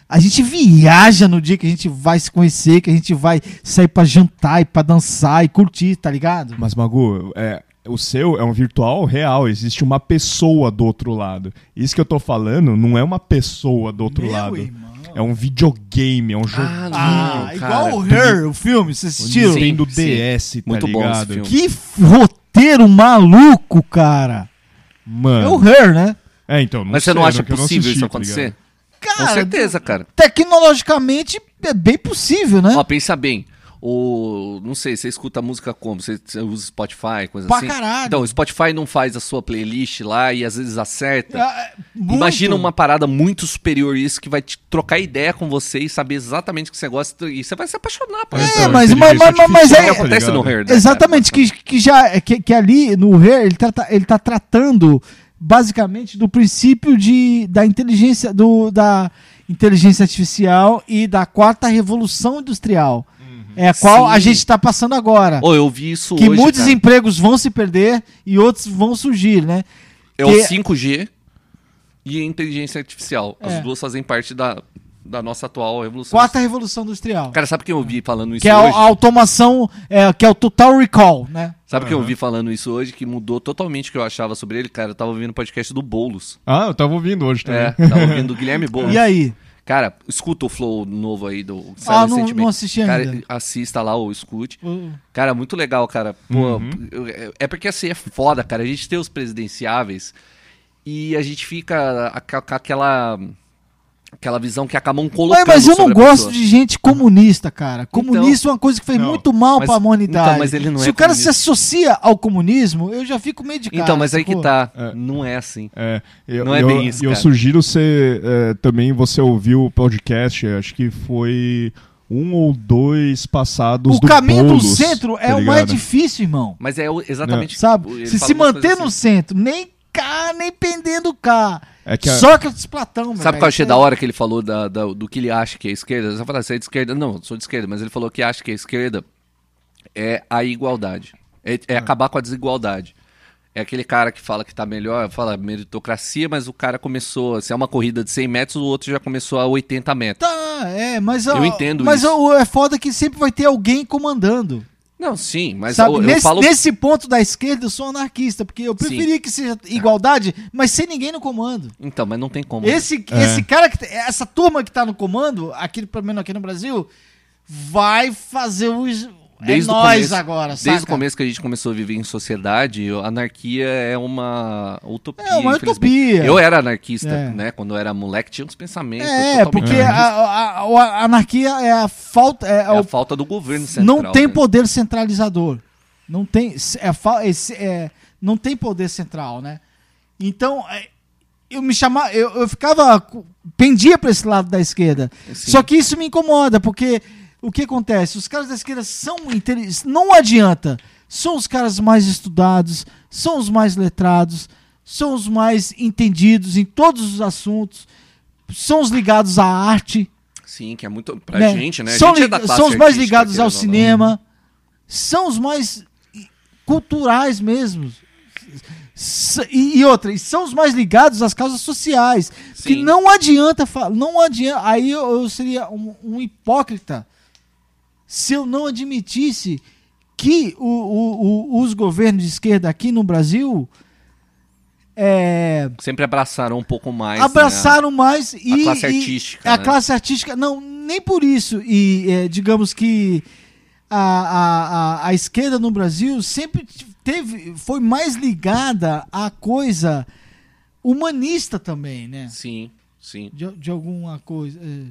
Speaker 3: A gente viaja no dia que a gente vai se conhecer, que a gente vai sair pra jantar e pra dançar e curtir, tá ligado?
Speaker 1: Mas, Magu, é, o seu é um virtual real. Existe uma pessoa do outro lado. Isso que eu tô falando não é uma pessoa do outro
Speaker 3: Meu
Speaker 1: lado.
Speaker 3: irmão.
Speaker 1: É um videogame, é um jogo.
Speaker 2: Ah,
Speaker 3: Ah,
Speaker 2: não, cara.
Speaker 3: igual o Her, o filme, vocês assistiram?
Speaker 2: Sim,
Speaker 1: Nintendo
Speaker 2: sim.
Speaker 1: DS, tá
Speaker 2: Muito bom esse
Speaker 1: ligado?
Speaker 2: filme.
Speaker 3: Que f- roteiro maluco, cara. É o
Speaker 2: Ah.
Speaker 1: Mano.
Speaker 3: Her, né?
Speaker 1: É, então, não
Speaker 2: Mas você não
Speaker 1: sei,
Speaker 2: acha
Speaker 1: né, que eu não
Speaker 2: possível
Speaker 1: assisti,
Speaker 2: isso
Speaker 1: tá ligado?
Speaker 2: acontecer? Com
Speaker 3: Cara,
Speaker 2: certeza, cara.
Speaker 3: tecnologicamente é bem possível, né?
Speaker 2: Ó, pensa bem. O, não sei, você escuta música como? Você, você usa Spotify, coisa
Speaker 3: Pra
Speaker 2: assim?
Speaker 3: caralho.
Speaker 2: Então, o Spotify não faz a sua playlist lá e às vezes acerta.
Speaker 3: Ah, é, muito.
Speaker 2: Imagina um uma parada muito superior a isso que vai te trocar ideia com você e saber exatamente o que você gosta e você vai se apaixonar
Speaker 1: Então,
Speaker 2: por
Speaker 3: É,
Speaker 2: isso.
Speaker 3: mas-
Speaker 1: inteligência
Speaker 3: mas- mas- mas
Speaker 1: artificial,
Speaker 3: é-
Speaker 2: que
Speaker 1: tá
Speaker 2: acontece
Speaker 1: ligado?
Speaker 2: no Hair, né,
Speaker 3: Exatamente, que, que já que, que ali no Her ele tá, ele tá tratando basicamente do princípio de, da inteligência do, da inteligência artificial e da quarta revolução industrial. É a qual a
Speaker 2: Uhum. Sim.
Speaker 3: gente está passando agora.
Speaker 2: Ô, eu vi isso
Speaker 3: que
Speaker 2: hoje,
Speaker 3: muitos
Speaker 2: cara.
Speaker 3: empregos vão se perder e outros vão surgir, né?
Speaker 2: É o
Speaker 3: que-
Speaker 2: 5G e a inteligência artificial.
Speaker 3: É.
Speaker 2: As duas fazem parte da, da nossa atual evolução.
Speaker 3: Quarta revolução industrial.
Speaker 2: Cara, sabe quem eu vi falando isso
Speaker 3: que é a,
Speaker 2: hoje?
Speaker 3: a automação, é, que é o total recall, né?
Speaker 2: Sabe quem eu
Speaker 1: Aham.
Speaker 2: vi falando isso hoje que mudou totalmente o que eu achava sobre ele? Cara, eu tava ouvindo o podcast do Boulos.
Speaker 1: Ah, eu tava ouvindo hoje também.
Speaker 2: É, tava ouvindo o Guilherme Boulos.
Speaker 3: E aí?
Speaker 2: Cara, escuta o flow novo aí do que
Speaker 3: Ah,
Speaker 2: saiu
Speaker 3: não-
Speaker 2: recentemente.
Speaker 3: não assisti
Speaker 2: Cara,
Speaker 3: ainda.
Speaker 2: assista lá ou escute.
Speaker 3: O-
Speaker 2: Cara, muito legal, cara. Pô, eu- é- É porque assim, é foda, cara. A gente tem os presidenciáveis e a gente fica a- com aquela, aquela visão que acabam colocando
Speaker 3: Ué, mas eu não
Speaker 2: sobre a
Speaker 3: gosto
Speaker 2: pessoa. Então,
Speaker 3: de gente comunista, cara. Comunista é uma coisa que fez
Speaker 1: Não,
Speaker 3: muito mal
Speaker 2: mas-
Speaker 3: pra humanidade.
Speaker 2: então, mas ele não
Speaker 3: se
Speaker 2: é
Speaker 3: o cara
Speaker 2: comunista.
Speaker 3: se associa ao comunismo, eu já fico meio de cara.
Speaker 2: Então, mas aí que
Speaker 3: sacou?
Speaker 2: tá.
Speaker 1: É.
Speaker 2: Não é assim.
Speaker 1: É, eu,
Speaker 2: Não é
Speaker 1: eu-
Speaker 2: bem isso,
Speaker 1: eu
Speaker 2: cara.
Speaker 1: sugiro você é, também você ouvir o podcast, acho que foi um ou dois passados
Speaker 3: O
Speaker 1: do
Speaker 3: caminho
Speaker 1: Boulos,
Speaker 3: do centro é
Speaker 1: tá
Speaker 3: o mais
Speaker 1: ligado?
Speaker 3: difícil, irmão.
Speaker 2: Mas é o- exatamente. o-
Speaker 3: Sabe?
Speaker 2: ele
Speaker 3: Se
Speaker 2: fala
Speaker 3: se
Speaker 2: umas
Speaker 3: manter
Speaker 2: coisas
Speaker 3: no
Speaker 2: assim.
Speaker 3: centro, nem cá, nem pendendo cá.
Speaker 1: É que a-
Speaker 3: Sócrates Platão, meu
Speaker 2: Sabe
Speaker 3: velho.
Speaker 2: qual eu achei da hora que ele falou da- da- do que ele acha que é esquerda? Você fala, você é de esquerda? Não, eu sou de esquerda, mas ele falou que acha que a esquerda é a igualdade. É,
Speaker 3: Ah.
Speaker 2: é acabar com a desigualdade. É aquele cara que fala que tá melhor, fala meritocracia, mas o cara começou, se é uma corrida de 100 metros, o outro já começou a 80 metros.
Speaker 3: Tá, é, mas
Speaker 2: Eu
Speaker 3: ó,
Speaker 2: entendo
Speaker 3: Mas
Speaker 2: isso.
Speaker 3: ó, é foda que sempre vai ter alguém comandando.
Speaker 2: Não, sim, mas
Speaker 3: sabe?
Speaker 2: eu, eu
Speaker 3: nesse,
Speaker 2: falo...
Speaker 3: nesse ponto da esquerda, eu sou anarquista, porque eu preferia que seja igualdade, mas sem ninguém no comando.
Speaker 2: Então, mas não tem como.
Speaker 3: Esse,
Speaker 1: É.
Speaker 3: esse cara, que, essa turma que tá no comando, aqui, pelo menos aqui no Brasil, vai fazer os.
Speaker 2: Desde
Speaker 3: é
Speaker 2: o
Speaker 3: nós
Speaker 2: começo-
Speaker 3: agora, sabe?
Speaker 2: Desde o começo que a gente começou a viver em sociedade, a anarquia é uma utopia.
Speaker 3: É uma
Speaker 2: infelizmente.
Speaker 3: utopia.
Speaker 2: Eu era anarquista,
Speaker 3: É.
Speaker 2: né? Quando eu era moleque, tinha uns pensamentos.
Speaker 3: É,
Speaker 2: totalmente
Speaker 3: porque a,
Speaker 2: anarquistas.
Speaker 3: a- a- a anarquia é a falta. É,
Speaker 2: É
Speaker 3: o-
Speaker 2: a falta do governo central.
Speaker 3: não tem
Speaker 2: né?
Speaker 3: poder centralizador. Não tem, é, fa- esse- é, não tem poder central, né? Então, é, eu me chamava, eu, eu ficava, cu- pendia para esse lado da esquerda.
Speaker 2: Sim.
Speaker 3: Só que isso me incomoda, porque o que acontece? Os caras da esquerda são inteligentes, não adianta. São os caras mais estudados, são os mais letrados, são os mais entendidos em todos os assuntos, são os ligados à arte,
Speaker 2: Sim, que é muito. Pra
Speaker 3: né?
Speaker 2: gente, né? A
Speaker 3: São,
Speaker 2: gente é
Speaker 3: li-
Speaker 2: da classe
Speaker 3: são os mais
Speaker 2: artística, né,
Speaker 3: ligados ao
Speaker 2: querendo ou não.
Speaker 3: cinema, são os mais i- culturais mesmo. S- E, e outra, e são os mais ligados às causas sociais. Que
Speaker 2: Sim.
Speaker 3: não adianta fa- não adianta. Aí eu, eu seria um, um hipócrita se eu não admitisse que o- o- o- os governos de esquerda aqui no Brasil é,
Speaker 2: Sempre abraçaram um pouco mais. né?
Speaker 3: abraçaram mais e
Speaker 2: classe
Speaker 3: e-
Speaker 2: artística,
Speaker 3: É a
Speaker 2: né?
Speaker 3: classe artística não nem por isso e é, digamos que a, a, a, a esquerda no Brasil sempre teve foi mais ligada à coisa humanista também né
Speaker 2: Sim, sim.
Speaker 3: de, de alguma coisa é.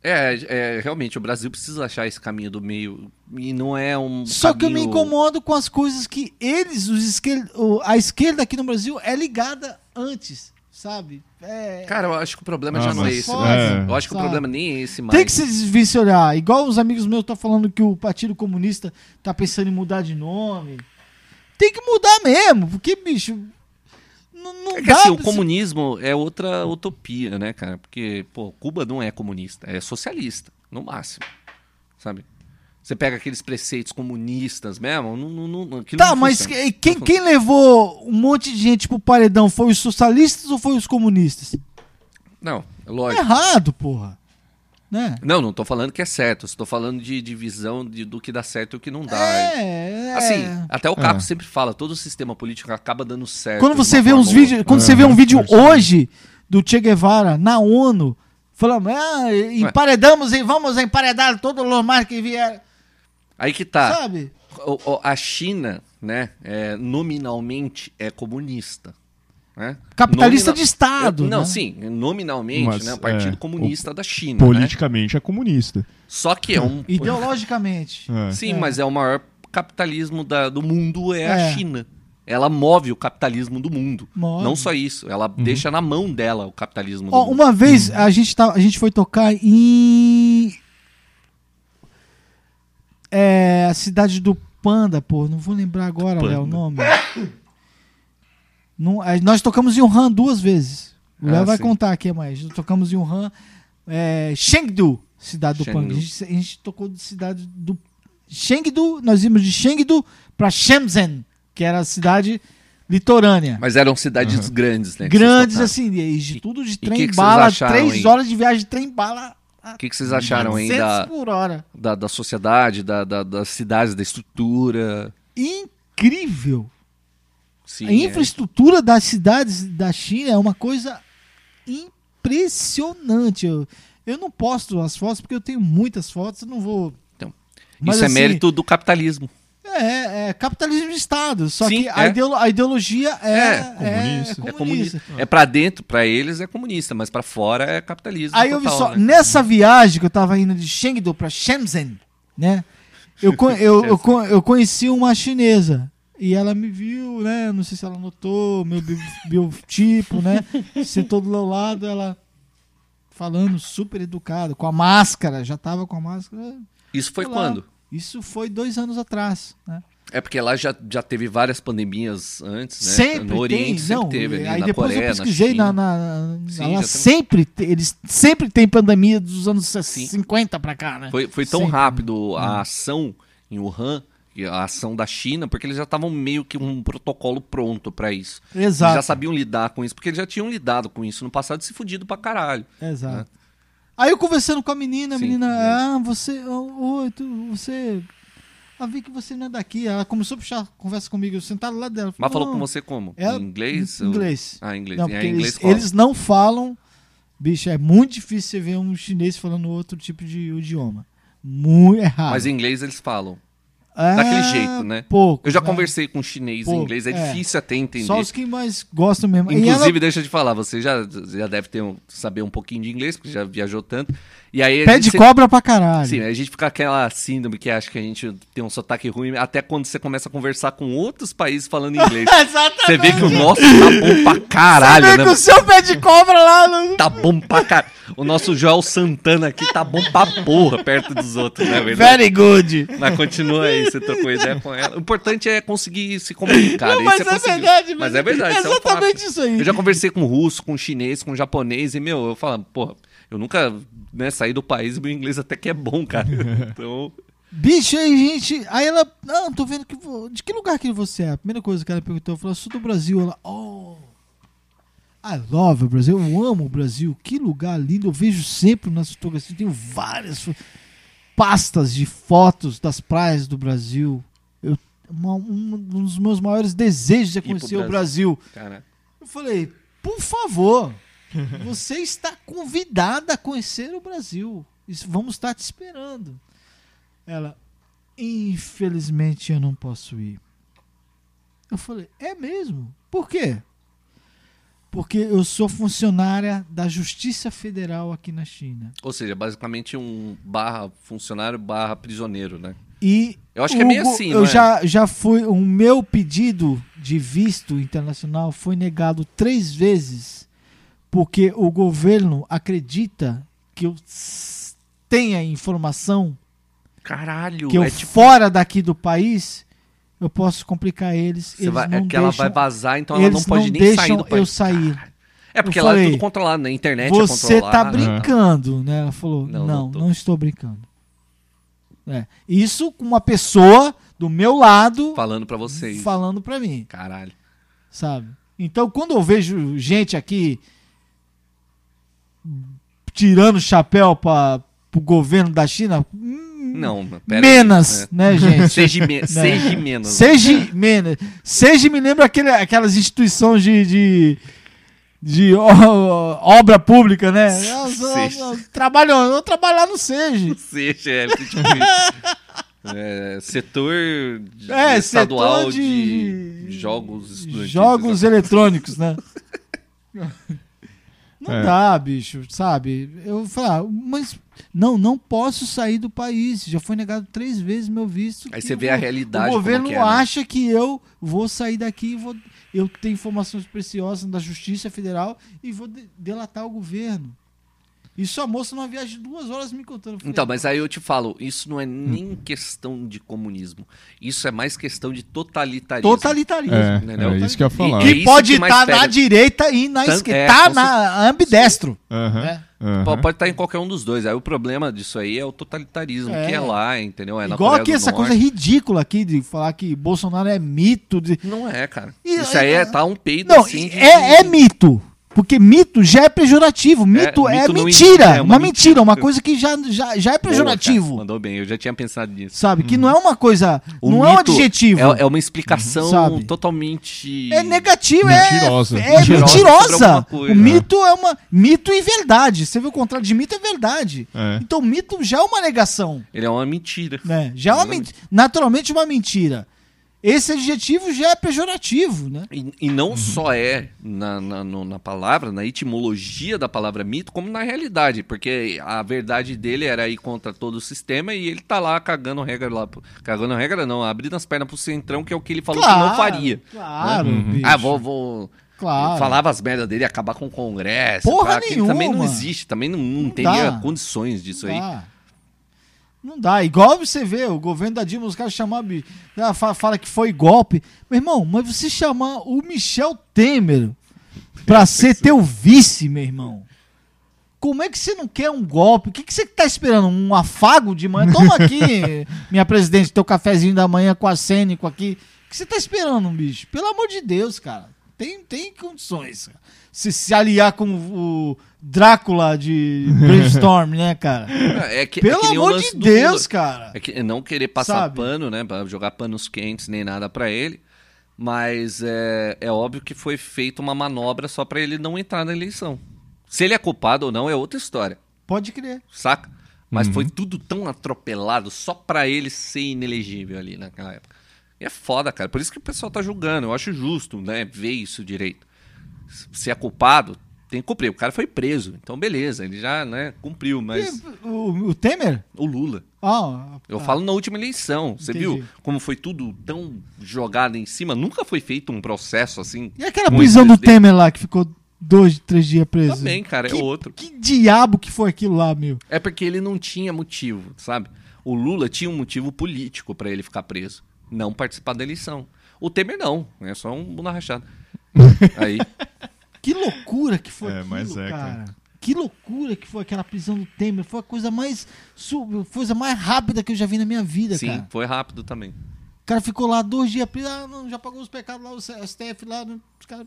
Speaker 2: É, é, realmente, o Brasil precisa achar esse caminho do meio. E não é um.
Speaker 3: só que eu me
Speaker 2: caminho-
Speaker 3: incomodo com as coisas que eles os esquer, o- a esquerda aqui no Brasil é ligada antes sabe é,
Speaker 2: Cara, eu acho que o problema
Speaker 1: Ah,
Speaker 2: já não é
Speaker 1: mas-
Speaker 2: esse.
Speaker 1: é.
Speaker 2: né? Eu acho que o
Speaker 3: Sabe?
Speaker 2: problema nem é esse mais.
Speaker 3: Tem que se desvencilhar. Igual os amigos meus estão falando que o Partido Comunista tá pensando em mudar de nome. Tem que mudar mesmo, porque, bicho. Não, não
Speaker 2: É que
Speaker 3: dá.
Speaker 2: assim, o
Speaker 3: pra
Speaker 2: comunismo é outra utopia, né, cara? Porque, pô, Cuba não é comunista, é socialista, no máximo. Sabe? Você pega aqueles preceitos comunistas mesmo, não, não, não,
Speaker 3: se-
Speaker 2: aquilo
Speaker 3: Tá,
Speaker 2: não
Speaker 3: mas
Speaker 2: funciona.
Speaker 3: que- quem, quem levou um monte de gente pro paredão foi os socialistas ou foi os comunistas?
Speaker 2: Não, é
Speaker 3: Tá
Speaker 2: lógico.
Speaker 3: errado, porra. Né?
Speaker 2: Não, não tô falando que é certo, estou falando de divisão de, do que dá certo e o que não dá.
Speaker 3: É, é.
Speaker 2: Assim, até o Caco
Speaker 1: É.
Speaker 2: sempre fala, todo o sistema político acaba dando certo.
Speaker 3: quando
Speaker 2: de uma
Speaker 3: você vê
Speaker 2: forma assim,
Speaker 3: uns
Speaker 2: ou outra.
Speaker 3: vídeos, quando
Speaker 1: É,
Speaker 3: você vê um
Speaker 1: mais
Speaker 3: vídeo
Speaker 1: força, né?
Speaker 3: hoje do Che Guevara na ONU, falando, ah, emparedamos e vamos emparedar todo o mar que vier,
Speaker 2: Aí que tá.
Speaker 3: sabe?
Speaker 2: O- o- a China, né, é, nominalmente é comunista. né?
Speaker 3: Capitalista de Estado,
Speaker 2: Eu- Não,
Speaker 3: né?
Speaker 2: sim, nominalmente,
Speaker 1: Mas,
Speaker 2: né, o Partido
Speaker 1: é,
Speaker 2: Comunista da China. Né?
Speaker 1: Politicamente é comunista.
Speaker 2: Só que é um.
Speaker 3: Ideologicamente.
Speaker 1: É.
Speaker 2: Sim,
Speaker 3: É.
Speaker 2: mas é o maior capitalismo da- do mundo é,
Speaker 3: É.
Speaker 2: a China. Ela move o capitalismo do mundo.
Speaker 3: Move. Uhum.
Speaker 2: Não só isso, ela deixa na mão dela o capitalismo
Speaker 3: Ó,
Speaker 2: do mundo.
Speaker 3: uma vez a gente, tá, a gente foi tocar em. É, a cidade do Panda, pô. Não vou lembrar agora,
Speaker 2: Panda.
Speaker 3: Léo, o nome. Não, a- nós tocamos em Wuhan duas vezes. O
Speaker 2: Ah,
Speaker 3: Léo vai
Speaker 2: sim.
Speaker 3: contar aqui, mas tocamos em Wuhan. é, Chengdu, cidade do
Speaker 2: Chengdu.
Speaker 3: punk. A gente, a gente tocou de cidade do Chengdu, nós íamos de Chengdu pra Shenzhen, que era a cidade litorânea.
Speaker 2: Mas eram cidades grandes, né? que vocês
Speaker 3: Uhum. Grandes
Speaker 2: tocaram.
Speaker 3: assim, e de tudo de
Speaker 2: que
Speaker 3: trem
Speaker 2: que vocês
Speaker 3: bala,
Speaker 2: acharam, Então,
Speaker 3: três
Speaker 2: hein?
Speaker 3: horas de viagem de trem bala. a
Speaker 2: O que, que vocês acharam aí
Speaker 3: 400
Speaker 2: da,
Speaker 3: por hora.
Speaker 2: da, da sociedade, da, da- das cidades, da estrutura?
Speaker 3: Incrível.
Speaker 2: Sim, é.
Speaker 3: a infraestrutura das cidades da China é uma coisa impressionante. Eu, eu não posto as fotos porque eu tenho muitas fotos, eu não vou.
Speaker 2: Então,
Speaker 3: Mas,
Speaker 2: Isso
Speaker 3: assim,
Speaker 2: é mérito do capitalismo.
Speaker 3: É, é capitalismo de Estado. Só
Speaker 2: Sim,
Speaker 3: que a,
Speaker 2: é.
Speaker 3: ideolo- a ideologia é,
Speaker 2: É,
Speaker 1: comunista.
Speaker 2: É comunista. É pra dentro, pra eles é comunista, mas pra fora é capitalismo.
Speaker 3: Aí eu vi
Speaker 2: total,
Speaker 3: só,
Speaker 2: né?
Speaker 3: nessa viagem que eu tava indo de Chengdu pra Shenzhen, né? Eu, con- eu, eu, con- eu conheci uma chinesa. E ela me viu, né? Não sei se ela notou, meu bi- biotipo, né? Sentou do meu lado, ela falando super educada, com a máscara, já tava com a máscara.
Speaker 2: Isso foi
Speaker 3: Olá.
Speaker 2: quando?
Speaker 3: Isso foi dois anos atrás, né?
Speaker 2: É porque lá já, já teve várias pandemias antes, né?
Speaker 3: Sempre
Speaker 2: no Oriente
Speaker 3: tem,
Speaker 2: sempre
Speaker 3: não,
Speaker 2: teve.
Speaker 3: e
Speaker 2: Ali,
Speaker 3: aí
Speaker 2: na
Speaker 3: depois
Speaker 2: Coreia,
Speaker 3: eu pesquisei
Speaker 2: na,
Speaker 3: na,
Speaker 2: China.
Speaker 3: na-
Speaker 2: Sim,
Speaker 3: lá
Speaker 2: já tem-
Speaker 3: sempre te- eles sempre tem pandemia dos anos
Speaker 2: Sim.
Speaker 3: 50 pra cá, né?
Speaker 2: Foi, foi tão
Speaker 3: Sempre. Hum.
Speaker 2: rápido a ação em Wuhan, e a ação da China, porque eles já estavam meio que um protocolo pronto pra isso. Eles
Speaker 3: Exato.
Speaker 2: já sabiam lidar com isso, porque eles já tinham lidado com isso no passado e se fudido pra caralho.
Speaker 3: Exato. Né? Aí eu conversando com a menina, a
Speaker 2: Sim,
Speaker 3: menina,
Speaker 2: é.
Speaker 3: ah, você, oh, oi, tu, você, ah, vi que você não é daqui. Ela começou a puxar conversa comigo, eu sentado lá dela.
Speaker 2: Mas falou com
Speaker 3: "Não,
Speaker 2: você como?
Speaker 3: ela-
Speaker 2: Em inglês? ou-
Speaker 3: Inglês.
Speaker 2: Ah, inglês.
Speaker 3: Não,
Speaker 2: E
Speaker 3: porque
Speaker 2: aí, inglês
Speaker 3: eles,
Speaker 2: fala.
Speaker 3: eles não falam, bicho, é muito difícil você ver um chinês falando outro tipo de idioma. é Muito errado.
Speaker 2: Mas em inglês eles falam.
Speaker 3: É,
Speaker 2: daquele jeito, né?
Speaker 3: Pouco.
Speaker 2: Eu já
Speaker 3: né?
Speaker 2: conversei com chinês e
Speaker 3: Pô,
Speaker 2: inglês, é,
Speaker 3: é.
Speaker 2: difícil até entender.
Speaker 3: Só os que mais gostam mesmo. E
Speaker 2: Inclusive, deixa eu te falar, você já, já deve ter um- saber um pouquinho de inglês, porque já viajou tanto. E aí a
Speaker 3: ela pé de
Speaker 2: gente se-
Speaker 3: cobra pra caralho.
Speaker 2: Sim, a gente fica aquela síndrome que acha que a gente tem um sotaque ruim, até quando você começa a conversar com outros países falando inglês.
Speaker 3: Exatamente.
Speaker 2: você vê que o nosso tá bom pra caralho,
Speaker 3: Vem
Speaker 2: né?
Speaker 3: com o seu pé de cobra lá no...
Speaker 2: Tá bom pra caralho. O nosso Joel Santana aqui tá bom pra porra perto dos outros, né, verdade?
Speaker 3: Very good.
Speaker 2: Mas continua aí, você trocou ideia com ela. O importante é conseguir se comunicar.
Speaker 3: Não,
Speaker 2: aí
Speaker 3: mas
Speaker 2: você
Speaker 3: é
Speaker 2: conseguiu.
Speaker 3: verdade,
Speaker 2: Mas
Speaker 3: mas
Speaker 2: é verdade.
Speaker 3: é
Speaker 2: isso um fato.
Speaker 3: exatamente isso aí.
Speaker 2: Eu já conversei com russo, com chinês, com japonês e, meu, eu falo, porra, eu nunca né, saí do país e meu inglês até que é bom, cara. Então,
Speaker 3: Bicho, aí, gente. Aí ela. Não, tô vendo que. vo- De que lugar que você é? A primeira coisa que ela perguntou, eu falei, sou do Brasil. Ela, oh. I love o Brasil. Eu amo o Brasil. Que lugar lindo. Eu vejo sempre nas fotografias. Tenho várias fo- pastas de fotos das praias do Brasil. Eu, uma- um dos meus maiores desejos é
Speaker 2: pro
Speaker 3: conhecer o
Speaker 2: Brasil.
Speaker 3: Brasil.
Speaker 2: cara.
Speaker 3: Eu falei, por favor, você está convidada a conhecer o Brasil. Isso, vamos estar te esperando. Ela, infelizmente eu não posso ir. Eu falei, é mesmo? Por quê? Porque eu sou funcionária da Justiça Federal aqui na China.
Speaker 2: Ou seja, basicamente um barra funcionário barra prisioneiro, né?
Speaker 3: E
Speaker 2: Eu acho que é meio
Speaker 3: Hugo,
Speaker 2: assim,
Speaker 3: eu
Speaker 2: não é?
Speaker 3: já já fui o meu pedido de visto internacional foi negado três vezes porque o governo acredita que eu s- tenha informação
Speaker 2: Caralho,
Speaker 3: que eu
Speaker 2: é tipo.
Speaker 3: fora daqui do país eu posso complicar eles,
Speaker 2: Você
Speaker 3: eles
Speaker 2: vai,
Speaker 3: não
Speaker 2: é que ela
Speaker 3: deixam,
Speaker 2: vai vazar, então ela
Speaker 3: eles
Speaker 2: não pode
Speaker 3: não
Speaker 2: nem sair
Speaker 3: deixam
Speaker 2: do país.
Speaker 3: eu sair.
Speaker 2: É porque
Speaker 3: Eu
Speaker 2: lá é
Speaker 3: falei,
Speaker 2: tudo controlado, né? A internet é
Speaker 3: Você tá
Speaker 2: controlada.
Speaker 3: brincando, né? Ela falou:
Speaker 2: Não,
Speaker 3: Não,
Speaker 2: não
Speaker 3: não,
Speaker 2: tô."
Speaker 3: estou brincando. É. Isso com uma pessoa do meu lado
Speaker 2: Falando pra vocês.
Speaker 3: falando pra mim,
Speaker 2: Caralho.
Speaker 3: sabe? Então, quando eu vejo gente aqui tirando o chapéu para o governo da China, hum,
Speaker 2: Não, pera.
Speaker 3: menos,
Speaker 2: aí,
Speaker 3: né,
Speaker 2: né?
Speaker 3: gente?
Speaker 2: Seja, me... seja menos.
Speaker 3: Seja menos. Seja me lembra aquele, aquelas instituições de. de de ó- obra pública, né? Eu, eu, eu trabalho, eu trabalho lá no Seja.
Speaker 2: Seja, é, tipo isso. É, setor de-
Speaker 3: É,
Speaker 2: estadual
Speaker 3: setor
Speaker 2: de...
Speaker 3: de-
Speaker 2: jogos estudantis.
Speaker 3: Jogos eletrônicos, né? Não
Speaker 1: É.
Speaker 3: dá, bicho, sabe? Eu falar, mas não, não posso sair do país. Já foi negado três vezes meu visto.
Speaker 2: Aí
Speaker 3: que
Speaker 2: você vê
Speaker 3: o-
Speaker 2: a realidade.
Speaker 3: O
Speaker 2: como
Speaker 3: governo
Speaker 2: que é, né?
Speaker 3: acha que eu vou sair daqui e vou. Eu tenho informações preciosas da Justiça Federal e vou de- delatar o governo. Isso a moça numa viagem de duas horas me contando. Eu falei,
Speaker 2: Então, mas aí eu te falo, isso não é nem questão de comunismo. Isso é mais questão de totalitarismo.
Speaker 3: Totalitarismo.
Speaker 1: É,
Speaker 2: Entendeu?
Speaker 1: é isso que eu ia falar.
Speaker 2: E-
Speaker 3: Que
Speaker 2: É isso
Speaker 3: pode
Speaker 2: que mais
Speaker 3: estar
Speaker 2: pega.
Speaker 3: na direita e na
Speaker 2: Tan-
Speaker 3: esquerda.
Speaker 2: é,
Speaker 3: tá
Speaker 2: com
Speaker 3: na ambidestro.
Speaker 1: Aham.
Speaker 3: né?
Speaker 1: Aham.
Speaker 2: Po- Pode estar em qualquer um dos dois. Aí o problema disso aí é o totalitarismo
Speaker 3: É.
Speaker 2: que é lá, entendeu? É na
Speaker 3: Igual
Speaker 2: Coreia
Speaker 3: aqui
Speaker 2: do
Speaker 3: essa coisa
Speaker 2: Norte.
Speaker 3: ridícula aqui de falar que Bolsonaro é mito. de-
Speaker 2: Não é, cara.
Speaker 3: E-
Speaker 2: Isso aí é, tá um peido
Speaker 3: Não,
Speaker 2: assim. de-
Speaker 3: é, é mito. Porque mito já é pejorativo. Mito é,
Speaker 2: mito não
Speaker 3: mentira.
Speaker 2: existe, é
Speaker 3: uma
Speaker 2: uma
Speaker 3: mentira,
Speaker 2: mentira.
Speaker 3: uma coisa que já, já, já é
Speaker 2: Boa,
Speaker 3: pejorativo.
Speaker 2: cara, Mandou bem, eu já tinha pensado nisso.
Speaker 3: sabe? Que não é uma coisa.
Speaker 2: O
Speaker 3: não é um
Speaker 2: mito
Speaker 3: adjetivo. Uhum,
Speaker 2: É, é uma explicação
Speaker 3: Sabe?
Speaker 2: totalmente.
Speaker 3: É negativo,
Speaker 1: Mentirosa.
Speaker 3: é, é
Speaker 2: Mentirosa sobre
Speaker 3: mentirosa.
Speaker 2: alguma
Speaker 3: O
Speaker 2: coisa.
Speaker 3: mito é uma mito e verdade. Você vê o contrário de mito é verdade.
Speaker 1: É.
Speaker 3: Então mito já é uma negação,
Speaker 2: Ele é uma mentira.
Speaker 3: né? Já é uma men- naturalmente uma mentira. Esse adjetivo já é pejorativo, né?
Speaker 2: E, e não só é na, na, no- na palavra, na etimologia da palavra mito, como na realidade, porque a verdade dele era ir contra todo o sistema e ele tá lá cagando regra lá. pro- Cagando regra não, abrindo as pernas pro centrão, que é o que ele falou que não faria. né?
Speaker 3: Claro. bicho,
Speaker 2: Ah, vou. vou...
Speaker 3: Claro.
Speaker 2: Falava as merdas dele, acabar com o Congresso.
Speaker 3: Porra
Speaker 2: pá, que ele Também não
Speaker 3: nenhuma.
Speaker 2: existe, também não, não
Speaker 3: dá.
Speaker 2: teria condições disso aí.
Speaker 3: Dá. Não dá. Igual você vê, o governo da Dilma, os caras chamam. Ela fa- fala que foi golpe. Meu irmão, mas você chamar o Michel Temer
Speaker 2: É,
Speaker 3: pra ser teu vice, meu irmão. Como é que você não quer um golpe? O que, que você tá esperando? Um afago de manhã? Toma aqui, minha presidente, teu cafezinho da manhã com acênico aqui. O que você tá esperando, bicho? Pelo amor de Deus, cara. Tem, tem condições. Cara. Se se aliar com o Drácula de Brainstorm, né, cara?
Speaker 2: É que- é
Speaker 3: Pelo
Speaker 2: que nem o
Speaker 3: amor
Speaker 2: lance
Speaker 3: de
Speaker 2: do
Speaker 3: Deus,
Speaker 2: Lula.
Speaker 3: cara.
Speaker 2: É que não querer passar
Speaker 3: Sabe?
Speaker 2: pano, né? pra Jogar panos quentes nem nada pra ele. Mas é, é óbvio que foi feita uma manobra só pra ele não entrar na eleição. Se ele é culpado ou não é outra história,
Speaker 3: Pode crer.
Speaker 2: saca? Mas foi
Speaker 3: Uhum.
Speaker 2: tudo tão atropelado só pra ele ser inelegível ali naquela época. E é foda, cara. Por isso que o pessoal tá julgando. Eu acho justo, né? Ver isso direito. Se é culpado, tem que cumprir. O cara foi preso. Então, beleza, ele já, né, cumpriu. Mas
Speaker 3: E é O, o Temer?
Speaker 2: o Lula.
Speaker 3: Ah,
Speaker 2: Eu
Speaker 3: tá.
Speaker 2: falo na última eleição. Você
Speaker 3: Entendi.
Speaker 2: viu como foi tudo tão jogado em cima? Nunca foi feito um processo assim.
Speaker 3: E aquela
Speaker 2: com
Speaker 3: prisão do
Speaker 2: ex-presidente?
Speaker 3: Temer lá que ficou dois, três dias preso?
Speaker 2: Também, cara,
Speaker 3: Que-
Speaker 2: é outro.
Speaker 3: Que diabo que foi aquilo lá, meu?
Speaker 2: É porque ele não tinha motivo, sabe? O Lula tinha um motivo político pra ele ficar preso. Não participar da eleição. O Temer não. É só um bunda rachada. Aí,
Speaker 3: Que loucura que foi
Speaker 1: É,
Speaker 3: aquilo,
Speaker 1: mas é,
Speaker 3: cara.
Speaker 1: cara.
Speaker 3: Que loucura que foi aquela prisão do Temer. Foi a coisa mais su- coisa mais rápida que eu já vi na minha vida,
Speaker 2: sim,
Speaker 3: cara.
Speaker 2: foi rápido também.
Speaker 3: O cara ficou lá dois dias preso. Ah, não, já pagou os pecados lá, o STF lá. né, Os caras.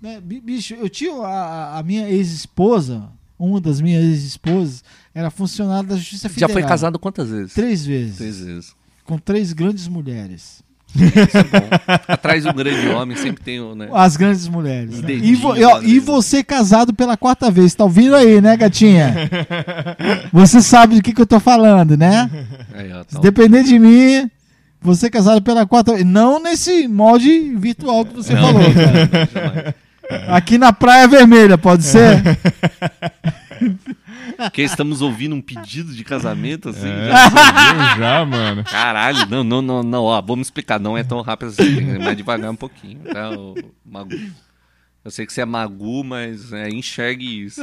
Speaker 3: né, bi- Bicho, eu tinha a, a minha ex-esposa, uma das minhas ex-esposas, era funcionária da Justiça Federal.
Speaker 2: Já foi casado quantas vezes?
Speaker 3: Três vezes.
Speaker 2: Três vezes.
Speaker 3: Com três grandes mulheres.
Speaker 2: Isso é bom. Atrás de um grande homem sempre tem o, né?
Speaker 3: As grandes mulheres.
Speaker 2: Os
Speaker 3: né? E,
Speaker 2: dedinhos
Speaker 3: vo- e, ó,
Speaker 2: das
Speaker 3: e
Speaker 2: vezes.
Speaker 3: você casado pela quarta vez. Tá ouvindo aí, né, gatinha? Você sabe do que, que eu tô falando, né?
Speaker 2: Aí, ó,
Speaker 3: Se
Speaker 2: tá.
Speaker 3: depender de mim, você casado pela quarta vez. Não nesse molde virtual que você
Speaker 2: Não,
Speaker 3: falou.
Speaker 2: não,
Speaker 3: cara.
Speaker 2: não, jamais.
Speaker 3: É. Aqui na Praia Vermelha, pode ser?
Speaker 2: Porque estamos ouvindo um pedido de casamento assim.
Speaker 1: É,
Speaker 2: já-
Speaker 1: você viu já, mano.
Speaker 2: Caralho, não, não, não, não, ó, vamos explicar, não é tão rápido assim, tem que ir mais devagar um pouquinho, tá, ô, Magu? Eu sei que você é Magu, mas é, enxergue isso.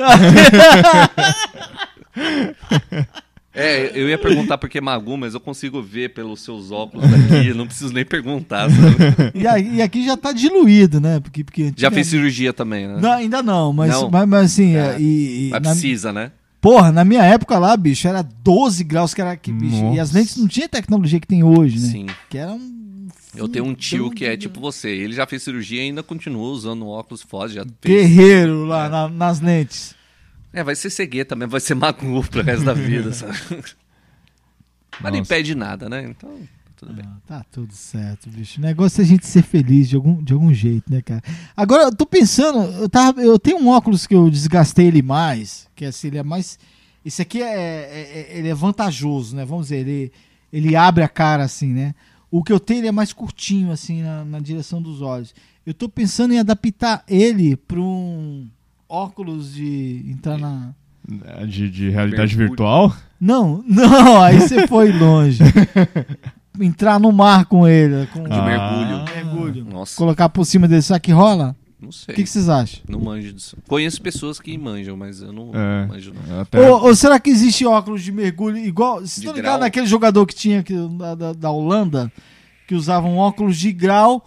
Speaker 2: É, eu ia perguntar por que Magu, mas eu consigo ver pelos seus óculos aqui, não preciso nem perguntar, sabe?
Speaker 3: E, aí- e aqui já tá diluído, né? Porque, porque
Speaker 2: Já fez
Speaker 3: antigamente-
Speaker 2: cirurgia também, né?
Speaker 3: Não, ainda não, mas,
Speaker 2: Não.
Speaker 3: Mas, mas assim,
Speaker 2: É.
Speaker 3: e, e-
Speaker 2: Mas
Speaker 3: na-
Speaker 2: precisa, né?
Speaker 3: porra, na minha época lá, bicho, era 12 graus que era que, bicho. E as
Speaker 1: Nossa.
Speaker 3: lentes não tinha tecnologia que tem hoje, né?
Speaker 2: Sim.
Speaker 3: Que era um.
Speaker 2: Eu tenho um tio que é
Speaker 3: fudão
Speaker 2: tipo você, ele já fez cirurgia e ainda continua usando óculos foz, já
Speaker 3: de
Speaker 2: fez
Speaker 3: Guerreiro lá na- nas lentes.
Speaker 2: É, vai ser cegueta também, vai ser mago pro resto da vida, sabe? Mas não
Speaker 1: Nossa.
Speaker 2: impede nada, né? Então, tudo bem.
Speaker 3: Ah, Tá tudo certo, bicho. O negócio é a gente ser feliz de algum, de algum jeito, né, cara? Agora, eu tô pensando, eu, tava, eu tenho um óculos que eu desgastei ele mais, que assim, ele é mais. Esse aqui é, é- é- ele é vantajoso, né? Vamos dizer, ele, ele abre a cara, assim, né? O que eu tenho ele é mais curtinho, assim, na, na direção dos olhos. Eu tô pensando em adaptar ele pra um óculos de entrar na.
Speaker 1: De, de realidade
Speaker 2: Mergulho.
Speaker 1: virtual?
Speaker 3: Não, não, aí você foi longe. Entrar no mar com ele. Com...
Speaker 2: De
Speaker 1: Ah.
Speaker 2: mergulho.
Speaker 3: Mergulho.
Speaker 2: Nossa,
Speaker 3: Colocar por cima dele, será que rola?
Speaker 2: não
Speaker 3: O
Speaker 2: sei.
Speaker 3: que, que vocês acham?
Speaker 2: Não manjo disso. Conheço pessoas que manjam, mas eu não
Speaker 1: É.
Speaker 2: manjo. Não.
Speaker 1: Até...
Speaker 3: Ou, ou será que existe óculos de mergulho igual.
Speaker 2: Tá.
Speaker 3: Vocês
Speaker 2: De
Speaker 3: estão
Speaker 2: grau?
Speaker 3: ligados naquele jogador que tinha aqui da, da, da Holanda? Que usava um óculos de grau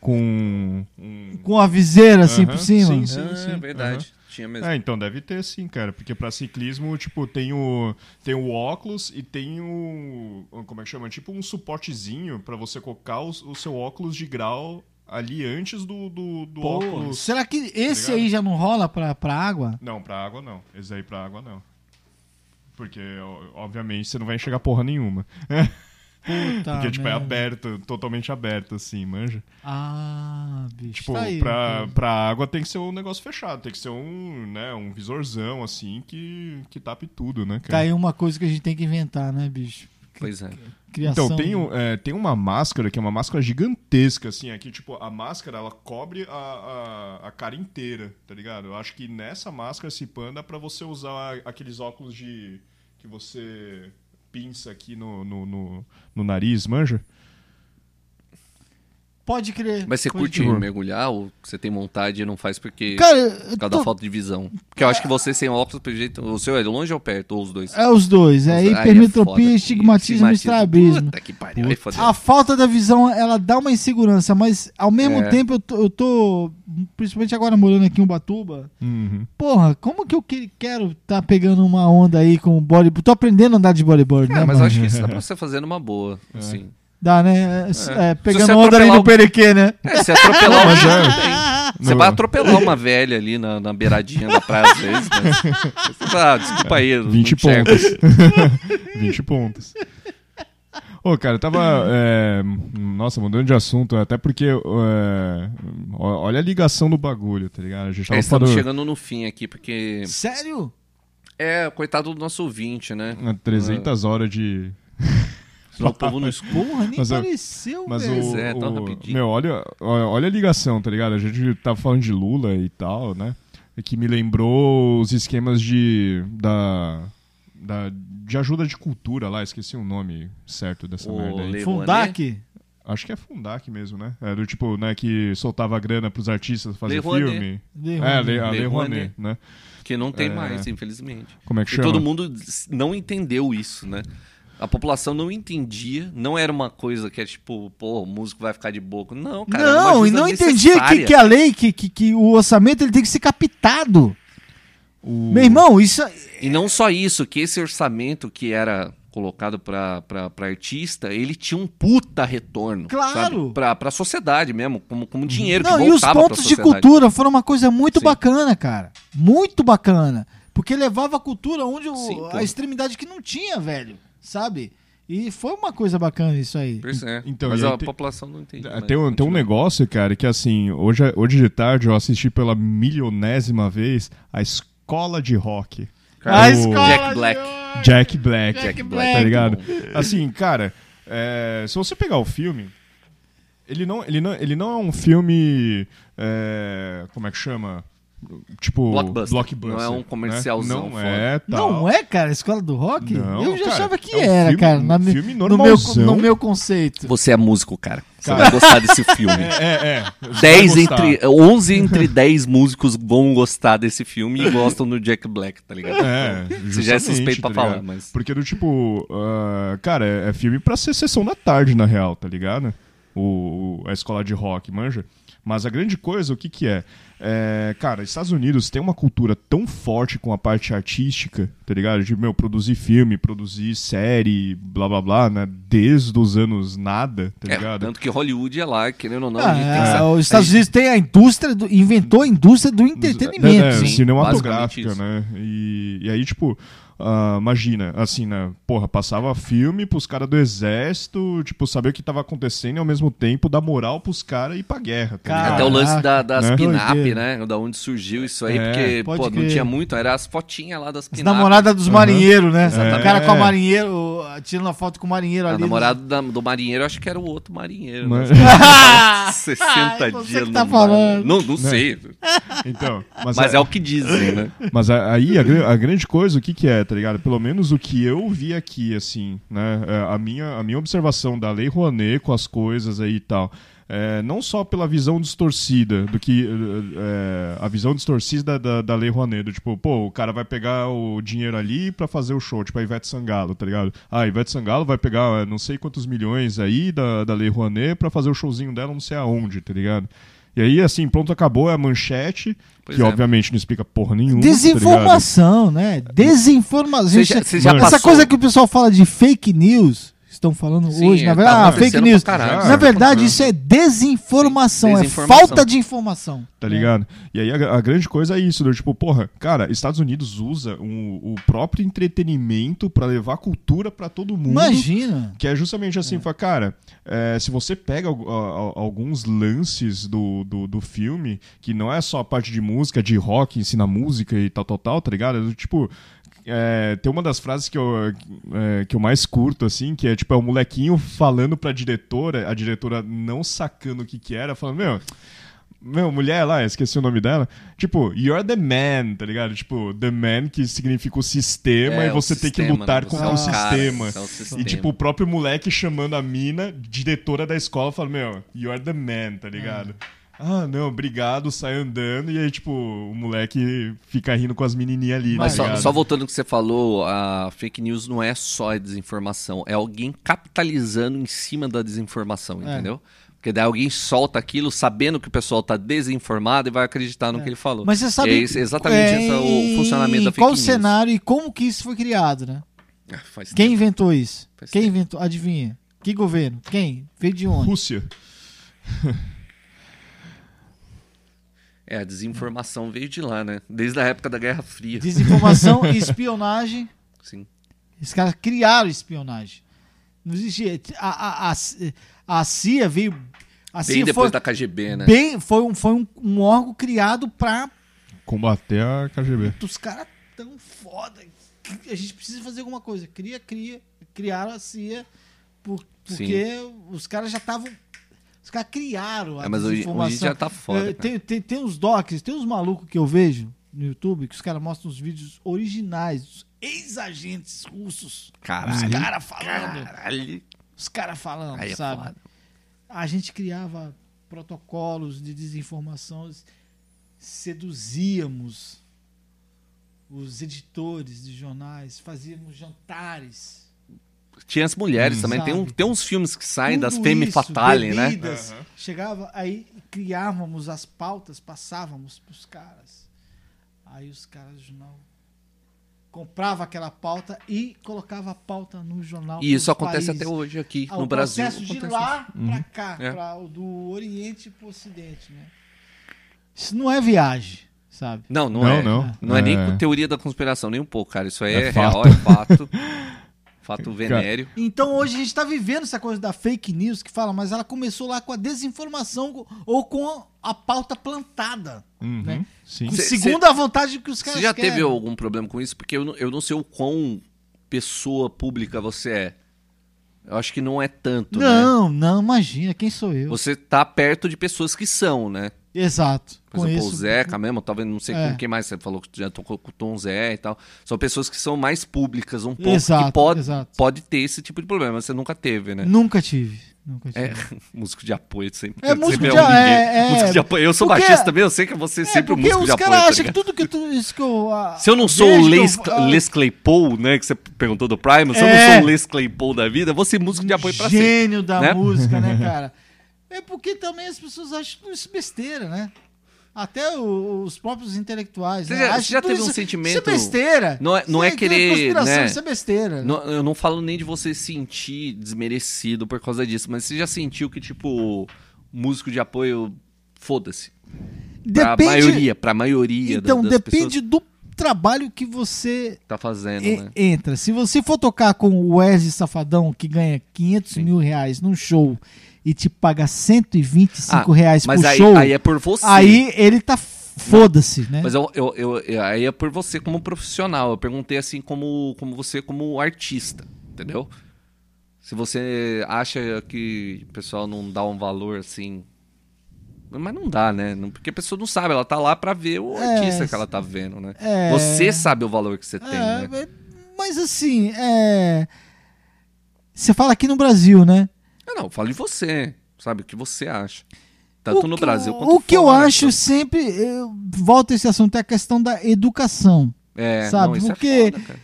Speaker 1: Com. um-
Speaker 3: com a viseira assim
Speaker 1: Aham,
Speaker 3: por cima?
Speaker 1: Sim,
Speaker 2: Ah,
Speaker 1: sim.
Speaker 2: é verdade. Tinha mesmo.
Speaker 1: É, então deve ter sim, cara. Porque pra ciclismo, tipo, tem o, tem o óculos e tem o. Como é que chama? Tipo um suportezinho pra você colocar o, o seu óculos de grau ali antes do, do, do
Speaker 3: Pô,
Speaker 1: óculos. Tá
Speaker 3: será que esse
Speaker 1: ligado?
Speaker 3: aí já não rola pra, pra água?
Speaker 1: Não, pra água não. Esse aí pra água não. Porque, ó, obviamente, você não vai enxergar porra nenhuma.
Speaker 3: Puta
Speaker 1: Porque, tipo, é
Speaker 3: merda.
Speaker 1: aberto, totalmente aberto, assim, manja.
Speaker 3: Ah, bicho.
Speaker 1: Tipo,
Speaker 3: tá aí,
Speaker 1: pra,
Speaker 3: cara.
Speaker 1: pra água tem que ser um negócio fechado, tem que ser um, né, um visorzão, assim, que, que tape tudo, né,
Speaker 3: Tá
Speaker 1: cara?
Speaker 3: aí uma coisa que a gente tem que inventar, né, bicho?
Speaker 2: Pois é.
Speaker 3: Criação.
Speaker 1: Então, tem, um, é, tem uma máscara que é uma máscara gigantesca, assim, aqui, tipo, a máscara, ela cobre a, a, a cara inteira, tá ligado? Eu acho que nessa máscara, se panda, é pra você usar aqueles óculos de... que você pinça aqui no, no, no, no nariz, manja?
Speaker 3: Pode crer.
Speaker 2: Mas você
Speaker 3: pode
Speaker 2: curte
Speaker 3: crer.
Speaker 2: mergulhar ou você tem vontade e não faz porque.
Speaker 3: Cara, eu
Speaker 2: por causa
Speaker 3: tô-
Speaker 2: da falta de visão. Porque eu acho que você sem óculos, pelo jeito. O seu é longe ou perto? Ou os dois?
Speaker 3: é os dois. É
Speaker 2: Aí é foda,
Speaker 3: hipermetropia,
Speaker 2: que-
Speaker 3: estigmatismo e estrabismo. Ah,
Speaker 2: Puta que pariu. Aí fodeu.
Speaker 3: A falta da visão, ela dá uma insegurança, mas ao mesmo
Speaker 2: É.
Speaker 3: tempo eu tô, eu tô, principalmente agora morando aqui em Ubatuba,
Speaker 1: Uhum.
Speaker 3: porra, como que eu que- quero tá pegando uma onda aí com o bodyboard? Tô aprendendo a andar de bodyboard,
Speaker 2: É,
Speaker 3: né,
Speaker 2: mas
Speaker 3: mano?
Speaker 2: eu acho que isso dá pra você fazer numa boa. Assim.
Speaker 3: Dá, né? É, s-
Speaker 2: É.
Speaker 3: é,
Speaker 2: Se você
Speaker 3: pegando onda ali
Speaker 2: atropelar
Speaker 3: no
Speaker 2: o-
Speaker 3: perequê, né?
Speaker 2: É, você atropelar uma
Speaker 1: Mas é.
Speaker 2: tudo bem. Você
Speaker 1: No-
Speaker 2: vai atropelar uma velha ali na, na beiradinha da praia às vezes, mas... Você fala, ah, desculpa aí, eu não
Speaker 1: 20
Speaker 2: enxergo.
Speaker 1: pontos. 20 pontos. Ô, cara, eu tava. é, nossa, mudando de assunto, até porque. é, ó- olha a ligação do bagulho, tá ligado? A gente
Speaker 2: É,
Speaker 1: tava
Speaker 2: estamos
Speaker 1: falando.
Speaker 2: chegando no fim aqui, porque...
Speaker 3: Sério?
Speaker 2: É, coitado do nosso ouvinte, né?
Speaker 1: há 300 horas de.
Speaker 2: Só o povo não escuta.
Speaker 3: Porra, nem
Speaker 1: Mas eu-
Speaker 3: pareceu,
Speaker 1: Mas
Speaker 3: velho.
Speaker 1: o.
Speaker 2: é, tão
Speaker 1: o-
Speaker 2: rapidinho.
Speaker 1: meu, olha, olha olha a ligação, tá ligado? A gente tava falando de Lula e tal, né? É Que me lembrou os esquemas de. Da, da, de ajuda de cultura lá, esqueci o nome certo dessa
Speaker 2: Ô,
Speaker 1: merda aí.
Speaker 2: Le-
Speaker 3: Fundac?
Speaker 1: Acho que é Fundac mesmo, né? É do tipo, né, que soltava grana pros artistas fazer
Speaker 2: Le Rouanet.
Speaker 1: filme.
Speaker 3: Dei
Speaker 1: É,
Speaker 3: ruim.
Speaker 1: Le, a
Speaker 2: Le
Speaker 1: Le Rouanet,
Speaker 2: Rouanet.
Speaker 1: né?
Speaker 2: Que não tem
Speaker 1: É.
Speaker 2: mais, infelizmente.
Speaker 1: Como é que
Speaker 2: E
Speaker 1: chama?
Speaker 2: todo mundo s- não entendeu isso, né? A população não entendia, não era uma coisa que é tipo, pô, o músico vai ficar de boca. Não, cara. era uma
Speaker 3: não, e
Speaker 2: ajuda
Speaker 3: não entendia que,
Speaker 2: necessária.
Speaker 3: que a lei, que, que, que o orçamento ele tem que ser captado.
Speaker 1: O-
Speaker 3: Meu irmão, isso.
Speaker 2: E não só isso, que esse orçamento que era colocado pra, pra, pra artista, ele tinha um puta retorno.
Speaker 3: Claro. Uhum.
Speaker 2: Sabe? Pra, pra sociedade mesmo, como, como dinheiro
Speaker 3: Não,
Speaker 2: que
Speaker 3: e os
Speaker 2: voltava pra
Speaker 3: pontos de
Speaker 2: sociedade.
Speaker 3: cultura foram uma coisa muito
Speaker 2: Sim.
Speaker 3: bacana, cara. Muito bacana. Porque levava a cultura onde o-
Speaker 2: Sim, pô.
Speaker 3: a extremidade que não tinha, velho. Sabe? E foi uma coisa bacana isso aí.
Speaker 2: Pois é.
Speaker 1: Então,
Speaker 2: Mas
Speaker 1: e aí
Speaker 2: a
Speaker 1: tem-
Speaker 2: população não entende. né?
Speaker 1: Ah, Tem um, tem um negócio, cara, que assim, hoje, hoje de tarde eu assisti pela milionésima vez a escola de rock.
Speaker 3: A
Speaker 1: o
Speaker 3: escola
Speaker 2: Jack Black.
Speaker 1: Jack Black.
Speaker 2: Jack
Speaker 1: tá
Speaker 2: Black.
Speaker 1: ligado?
Speaker 2: Muito
Speaker 1: Assim, cara, é, se você pegar o filme, ele não, ele não, ele não é um filme. é, como é que chama? Tipo.
Speaker 2: Blockbuster.
Speaker 1: blockbuster,
Speaker 2: Não é um
Speaker 1: né?
Speaker 2: comercialzão
Speaker 1: Não
Speaker 2: foda.
Speaker 1: é, tal.
Speaker 3: Não é, cara? A escola do rock?
Speaker 1: Não,
Speaker 3: Eu já
Speaker 1: cara,
Speaker 3: achava que
Speaker 1: é um
Speaker 3: era,
Speaker 1: filme-
Speaker 3: cara. na
Speaker 1: um
Speaker 3: mi-
Speaker 1: filme
Speaker 3: no, meu,
Speaker 1: normalzão.
Speaker 3: no meu conceito.
Speaker 2: Você é músico, cara. Você
Speaker 1: Cara.
Speaker 2: vai gostar desse filme.
Speaker 1: É, é. Você vai
Speaker 2: 10
Speaker 1: gostar.
Speaker 2: entre, 11 entre 10 músicos vão gostar desse filme e gostam do Jack Black, tá ligado?
Speaker 1: É,
Speaker 2: Você já é
Speaker 1: justamente,
Speaker 2: suspeito pra
Speaker 1: tá
Speaker 2: falar,
Speaker 1: ligado?
Speaker 2: mas-
Speaker 1: Porque do tipo, ah, cara, é, é filme pra ser sessão da tarde, na real, tá ligado? O, o- a escola de rock, manja? Mas a grande coisa, o que que é? É, Cara, Estados Unidos tem uma cultura tão forte com a parte artística, tá ligado? De, meu, produzir filme, produzir série, blá blá blá, né? Desde os anos nada, tá
Speaker 2: É,
Speaker 1: ligado?
Speaker 2: tanto que Hollywood é lá, querendo ou não, a gente tem que
Speaker 3: Ah,
Speaker 2: saber.
Speaker 3: Os Estados Unidos tem a indústria, do- inventou a indústria do entretenimento.
Speaker 1: É, é,
Speaker 3: sim.
Speaker 1: cinematográfica,
Speaker 2: basicamente isso.
Speaker 1: né? E, e aí, tipo, ah, imagina, assim, né? Porra, passava filme pros caras do exército, tipo, saber o que tava acontecendo e ao mesmo tempo dar moral pros caras e ir pra guerra. Tá
Speaker 3: Cara,
Speaker 1: ligado?
Speaker 2: Até o lance da, das
Speaker 1: né?
Speaker 2: pin-up,
Speaker 3: é Doideira.
Speaker 2: né? Da onde surgiu isso aí,
Speaker 1: É,
Speaker 2: porque
Speaker 3: pode
Speaker 2: pô, não
Speaker 3: crer.
Speaker 2: tinha muito, era as fotinhas lá das
Speaker 3: As
Speaker 2: pin-up.
Speaker 3: namorada dos
Speaker 1: Aham.
Speaker 3: marinheiros, né?
Speaker 1: Exatamente.
Speaker 3: O cara com a
Speaker 1: É.
Speaker 3: marinheiro, uh, tirando a foto com o marinheiro
Speaker 2: A
Speaker 3: ali. né?
Speaker 2: namorada da- do marinheiro, acho que era o outro marinheiro. né?
Speaker 1: Mas-
Speaker 3: Ah!
Speaker 2: 60
Speaker 3: Ai, você
Speaker 2: dias
Speaker 3: que tá
Speaker 2: no mar.
Speaker 3: falando.
Speaker 2: Não, não sei.
Speaker 1: Então, mas,
Speaker 2: Mas
Speaker 1: é,
Speaker 2: é o que dizem, né?
Speaker 3: Tá
Speaker 1: mas a- aí a, gran- a grande coisa, o que que é, tá ligado? Pelo menos o que eu vi aqui, assim, né? É, A minha, a minha observação da Lei Rouanet com as coisas aí e tal. é, não só pela visão distorcida do que é, é, a visão distorcida da, da Lei Rouanet, do tipo, pô, o cara vai pegar o dinheiro ali pra fazer o show, tipo a Ivete Sangalo, tá ligado? Ah, Ivete Sangalo vai pegar é, não sei quantos milhões aí da, da Lei Rouanet pra fazer o showzinho dela não sei aonde, tá ligado? E aí, assim, pronto, acabou, é a manchete,
Speaker 2: Pois
Speaker 1: que
Speaker 2: é.
Speaker 1: obviamente não explica porra nenhuma. tá ligado?
Speaker 3: Desinformação, né? Desinformação.
Speaker 2: Você já, você já
Speaker 1: Mano.
Speaker 2: passou.
Speaker 3: Essa coisa que o pessoal fala de fake news, estão falando
Speaker 2: Sim,
Speaker 3: hoje, na
Speaker 2: tá
Speaker 3: verdade, ah,
Speaker 2: acontecendo
Speaker 3: fake
Speaker 2: pra
Speaker 3: news.
Speaker 2: caralho.
Speaker 1: Já.
Speaker 3: Na verdade, isso é desinformação,
Speaker 2: Sim,
Speaker 3: é
Speaker 2: desinformação.
Speaker 3: falta de informação.
Speaker 1: Tá ligado? E aí a, a grande coisa é isso, né? tipo, porra, cara, Estados Unidos usa um- o próprio entretenimento pra levar cultura pra todo mundo.
Speaker 3: Uhum. Imagina.
Speaker 1: Que é justamente assim, fala, cara, é, se você pega al- al- alguns lances do, do, do filme, que não é só a parte de música, de rock, ensina música e tal, tal, tal, tá ligado? É do Tipo, é, tem uma das frases que eu, é, que eu mais curto, assim, que é tipo, é o molequinho falando pra diretora, a diretora não sacando o que que era, falando, meu... Meu, mulher lá, esqueci o nome dela. Tipo, you're the man, tá ligado? Tipo, the man que significa o sistema
Speaker 2: É,
Speaker 1: e
Speaker 2: o
Speaker 1: você tem que
Speaker 2: sistema,
Speaker 1: lutar
Speaker 2: né? Você
Speaker 1: contra
Speaker 2: é
Speaker 1: o
Speaker 2: um cara,
Speaker 1: sistema.
Speaker 2: você é um sistema.
Speaker 1: E, tipo, o próprio moleque chamando a mina, diretora da escola, falando, meu, you're the man, tá ligado? Ah, não, obrigado, sai andando. E aí, tipo, o moleque fica rindo com as menininhas ali,
Speaker 2: Mas
Speaker 1: tá
Speaker 2: só,
Speaker 1: ligado?
Speaker 2: só voltando ao que você falou, a fake news não é só a desinformação, é alguém capitalizando em cima da desinformação,
Speaker 3: É.
Speaker 2: entendeu? Porque daí alguém solta aquilo sabendo que o pessoal tá desinformado e vai acreditar no que ele falou.
Speaker 3: Mas você sabe
Speaker 2: É esse- exatamente
Speaker 3: é,
Speaker 2: esse é o funcionamento da
Speaker 3: em
Speaker 2: fake
Speaker 3: qual
Speaker 2: news.
Speaker 3: cenário e como que isso foi criado, né?
Speaker 2: Ah, faz
Speaker 3: Quem
Speaker 2: tempo.
Speaker 3: inventou isso?
Speaker 2: Faz
Speaker 3: Quem
Speaker 2: tempo.
Speaker 3: inventou? Adivinha? Que governo? Quem? Veio de onde?
Speaker 1: Rússia.
Speaker 2: É, a desinformação veio de lá, né? Desde a época da Guerra Fria.
Speaker 3: Desinformação e espionagem.
Speaker 2: Sim.
Speaker 3: Esses caras criaram espionagem. Não existia. A, a, a, a CIA veio. A
Speaker 2: Bem
Speaker 3: CIA
Speaker 2: depois
Speaker 3: foi,
Speaker 2: da KGB, né?
Speaker 3: assim, bem, foi, um, foi um, um órgão criado pra.
Speaker 1: Combater a KGB.
Speaker 3: Os caras tão foda. que A gente precisa fazer alguma coisa. Cria, cria. Criaram a CIA. por- porque os caras já estavam. Os caras criaram a
Speaker 2: É, mas hoje, hoje
Speaker 3: desinformação.
Speaker 2: já tá foda.
Speaker 3: É,
Speaker 2: cara.
Speaker 3: tem, tem, tem uns docs, tem uns malucos que eu vejo no YouTube que os caras mostram os vídeos originais dos ex-agentes russos.
Speaker 2: Caralho.
Speaker 3: Os caras falando.
Speaker 2: Caralho.
Speaker 3: Os caras falando,
Speaker 2: Aí é
Speaker 3: sabe?
Speaker 2: foda.
Speaker 3: A gente criava protocolos de desinformação, seduzíamos os editores de jornais, fazíamos jantares.
Speaker 2: Tinha as mulheres
Speaker 1: Hum.
Speaker 2: também. Tem, um,
Speaker 3: Sabe?
Speaker 2: tem uns filmes que saem das
Speaker 3: Tudo
Speaker 2: Femme
Speaker 3: isso,
Speaker 2: Fatale, né?
Speaker 3: bebidas.
Speaker 1: Aham.
Speaker 3: Chegava, aí criávamos as pautas, passávamos pros caras. Aí os caras do jornal comprava aquela pauta e colocava a pauta no jornal.
Speaker 2: E isso
Speaker 3: pros
Speaker 2: acontece
Speaker 3: países.
Speaker 2: até hoje aqui
Speaker 3: Ah,
Speaker 2: no
Speaker 3: o
Speaker 2: Brasil.
Speaker 3: processo de
Speaker 2: Acontece.
Speaker 3: lá pra cá,
Speaker 2: É.
Speaker 3: pra- do Oriente pro Ocidente, né? Isso não é viagem, sabe?
Speaker 2: Não, não,
Speaker 1: Não,
Speaker 2: é.
Speaker 1: não.
Speaker 2: Não é, nem
Speaker 1: É.
Speaker 2: teoria da conspiração, nem um pouco, cara. Isso aí é,
Speaker 1: É fato.
Speaker 2: real, é fato. Fato venéreo.
Speaker 3: Então hoje a gente tá vivendo essa coisa da fake news que fala, mas ela começou lá com a desinformação ou com a pauta plantada.
Speaker 1: Uhum,
Speaker 3: Né?
Speaker 1: Sim.
Speaker 2: Cê-
Speaker 3: segundo a vontade que os caras
Speaker 2: Você já
Speaker 3: querem.
Speaker 2: teve algum problema com isso? Porque eu não, eu não sei o quão pessoa pública você é. Eu acho que não é tanto, né?
Speaker 3: Não, não, imagina, quem sou eu?
Speaker 2: Você tá perto de pessoas que são, né?
Speaker 3: Exato.
Speaker 2: Por exemplo, o Zeca mesmo, talvez não sei
Speaker 3: É.
Speaker 2: com quem mais você falou que já tocou com o Tom Zé e tal. São pessoas que são mais públicas um pouco,
Speaker 3: Exato,
Speaker 2: que pode,
Speaker 3: exato. Hum.
Speaker 2: pode ter esse tipo de problema, mas você nunca teve, né?
Speaker 3: Nunca tive. Nunca tive.
Speaker 2: É, músico de apoio sempre.
Speaker 3: É,
Speaker 2: sempre
Speaker 3: músico
Speaker 2: um
Speaker 3: de a-
Speaker 2: ninguém.
Speaker 3: é, é.
Speaker 2: Músico de apoio. Eu sou
Speaker 3: Porque-
Speaker 2: baixista também, eu sei que você é sempre um
Speaker 3: porque
Speaker 2: músico de
Speaker 3: os
Speaker 2: apoio.
Speaker 3: caras
Speaker 2: tá
Speaker 3: acham que
Speaker 2: ligado?
Speaker 3: tudo que tu, isso que eu. ah,
Speaker 2: Se eu não sou
Speaker 3: vejo
Speaker 2: o
Speaker 3: que eu-
Speaker 2: Les,
Speaker 3: ah,
Speaker 2: Les Claypool, né, que você perguntou do Prime, se eu
Speaker 3: É.
Speaker 2: não sou o Les Claypool da vida, eu vou ser músico de apoio pra sempre.
Speaker 3: gênio da
Speaker 2: né?
Speaker 3: música, né, cara? É porque também as pessoas acham tudo isso besteira, né? Até o- os próprios intelectuais.
Speaker 2: Você
Speaker 3: né?
Speaker 2: já-
Speaker 3: Acham
Speaker 2: você já
Speaker 3: tudo
Speaker 2: teve um
Speaker 3: isso-
Speaker 2: sentimento-
Speaker 3: Isso é besteira.
Speaker 2: Não é- não
Speaker 3: Isso
Speaker 2: é querer,
Speaker 3: conspiração,
Speaker 2: né?
Speaker 3: Isso é besteira.
Speaker 2: Não- eu não falo nem de você sentir desmerecido por causa disso, mas você já sentiu que, tipo, músico de apoio, foda-se. Pra maioria, pra maioria da-
Speaker 3: Então,
Speaker 2: das
Speaker 3: depende
Speaker 2: pessoas
Speaker 3: do trabalho que você
Speaker 2: que tá fazendo,
Speaker 3: e-
Speaker 2: né?
Speaker 3: entra. Se você for tocar com o Wesley Safadão, que ganha 500
Speaker 2: Sim.
Speaker 3: mil reais num show e te paga 125
Speaker 2: Ah,
Speaker 3: reais
Speaker 2: Mas
Speaker 3: por
Speaker 2: aí,
Speaker 3: show,
Speaker 2: aí é por você.
Speaker 3: aí ele tá foda-se, né?
Speaker 2: Mas eu, eu, eu- eu- aí é por você como profissional. Eu perguntei assim como, como você como artista, entendeu? Se você acha que o pessoal não dá um valor assim. Mas não dá, né? Não- Porque a pessoa não sabe, ela tá lá pra ver o
Speaker 3: É,
Speaker 2: artista que ela tá vendo, né?
Speaker 3: é.
Speaker 2: Você sabe o valor que você tem,
Speaker 3: É,
Speaker 2: né?
Speaker 3: é, mas assim, é. Você fala aqui no Brasil, né?
Speaker 2: Não, não, fala de você, sabe? O que você acha. Tanto
Speaker 3: O
Speaker 2: Tá no
Speaker 3: que-
Speaker 2: Brasil quanto
Speaker 3: O que eu
Speaker 2: fora, né?
Speaker 3: acho
Speaker 2: sabe?
Speaker 3: sempre. Eu volto a esse assunto, é a questão da educação.
Speaker 2: É,
Speaker 3: sabe,
Speaker 2: não, isso
Speaker 3: porque-
Speaker 2: é foda, cara.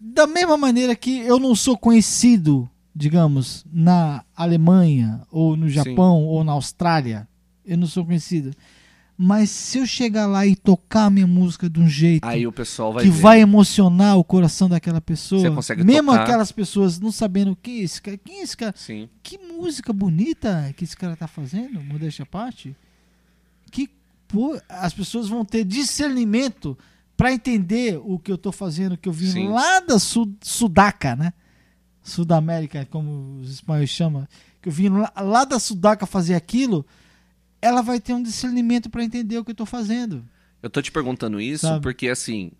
Speaker 3: Da mesma maneira que eu não sou conhecido, digamos, na Alemanha, ou no Japão, ou na Austrália. eu não sou conhecida. Mas se eu chegar lá e tocar a minha música de um jeito
Speaker 2: Aí o pessoal vai
Speaker 3: que
Speaker 2: ver.
Speaker 3: vai emocionar o coração daquela pessoa,
Speaker 2: Você consegue
Speaker 3: mesmo
Speaker 2: tocar.
Speaker 3: aquelas pessoas não sabendo o que é esse cara, quem é esse cara,
Speaker 2: Sim.
Speaker 3: que música bonita que esse cara tá fazendo, modéstia à parte, que pô, as pessoas vão ter discernimento para entender o que eu tô fazendo, que eu vim
Speaker 2: Sim.
Speaker 3: lá da Su- Sudaca, né? Sudamérica, como os espanhóis chamam, que eu vim lá, lá da Sudaca fazer aquilo, ela vai ter um discernimento para entender o que eu tô fazendo.
Speaker 2: Eu tô te perguntando isso
Speaker 3: Sabe?
Speaker 2: porque, assim,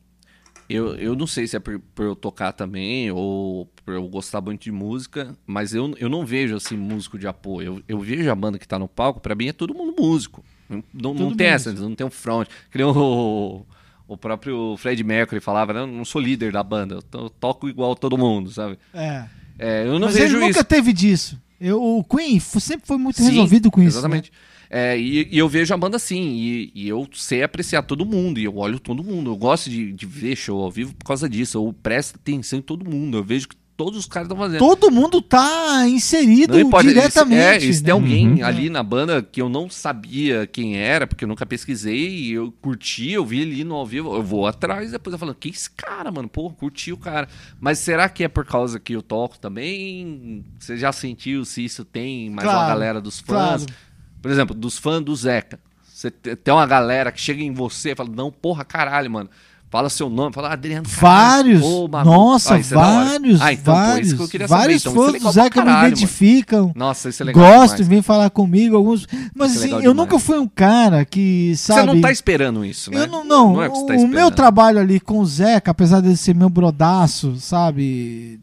Speaker 2: eu, eu não sei se é por, por eu tocar também ou por eu gostar muito de música, mas eu, eu não vejo, assim, músico de apoio. Eu, eu vejo a banda que tá no palco, pra mim é todo mundo músico. Não, não, não
Speaker 3: Todo
Speaker 2: tem
Speaker 3: mundo.
Speaker 2: essa, não tem um front. Que nem o, o próprio Fred Mercury falava, né? eu não sou líder da banda, eu, to- toco igual todo mundo, sabe?
Speaker 3: É.
Speaker 2: É, eu não
Speaker 3: Mas
Speaker 2: vejo
Speaker 3: ele
Speaker 2: isso.
Speaker 3: nunca teve disso. Eu, o Queen fo- sempre foi muito
Speaker 2: Sim,
Speaker 3: resolvido com isso. né?
Speaker 2: Exatamente. É, e, e eu vejo a banda assim, e, e eu sei apreciar todo mundo, e eu olho todo mundo. Eu gosto de, de ver show ao vivo por causa disso. Eu presto atenção em todo mundo. Eu vejo o que todos os caras estão
Speaker 3: né?
Speaker 2: fazendo.
Speaker 3: Todo mundo tá inserido
Speaker 2: Não importa,
Speaker 3: diretamente.
Speaker 2: Se, é, se tem
Speaker 3: né?
Speaker 2: alguém
Speaker 1: Uhum.
Speaker 2: ali na banda que eu não sabia quem era, porque eu nunca pesquisei, e eu curti, eu vi ali no ao vivo, eu vou atrás, depois eu falo, que esse cara, mano? Porra, curti o cara. Mas será que é por causa que eu toco também? Você já sentiu se isso tem mais uma
Speaker 3: Claro,
Speaker 2: galera dos fãs?
Speaker 3: claro.
Speaker 2: Por exemplo, dos fãs do Zeca. Você te- tem uma galera que chega em você e fala, não, porra, caralho, mano. Fala seu nome, fala Adriano.
Speaker 3: Vários.
Speaker 2: caralho, ô, maluco."
Speaker 3: nossa,
Speaker 2: Ah, isso é da hora.
Speaker 3: vários.
Speaker 2: Ah, então, pô,
Speaker 3: vários
Speaker 2: isso que eu queria saber.
Speaker 3: vários
Speaker 2: Então, isso é
Speaker 3: fãs do
Speaker 2: legal pra
Speaker 3: Zeca me
Speaker 2: caralho, mano.
Speaker 3: identificam.
Speaker 2: Nossa, isso é legal.
Speaker 3: Gosto,
Speaker 2: demais.
Speaker 3: vem falar comigo. Alguns... Mas
Speaker 2: Isso é
Speaker 3: assim,
Speaker 2: legal
Speaker 3: eu
Speaker 2: demais.
Speaker 3: nunca fui um cara que, sabe...
Speaker 2: Você não tá esperando isso, né?
Speaker 3: Eu não, não,
Speaker 2: é o que você tá
Speaker 3: o
Speaker 2: esperando.
Speaker 3: meu trabalho ali com o Zeca, apesar dele ser meu brodaço, sabe?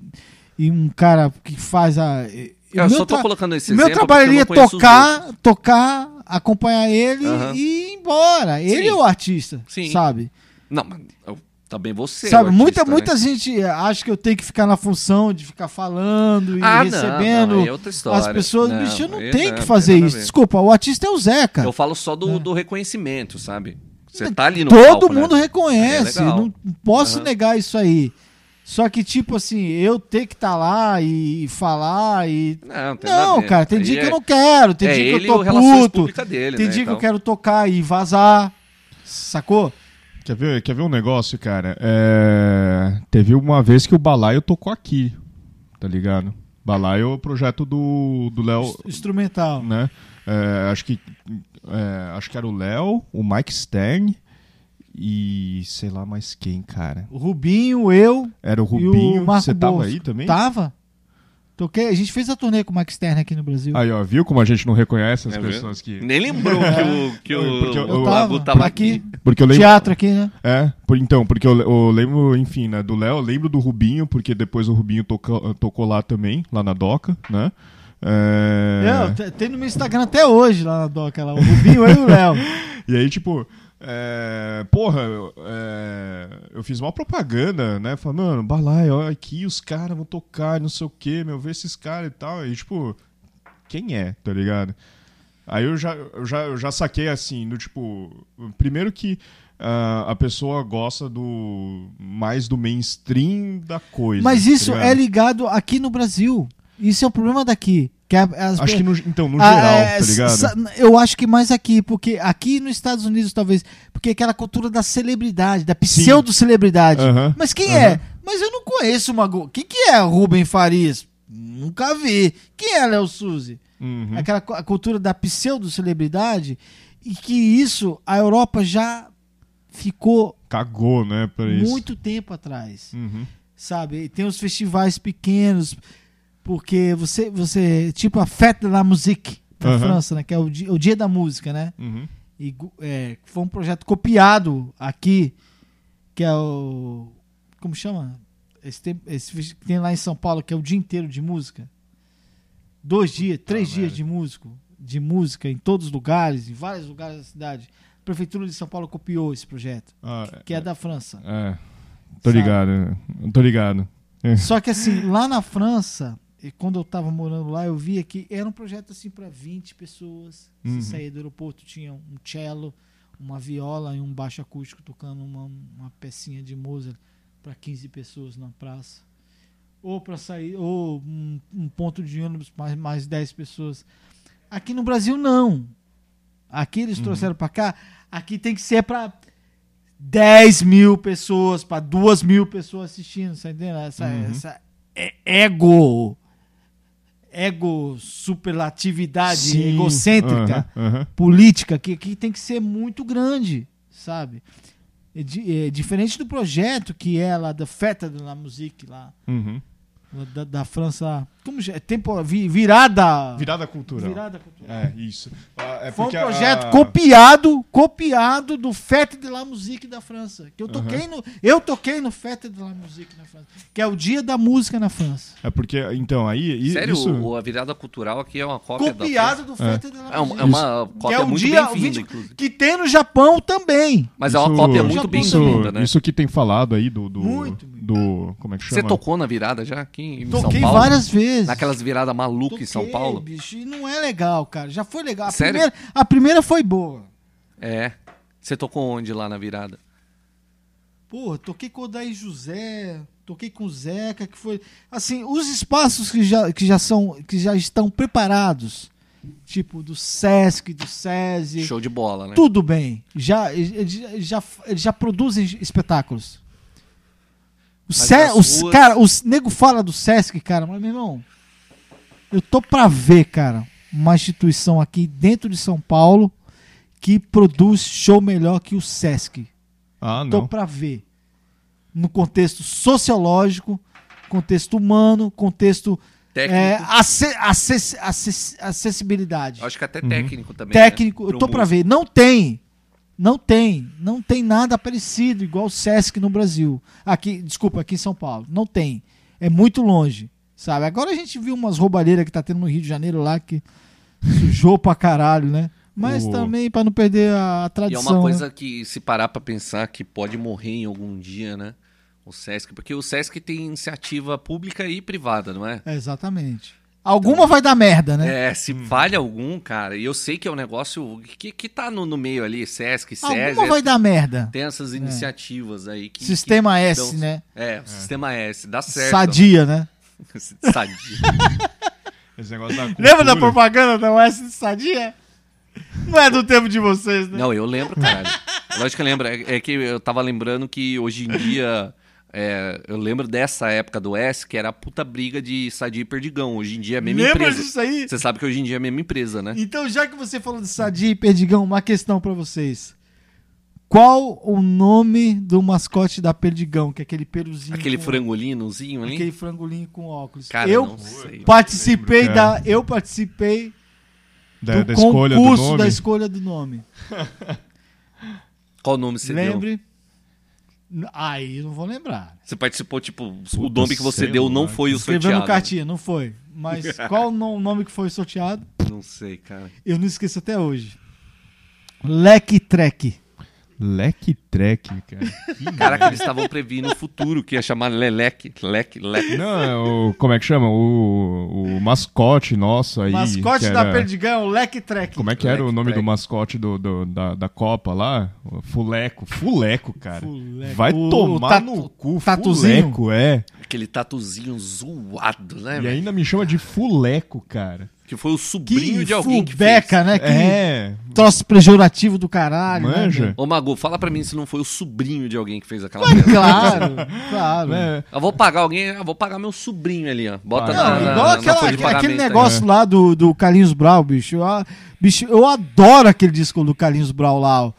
Speaker 3: E um cara que faz a. e-
Speaker 2: Eu
Speaker 3: o meu
Speaker 2: só tô
Speaker 3: tra-
Speaker 2: colocando esse
Speaker 3: o meu
Speaker 2: exemplo
Speaker 3: trabalho ali
Speaker 2: porque
Speaker 3: é
Speaker 2: eu não conheço os
Speaker 3: tocar, tocar, acompanhar ele
Speaker 2: Aham.
Speaker 3: e ir embora. Ele
Speaker 2: Sim.
Speaker 3: é o artista,
Speaker 2: Sim.
Speaker 3: sabe?
Speaker 2: Não, mas eu- também você. é o
Speaker 3: sabe,
Speaker 2: artista,
Speaker 3: muita,
Speaker 2: né?
Speaker 3: muita gente eh, acha que eu tenho que ficar na função de ficar falando e
Speaker 2: Ah, não,
Speaker 3: recebendo
Speaker 2: não, aí é outra história.
Speaker 3: as pessoas.
Speaker 2: Não,
Speaker 3: Bicho, eu não
Speaker 2: aí
Speaker 3: tenho
Speaker 2: não,
Speaker 3: que
Speaker 2: não
Speaker 3: fazer
Speaker 2: tem nada a
Speaker 3: isso.
Speaker 2: ver.
Speaker 3: Desculpa, o artista é o Zeca.
Speaker 2: Eu falo só do, do reconhecimento, sabe? Você
Speaker 3: Mas
Speaker 2: tá ali no
Speaker 3: Todo
Speaker 2: palco, né?
Speaker 3: mundo reconhece,
Speaker 2: É legal.
Speaker 3: não posso
Speaker 2: Aham.
Speaker 3: negar isso aí. Só que, tipo assim, eu ter que estar lá e falar e.
Speaker 2: Não, tem nada a
Speaker 3: Não,
Speaker 2: ver.
Speaker 3: cara, tem
Speaker 2: Aí
Speaker 3: dia que
Speaker 2: é-
Speaker 3: eu não quero, tem
Speaker 2: é
Speaker 3: dia
Speaker 2: ele
Speaker 3: que eu
Speaker 2: e o
Speaker 3: tô
Speaker 2: relações
Speaker 3: puto,
Speaker 2: públicas dele,
Speaker 3: tem
Speaker 2: né,
Speaker 3: dia que
Speaker 2: então.
Speaker 3: eu quero tocar e vazar, sacou?
Speaker 1: Quer ver, quer ver um negócio, cara? É, Teve uma vez que o Balaio tocou aqui, tá ligado? Balaio é o projeto do do Léo,
Speaker 3: Instrumental.
Speaker 1: né? É, acho que é, acho que era o Léo, o Mike Stern e sei lá mais quem, cara.
Speaker 3: O Rubinho, eu
Speaker 1: Era o
Speaker 3: e
Speaker 1: Rubinho,
Speaker 3: o Marco
Speaker 1: você tava
Speaker 3: Bosco. Tá.
Speaker 1: aí também?
Speaker 3: Tava. Toquei, a gente fez a turnê com o Max Stern aqui no Brasil.
Speaker 1: Aí, ó, viu como a gente não reconhece as
Speaker 2: É, viu?
Speaker 1: pessoas que
Speaker 2: Nem lembrou que o,
Speaker 3: É,
Speaker 2: que o,
Speaker 1: Porque eu-
Speaker 2: o
Speaker 1: eu
Speaker 2: Labu tava aqui.
Speaker 1: Porque eu lembro
Speaker 3: Teatro aqui, né?
Speaker 1: É, por, então, porque eu, eu lembro, enfim, né, do Léo, eu lembro do Rubinho, porque depois o Rubinho tocou, tocou lá também, lá na Doca, né? É,
Speaker 3: Eu, te- tem no meu Instagram até hoje lá na Doca, lá, o Rubinho, eu e o Léo.
Speaker 1: E aí, tipo, é, porra, eu- é, eu fiz uma propaganda, né? Falando, mano, balai, olha aqui, os caras vão tocar, não sei o quê, meu, vê esses caras e tal. E, tipo, quem é, tá ligado? Aí eu já, eu já, eu já saquei assim, do tipo. Primeiro que ah, a pessoa gosta do. mais do mainstream da coisa.
Speaker 3: Mas
Speaker 1: tá
Speaker 3: isso
Speaker 1: ligado?
Speaker 3: é ligado aqui no Brasil. Isso é o problema daqui. Que a- as-
Speaker 1: Acho que no, então, no
Speaker 3: a-
Speaker 1: geral,
Speaker 3: é,
Speaker 1: tá ligado?
Speaker 3: sa- Eu acho que mais aqui, porque aqui nos Estados Unidos, talvez, porque aquela cultura da celebridade, da pseudo-celebridade.
Speaker 1: Aham,
Speaker 3: Mas quem
Speaker 1: aham.
Speaker 3: é? Mas eu não conheço uma. go- Quem que é Rubem Farias? Nunca vi. Quem é Léo Suzy?
Speaker 1: Uhum.
Speaker 3: Aquela cu- a cultura da pseudo-celebridade. E que isso, a Europa já ficou
Speaker 1: Cagou, né? Pra isso.
Speaker 3: muito tempo atrás
Speaker 1: Uhum.
Speaker 3: sabe? E Tem os festivais pequenos, porque você, você tipo a Fête de la Musique na
Speaker 1: Aham.
Speaker 3: França, né? Que é o dia, o dia da música, né?
Speaker 1: Uhum.
Speaker 3: E gu- é, foi um projeto copiado aqui, que é o como chama? Esse, tem, esse festi- que tem lá em São Paulo, que é o dia inteiro de música. Dois dias, três dias de músico, de música em todos os lugares, em vários lugares da cidade. A prefeitura de São Paulo copiou esse projeto,
Speaker 1: Ah,
Speaker 3: que é da França.
Speaker 1: É. Tô
Speaker 3: Sabe?
Speaker 1: ligado, né? tô ligado.
Speaker 3: Só que assim, lá na França, e quando eu tava morando lá, eu via que era um projeto assim para 20 pessoas.
Speaker 1: Uhum.
Speaker 3: Se sair do aeroporto, tinha um cello, uma viola e um baixo acústico tocando uma, uma pecinha de Mozart para 15 pessoas na praça. Ou para sair, ou um, um ponto de ônibus mais mais 10 pessoas. Aqui no Brasil não. Aqui eles trouxeram pra cá. Aqui tem que ser pra 10 mil pessoas, pra 2 mil pessoas assistindo, tá entendendo? Essa, essa e- ego. Ego superlatividade
Speaker 6: Sim.
Speaker 3: egocêntrica
Speaker 1: Aham, aham.
Speaker 3: política que, que tem que ser muito grande, sabe? É di- é diferente do projeto que é lá da Feta de la Musique lá,
Speaker 1: Uhum.
Speaker 3: da, da França, lá. como já, é tempo, vi- virada,
Speaker 1: Virada cultural.
Speaker 3: virada cultural.
Speaker 1: É, isso. Ah, é
Speaker 3: Foi um
Speaker 1: porque a-
Speaker 3: projeto copiado, copiado do Fête de la Musique da França. Que eu toquei no, eu toquei no Fête de la Musique na França, que é o dia da música na França.
Speaker 1: É porque, então, aí. i-
Speaker 2: Sério,
Speaker 1: isso...
Speaker 2: o- a virada cultural aqui é uma cópia
Speaker 3: Copiado do Fête de la
Speaker 2: da. É uma,
Speaker 3: Musique.
Speaker 2: é uma
Speaker 3: que
Speaker 2: cópia
Speaker 3: é o
Speaker 2: muito
Speaker 3: dia o
Speaker 2: bem-vinda,
Speaker 3: vídeo-
Speaker 2: inclusive.
Speaker 3: que tem no Japão também.
Speaker 2: Mas é uma
Speaker 1: isso-
Speaker 2: cópia
Speaker 3: já
Speaker 2: muito
Speaker 3: pensou
Speaker 2: bem-vinda, né?
Speaker 1: Isso que tem falado aí do. do
Speaker 3: Muito, muito.
Speaker 1: do Como é que chama?
Speaker 2: Você tocou na virada já aqui em
Speaker 3: Toquei
Speaker 2: São Paulo?
Speaker 3: várias vezes.
Speaker 2: Naquelas viradas malucas
Speaker 3: Toquei,
Speaker 2: em São Paulo?
Speaker 3: bicho, e não é legal, cara. Já foi legal. A,
Speaker 2: Sério?
Speaker 3: Primeira, a primeira foi boa.
Speaker 2: É. Você tocou onde lá na virada?
Speaker 3: Porra, toquei com o Daí José, toquei com o Zeca, que foi. Assim, os espaços que já, que já são, que já estão preparados, tipo do Sesc, do SESI,
Speaker 2: Show de bola, né?
Speaker 3: tudo bem. Já, eles já, eles já produzem espetáculos. O
Speaker 2: Mas
Speaker 3: Se-
Speaker 2: nas
Speaker 3: os,
Speaker 2: ruas-
Speaker 3: Cara, os nego fala do Sesc, cara, mas meu irmão, eu tô pra ver, cara, uma instituição aqui dentro de São Paulo que produz show melhor que o Sesc.
Speaker 1: Ah,
Speaker 3: Tô
Speaker 1: não.
Speaker 3: Então, pra ver. No contexto sociológico, contexto humano, contexto
Speaker 2: Técnico.
Speaker 3: é, ace- acess- acess- acessibilidade
Speaker 2: Acho que até
Speaker 1: Uhum.
Speaker 2: técnico também.
Speaker 3: técnico,
Speaker 2: né?
Speaker 3: eu
Speaker 2: Pro
Speaker 3: tô pra
Speaker 2: músico.
Speaker 3: ver, não tem. Não tem, não tem nada parecido igual o SESC no Brasil. Aqui, desculpa, aqui em São Paulo, não tem. É muito longe, sabe? Agora a gente viu umas roubalheiras que tá tendo no Rio de Janeiro lá que sujou pra caralho, né? Mas
Speaker 1: O-
Speaker 3: também pra não perder a, a
Speaker 2: E é
Speaker 3: tradição. né?
Speaker 2: uma coisa que se parar pra pensar que pode morrer em algum dia, né? O Sesc, porque o Sesc tem iniciativa pública e privada, não é?
Speaker 3: né? É, exatamente. Alguma vai dar merda, né?
Speaker 2: É, se
Speaker 1: Uhum.
Speaker 2: falha algum, cara, e eu sei que é um negócio que, que tá no, no meio ali, Sesc, SESI,
Speaker 3: Alguma vai dar merda.
Speaker 2: é tem essas iniciativas aí que...
Speaker 3: É. Sistema S,
Speaker 2: então,
Speaker 3: né?
Speaker 2: que- é, o Sistema S, dá certo.
Speaker 3: Sadia, né?
Speaker 2: Sadio.
Speaker 1: Esse negócio da
Speaker 3: Lembra da
Speaker 1: cultura.
Speaker 3: propaganda da S de Sadia? Não é do tempo de vocês, né?
Speaker 2: Não, eu lembro, caralho. Lógico que eu lembro. É, é que eu tava lembrando que hoje em dia. é, eu lembro dessa época do S, que era a puta briga de Sadia e Perdigão. Hoje em dia é a mesma
Speaker 3: Lembra
Speaker 2: empresa.
Speaker 3: disso aí?
Speaker 2: Você sabe que hoje em dia é a mesma empresa, né?
Speaker 3: Então, já que você falou de Sadia e Perdigão, uma questão pra vocês. Qual o nome do mascote da Perdigão? Que é aquele peluzinho.
Speaker 2: Aquele
Speaker 3: com-
Speaker 2: frangolinozinho ali.
Speaker 3: Aquele frangolinho com óculos.
Speaker 2: Cara,
Speaker 3: eu
Speaker 2: não sei.
Speaker 3: participei
Speaker 1: lembro,
Speaker 3: da. Eu participei
Speaker 1: Da,
Speaker 3: do
Speaker 1: da escolha do
Speaker 3: concurso
Speaker 1: nome.
Speaker 3: da escolha do nome.
Speaker 2: Qual nome você deu?
Speaker 3: Lembre. N- Aí eu não vou lembrar.
Speaker 2: Você participou, tipo, o
Speaker 1: Puta,
Speaker 2: nome que você
Speaker 1: sei
Speaker 2: deu não
Speaker 1: lá.
Speaker 2: foi o
Speaker 3: Escreveu no
Speaker 2: sorteado. né?
Speaker 3: cartinha, não foi. Mas qual o no- nome que foi sorteado?
Speaker 2: Não sei, cara.
Speaker 3: Eu não esqueço até hoje. Leque Trek.
Speaker 1: Leque Trek, cara.
Speaker 2: Caraca, eles estavam previndo o futuro, que ia chamar Leleque. Leque, Leque.
Speaker 1: Não, é o, como é que chama? O, o mascote nosso aí.
Speaker 3: Mascote
Speaker 1: que
Speaker 3: da
Speaker 1: era-
Speaker 3: Perdigão, Leque Trek.
Speaker 1: Como é que era o
Speaker 2: Leque
Speaker 1: nome
Speaker 2: Trek.
Speaker 1: do mascote do, do- da, da Copa lá? O Fuleco. Fuleco, cara.
Speaker 3: Fuleco.
Speaker 1: Vai
Speaker 3: O- o
Speaker 1: tomar
Speaker 3: tatu-
Speaker 1: no cu.
Speaker 3: tatuzinho.
Speaker 1: Fuleco, é.
Speaker 2: Aquele tatuzinho zoado, né?
Speaker 1: E
Speaker 2: velho?
Speaker 1: ainda me chama de Fuleco, cara.
Speaker 2: Que foi o sobrinho
Speaker 3: Que
Speaker 2: de alguém que fez.
Speaker 3: fubeca, né? Que
Speaker 1: É.
Speaker 3: troço pejorativo do caralho. né,
Speaker 1: Manja.
Speaker 3: velho?
Speaker 2: Ô, Magu, fala pra mim se não foi o sobrinho de alguém que fez aquela merda.
Speaker 3: Claro, claro.
Speaker 1: É,
Speaker 2: Eu vou pagar alguém, eu vou pagar meu sobrinho ali, ó. Bota
Speaker 1: Paga.
Speaker 2: na,
Speaker 3: Não,
Speaker 2: na-
Speaker 3: igual
Speaker 2: na
Speaker 3: aquela-
Speaker 2: folha de
Speaker 3: aquele
Speaker 2: pagamento aí. né?
Speaker 3: negócio lá do, do Carlinhos Brau, bicho. Eu, a- bicho. eu adoro aquele disco do Carlinhos Brau lá, o,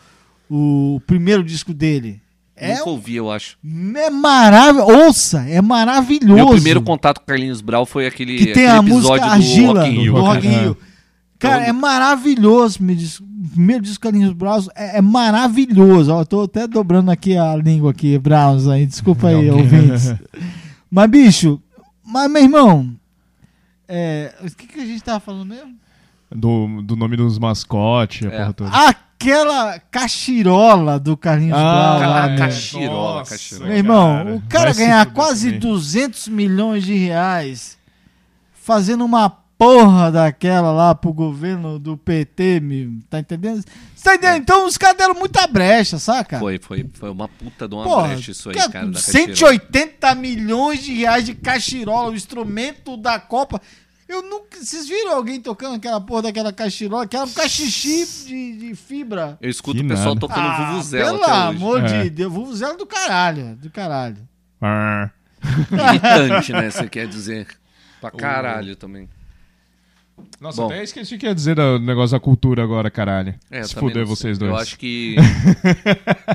Speaker 3: o primeiro disco dele. É,
Speaker 2: Nunca ouvi, eu acho.
Speaker 3: é maravilhoso. Ouça, é maravilhoso.
Speaker 2: Meu primeiro contato com o Carlinhos Brau foi aquele,
Speaker 3: que tem
Speaker 2: aquele
Speaker 3: a
Speaker 2: episódio
Speaker 3: música
Speaker 2: do
Speaker 3: Argila
Speaker 2: Rock in Rio,
Speaker 3: do
Speaker 2: cara. um
Speaker 3: Rock in Rio. Cara, é maravilhoso, me diz. Primeiro disco Carlinhos Browns é, é maravilhoso. Ó, eu tô até dobrando aqui a língua aqui, Browns aí. Desculpa aí, ouvintes. Mas, bicho, mas, meu irmão, é, o que, que a gente tava falando mesmo?
Speaker 1: do, do nome dos mascotes, a
Speaker 2: É.
Speaker 1: porra toda.
Speaker 3: Ah, Aquela cachirola do Carlinhos
Speaker 1: Ah,
Speaker 3: Brown lá,
Speaker 2: ca-
Speaker 3: meu.
Speaker 2: cachi- cachirola,
Speaker 1: Nossa,
Speaker 2: cachirola.
Speaker 3: Meu irmão,
Speaker 1: cara.
Speaker 3: o cara
Speaker 1: Vai se
Speaker 3: ganhar
Speaker 1: fuder
Speaker 3: quase
Speaker 1: também.
Speaker 3: 200 milhões de reais fazendo uma porra daquela lá pro governo do PT, me, tá entendendo? Você tá
Speaker 1: É.
Speaker 3: entendendo? Então os caras deram muita brecha, saca?
Speaker 2: Foi, foi, foi uma puta de uma
Speaker 3: Porra, é
Speaker 2: brecha isso aí,
Speaker 3: cara,
Speaker 2: cara. da
Speaker 3: 180 milhões de reais de cachirola, o instrumento da Copa.
Speaker 4: Eu nunca. Vocês viram alguém tocando aquela porra daquela cachirola, aquela cachixi de, de fibra?
Speaker 2: Eu escuto
Speaker 5: Que
Speaker 2: o pessoal
Speaker 5: nada.
Speaker 2: tocando
Speaker 3: Ah,
Speaker 2: Vuvuzela
Speaker 4: pelo
Speaker 2: até hoje.
Speaker 4: amor
Speaker 5: É.
Speaker 4: de Deus, vuvuzela do caralho, do caralho.
Speaker 5: Ah,
Speaker 2: Irritante, né? Você quer dizer. Pra caralho também.
Speaker 1: Nossa,
Speaker 2: Bom.
Speaker 1: até esqueci o que ia dizer do negócio da cultura agora, caralho.
Speaker 2: É, eu
Speaker 1: Se
Speaker 2: também
Speaker 1: fuder
Speaker 2: não sei.
Speaker 1: vocês dois.
Speaker 2: Eu acho que.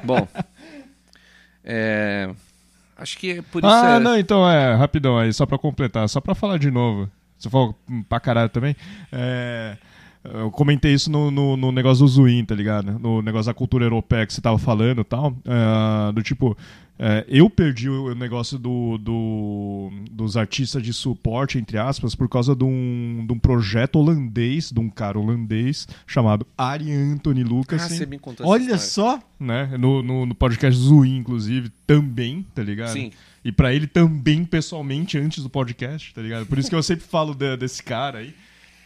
Speaker 2: Bom. É... Acho que é por isso.
Speaker 1: Ah,
Speaker 2: é...
Speaker 1: não, então é, rapidão aí, só pra completar, só pra falar de novo. Você falou hum, pra caralho também. É, eu comentei isso no, no, no negócio do Zuin, tá ligado? No negócio da cultura europeia que você tava falando e tal. é, do tipo, é, eu perdi o o negócio do, do- dos artistas de suporte, entre aspas, por causa de um, de um projeto holandês, de um cara holandês, chamado Ari Anthony
Speaker 2: Ah,
Speaker 1: Lucas.
Speaker 2: você me contou essa
Speaker 4: Olha
Speaker 2: história.
Speaker 4: só,
Speaker 1: né? No, no, no podcast Zuin, inclusive, também, tá ligado?
Speaker 2: Sim.
Speaker 1: E pra ele também, pessoalmente, antes do podcast, tá ligado? Por isso que eu sempre falo de- desse cara aí.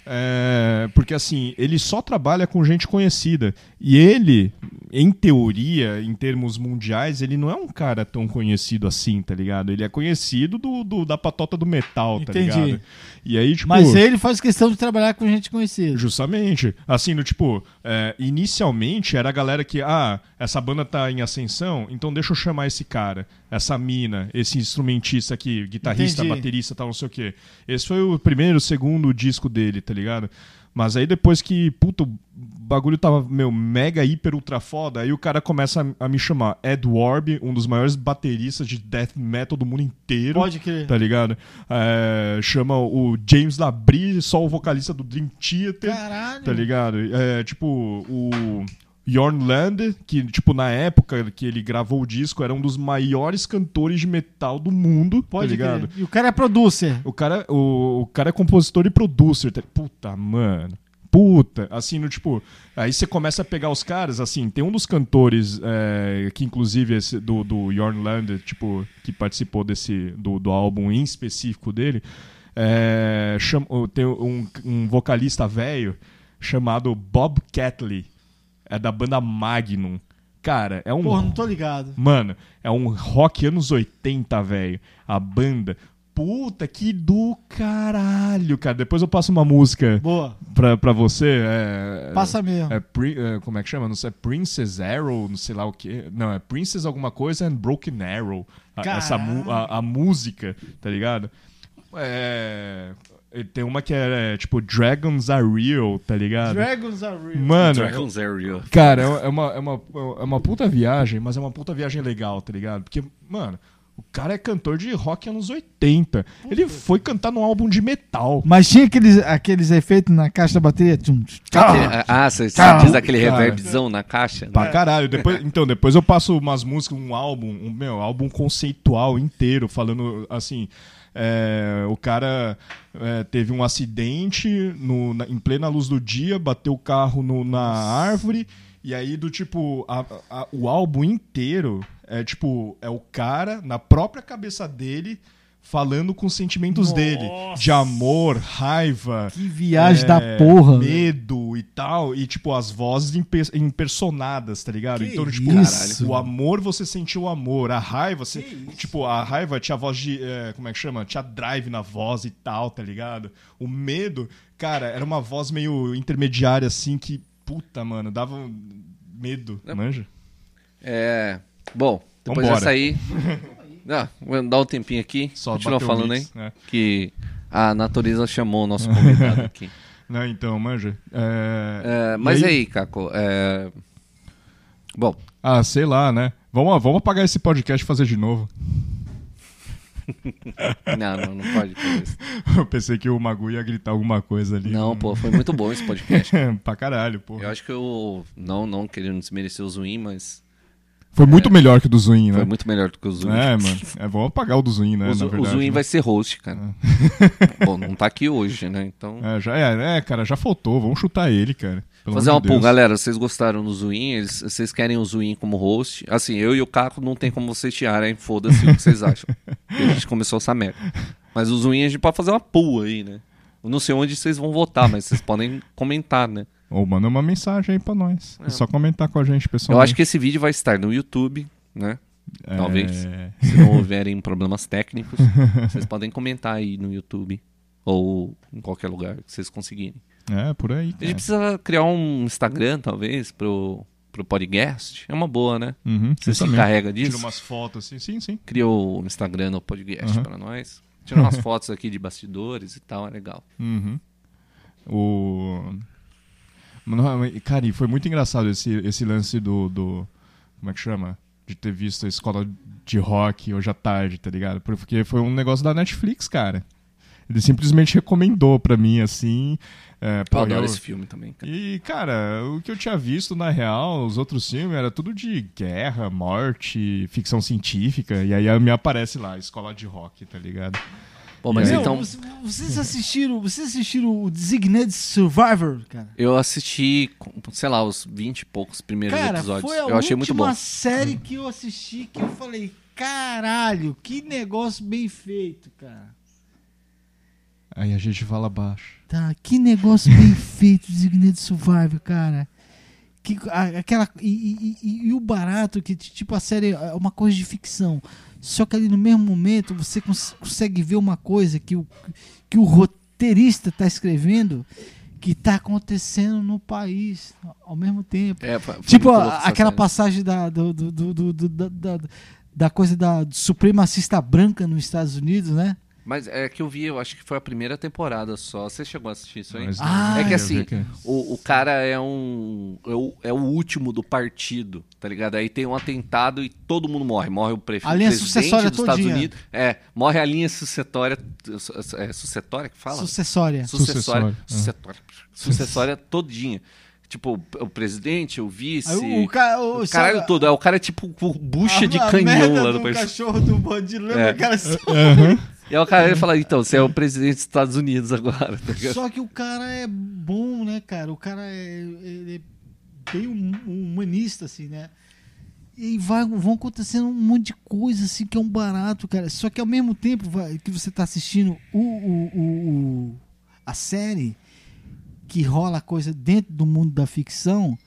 Speaker 1: É, porque assim, ele só trabalha com gente conhecida. E ele, em teoria, em termos mundiais, ele não é um cara tão conhecido assim, tá ligado? Ele é conhecido do, do- da patota do metal,
Speaker 4: Entendi.
Speaker 1: tá ligado? E aí, tipo.
Speaker 4: mas ele faz questão de trabalhar com gente conhecida.
Speaker 1: Justamente. Assim, no tipo, é, inicialmente era a galera que, ah, essa banda tá em ascensão, então deixa eu chamar esse cara, essa mina, esse instrumentista aqui, guitarrista,
Speaker 4: Entendi.
Speaker 1: baterista, tal, não sei o quê. Esse foi o primeiro, segundo disco dele, tá ligado? Mas aí depois que, puta, o bagulho tava, meu, mega, hiper, ultra foda, aí o cara começa a, a me chamar Ed Warb, um dos maiores bateristas de death metal do mundo inteiro
Speaker 4: Pode crer.
Speaker 1: tá ligado? É, chama o James Labrie, só o vocalista do Dream Theater,
Speaker 4: Caralho.
Speaker 1: tá ligado? É, tipo, o Jorn Land, que, tipo, na época que ele gravou o disco, era um dos maiores cantores de metal do mundo,
Speaker 4: Pode
Speaker 1: tá ligado?
Speaker 4: crer. E o cara é producer.
Speaker 1: O cara, o, o cara é compositor e producer. tá- Puta, mano. Puta, assim, no tipo. Aí você começa a pegar os caras, assim, tem um dos cantores, é, que inclusive esse do, do Jorn Lander, tipo, que participou desse. do, do álbum em específico dele. é, chama- tem um, um vocalista velho chamado Bob Catley. É da banda Magnum. Cara, é um
Speaker 4: Porra, não tô ligado.
Speaker 1: Mano, é um rock anos 80, velho. A banda. Puta que do caralho, cara. Depois eu passo uma música
Speaker 4: Boa.
Speaker 1: pra, pra você. É,
Speaker 4: Passa mesmo.
Speaker 1: é Pri- é, como é que chama? Não sei, é Princess Arrow, não sei lá o que. Não, é Princess alguma coisa and Broken Arrow. A,
Speaker 4: Caralho.
Speaker 1: essa mu- a, a música, tá ligado? É, tem uma que é, é, tipo Dragons Are Real, tá ligado?
Speaker 4: Dragons are real.
Speaker 1: Mano,
Speaker 2: Dragon's Area.
Speaker 1: Cara, é uma, é, uma, é, uma, é uma puta viagem, mas é uma puta viagem legal, tá ligado? Porque, mano, o cara é cantor de rock anos 80. Ele foi cantar num álbum de metal.
Speaker 4: Mas tinha aqueles, aqueles efeitos na caixa da bateria? Tchum, tchum.
Speaker 2: Aquele- ah, você você
Speaker 1: Caralho,
Speaker 2: diz aquele
Speaker 1: cara.
Speaker 2: reverbzão na caixa? né?
Speaker 1: Pra caralho. Depois, então, depois eu passo umas músicas, um álbum, um meu, álbum conceitual inteiro, falando assim. é, o cara é, teve um acidente no- na- em plena luz do dia, bateu o carro no- na árvore, e aí do tipo, a- a- o álbum inteiro é tipo, é o cara na própria cabeça dele falando com os sentimentos dele. De amor, raiva,
Speaker 4: Que viagem
Speaker 1: é,
Speaker 4: da porra.
Speaker 1: Medo e tal. E, tipo, as vozes impe- impersonadas, tá ligado?
Speaker 2: Que
Speaker 1: então, tipo,
Speaker 4: isso?
Speaker 1: o amor você sentiu o amor. A raiva, você. Tipo, a raiva tinha voz de. eh, como é que chama? Tinha drive na voz e tal, tá ligado? O medo, cara, era uma voz meio intermediária, assim, que. Puta, mano, dava um medo. Manja?
Speaker 2: É. Bom, depois
Speaker 1: Vambora.
Speaker 2: dessa aí. Não, vou dar um tempinho aqui.
Speaker 1: Só
Speaker 2: Continua
Speaker 1: bateu o
Speaker 2: falando
Speaker 1: mix,
Speaker 2: aí.
Speaker 1: né?
Speaker 2: Que a natureza chamou o nosso convidado aqui.
Speaker 1: Não, então, manja. É,
Speaker 2: É,
Speaker 1: e
Speaker 2: mas aí, Caco. é, Bom,
Speaker 1: Ah, sei lá, né? Vamos, vamos apagar esse podcast e fazer de novo.
Speaker 2: não, não, não pode fazer isso.
Speaker 1: Eu pensei que o Magu ia gritar alguma coisa ali.
Speaker 2: Não, pô, foi muito bom esse podcast.
Speaker 1: pra caralho, pô.
Speaker 2: Eu acho que eu. Não, não querendo desmerecer o Zuin, mas
Speaker 1: Foi muito melhor que o do Zuin, né?
Speaker 2: É. foi muito melhor do que o Zuin.
Speaker 1: É, mano. É, vamos apagar o do Zuin, né?
Speaker 2: o, Zu-
Speaker 1: na
Speaker 2: o
Speaker 1: verdade,
Speaker 2: Zuin
Speaker 1: né?
Speaker 2: vai ser host, cara. bom, não tá aqui hoje, né? Então.
Speaker 1: É, já, é, é, cara, já faltou. Vamos chutar ele, cara. Pelo
Speaker 2: Fazer
Speaker 1: amor
Speaker 2: uma
Speaker 1: de Deus.
Speaker 2: pool, galera. Vocês gostaram do Zuin? Eles- Vocês querem o Zuin como host? Assim, eu e o Caco não tem como vocês tirarem, foda-se o que vocês acham. Porque a gente começou essa merda. Mas o Zuin a gente pode fazer uma pool aí, né? Eu não sei onde vocês vão votar, mas vocês podem comentar, né?
Speaker 1: Ou manda uma mensagem aí pra nós. É só comentar com a gente, pessoal.
Speaker 2: Eu acho que esse vídeo vai estar no YouTube, né?
Speaker 1: É,
Speaker 2: Talvez. Se não houverem problemas técnicos, vocês podem comentar aí no YouTube. ou em qualquer lugar que vocês conseguirem.
Speaker 1: É, por aí.
Speaker 2: A gente
Speaker 1: Cara.
Speaker 2: precisa criar um Instagram, talvez, pro, pro podcast. É uma boa, né?
Speaker 1: Uhum,
Speaker 2: Você se
Speaker 1: justamente.
Speaker 2: encarrega
Speaker 1: Tira
Speaker 2: disso.
Speaker 1: umas fotos assim, sim, sim.
Speaker 2: Cria o Instagram no podcast
Speaker 1: Uhum.
Speaker 2: pra nós. Tira umas fotos aqui de bastidores e tal, é legal.
Speaker 1: Uhum. O. Mas não, mas, Cara, e foi muito engraçado esse, esse lance do, do. Como é que chama? De ter visto a escola de rock hoje à tarde, tá ligado? Porque foi um negócio da Netflix, cara. Ele simplesmente recomendou pra mim, assim. É,
Speaker 2: Eu
Speaker 1: pô,
Speaker 2: adoro
Speaker 1: eu-
Speaker 2: esse filme também, cara.
Speaker 1: E, cara, o que eu tinha visto, na real, os outros filmes, era tudo de guerra, morte, ficção científica. E aí me aparece lá, escola de rock, tá ligado?
Speaker 2: Bom, mas
Speaker 1: Meu,
Speaker 2: então.
Speaker 3: Vocês- Vocês assistiram, vocês assistiram o Designated Survivor, cara?
Speaker 2: Eu assisti, sei lá, os 20 e poucos primeiros
Speaker 3: Cara,
Speaker 2: episódios.
Speaker 3: foi a
Speaker 2: Eu achei muito
Speaker 3: última
Speaker 2: bom.
Speaker 3: série que eu assisti que eu falei, caralho, que negócio bem feito, cara.
Speaker 1: Aí a gente fala baixo.
Speaker 3: Tá, que negócio bem feito, Designated Survivor, cara. Que, a- aquela, e, e- e- e o barato que, t- tipo, a série é uma coisa de ficção. Só que ali no mesmo momento você cons- consegue ver uma coisa que o, que o roteirista tá escrevendo que tá acontecendo no país ao mesmo tempo.
Speaker 2: É, foi- foi
Speaker 3: Tipo,
Speaker 2: muito louco
Speaker 3: a-
Speaker 2: essa
Speaker 3: aquela
Speaker 2: série.
Speaker 3: passagem da, do, do, do- do- do- da, da- da coisa da supremacista branca nos Estados Unidos, né?
Speaker 2: Mas é que eu vi, eu acho que foi a primeira temporada só. Você chegou a assistir isso aí?
Speaker 1: Mas-
Speaker 3: Ah,
Speaker 2: é que
Speaker 1: eu
Speaker 2: assim,
Speaker 1: vi que-
Speaker 2: o, o cara é um. É o, é o último do partido, tá ligado? Aí tem um atentado e todo mundo morre. Morre o prefeito.
Speaker 3: A linha
Speaker 2: presidente
Speaker 3: sucessória
Speaker 2: dos Estados
Speaker 3: todinha.
Speaker 2: Unidos. É, morre a linha sucessória. su- su- É sucessória que fala?
Speaker 3: Sucessória.
Speaker 2: Sucessória.
Speaker 1: Sucessória, é.
Speaker 2: Sucessória. Sucessória todinha. Tipo, o presidente, o vice.
Speaker 3: Aí o, ca- o-
Speaker 2: o caralho
Speaker 3: sabe,
Speaker 2: todo. É, o cara é tipo com bucha
Speaker 3: a-
Speaker 2: de
Speaker 3: a
Speaker 2: canhão
Speaker 3: merda
Speaker 2: lá
Speaker 3: do
Speaker 2: no partido.
Speaker 3: cachorro do bandido, lembra
Speaker 2: É.
Speaker 3: aquela cena?
Speaker 2: E aí o cara ele fala, então, você é o presidente dos Estados Unidos agora, tá ligado?
Speaker 3: Só que o cara é bom, né, cara? O cara é, ele é bem hum- humanista, assim, né? E vai, vão acontecendo um monte de coisa, assim, que é um barato, cara. Só que ao mesmo tempo vai- que você tá assistindo o, o- o- o- a série, que rola coisa dentro do mundo da ficção,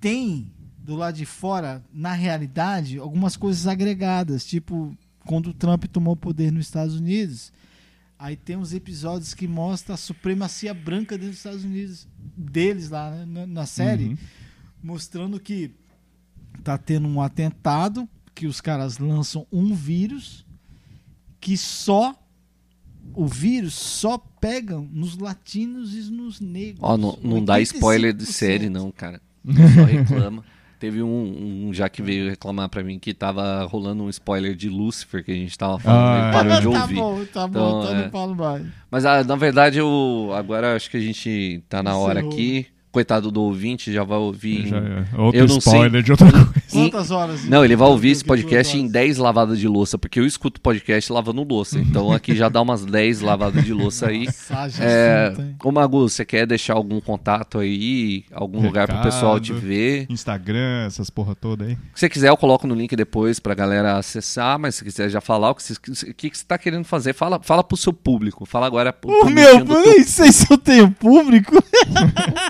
Speaker 3: tem do lado de fora, na realidade, algumas coisas agregadas. Tipo, quando o Trump tomou o poder nos Estados Unidos, Aí tem uns episódios que mostra a supremacia branca dentro dos Estados Unidos, deles lá né, na, na série,
Speaker 1: Uhum.
Speaker 3: mostrando que tá tendo um atentado, que os caras lançam um vírus que só o vírus só pega nos latinos e nos negros. É
Speaker 2: Ó, não, não dá spoiler de série
Speaker 3: 85%.
Speaker 2: não, cara. Só reclama. Teve um, um já que veio reclamar pra mim que tava rolando um spoiler de Lucifer que a gente tava falando,
Speaker 1: Ah,
Speaker 2: ele
Speaker 1: é.
Speaker 2: parou de
Speaker 3: tá
Speaker 2: ouvir.
Speaker 3: bom, tá bom,
Speaker 2: Então,
Speaker 3: então
Speaker 2: é.
Speaker 3: não falo mais.
Speaker 2: Mas ah, na verdade eu agora acho que a gente tá na hora
Speaker 3: Encerrou.
Speaker 2: aqui. Coitado do ouvinte, já vai ouvir. em-
Speaker 1: Já é. Outro
Speaker 2: Eu não
Speaker 1: spoiler
Speaker 2: sei.
Speaker 1: de outra coisa.
Speaker 2: em-
Speaker 3: Quantas horas?
Speaker 2: Não, ele vai ouvir esse
Speaker 3: Que duas
Speaker 2: podcast em
Speaker 3: horas?
Speaker 2: 10 lavadas de louça, porque eu escuto podcast lavando louça. Então aqui já dá umas 10 lavadas de louça aí.
Speaker 3: Passagem
Speaker 2: É,
Speaker 3: assunto, hein?
Speaker 2: ô Magu, você quer deixar algum contato aí, algum lugar pro
Speaker 1: Recado.
Speaker 2: pessoal te ver?
Speaker 1: Instagram, essas porra toda aí.
Speaker 2: Se você quiser, eu coloco no link depois pra galera acessar, mas se quiser já falar o que você, o que que você tá querendo fazer, fala, fala pro seu público. Fala agora pro
Speaker 3: O
Speaker 2: publiquinho
Speaker 3: meu,
Speaker 2: do
Speaker 3: eu
Speaker 2: teu-
Speaker 3: nem sei se eu tenho público.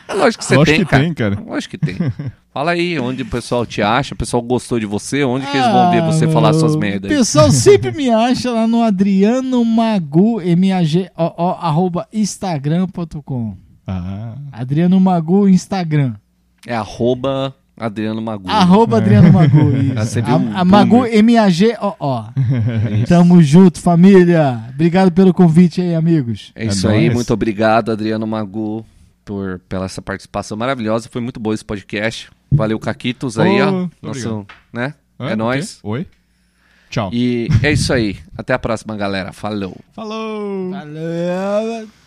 Speaker 2: É Lógico que você
Speaker 1: Lógico
Speaker 2: tem,
Speaker 1: que
Speaker 2: cara.
Speaker 1: tem, cara.
Speaker 2: Lógico que tem. Fala aí onde o pessoal te acha, o pessoal gostou de você, onde que eles
Speaker 3: Ah,
Speaker 2: vão ver você falar
Speaker 3: meu,
Speaker 2: suas merdas.
Speaker 3: O
Speaker 2: aí?
Speaker 3: pessoal sempre me acha lá no Adriano Magu, M-A-G-O-O, arroba instagram.com.
Speaker 1: Ah.
Speaker 3: Adriano Magu, Instagram.
Speaker 2: É arroba Adriano Magu.
Speaker 3: Arroba Adriano Magu. isso.
Speaker 2: Ah, você viu um
Speaker 3: A, a Magu,
Speaker 2: boomer.
Speaker 3: M-A-G-O-O. Tamo junto, família. Obrigado pelo convite aí, amigos.
Speaker 2: É
Speaker 1: É
Speaker 2: isso aí,
Speaker 1: nóis.
Speaker 2: muito obrigado, Adriano Magu, por, pela essa participação maravilhosa. Foi muito bom esse podcast. Valeu, Caquitos, aí,
Speaker 1: Ô,
Speaker 2: ó. Nosso,
Speaker 1: obrigado.
Speaker 2: né?
Speaker 1: Hã?
Speaker 2: é
Speaker 1: O
Speaker 2: nóis.
Speaker 1: quê? Oi? Tchau.
Speaker 2: E é isso aí. Até a próxima, galera. Falou.
Speaker 1: Falou!
Speaker 3: Valeu.